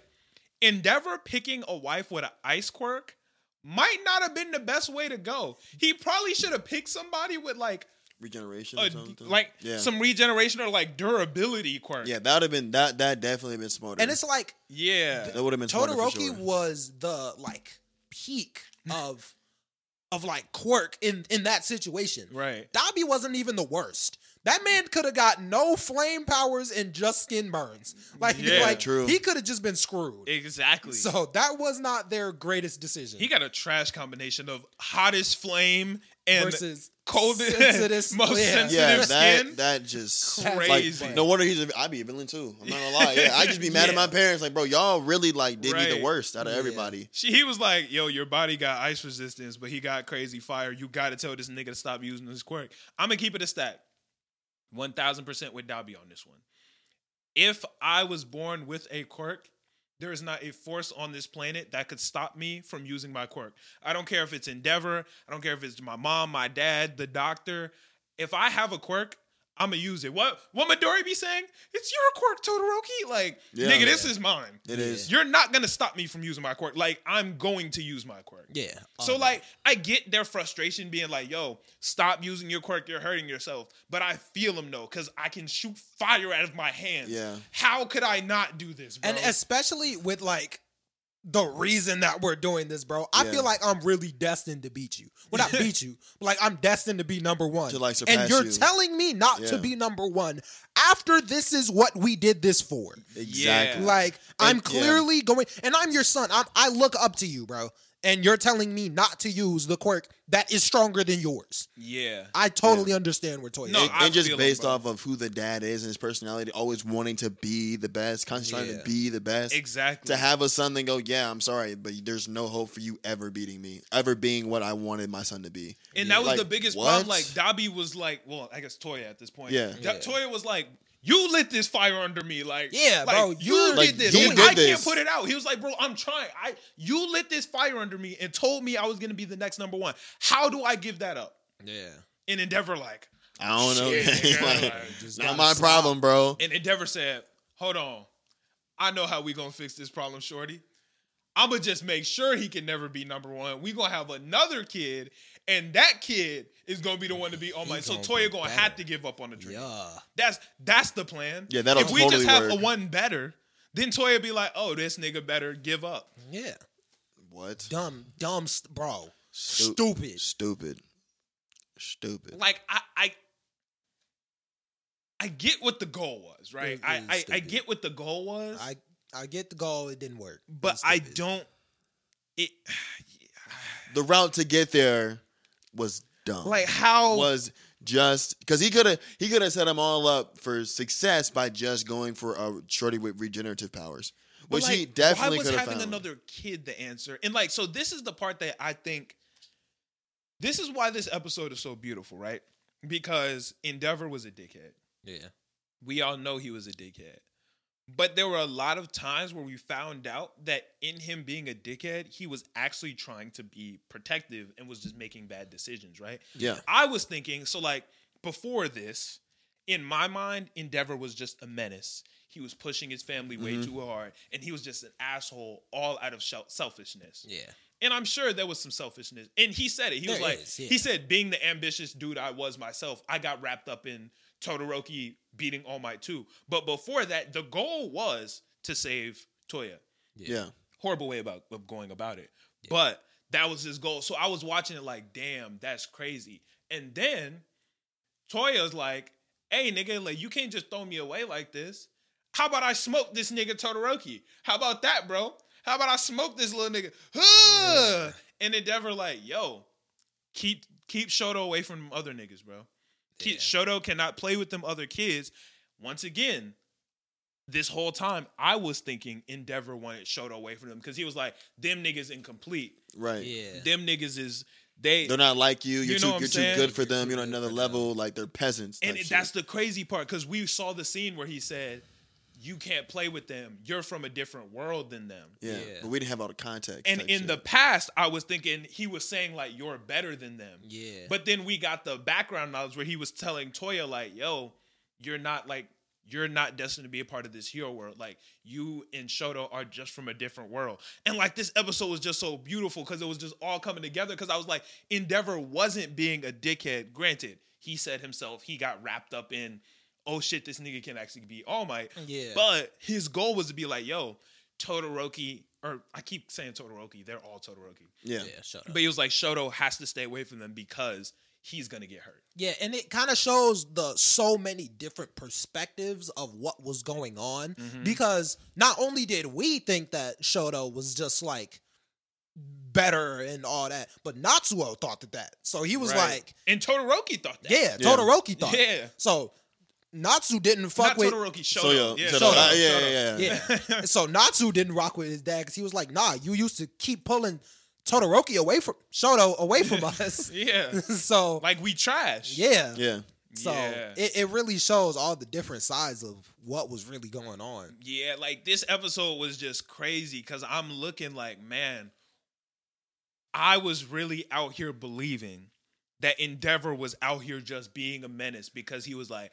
S1: Endeavor picking a wife with an ice quirk might not have been the best way to go. He probably should have picked somebody with like
S3: regeneration or
S1: a
S3: something.
S1: like
S3: yeah.
S1: some regeneration or like durability quirk.
S3: Yeah, that would have been that that definitely been smarter.
S2: and it's like
S1: yeah.
S3: that would have been smarter for
S2: Todoroki
S3: sure.
S2: was the like peak of of like quirk in in that situation.
S1: Right.
S2: Dobby wasn't even the worst. That man could have got no flame powers and just skin burns. Like,
S1: Yeah,
S2: like
S3: true.
S2: he could have just been screwed.
S1: Exactly.
S2: So that was not their greatest decision.
S1: he got a trash combination of hottest flame and
S2: versus
S1: coldest, [laughs]
S2: sensitive-
S1: most
S2: yeah.
S1: sensitive
S3: Yeah,
S1: skin.
S3: that that just
S1: Crazy.
S3: Like, no wonder he's. A, I'd be a villain too. I'm not gonna lie. Yeah, I'd
S1: [laughs]
S3: just be mad at
S1: Yeah.
S3: my parents. Like, bro, y'all really like did me
S1: Right.
S3: the worst out of
S4: Yeah.
S3: everybody.
S1: She, he was like, "Yo, your body got ice resistance, but he got crazy fire. You got to tell this nigga to stop using his quirk." I'm gonna keep it a stack, one thousand percent with Dobby on this one. If I was born with a quirk, there is not a force on this planet that could stop me from using my quirk. I don't care if it's Endeavor. I don't care if it's my mom, my dad, the doctor. If I have a quirk. I'ma use it. What what Midori be saying? It's your quirk, Todoroki. Like,
S3: Yeah.
S1: nigga, this is mine.
S3: It is.
S1: You're not gonna stop me from using my quirk. Like I'm going to use my quirk.
S4: Yeah.
S1: So
S4: Oh,
S2: Um,
S1: like I get their frustration being like, "Yo, stop using your quirk. You're hurting yourself." But I feel them though, cause I can shoot fire out of my hands.
S3: Yeah.
S1: How could I not do this, bro?
S2: and especially with like the reason that we're doing this, bro. I
S3: Yeah.
S2: feel like I'm really destined to beat you. Well,
S3: [laughs]
S2: not beat you, but like I'm destined to be number one.
S3: To, like, surpass
S2: and you're
S3: you.
S2: telling me not to
S3: Yeah.
S2: be number one after this is what we did this for.
S3: Exactly.
S1: Yeah.
S2: Like I'm
S3: yeah.
S2: clearly going, and I'm your son. I'm, I look up to you, bro. And you're telling me not to use the quirk that is stronger than yours.
S1: yeah.
S2: I totally understand where Toy. is.
S1: No,
S3: And-
S1: I
S3: and just
S1: feel him,
S3: based
S1: bro.
S3: off of who the dad is and his personality, always wanting to be the best, constantly trying
S4: Yeah.
S3: to be the best.
S1: Exactly.
S3: To have a son then go, yeah, I'm sorry, but there's no hope for you ever beating me, ever being what I wanted my son to be.
S1: And that was
S3: Like,
S1: the biggest
S3: what?
S1: problem. Like Dobby was like, well, I guess Toya at this point.
S3: Yeah.
S1: Da- Toya was like, you lit this fire under me. Like,
S2: Yeah,
S1: like,
S2: bro,
S1: You
S2: you're
S1: did
S3: Like,
S1: this.
S3: he
S1: and
S3: did
S1: I can't
S3: this.
S1: put it out. He was like, bro, I'm trying. I you lit this fire under me and told me I was gonna be the next number one. How do I give that up?
S4: Yeah.
S1: And Endeavor like,
S3: I don't know.
S1: Shit,
S3: man.
S1: nigga,
S3: [laughs] Like,
S1: like,
S2: just
S3: not
S2: gotta
S3: my
S2: stop.
S3: problem, bro.
S1: and Endeavor said, hold on, I know how we gonna fix this problem, Shorty. I'ma just make sure he can never be number one. We gonna have another kid, and that kid is gonna be the one to be on my. So
S4: gonna
S1: Toya
S4: be
S1: gonna
S4: better.
S1: have to give up on the dream.
S4: Yeah.
S1: That's that's the plan.
S3: Yeah, that'll
S1: If we just
S3: totally
S1: have a
S3: work.
S1: one better, then Toya be like, "Oh, this nigga better give up."
S2: Yeah,
S3: What?
S2: dumb, dumb, st- bro.
S3: Stu-
S2: Stupid.
S3: Stupid. Stupid.
S1: Like I I I get what the goal was, right?
S4: It
S1: I
S4: is
S1: I, I
S4: stupid.
S1: get what the goal was,
S2: I I get the goal. It didn't work. It
S1: but
S2: was
S1: I
S2: stupid.
S1: don't. It
S3: the route to get there was dumb.
S1: like how
S3: was just because he could have he could have set them all up for success by just going for a shorty with regenerative powers,
S1: but,
S3: which he
S1: like,
S3: definitely
S1: Why
S3: could
S1: was
S3: have
S1: having
S3: found.
S1: another kid the answer? And like, so this is the part that I think. This is why this episode is so beautiful, right? Because Endeavor was a dickhead.
S4: Yeah.
S1: we all know he was a dickhead. But there were a lot of times where we found out that in him being a dickhead, he was actually trying to be protective and was just making bad decisions, right?
S3: yeah,
S1: I was thinking, so like before this, in my mind, Endeavor was just a menace. He was pushing his family way too hard, and he was just an asshole all out of shel- selfishness.
S4: Yeah.
S1: And I'm sure there was some selfishness. And he said it. He was
S4: There
S1: like,
S4: is, yeah.
S1: he said, being the ambitious dude I was myself, I got wrapped up in Todoroki beating All Might 2. But before that, the goal was to save Toya.
S3: yeah,
S1: Horrible way about of going about it. But that was his goal. So I was watching it like, damn, that's crazy. And then Toya's like, hey, nigga, like you can't just throw me away like this. How about I smoke this nigga Todoroki? How about that, bro? How about I smoke this little nigga? [sighs] Huh! And Endeavor like, yo, keep keep Shoto away from them other niggas, bro. Keep,
S4: Yeah.
S1: Shoto cannot play with them other kids. Once again, this whole time I was thinking Endeavor wanted Shoto away from them because he was like, them niggas incomplete.
S3: right.
S4: Yeah.
S1: Them niggas is they
S3: They're not like you. You're
S1: You know
S3: too
S1: what I'm
S3: you're
S1: saying?
S3: too good for
S4: You're
S3: them.
S4: too
S3: You're on
S4: good
S3: another
S4: for
S3: level. Like they're peasants.
S1: and
S3: type
S1: it, that's the
S3: shit.
S1: crazy part because we saw the scene where he said, "You can't play with them. You're from a different world than them."
S3: yeah.
S4: yeah.
S3: But we didn't have all the context.
S1: And
S3: type
S1: in
S3: shit.
S1: the past, I was thinking he was saying like, "You're better than them."
S4: Yeah.
S1: But then we got the background knowledge where he was telling Toya like, "Yo, you're not like." You're not destined to be a part of this hero world. Like you and Shoto are just from a different world. And like this episode was just so beautiful because it was just all coming together. Because I was like, Endeavor wasn't being a dickhead. Granted, he said himself he got wrapped up in, oh shit, this nigga can actually be All Might.
S4: yeah.
S1: But his goal was to be like, yo, Todoroki, or I keep saying Todoroki, they're all Todoroki.
S3: yeah.
S4: yeah. Shut up.
S1: But he was like, Shoto has to stay away from them because he's gonna get hurt.
S2: Yeah, and it kind of shows the so many different perspectives of what was going on
S3: Mm-hmm.
S1: Mm-hmm.
S2: because not only did we think that Shoto was just like better and all that, but Natsuo thought that that. So he was
S1: Right.
S2: like,
S1: and Todoroki thought that.
S2: yeah,
S3: Yeah.
S2: Todoroki thought. it.
S1: yeah.
S2: So Natsu didn't fuck
S1: Not
S2: with
S1: Todoroki. Shoto.
S3: So yo,
S1: yeah,
S3: shut
S2: Shoto,
S3: up. Uh, yeah,
S1: Shoto.
S3: yeah, yeah, yeah.
S2: Yeah. And so Natsu didn't rock with his dad because he was like, nah, you used to keep pulling Todoroki away from Shoto away from us.
S1: [laughs]
S2: [laughs]
S1: Yeah.
S2: so
S1: Like we trash.
S2: yeah.
S3: Yeah.
S2: So
S1: Yeah.
S2: it, it really shows all the different sides of what was really going on.
S1: Yeah, like this episode was just crazy because I'm looking like, man, I was really out here believing that Endeavor was out here just being a menace because he was like,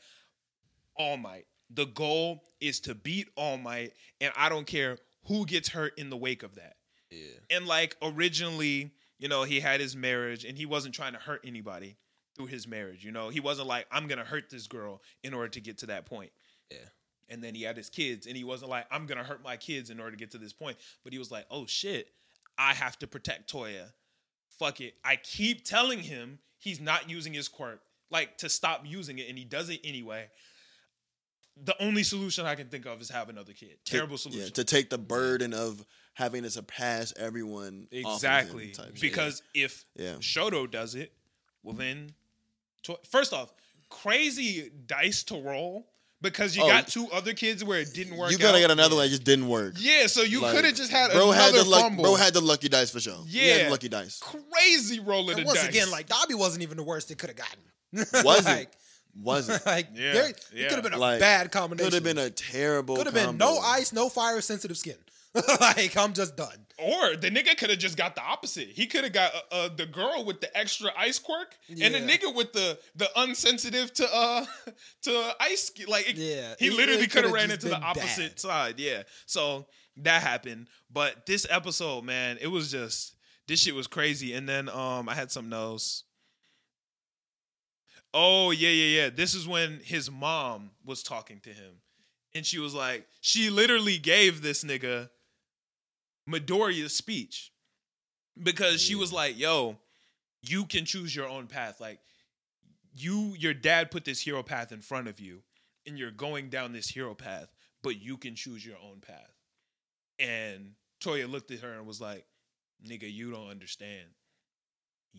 S1: All Might, the goal is to beat All Might, and I don't care who gets hurt in the wake of that.
S4: Yeah.
S1: And like originally, you know, he had his marriage and he wasn't trying to hurt anybody through his marriage. You know, he wasn't like, I'm gonna hurt this girl in order to get to that point.
S4: Yeah.
S1: And then he had his kids and he wasn't like, I'm gonna hurt my kids in order to get to this point. But he was like, oh shit, I have to protect Toya. Fuck it. I keep telling him he's not using his quirk, like to stop using it, and he does it anyway. The only solution I can think of is have another kid. Terrible
S3: To-
S1: solution.
S3: Yeah, to take the burden of having to surpass everyone. off of him
S1: Exactly.
S3: type shit.
S1: Because if
S3: Yeah.
S1: Shoto does it, well then, to- first off, crazy dice to roll because you
S3: Oh.
S1: got two other kids where it didn't work.
S3: you gotta
S1: out.
S3: get another one that just didn't work.
S1: Yeah, so you
S3: Like,
S1: could have just had
S3: bro
S1: another
S3: had the luck,
S1: fumble.
S3: bro had the lucky dice for sure. He had
S1: Yeah.
S3: lucky dice.
S1: crazy roll of the
S2: And once
S1: dice.
S2: again, like Dobby wasn't even the worst it could have gotten. [laughs]
S3: Was
S2: like,
S1: [laughs]
S3: Was it?
S2: like
S1: Yeah,
S2: there,
S1: yeah.
S2: it could have been a
S3: Like,
S2: bad
S3: Could
S2: combination.
S3: have been a terrible.
S2: Could have been
S3: combo.
S2: no ice, no fire, sensitive skin. [laughs] like I'm just done.
S1: or the nigga could have just got the opposite. He could have got uh, uh, the girl with the extra ice quirk and the
S2: Yeah.
S1: nigga with the the unsensitive to uh [laughs] to ice. Like it,
S2: Yeah,
S1: he
S2: it-
S1: literally
S2: it
S1: could have
S2: coulda
S1: ran
S2: just
S1: into the
S2: been bad.
S1: opposite side. Yeah, so that happened. But this episode, man, it was just this shit was crazy. And then um, I had something else. Oh yeah, yeah, yeah. This is when his mom was talking to him, and she was like, she literally gave this nigga Midoriya's speech because she was like, "Yo, you can choose your own path. Like, you, your dad put this hero path in front of you, and you're going down this hero path, but you can choose your own path." And Toya looked at her and was like, "Nigga, you don't understand."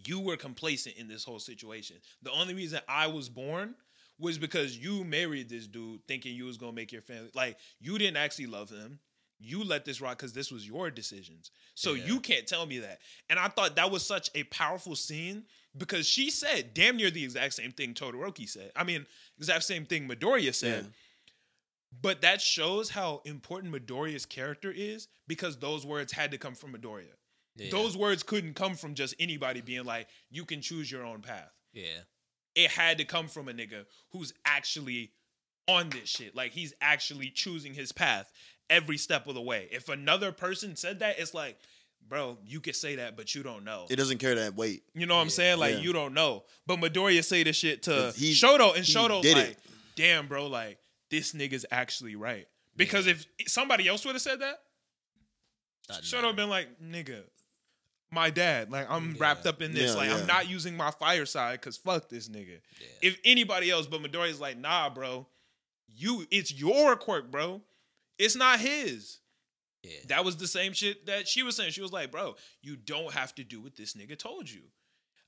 S1: you were complacent in this whole situation. The only reason I was born was because you married this dude thinking you was gonna make your family like you didn't actually love him. You let this rock because this was your decisions. So
S4: Yeah.
S1: you can't tell me that. And I thought that was such a powerful scene because she said damn near the exact same thing Todoroki said. I mean, exact same thing Midoriya said.
S3: Yeah.
S1: But that shows how important Midoriya's character is because those words had to come from Midoriya.
S4: Yeah.
S1: Those words couldn't come from just anybody being like, you can choose your own path.
S4: Yeah.
S1: It had to come from a nigga who's actually on this shit. Like he's actually choosing his path every step of the way. If another person said that, it's like, bro, you could say that, but you don't know.
S3: It doesn't carry that weight.
S1: You know what I'm saying? Like
S3: Yeah.
S1: you don't know. But Midoriya say this shit to
S3: 'Cause he-
S1: Shoto, and
S3: he
S1: Shoto
S3: did
S1: like,
S3: it.
S1: damn, bro, like this nigga's actually right. Because if somebody else would have said that,
S4: Doesn't
S1: Should
S4: matter.
S1: have been like, nigga, my dad. Like I'm wrapped up in this.
S3: Yeah,
S1: like
S3: yeah.
S1: I'm not using my fireside because fuck this nigga.
S4: Yeah.
S1: If anybody else, but Midoriya's like, nah, bro. You, it's your quirk, bro. It's not his.
S4: Yeah.
S1: That was the same shit that she was saying. She was like, bro, you don't have to do what this nigga told you.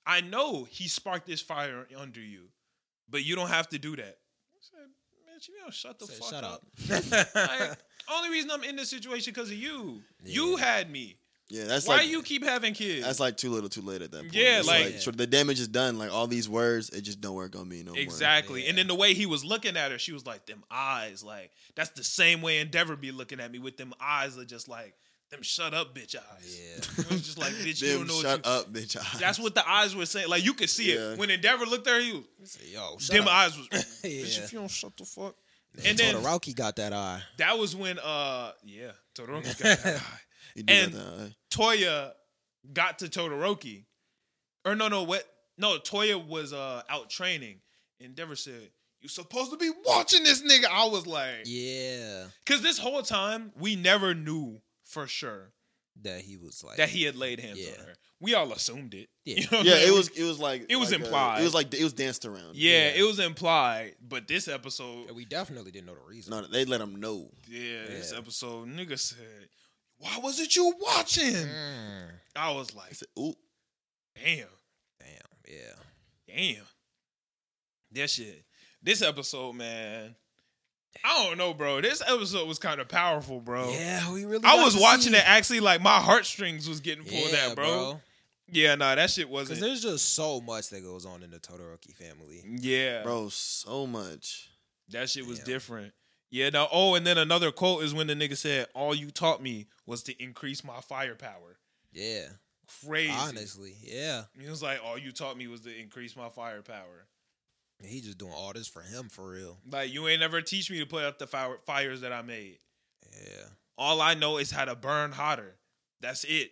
S1: I know he sparked this fire under you, but you don't have to do that. I said, man, you don't shut the
S4: Say,
S1: fuck
S4: shut
S1: up.
S4: up.
S1: [laughs]
S2: [laughs]
S1: Like, only reason I'm in this situation because of you. You had me.
S3: Yeah, that's
S1: Why
S3: like
S1: you keep having kids?
S3: that's like too little, too late at that point.
S1: Yeah,
S3: It's
S1: like-
S3: so the damage is done. Like all these words, it just don't work on me no more.
S1: exactly.
S4: Yeah.
S1: And then the way he was looking at her, she was like, "Them eyes, like that's the same way Endeavor be looking at me with them eyes are just like them shut up bitch eyes."
S4: Yeah.
S1: It was just like, "Bitch, you don't
S3: Them
S1: know." what
S3: shut
S1: you,
S3: up, bitch. [laughs] I-
S1: That's what the eyes were saying. Like you could see
S3: Yeah.
S1: it when Endeavor looked at her. He was,
S4: Say, Yo. Shut
S1: them
S4: up.
S1: eyes
S3: [laughs]
S1: was.
S4: [laughs]
S1: Bitch,
S4: Yeah.
S1: if you don't shut the fuck.
S2: And,
S1: And then
S2: Todoroki got that eye.
S1: that was when, uh, yeah,
S4: [laughs]
S1: Todoroki got that eye.
S3: You do
S1: and-
S3: that, huh?
S1: Toya got to Todoroki. Or no, no, what? No, Toya was uh out training. And Dever said, You supposed to be watching this nigga. I was like,
S4: Yeah.
S1: because this whole time we never knew for sure
S4: that he was like
S1: that he had laid hands
S4: Yeah.
S1: on her. We all assumed it. [laughs]
S4: Yeah.
S1: know what
S3: Yeah,
S1: I'm
S3: it
S1: saying?
S3: was it was like
S1: It was
S3: like, uh,
S1: implied.
S3: it was like it was danced around.
S1: Yeah, it was implied, but this episode,
S2: And we definitely didn't know the reason.
S3: no, they let him know.
S1: yeah, this episode, nigga said, "Why wasn't you watching?"
S2: Mm,
S1: I was like,
S3: I said, "Ooh,
S1: "Damn,
S4: damn yeah
S1: damn, that shit." This episode, man, I don't know, bro. This episode was kind of powerful, bro.
S4: yeah we really
S1: I
S4: got
S1: was
S4: to
S1: watching
S4: see-
S1: it actually like my heartstrings was getting pulled
S4: yeah,
S1: out, bro. Yeah, nah, that shit
S4: Cause
S1: wasn't.
S4: there's just so much that goes on in the Todoroki family.
S1: yeah,
S3: bro, so much."
S1: That shit was
S4: Damn.
S1: different. Yeah, now oh, and then another quote is when the nigga said, All you taught me was to increase my firepower.
S4: Yeah,
S1: Crazy.
S4: honestly, yeah.
S1: He was like, All you taught me was to increase my firepower.
S4: He just doing all this for him for real.
S1: Like you ain't ever teach me to put out the fire- fires that I made.
S4: Yeah,
S1: All I know is how to burn hotter. That's it.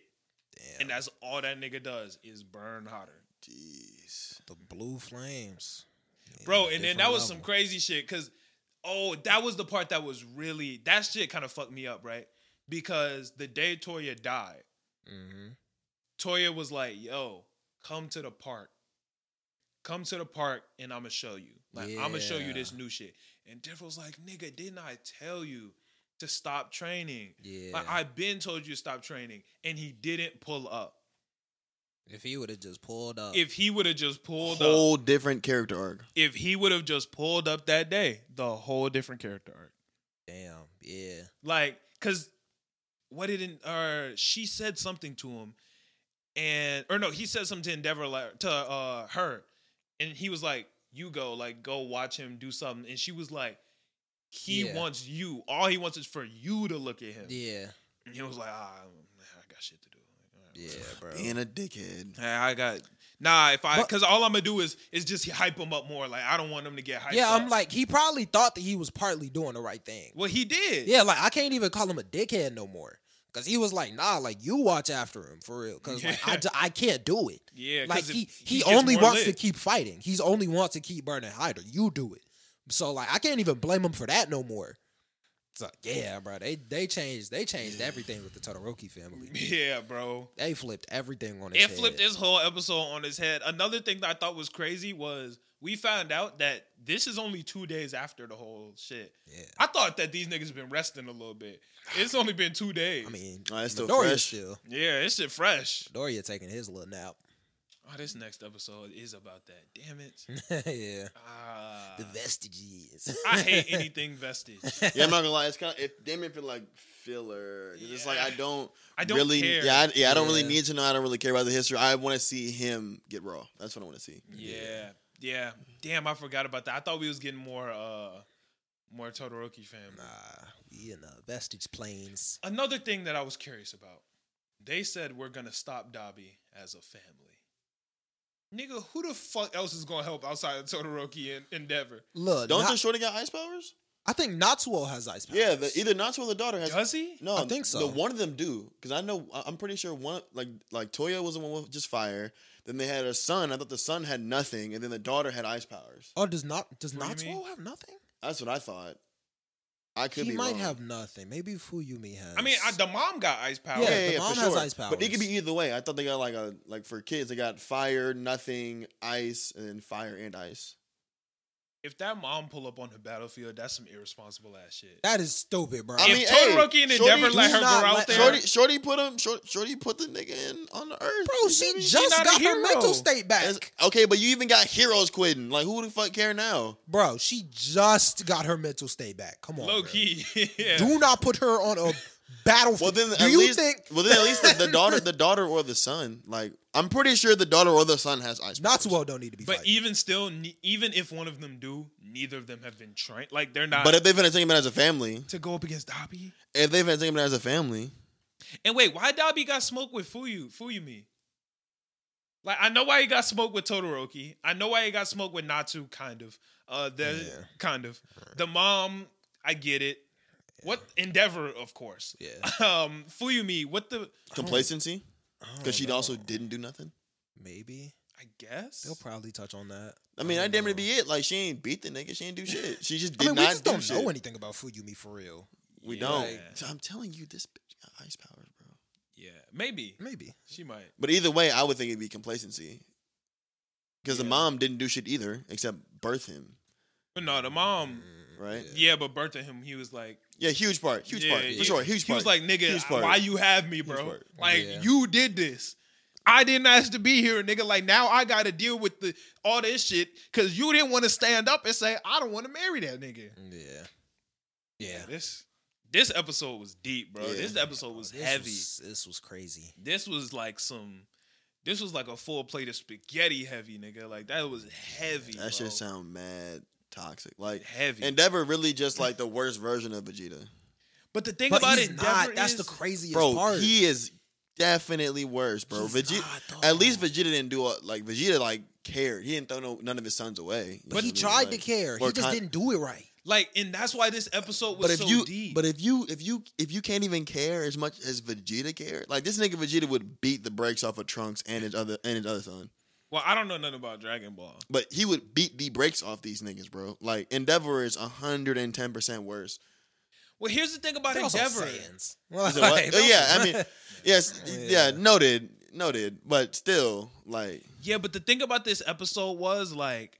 S4: damn.
S1: And that's all that nigga does is burn hotter.
S3: Jeez.
S4: the blue flames, Yeah,
S1: Bro, and then
S4: different
S1: that was
S4: level.
S1: some crazy shit because, oh, that was the part that was really, that shit kind of fucked me up, right? Because the day Toya died,
S4: Mhm.
S1: Toya was like, "Yo, come to the park. Come to the park, and I'ma show you. Like I'ma show you
S4: Yeah.
S1: this new shit." And Diff was like, "Nigga, didn't I tell you to stop training?
S4: Yeah.
S1: Like I've been told you to stop training, and he didn't pull up.
S4: if he would have just pulled up,
S1: If he would have just pulled up,
S3: Whole different character arc.
S1: if he would have just pulled up that day, the whole different character arc.
S4: damn, yeah,
S1: Like, cause what didn't or she said something to him, and or no, he said something to Endeavor like to uh her, and he was like, "You go, like, go watch him do something," and she was like. He
S4: Yeah.
S1: wants you. All he wants is for you to look at him.
S4: yeah,
S1: And he was like, ah, I got shit to do. Like, all right,
S4: yeah, bro.
S3: Being
S1: [laughs]
S3: a dickhead.
S1: Hey, I got nah. If I
S2: But-
S1: because all I'm gonna do is is just hype him up more. Like I don't want him to get hyped.
S2: Yeah, I'm
S1: up.
S2: like he probably thought that he was partly doing the right thing.
S1: well, he did.
S2: Yeah, like I can't even call him a dickhead no more because he was like, nah, like you watch after him for real because like I,
S1: Yeah.
S2: ju- I can't do it.
S1: yeah. 'cause
S2: like
S1: if-
S2: he he,
S1: gets
S2: only
S1: more
S2: wants to
S1: lit.
S2: keep fighting. He's only wants to keep burning Hydra. You do it. So like I can't even blame him for that no more. So yeah, bro, they they changed they changed everything with the Todoroki family.
S1: [laughs] Yeah, bro.
S2: They flipped everything on. Its
S1: It flipped
S2: head.
S1: this whole episode on his head. Another thing that I thought was crazy was we found out that this is only two days after the whole shit.
S4: Yeah.
S1: I thought that these niggas been resting a little bit. It's only been two days.
S2: I mean,
S3: Oh, that's still
S2: Midoriya
S3: fresh.
S2: still.
S1: yeah, this shit fresh.
S2: Doria taking his little nap. [laughs]
S1: Oh, this next episode is about that. Damn it.
S2: yeah,
S1: Ah,
S2: the vestiges.
S1: I
S2: [laughs]
S1: hate anything vestige.
S3: yeah, I'm not gonna lie. It's kind of it, damn it feel like filler. 'Cause It's like I
S1: Yeah.
S3: don't,
S1: I don't
S3: really,
S1: care.
S3: yeah, I, yeah, I don't really
S4: Yeah.
S3: need to know. I don't really care about the history. I want to see him get raw. That's what I want to see.
S1: yeah, yeah. Damn, I forgot about that. I thought we was getting more, uh more Todoroki family.
S4: Nah,
S2: we in the vestige planes.
S1: Another thing that I was curious about. They said we're gonna stop Dobby as a family. Nigga, who the fuck else is gonna help outside of Todoroki and Endeavor?
S2: Look,
S3: Don't
S2: Na-
S3: the shorty got ice powers?
S2: I think Natsuo has ice powers.
S3: Yeah, the, either Natsu or the daughter has.
S1: Does he?
S3: No,
S2: I think so.
S3: The one of them do because I know I- I'm pretty sure one like like Toya was the one with just fire. Then they had a son. I thought the son had nothing, and then the daughter had ice powers.
S2: Oh, does not does
S1: What do you
S2: Natsuo
S1: mean?
S2: have nothing?
S3: That's what I thought. I could
S2: he
S3: be
S2: might
S3: wrong.
S2: have nothing. Maybe Fuyumi has.
S1: I mean, I, the mom got ice power.
S2: Yeah,
S3: Yeah,
S2: the
S3: yeah, yeah,
S2: mom
S3: for
S2: has
S3: sure.
S2: ice
S3: But it
S2: powers.
S3: could be either way. I thought they got like a like for kids, they got fire, nothing, ice, and then fire and ice.
S1: If that mom pull up on the battlefield, that's some irresponsible ass shit.
S2: that is stupid, bro.
S3: I
S1: if
S3: mean,
S1: Todoroki
S3: hey,
S1: and
S3: Shorty,
S1: Endeavor let
S2: do
S1: her go
S2: not
S1: out
S2: let-
S1: there,
S3: Shorty, Shorty put him. Short, Shorty put the nigga in on the earth,
S2: bro, she
S3: You
S2: just
S1: not a
S2: got her
S1: hero.
S2: mental state back,
S3: That's- okay, but you even got heroes quitting. Like who the fuck care now?
S2: bro. She just got her mental state back. Come on,
S1: low
S2: bro.
S1: key. [laughs] yeah.
S2: Do not put her on
S3: [laughs]
S2: a
S3: Well
S2: battlefield.
S3: then,
S2: Do
S3: at
S2: you
S3: least,
S2: think
S3: well then, at least
S2: [laughs]
S3: the, the daughter, the daughter or the son. Like I'm pretty sure the daughter or the son has ice. powers.
S2: Natsuo don't need to be?
S1: But e
S2: fighting?
S1: even still, ne- even if one of them do, neither of them have been trained. Like they're not
S3: But if they've been taking him as a family,
S1: to go up against Dobby.
S3: if they've been taking him as a family,
S1: And wait, why Dobby got smoked with Fuyu Fuyumi? Like I know why he got smoked with Todoroki. I know why he got smoked with Natsu, kind of. Uh the
S2: Yeah.
S1: kind of. The mom, I get it. What Endeavor, of course.
S3: [laughs]
S4: yeah,
S1: Um Fuyumi, what the
S3: complacency
S2: I don't
S3: because she
S2: know.
S3: also didn't do nothing.
S4: maybe
S1: I guess.
S4: they'll probably touch on that.
S3: I mean, I
S4: don't
S3: damn near
S4: know.
S3: be it. Like she ain't beat the nigga. She ain't do shit. She just
S2: I
S3: did
S2: mean, we
S3: not
S2: just
S3: do
S2: don't
S3: shit.
S2: know anything about Fuyumi for real.
S3: We
S1: Yeah.
S3: don't.
S1: Like-
S3: So I'm telling you, this bitch got ice powers, bro.
S1: Yeah, maybe
S2: Maybe.
S1: she might.
S3: But either way, I would think it'd be complacency. Because the
S1: Yeah.
S3: mom didn't do shit either, except birth him,
S1: But no, the mom.
S3: right? Mm, Yeah,
S1: Yeah, but birthing him, he was like,
S3: huge part, huge
S1: yeah,
S3: part,
S1: yeah.
S3: for sure, huge
S1: He
S3: part.
S1: was like, nigga,
S3: Huge part.
S1: why you have me, bro?
S3: part.
S1: Like
S4: Yeah.
S1: you did this. I didn't ask to be here, nigga. Like now I gotta deal with the all this shit because you didn't want to stand up and say I don't want to marry that nigga.
S4: Yeah. Yeah.
S1: This this episode was deep, bro.
S3: Yeah.
S1: This episode was
S4: This
S1: heavy.
S4: was- this was crazy.
S1: this was like some. This was like a full plate of spaghetti heavy, nigga. Like that was heavy.
S3: that
S1: bro.
S3: shit sound mad toxic. Like
S1: heavy.
S3: Endeavor really just like the worst version of Vegeta,
S1: but the thing
S4: But
S1: about
S4: he's
S1: it,
S4: not. That's the
S1: is,
S4: craziest
S3: bro.
S4: part.
S3: He is definitely worse, bro.
S4: He's
S3: Vegeta,
S4: not, though.
S3: at least Vegeta didn't do a, like Vegeta like cared. He didn't throw no, none of his sons away.
S4: But he tried to care. He
S3: or
S4: just
S3: con-
S4: didn't do it right.
S1: like, and that's why this episode was
S3: But if
S1: so
S3: you,
S1: deep.
S3: but if you, if you, if you can't even care as much as Vegeta cared, like this nigga Vegeta would beat the brakes off of Trunks and his other and his other son.
S1: well, I don't know nothing about Dragon Ball.
S3: But he would beat the brakes off these niggas, bro. Like Endeavor is hundred and ten percent worse.
S1: Well, here's the thing about
S4: They're also
S1: Endeavor.
S4: [laughs] Saiyans. Well,
S3: So what-
S4: like,
S3: oh, yeah,
S4: [laughs]
S3: I mean, yes,
S4: Yeah.
S3: yeah, noted, noted. But still, like,
S1: Yeah, but the thing about this episode was like,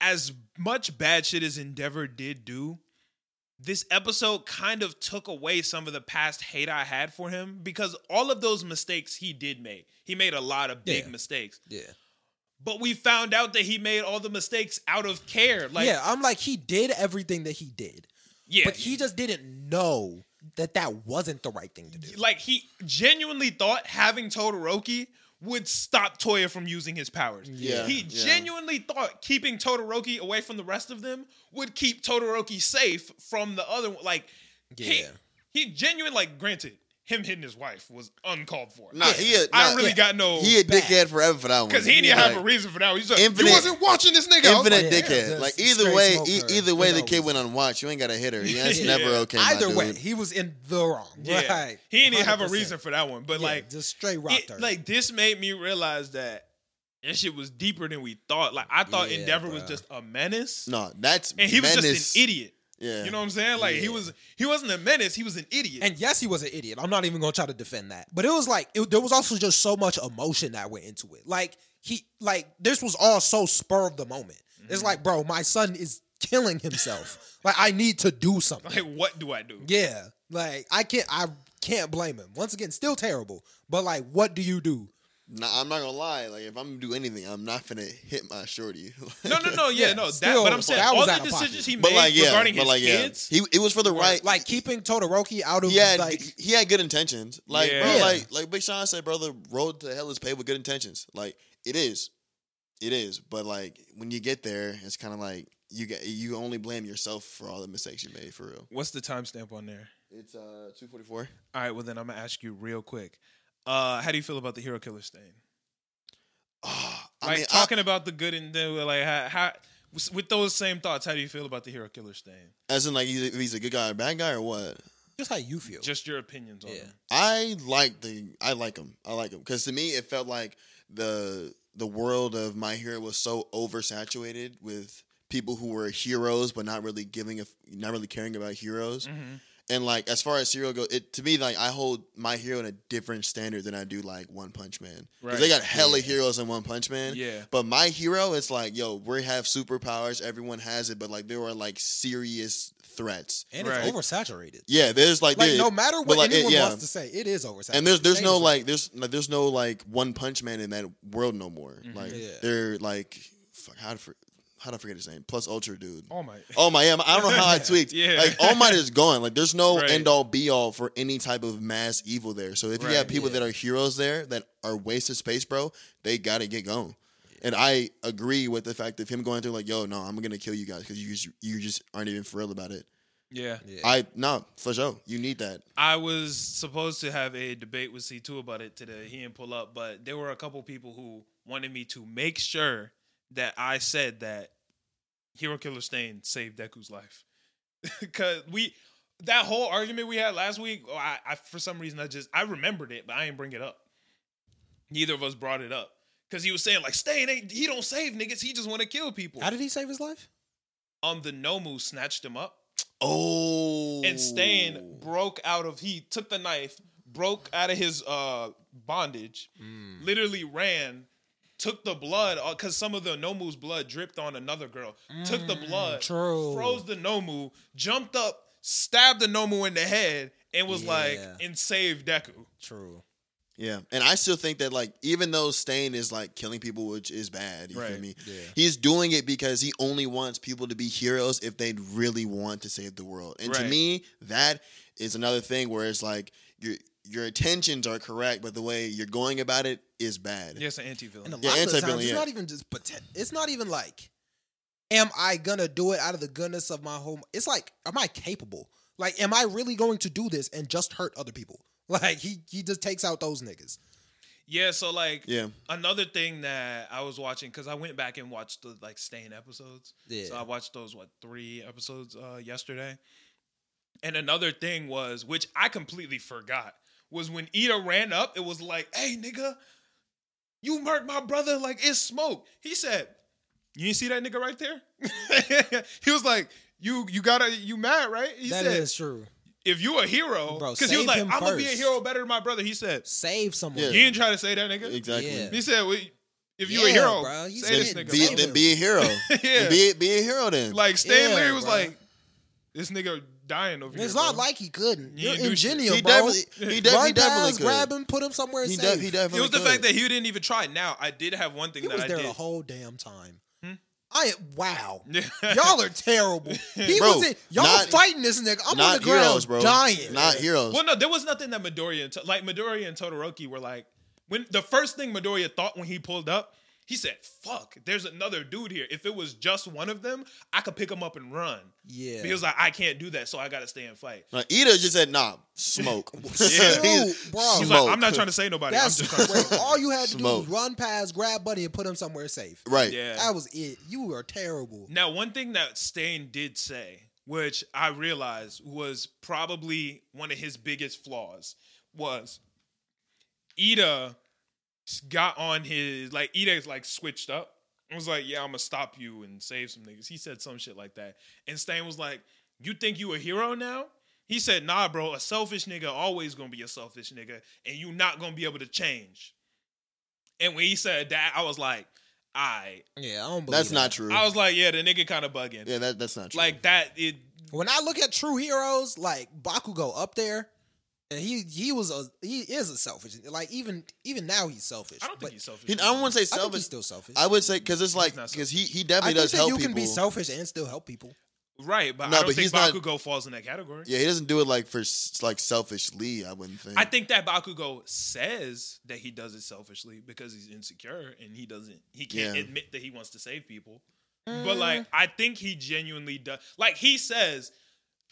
S1: as much bad shit as Endeavor did do, this episode kind of took away some of the past hate I had for him because all of those mistakes he did make. He made a lot of big
S4: Yeah.
S1: mistakes,
S4: yeah.
S1: but we found out that he made all the mistakes out of care. Like,
S4: yeah, I'm like he did everything that he did,
S1: yeah,
S4: but he just didn't know that that wasn't the right thing to do.
S1: like he genuinely thought having Todoroki would stop Toya from using his powers.
S3: Yeah,
S1: He
S3: yeah.
S1: genuinely thought keeping Todoroki away from the rest of them would keep Todoroki safe from the other one. Like he,
S4: Yeah.
S1: he genuinely like granted him hitting his wife was uncalled for.
S3: nah, he, a,
S1: I
S3: nah,
S1: really got no
S3: he a
S4: back.
S3: dickhead forever for that one.
S1: because he didn't
S3: Like,
S1: have a reason for that. He's like,
S3: Infinite-
S1: you wasn't watching this nigga. I was
S3: Infinite
S1: like,
S3: dickhead.
S4: yeah,
S3: like
S4: just
S3: either
S4: straight
S3: way,
S4: smoke
S3: e-
S4: her.
S3: either way,
S4: You
S3: the
S4: know.
S3: kid went on watch. You ain't gotta
S4: [laughs]
S3: hit her. Yeah, That's
S1: Yeah.
S3: never okay. my
S4: Either way,
S3: dude.
S4: he was in the wrong. [laughs]
S1: Yeah.
S4: Right.
S1: He didn't even have a
S4: 100%.
S1: reason for that one. But
S4: Yeah,
S1: like
S4: just straight rocked
S1: it-
S4: her.
S1: like this made me realize that that shit was deeper than we thought. Like I thought
S4: Yeah,
S1: Endeavor was
S4: bruh.
S1: just a menace,
S3: no, that's
S1: and he was
S3: menace.
S1: just an idiot.
S3: Yeah,
S1: You know what I'm saying? Like he
S4: Yeah.
S1: was he wasn't a menace. He was an idiot.
S4: And yes, he was an idiot. I'm not even gonna try to defend that. But it was like it, there was also just so much emotion that went into it. Like he, like this was all so spur of the moment.
S3: Mm-hmm.
S4: It's like, bro, my son is killing
S3: [laughs]
S4: himself. like I need to do something.
S1: like what do I do?
S4: yeah, like I can't, I can't blame him. Once again, still terrible. But like, what do you do?
S3: Nah, I'm not gonna lie. Like if I'm gonna do anything, I'm not gonna hit my shorty. [laughs]
S1: No, no, no. Yeah,
S4: Yeah,
S1: no. that,
S4: still,
S1: but I'm saying
S4: that
S1: all
S4: was
S1: the
S4: out of
S1: decisions
S4: pocket.
S1: he
S3: but
S1: made
S3: like yeah,
S1: regarding
S3: but
S1: his
S3: like
S1: kids.
S3: yeah, he it was for the right.
S4: Like keeping Todoroki out of
S3: he had
S4: like
S3: he had good intentions. Like
S1: Yeah.
S3: bro,
S4: Yeah.
S3: like like Big Sean said, bro, the road to hell is paved with good intentions. Like it is, it is. But like when you get there, it's kind of like you get you only blame yourself for all the mistakes you made for real.
S1: What's the timestamp on there?
S3: It's uh two forty four.
S1: All right. Well, then I'm gonna ask you real quick. Uh, how do you feel about the hero killer stain?
S3: Oh,
S1: Like
S3: I mean,
S1: talking about the good and the like. How, how with those same thoughts? How do you feel about the hero killer stain?
S3: I, as in like he's a, he's a good guy or bad guy or what?
S4: just how you feel.
S1: Just your opinions on
S4: Yeah.
S1: him.
S3: I like the I like him. I like him because to me it felt like the the world of My Hero was so oversaturated with people who were heroes but not really giving a f- not really caring about heroes.
S1: Mhm.
S3: And like as far as hero goes, it to me like I hold My Hero in a different standard than I do like One Punch Man. 'Cause
S1: Right.
S3: they got hella
S4: Yeah.
S3: heroes in One Punch Man.
S1: Yeah.
S3: But my hero, it's like, yo, we have superpowers. Everyone has it, but like there are like serious threats.
S4: and
S1: Right.
S4: it's oversaturated.
S3: Yeah, there's like,
S4: Like
S3: there-
S4: no matter
S3: but,
S4: what
S3: like, it-
S4: anyone
S3: yeah.
S4: wants to say, it is oversaturated.
S3: and there's there's
S4: Shane
S3: no
S4: was
S3: like there's like, there's no like one punch man in that world no more.
S1: Mm-hmm.
S3: Like
S4: Yeah.
S3: they're like fuck how to for, how to forget his name plus ultra dude.
S1: Oh my.
S3: Oh my, yeah, I don't know
S1: [laughs]
S3: how I tweaked.
S1: Yeah.
S3: Like All Might is gone. Like there's no
S1: Right.
S3: end all be all for any type of mass evil there. So if
S1: Right,
S3: you have people
S4: yeah.
S3: that are heroes there that are wasted space, bro, they gotta get going. And I agree with the fact of him going through like, yo, no, I'm gonna kill you guys because you just you just aren't even for real about it.
S1: Yeah.
S4: Yeah.
S3: I no for sure, you need that.
S1: I was supposed to have a debate with C2 about it today. He didn't pull up, but there were a couple people who wanted me to make sure that I said that Hero Killer Stain saved Deku's life. [laughs] Cause we that whole argument we had last week, oh, I, I for some reason I just I remembered it, but I didn't bring it up. Neither of us brought it up. Cause he was saying like Stain ain't he don't save niggas, he just wanna kill people.
S4: how did he save his life?
S1: um the Nomu snatched him up
S3: Oh,
S1: and Stain broke out of he took the knife, broke out of his uh, bondage,
S2: Mm.
S1: literally ran, took the blood because some of the Nomu's blood dripped on another girl. took the blood,
S2: Mm, true.
S1: froze the Nomu, jumped up, stabbed the Nomu in the head, and was like,
S2: Yeah.
S1: and saved Deku.
S2: True.
S3: Yeah, and I still think that like even though Stain is like killing people, which is bad, you
S1: Right.
S3: feel me?
S2: Yeah.
S3: He's doing it because he only wants people to be heroes if they really want to save the world. And to
S1: Right.
S3: me, that is another thing where it's like your your intentions are correct, but the way you're going about it is bad.
S1: Yes, an anti villain.
S2: And a lot
S3: Yeah,
S2: of the
S3: anti-villain,
S2: times, it's
S3: yeah.
S2: not even just poten- It's not even like, am I gonna do it out of the goodness of my home? It's like, am I capable? Like, am I really going to do this and just hurt other people? [laughs] Like, he he just takes out those niggas.
S1: Yeah, so like
S3: Yeah.
S1: another thing that I was watching because I went back and watched the like Stain episodes.
S2: Yeah.
S1: So I watched those what three episodes uh, yesterday. And another thing was, which I completely forgot, was when Ida ran up. It was like, "Hey, nigga, you murked my brother like it's smoke." He said, "You didn't see that nigga right there?" [laughs] he was like, "You you gotta you mad right?" He
S2: That is
S1: said,
S2: true.
S1: "If you a hero,
S2: Bro,
S1: because he
S2: save
S1: was like,
S2: him
S1: I'm gonna be a
S2: first.
S1: hero better than my brother." He said,
S2: Save someone.
S1: "You
S3: Yeah.
S1: didn't try to say that, nigga."
S3: Exactly.
S2: Yeah.
S1: He said, well, if you a
S2: Yeah,
S1: hero,
S2: bro, he
S1: say this
S2: said
S1: nigga.
S3: Be,
S1: bro.
S2: Save
S3: then be a
S1: [laughs]
S3: hero.
S1: Yeah.
S3: Be be a hero then.
S1: like Stan
S2: Yeah,
S1: Leary was
S2: bro.
S1: like, this nigga dying over here.
S2: It's not
S1: bro."
S2: like he couldn't.
S1: You
S2: You're
S1: didn't do shit.
S2: ingenious,
S3: he
S2: bro.
S3: definitely he, de-
S2: Run
S3: he definitely
S2: past,
S3: could.
S2: grab him, put him somewhere
S3: He,
S2: safe.
S3: de- he
S1: it
S3: definitely
S1: was the
S3: could.
S1: fact that he didn't even try. Now I did have one thing
S2: He
S1: that
S2: was
S1: I
S2: there
S1: did. Hmm?
S2: the whole damn time. I wow.
S1: [laughs] Yeah.
S2: Y'all are terrible. He
S3: Bro,
S2: was in, y'all
S3: not-
S2: fighting this nigga. I'm on
S3: not
S2: the ground
S3: heroes, bro.
S2: dying.
S3: Not
S1: [laughs]
S3: heroes.
S1: well, no, there was nothing that Midoriya and To- like Midoriya and Todoroki were like when the first thing Midoriya thought when he pulled up. He said, "Fuck, there's another dude here. If it was just one of them, I could pick him up and run."
S2: yeah.
S1: But he was like, "I can't do that, so I got to stay and fight."
S3: Like Ida just said, nah,
S2: [laughs]
S3: smoke. [laughs]
S2: Smoke, bro.
S1: He's like,
S3: Smoke.
S1: "I'm not trying to say nobody. I'm
S2: That's
S1: just trying to [laughs]
S2: great. all you had to
S3: Smoke.
S2: do was run past, grab Buddy, and put him somewhere safe.
S3: Right.
S1: Yeah.
S2: That was it. You are terrible.
S1: Now, one thing that Stain did say, which I realized was probably one of his biggest flaws, was Ida got on his like Ida's like switched up. and was like, "Yeah, I'm gonna stop you and save some niggas." He said some shit like that, and Stain was like, "You think you a hero now?" He said, "Nah, bro. A selfish nigga always gonna be a selfish nigga, and you not gonna be able to change." And when he said that, I was like, "I."
S2: Yeah, I don't believe
S3: That's
S2: that.
S3: not true.
S1: I was like, yeah, the nigga kind of bugging.
S3: yeah, that, that's not true.
S1: Like that, it.
S2: When I look at true heroes, like Bakugo up there, and he he was a he is a selfish. Like even even now he's selfish.
S1: I don't think
S2: but
S1: he's selfish.
S3: He- I don't want to say
S2: I think
S3: selfish.
S2: he's still selfish.
S3: I would say because it's like
S1: not selfish.
S3: because he he
S2: I
S3: definitely
S2: think
S3: does
S2: that
S3: help
S2: you
S3: people.
S2: can be selfish and still help people.
S1: right, but
S3: No,
S1: I don't
S3: but
S1: think
S3: he's not-
S1: Bakugo falls in that category.
S3: yeah, he doesn't do it like for s- like selfishly. I wouldn't think.
S1: I think that Bakugo says that he does it selfishly because he's insecure and he doesn't, he can't
S3: Yeah.
S1: admit that he wants to save people. But like, I think he genuinely does. Like he says,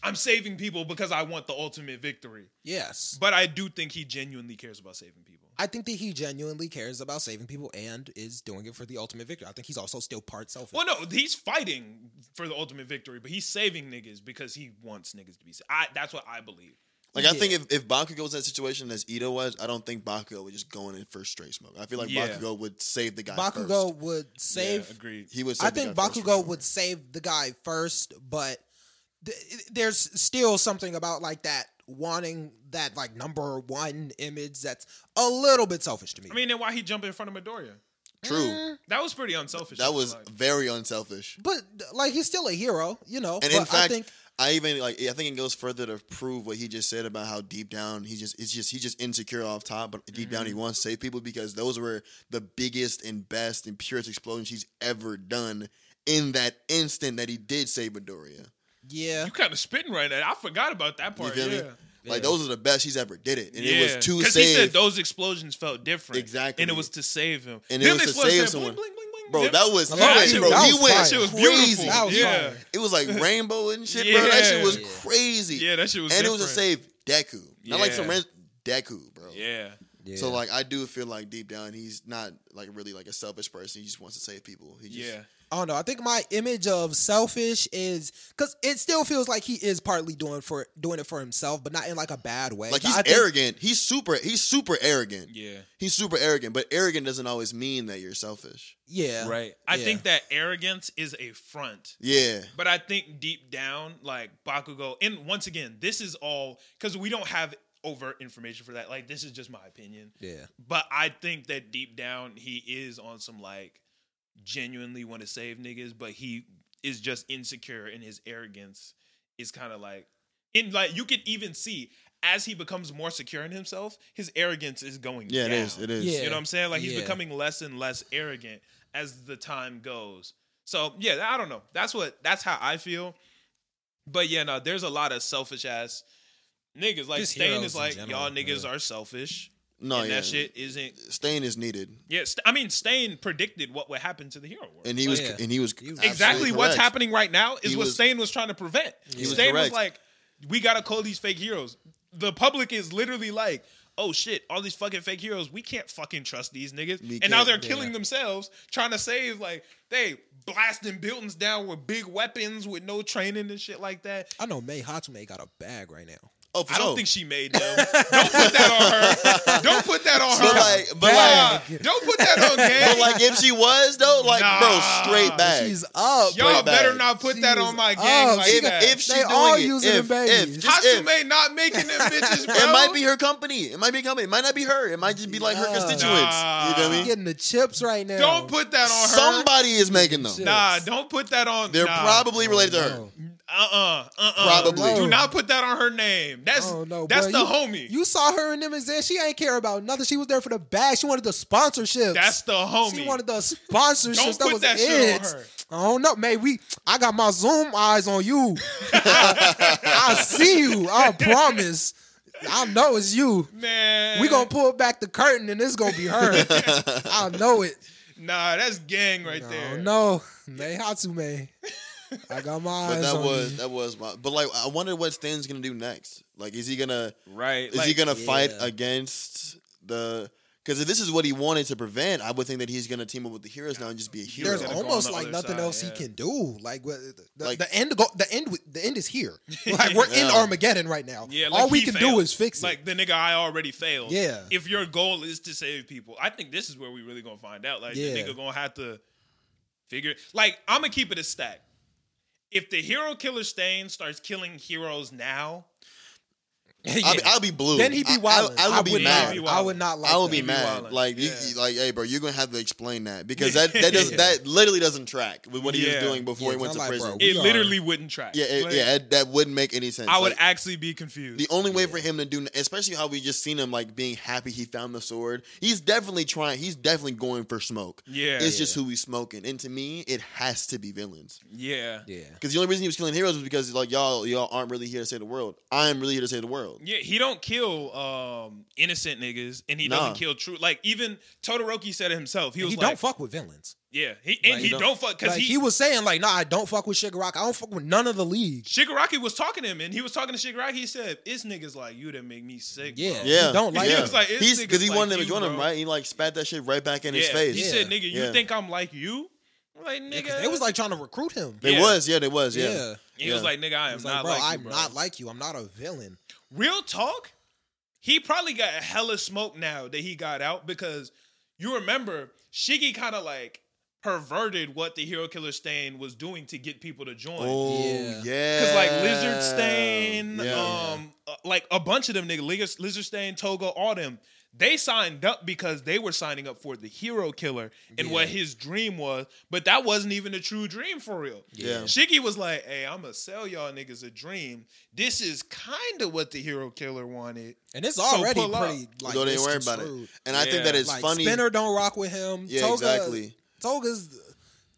S1: "I'm saving people because I want the ultimate victory."
S2: Yes.
S1: But I do think he genuinely cares about saving people.
S2: I think that he genuinely cares about saving people and is doing it for the ultimate victory. I think he's also still part selfish.
S1: Well, no, he's fighting for the ultimate victory, but he's saving niggas because he wants niggas to be. Sa- I, that's what I believe.
S3: like I
S2: yeah.
S3: think if if Bakugo was in that situation as Ito was, I don't think Bakugo would just go in and first straight smoke. I feel like
S1: Yeah.
S3: Bakugo would save the guy.
S2: Bakugo
S3: first.
S2: would save.
S1: yeah, agreed.
S3: he would. Save
S2: I
S3: the
S2: think
S3: guy first for
S2: Bakugo
S3: sure.
S2: would save the guy first, but th- there's still something about like that wanting that like number one image that's a little bit selfish to me.
S1: I mean, eh. then why he jumped in front of Midoriya?
S2: Mm.
S3: True.
S1: That was pretty unselfish.
S3: That was
S1: Like,
S3: very unselfish.
S2: but like he's still a hero, you know.
S3: And
S2: but
S3: in fact,
S2: I think
S3: I even like I think it goes further to prove what he just said about how deep down he just it's just he's just insecure off top, but deep down he
S1: Mm-hmm.
S3: wants to save people because those were the biggest and best and purest explosions he's ever done in that instant that he did save Midoriya.
S2: yeah,
S1: you kind of spitting right now. I forgot about that
S3: You
S1: part.
S3: feel
S1: yeah.
S3: me? Like those are the best he's ever did it, and it was to
S1: Because
S3: save.
S1: he said those explosions felt different.
S3: Exactly.
S1: And it was to save him.
S3: And it
S1: Them
S3: was to
S1: explosions
S3: save
S1: said
S3: someone.
S1: bling, bling, bling,
S3: bro,
S1: blim.
S3: that was
S2: That
S3: crazy,
S2: shit-
S3: bro.
S2: that
S3: he
S2: was
S3: went
S2: fire.
S1: Shit was
S3: crazy.
S1: beautiful.
S2: That was
S1: yeah.
S2: fire.
S3: It was like rainbow and shit, bro. That shit was
S1: Yeah.
S3: crazy.
S1: Yeah, that shit was
S3: and it was to
S1: different.
S3: save Deku, not like some
S1: Yeah.
S3: ran- Deku, bro.
S1: Yeah.
S3: So like I do feel like deep down he's not like really like a selfish person. He just wants to save people. He just,
S1: Yeah.
S2: I don't know. I think my image of selfish is because it still feels like he is partly doing for doing it for himself, but not in like a bad way.
S3: Like
S2: But
S3: he's
S2: I think-
S3: arrogant. he's super. He's super arrogant.
S1: Yeah.
S3: He's super arrogant. But arrogant doesn't always mean that you're selfish.
S2: Yeah,
S1: Right. I
S2: Yeah.
S1: think that arrogance is a front.
S3: Yeah.
S1: But I think deep down, like Bakugo, and once again, this is all because we don't have overt information for that. Like this is just my opinion.
S2: Yeah.
S1: But I think that deep down he is on some like genuinely want to save niggas, but he is just insecure and his arrogance is kind of like in like you can even see as he becomes more secure in himself, his arrogance is going
S3: Yeah, it
S1: down.
S3: is. It is.
S2: Yeah.
S1: You know what I'm saying? Like he's
S2: Yeah.
S1: becoming less and less arrogant as the time goes. So yeah, I don't know. That's what that's how I feel. But yeah, no, there's a lot of selfish ass niggas. Like
S2: Just
S1: Stain
S2: heroes
S1: is
S2: in
S1: like
S2: general,
S1: y'all niggas
S2: yeah.
S1: are selfish.
S3: No,
S1: and
S3: Oh, yeah.
S1: that shit isn't.
S3: Stain is needed,
S1: Yeah, St- I mean Stain predicted what would happen to the hero world.
S3: and he
S2: Oh,
S3: was
S2: yeah.
S3: and he was
S2: was-
S3: absolutely
S1: exactly what's
S3: correct.
S1: happening right now is
S3: He
S1: what
S3: was-
S1: Stain was trying to prevent.
S3: was
S1: Stain was
S3: correct.
S1: like, we gotta call these fake heroes. The public is literally like, oh shit, all these fucking fake heroes, we can't fucking trust these niggas.
S3: We
S1: and now
S3: can't,
S1: they're killing themselves, trying to save like they blasting buildings down with big weapons with no training and shit like that.
S2: I know May Hatsume got a bag right now.
S3: Oh, for
S1: I don't
S3: sure.
S1: think she made them. Don't put that on
S3: [laughs]
S1: her. Don't put that on
S3: But
S1: her.
S3: like, but like,
S1: Nah, don't put that on gang.
S3: but like, if she was though, like, bro,
S1: Nah.
S3: straight back.
S2: She's up.
S3: Yo,
S1: Y'all
S3: straight
S1: better
S3: back.
S1: not put that
S2: She's
S1: on my gang
S2: up.
S1: like
S3: if
S1: that.
S3: if Oh, she
S2: They
S3: doing
S2: all
S3: it,
S2: using
S3: if,
S2: them babies.
S3: if, just if,
S1: Hatsume not
S3: [laughs]
S1: making them bitches, bro.
S3: it might be her company. It might be a company. It might not be her. It might just be like her
S2: Nah.
S3: constituents.
S1: Nah.
S3: You know what I
S2: She's
S3: mean?
S2: getting the chips right now.
S1: Don't put that on her.
S3: Somebody is making them.
S2: Shit.
S1: Nah, don't put that on.
S3: They're
S1: nah.
S3: probably related to her.
S2: Oh, No.
S1: Uh uh. Uh uh.
S3: Probably.
S1: Do not put that on her name. That's
S2: Oh, no,
S1: that's
S2: bruh,
S1: the
S2: you-
S1: homie.
S2: You saw her in them and said she ain't care about nothing. She was there for the bag. She wanted the sponsorships.
S1: that's the homie.
S2: She wanted the sponsorships.
S1: Don't
S2: that
S1: put
S2: was
S1: that shit
S2: it.
S1: on her.
S2: I don't know, man. We, I got my Zoom eyes on you. I see you. I promise. I know it's you.
S1: Man,
S2: We gonna pull back the curtain and it's gonna be her.
S1: [laughs]
S2: I know it.
S1: Nah, that's gang right
S2: I
S1: there.
S2: don't know, man. Hatsume. I got my eyes
S3: But that
S2: on
S3: was
S2: you.
S3: that was my. But like, I wonder what Stan's gonna do next. Like, is he gonna
S1: Right.
S3: is he gonna fight
S2: Yeah.
S3: against the? Because if this is what he wanted to prevent, I would think that he's gonna team up with the heroes now and just be a hero.
S2: There's
S1: gonna go on
S2: almost
S1: the
S2: like
S1: other
S2: nothing
S1: side,
S2: else
S1: yeah.
S2: he can do. Like, what- the,
S3: Like-
S2: the end, go, the end, the end
S1: [laughs]
S2: is here. Like we're in
S3: Yeah.
S2: Armageddon right now.
S1: Yeah,
S2: all
S1: like
S2: we
S1: he
S2: can do
S1: failed.
S2: is fix it. [laughs]
S1: Like the nigga, I already failed.
S2: Yeah.
S1: If your goal is to save people, I think this is where we really gonna find out. Like
S2: Yeah.
S1: the nigga gonna have to figure. Like I'm gonna keep it a stack. If the hero killer Stain starts killing heroes now,
S3: I'll, be, I'll be blue.
S2: then he'd
S3: I-
S2: be
S3: I-
S2: wild.
S3: I, would be
S1: would
S3: mad.
S1: not be
S2: I would not like.
S3: I would be
S2: that.
S3: mad.
S1: wildin'.
S3: Like, you,
S1: Yeah.
S3: like, hey, bro, you're gonna have to
S1: [laughs]
S3: explain that because that that doesn't
S2: Yeah.
S3: that literally doesn't track with what he
S1: Yeah.
S3: was doing before
S2: Yeah,
S3: he went
S2: I'm
S3: to
S2: like,
S3: prison.
S2: bro,
S1: it
S2: We are-
S1: literally wouldn't track.
S3: yeah, it,
S1: Like,
S3: yeah, it, that wouldn't make any sense.
S1: I would
S3: Like,
S1: actually be confused.
S3: the only way for him to do, especially how we just seen him like being happy he found the sword. He's definitely trying. He's definitely going for smoke.
S1: Yeah.
S3: it's just who he's smoking. And to me, it has to be villains.
S1: yeah.
S2: Yeah.
S3: Because the only reason he was killing heroes was because like y'all y'all aren't really here to save the world. I'm really here to save the world.
S1: Yeah, he don't kill um innocent niggas and he
S3: Nah.
S1: doesn't kill true like even Todoroki said it himself. He
S2: He,
S1: was like
S2: don't fuck with villains.
S1: Yeah, he and
S2: Like,
S1: he
S3: he don't-
S1: don't, fuck cuz
S2: Like, he, was saying like, nah, I don't fuck with Sugar Rock. I don't fuck with none of the league.
S1: Shigaraki was talking to him, and he was talking to Shigaraki. He said, "It's niggas like you that make me sick." bro."
S2: Yeah.
S3: Yeah,
S2: He don't like
S3: yeah.
S2: him.
S1: He was like, "It's
S3: he's
S1: niggas
S3: because he
S1: like
S3: wanted him to
S1: you,
S3: join him,
S1: bro."
S3: right? He like spat that shit right back in
S1: Yeah.
S3: his face.
S1: He
S2: Yeah.
S1: said, "Nigga, you
S3: Yeah.
S1: think I'm like you?" I'm like, nigga,
S2: Because they was like trying to recruit him.
S3: It
S1: Yeah.
S3: was, yeah, it was, yeah.
S2: Yeah.
S1: he was
S3: yeah.
S1: like, "Nigga, I
S2: He
S1: am
S2: was
S1: not
S2: like, bro,
S1: like you,
S2: I'm
S1: bro."
S2: not like you. I'm not a villain.
S1: Real talk, he probably got hella smoke now that he got out because you remember Shiggy kind of like perverted what the hero killer Stain was doing to get people to join.
S3: Oh
S2: Yeah.
S3: yeah,
S1: Cause like lizard stain,
S3: Yeah.
S1: um, uh, like a bunch of them nigga, lizard, lizard stain, Togo, all them, they signed up because they were signing up for the hero killer and what his dream was, but that wasn't even a true dream for real.
S3: Yeah.
S1: Shiggy was like, "Hey, I'm gonna sell y'all niggas a dream. This is kind of what the hero killer wanted."
S2: And it's
S1: So
S2: already
S1: pull up.
S2: pretty like
S3: don't even worry about it.
S2: misconstrued.
S3: And I
S1: Yeah.
S3: think that it's
S2: like
S3: funny.
S2: Spinner don't rock with him.
S3: yeah,
S2: Toga,
S3: exactly.
S2: Toga's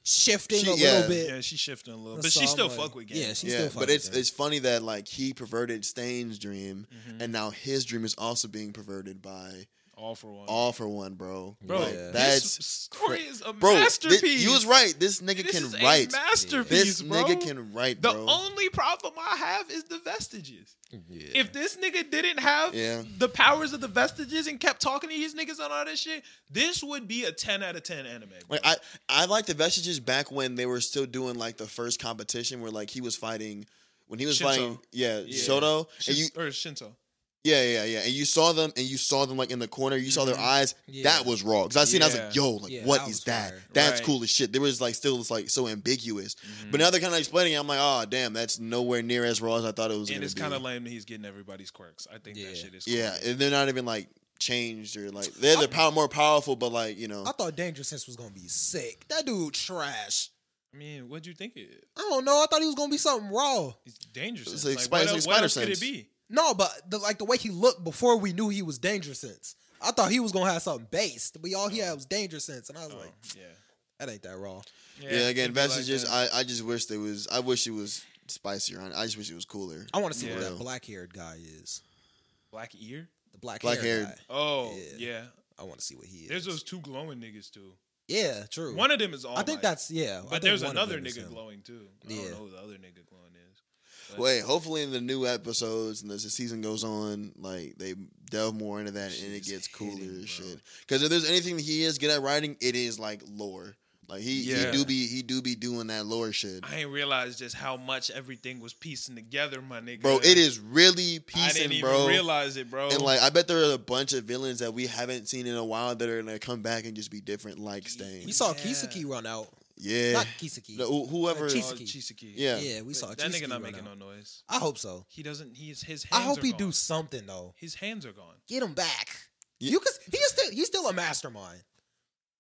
S2: shifting
S3: She-
S2: a
S3: yeah.
S2: little bit.
S1: Yeah, she's shifting a little,
S2: Or
S1: but she still
S2: somebody.
S1: fuck with
S2: Yeah,
S1: gang.
S2: she
S3: Yeah,
S2: still fuck
S3: but
S2: with
S3: it's
S2: gang.
S3: it's funny that like he perverted Stain's dream,
S1: Mm-hmm.
S3: and now his dream is also being perverted by
S1: all for one,
S3: All for One, bro.
S1: Oh, bro.
S3: Like,
S2: Yeah.
S1: This
S3: that's
S1: story is a
S3: bro. thi-
S1: masterpiece.
S3: you was right. This nigga
S1: This
S3: can
S1: is a
S3: write.
S1: masterpiece,
S3: This
S1: bro.
S3: nigga can write,
S1: The
S3: bro.
S1: only problem I have is the vestiges.
S2: Yeah.
S1: If this nigga didn't have
S3: Yeah.
S1: the powers of the vestiges and kept talking to these niggas and all that shit, this would be a 10 out of 10 anime. bro.
S3: Like I, I like the vestiges back when they were still doing like the first competition where like he was fighting when he was
S1: Shinto.
S3: fighting yeah,
S1: Yeah.
S3: Shoto and
S1: Shin-
S3: you
S1: or Shinto.
S3: Yeah, yeah, yeah. And you saw them, and you saw them like in the corner. You saw their
S1: Mm-hmm.
S3: eyes. That was raw. Because I seen, I was like,
S1: Yeah.
S3: "Yo, like,
S2: Yeah,
S3: what
S2: that
S3: is
S2: was
S3: that?
S2: fire.
S3: That's
S1: Right. Mm-hmm.
S3: cool as shit." There was like still, it's like so ambiguous. But now they're kind of explaining. It, I'm like, "Oh, damn, that's nowhere near as raw as I thought it was."
S1: and
S3: gonna
S1: it's
S3: be."
S1: kind of lame that he's getting everybody's quirks. I think
S2: Yeah.
S1: that shit is
S3: yeah.
S1: corny.
S3: And they're not even like changed or like they're the power more powerful, but like you know,
S2: I thought Danger Sense was gonna be sick. That dude trash.
S1: I mean, what'd you think? It,
S2: I don't know. I thought he was gonna be something raw.
S1: it's dangerous.
S3: It's
S1: It's
S3: like
S1: like,
S3: spi-
S1: what,
S3: it's like
S1: else, what else
S3: spider
S1: could
S3: sense.
S1: it be?
S2: No, but the, like the way he looked before we knew he was Danger Sense. I thought he was gonna have something based, but all he had was Danger Sense, and I was
S1: Oh,
S2: like,
S1: yeah.
S2: that ain't that raw.
S3: yeah. Again,
S1: it'd be like
S3: that's just
S1: that.
S3: I, I just wish there was. I wish it was spicier. On. I just wish it was cooler.
S2: I want to see
S1: Yeah.
S2: what that black haired guy is.
S1: black ear.
S2: The black
S3: Black-haired.
S2: haired guy.
S1: Oh
S2: Yeah.
S1: yeah.
S2: I want to see what he is.
S1: There's those two glowing niggas too.
S2: yeah, true.
S1: One of them is all.
S2: I think
S1: Might,
S2: that's yeah. I
S1: But
S2: think
S1: there's
S2: one of
S1: another
S2: them is
S1: nigga
S2: him.
S1: glowing too. I
S2: Yeah.
S1: don't know who the other nigga glowing is.
S3: Wait, hopefully in the new episodes and as the season goes on, like they delve more into that and it
S1: She's
S3: gets cooler
S1: hitting,
S3: and
S1: bro.
S3: shit. Because if there's anything he is good at writing, it is like lore. Like he, he
S1: Yeah.
S3: do be he do be doing that lore shit,
S1: I ain't realized just how much everything was piecing together, my nigga.
S3: bro. It is really
S1: I didn't
S3: piecing,
S1: even
S3: bro.
S1: realize it, bro.
S3: And like I bet there are a bunch of villains that we haven't seen in a while that are gonna come back and just be different, like Stain.
S2: We saw
S1: Yeah.
S2: Kisaki run out.
S3: Yeah,
S2: Not Kisaki.
S3: No, who- whoever.
S1: oh,
S2: Chisaki.
S1: Chisaki.
S3: Yeah.
S2: Yeah, we saw
S1: that
S2: Kisaki
S1: nigga not
S2: run
S1: making
S2: out.
S1: no noise.
S2: I hope so.
S1: He doesn't. He is his.
S2: I
S1: Hands
S2: hope
S1: are
S2: he
S1: gone.
S2: do something though.
S1: His hands are gone.
S2: Get him back.
S3: Ye-
S2: You could. He is still. He's still a mastermind.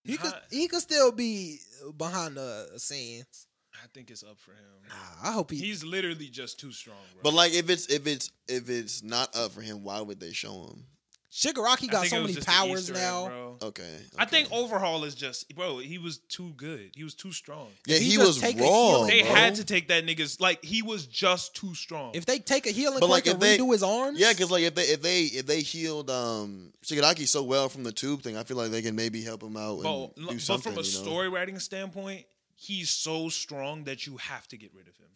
S2: He could.
S1: Huh.
S2: He could still be behind the scenes.
S1: I think it's up for him.
S2: Nah, I hope he.
S1: He's literally just too strong, bro.
S3: But like if it's if it's if it's not up for him, why would they show him?
S2: Shigaraki
S1: I
S2: got
S1: think it
S2: so
S1: was
S2: many
S1: just the
S2: powers
S1: Easter egg,
S2: now.
S1: bro.
S3: Okay,
S1: I
S3: okay.
S1: think overhaul is just bro. He was too good. He was too strong.
S3: yeah,
S2: if
S3: he,
S2: he just
S3: was
S2: take a
S3: raw.
S2: healing-
S1: They
S3: bro.
S1: had to take that nigga's like he was just too strong.
S2: If they take a healing
S3: But,
S2: quirk
S3: like, if
S2: and
S3: they-
S2: redo his arms,
S3: Yeah, because like if they if they if they healed um Shigaraki so well from the tube thing, I feel like they can maybe help him out. And
S1: but,
S3: do
S1: but
S3: something,
S1: from a
S3: you know?
S1: story writing standpoint, he's so strong that you have to get rid of him.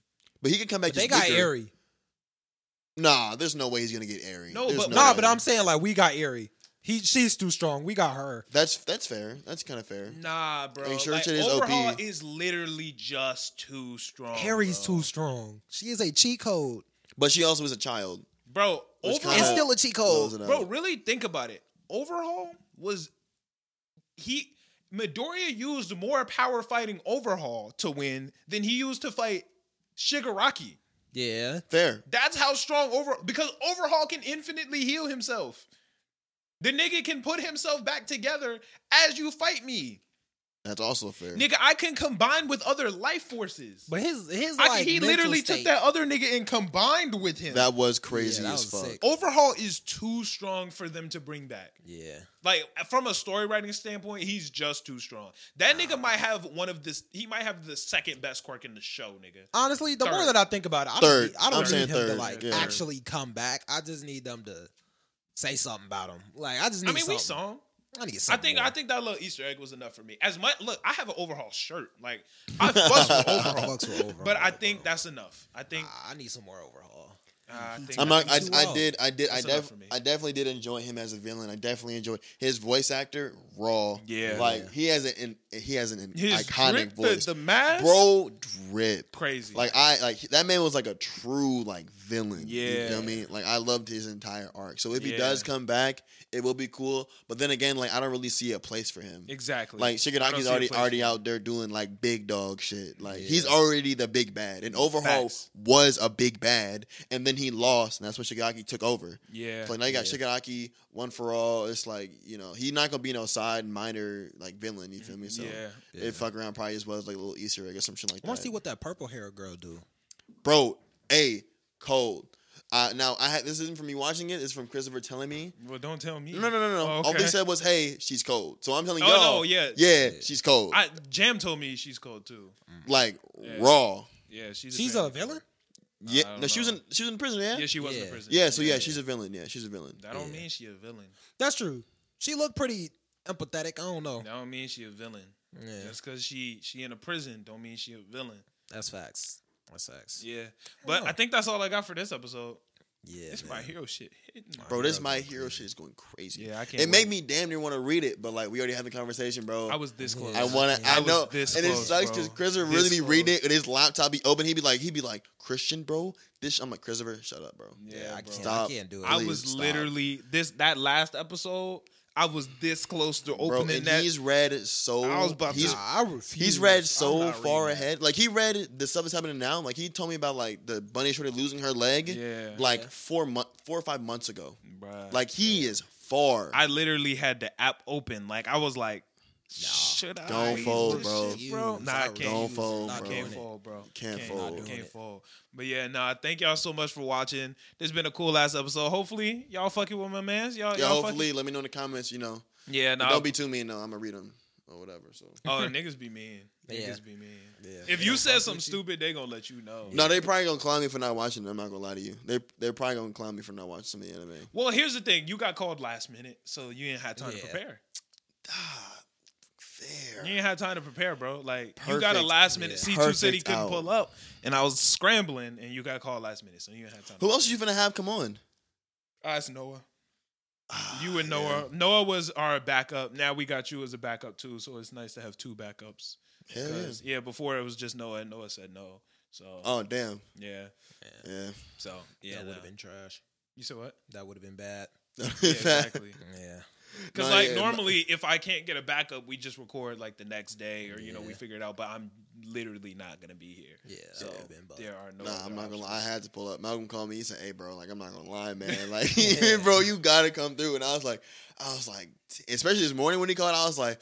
S3: but he can come back.
S2: but they
S3: just
S2: got
S3: weaker.
S2: Airy.
S3: Nah, there's no way he's gonna get airy.
S1: No,
S3: There's
S1: but-
S2: Nah,
S3: way.
S2: but I'm saying like we got Airy. He she's too strong. We got her.
S3: that's that's fair. That's kind of fair.
S1: Nah, bro.
S3: Ain't sure
S1: like,
S3: shit is OP.
S1: overhaul is literally just too strong.
S2: Harry's
S1: bro.
S2: too strong. She is a cheat code.
S3: But she also was a child.
S1: Bro,
S3: Which
S1: overhaul.
S3: kinda
S2: It's still a cheat
S3: blows
S2: code.
S3: it
S1: Bro,
S3: out.
S1: really think about it. Overhaul was he Midoriya used more power fighting Overhaul to win than he used to fight Shigaraki.
S2: Yeah.
S3: fair.
S1: That's how strong over because Overhaul can infinitely heal himself. The nigga can put himself back together as you fight me.
S3: That's also fair.
S1: Nigga, I can combine with other life forces.
S2: But his his
S1: I
S2: like
S1: can, he
S2: mental
S1: literally took
S2: state-
S1: that other nigga and combined with him.
S3: That was crazy
S2: Yeah, that
S3: as
S2: was
S3: fuck.
S2: sick.
S1: Overhaul is too strong for them to bring back.
S2: Yeah.
S1: Like from a story writing standpoint, he's just too strong. That nigga might have one of this. He might have the second best quirk in the show, nigga.
S2: Honestly, the more
S1: Third.
S2: that I think about it, I don't
S3: Third.
S2: need, I don't
S3: I'm
S2: need him
S3: saying
S2: to
S3: third,
S2: like
S3: yeah.
S2: actually come back. I just need them to say something about him. Like I just need
S1: I mean,
S2: something.
S1: we saw him.
S2: I need
S1: I
S2: something.
S1: think
S2: more.
S1: I think that little Easter egg was enough for me. As much look, I have an overhaul shirt. Like I
S3: [laughs]
S1: fucks with overhaul,
S2: Fucks with overhaul,
S1: but I think
S2: bro.
S1: that's enough. I think.
S2: I I need some more overhaul.
S1: I think
S3: I'm not. I,
S2: He's too
S3: I
S2: raw.
S3: did. I did. I,
S1: That's enough
S3: def,
S1: for me.
S3: I definitely did enjoy him as a villain. I definitely enjoyed his voice actor raw.
S1: Yeah.
S3: like he has an he has an
S1: his
S3: iconic
S1: drip,
S3: voice.
S1: The, the mask,
S3: Bro, drip.
S1: crazy.
S3: Like I like that man was like a true like villain. you
S1: Yeah.
S3: feel me? Like I loved his entire arc. So if he
S1: Yeah.
S3: does come back, it will be cool. But then again, like I don't really see a place for him.
S1: exactly.
S3: Like
S1: I don't
S3: Shigaraki's
S1: see a
S3: already
S1: place
S3: already
S1: for him.
S3: out there doing like big dog shit. Like
S2: Yeah.
S3: he's already the big bad, and Overhaul
S1: Facts.
S3: was a big bad, and then he lost, and that's when Shigaraki took over.
S1: Yeah.
S3: So now you got Shigaraki one for all. It's like you know he's not gonna be no side minor like villain. You feel me? So
S1: yeah.
S3: it fuck around probably as well as like a little Easter egg or some shit
S2: I
S3: like that
S2: want to see what that purple hair girl do.
S3: bro. A cold. Uh, now I had this isn't from me watching it. It's from Christopher telling me.
S1: Well, don't tell me.
S3: No, no, no, no, no.
S1: Oh,
S3: All they
S1: okay.
S3: said was, "Hey, she's cold." So I'm telling
S1: Oh,
S3: y'all,
S1: no, yeah.
S3: yeah, she's cold,
S1: I, Jam told me she's cold too.
S3: like
S1: Yeah.
S3: raw.
S1: Yeah, she's.
S2: She's
S1: fan.
S2: a villain.
S3: Yeah,
S1: I don't
S3: no, she was
S1: know.
S3: in she was in prison. Yeah,
S1: Yeah, she was in
S2: Yeah.
S1: prison.
S3: yeah. So yeah, she's a villain. Yeah, she's a villain.
S1: That don't
S2: Yeah.
S1: mean she a villain.
S2: That's true. She looked pretty empathetic. I don't know.
S1: That don't mean she a villain.
S2: Oh. Yeah,
S1: Just because she she in a prison don't mean she a villain.
S2: that's facts. That's facts.
S1: Yeah, but I think that's all I got for this episode.
S2: Yeah,
S1: It's
S2: man.
S1: my hero shit. hitting my-
S3: Bro, this
S2: Heroes
S3: my
S2: is
S3: hero shit is going crazy.
S1: Yeah, I can't
S3: It made
S1: wait.
S3: me damn near want to read it, but like we already had the conversation, bro.
S1: I was this close.
S3: I want to. I,
S1: was
S3: know,
S1: this
S3: and
S1: close,
S3: it sucks
S1: bro.
S3: because Chris would
S1: This
S3: really be
S1: close.
S3: reading it, and his laptop be open. He'd be like, he'd be like, Christian, bro. This, I'm like, Christopher, shut up, bro.
S1: Yeah,
S2: I
S1: bro.
S2: can't,
S3: Stop.
S2: I can't do it.
S1: I
S3: Please
S1: was
S3: stop.
S1: literally this that last episode. I was this close to
S3: Bro,
S1: opening
S3: and
S1: that.
S3: he's read so.
S1: I was about to-
S3: he's,
S2: Nah, I refuse.
S3: He's read
S2: I'm
S3: so
S2: not
S3: far
S2: reading that.
S3: ahead. Like he read the stuff that's happening now. Like he told me about like the bunny shorty losing her leg.
S1: Yeah.
S3: Like four month, four or five months ago.
S1: Bruh.
S3: Like he is far.
S1: I literally had the app open. Like I was like, should I?
S3: Don't
S1: use
S3: fold,
S1: this
S3: bro.
S1: shit, bro? Nah, I can't.
S3: Don't
S1: use
S3: fold,
S1: it.
S3: bro.
S1: Can't
S2: Doing it.
S1: fold, bro.
S3: Can't fold.
S1: Can't,
S2: Doing it.
S1: fold. But yeah, nah. Thank y'all so much for watching. This has been a cool ass episode. Hopefully, y'all fucking with my man's. Y'all,
S3: yeah,
S1: y'all
S3: hopefully, let me know in the comments. You know,
S1: Fucking, yeah,
S3: But
S1: nah.
S3: don't be too mean though. I'm gonna read them or whatever.
S1: [laughs]
S3: So [laughs]
S1: oh, niggas be mean. Niggas
S2: Yeah.
S1: be mean.
S2: Yeah.
S1: If you said something stupid, they gonna let you know.
S3: no, they probably gonna clown me for not watching. Them. I'm not gonna lie to you. They they're probably gonna clown me for not watching some of the anime.
S1: Well, here's the thing. You got called last minute, so you didn't have time to
S2: Yeah.
S1: prepare.
S3: Ah, fair.
S1: You ain't had time to prepare, bro. Like you got a
S3: Perfect.
S1: last minute. C
S3: Yeah.
S1: two said he
S3: Perfect
S1: couldn't
S3: hour.
S1: pull up, and I was scrambling, and you got called last minute, so you ain't had time.
S3: Who
S1: to
S3: else you gonna have come on?
S1: Uh, it's Noah.
S3: Ah,
S1: You and
S3: yeah.
S1: Noah. Noah was our backup. Now we got you as a backup too, so it's nice to have two backups.
S3: Hell yeah.
S1: 'Cause, yeah, before it was just Noah, and Noah said no. So
S3: Oh damn.
S1: yeah,
S3: Yeah. [laughs]
S1: so yeah.
S2: That would
S1: nah.
S2: have been trash.
S1: you said what?
S2: That would have been bad.
S3: [laughs]
S1: Yeah, exactly.
S2: Yeah.
S1: Because
S3: No,
S1: like
S3: yeah,
S1: normally, if I can't get a backup, we just record like the next day, or you know, we
S2: Yeah.
S1: figure it out. But I'm literally not gonna be here.
S2: Yeah, that
S1: so
S2: would've been bug.
S1: there are no.
S3: Nah, I'm
S1: other
S3: not gonna lie. I
S1: options.
S3: had to pull up. Malcolm called me. He said, "Hey, bro, like I'm not gonna
S1: [laughs]
S3: lie, man. Like, [laughs] bro, you gotta come through." And I was like, I was like, especially this morning when he called, I was like,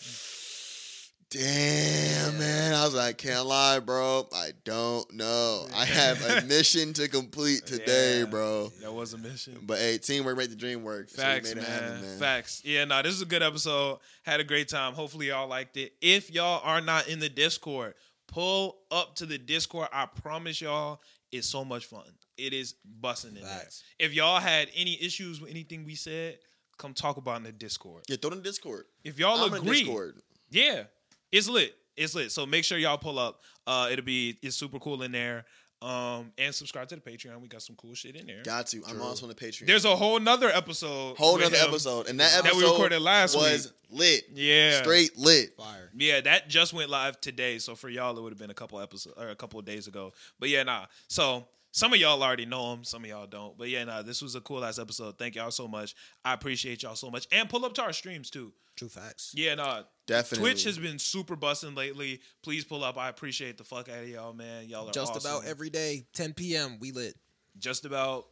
S3: "Damn, man." I was like, "Can't lie, bro. I don't know. I have
S1: [laughs]
S3: a mission to complete today,
S1: Yeah.
S3: bro."
S1: That was a mission.
S3: [laughs] But hey, teamwork make the dream work. So we
S1: Facts,
S3: made
S1: man.
S3: it happen, man.
S1: Facts. Yeah, no, this is a good episode. Had a great time. Hopefully, y'all liked it. If y'all are not in the Discord, pull up to the Discord. I promise y'all, it's so much fun. It is busting in
S2: Facts.
S1: there. If y'all had any issues with anything we said, come talk about it in the Discord.
S3: Yeah, throw it in Discord.
S1: If y'all
S3: I'm in
S1: agree,
S3: Discord.
S1: yeah, it's lit. It's lit. So make sure y'all pull up. Uh, it'll be it's super cool in there. Um, and subscribe to the Patreon. We got some cool shit in there.
S3: Got to. I'm also on the Patreon.
S1: There's a whole nother episode.
S3: whole
S1: with
S3: other
S1: him.
S3: episode, and that
S1: That
S3: episode
S1: we recorded last
S3: was lit.
S1: Yeah.
S3: straight lit.
S2: Fire.
S1: Yeah, that just went live today. So for y'all, it would have been a couple episodes or a couple of days ago. But yeah, nah. So some of y'all already know him, some of y'all don't. But yeah, nah. This was a cool ass episode. Thank y'all so much. I appreciate y'all so much. And pull up to our streams too.
S2: True facts.
S1: Yeah, nah.
S3: Definitely.
S1: Twitch has been super busting lately. Please pull up. I appreciate the fuck out of y'all, man. Y'all are
S2: Just
S1: awesome.
S2: about every day, 10 p.m. We lit.
S1: just about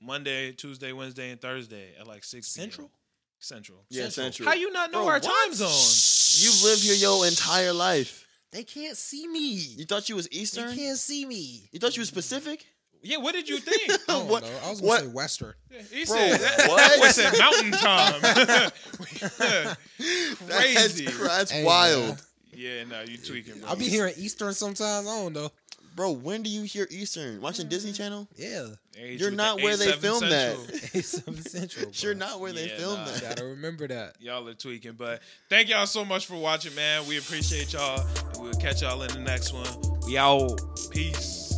S1: Monday, Tuesday, Wednesday, and Thursday at like six p.m.
S2: Central?
S1: Central.
S3: Yeah, Central.
S1: How you not know
S3: Bro,
S1: our
S3: what?
S1: time zone?
S3: You've lived here your entire life.
S2: They can't see me.
S3: You thought you was
S2: They
S3: Eastern?
S2: can't see me.
S3: [laughs] You thought you was Pacific?
S1: Yeah, what
S3: [laughs]
S1: did you think?
S2: I don't
S3: What-
S2: know. I was
S3: what-
S2: gonna say Western.
S1: He said that, [laughs]
S3: what?
S1: that boy said mountain
S3: [laughs]
S1: time. [laughs]
S3: That's,
S1: Crazy.
S3: cra- that's
S2: Hey,
S3: wild.
S2: man.
S1: yeah, no, you tweaking, bro.
S2: I'll be hearing Eastern sometimes. I don't know.
S3: Bro, when do you hear Eastern? Watching Disney Channel?
S2: Yeah. [laughs]
S1: Age
S3: You're
S1: with
S3: not
S1: the
S3: where they
S1: 87
S3: filmed
S1: Central.
S3: that.
S2: Something central. Bro.
S3: [laughs] You're not where they
S1: Yeah,
S3: filmed
S1: nah.
S3: that.
S2: Gotta remember that.
S1: Y'all are tweaking, but thank y'all so much for watching, man. We appreciate y'all. and We'll catch y'all in the next one. We out. Peace.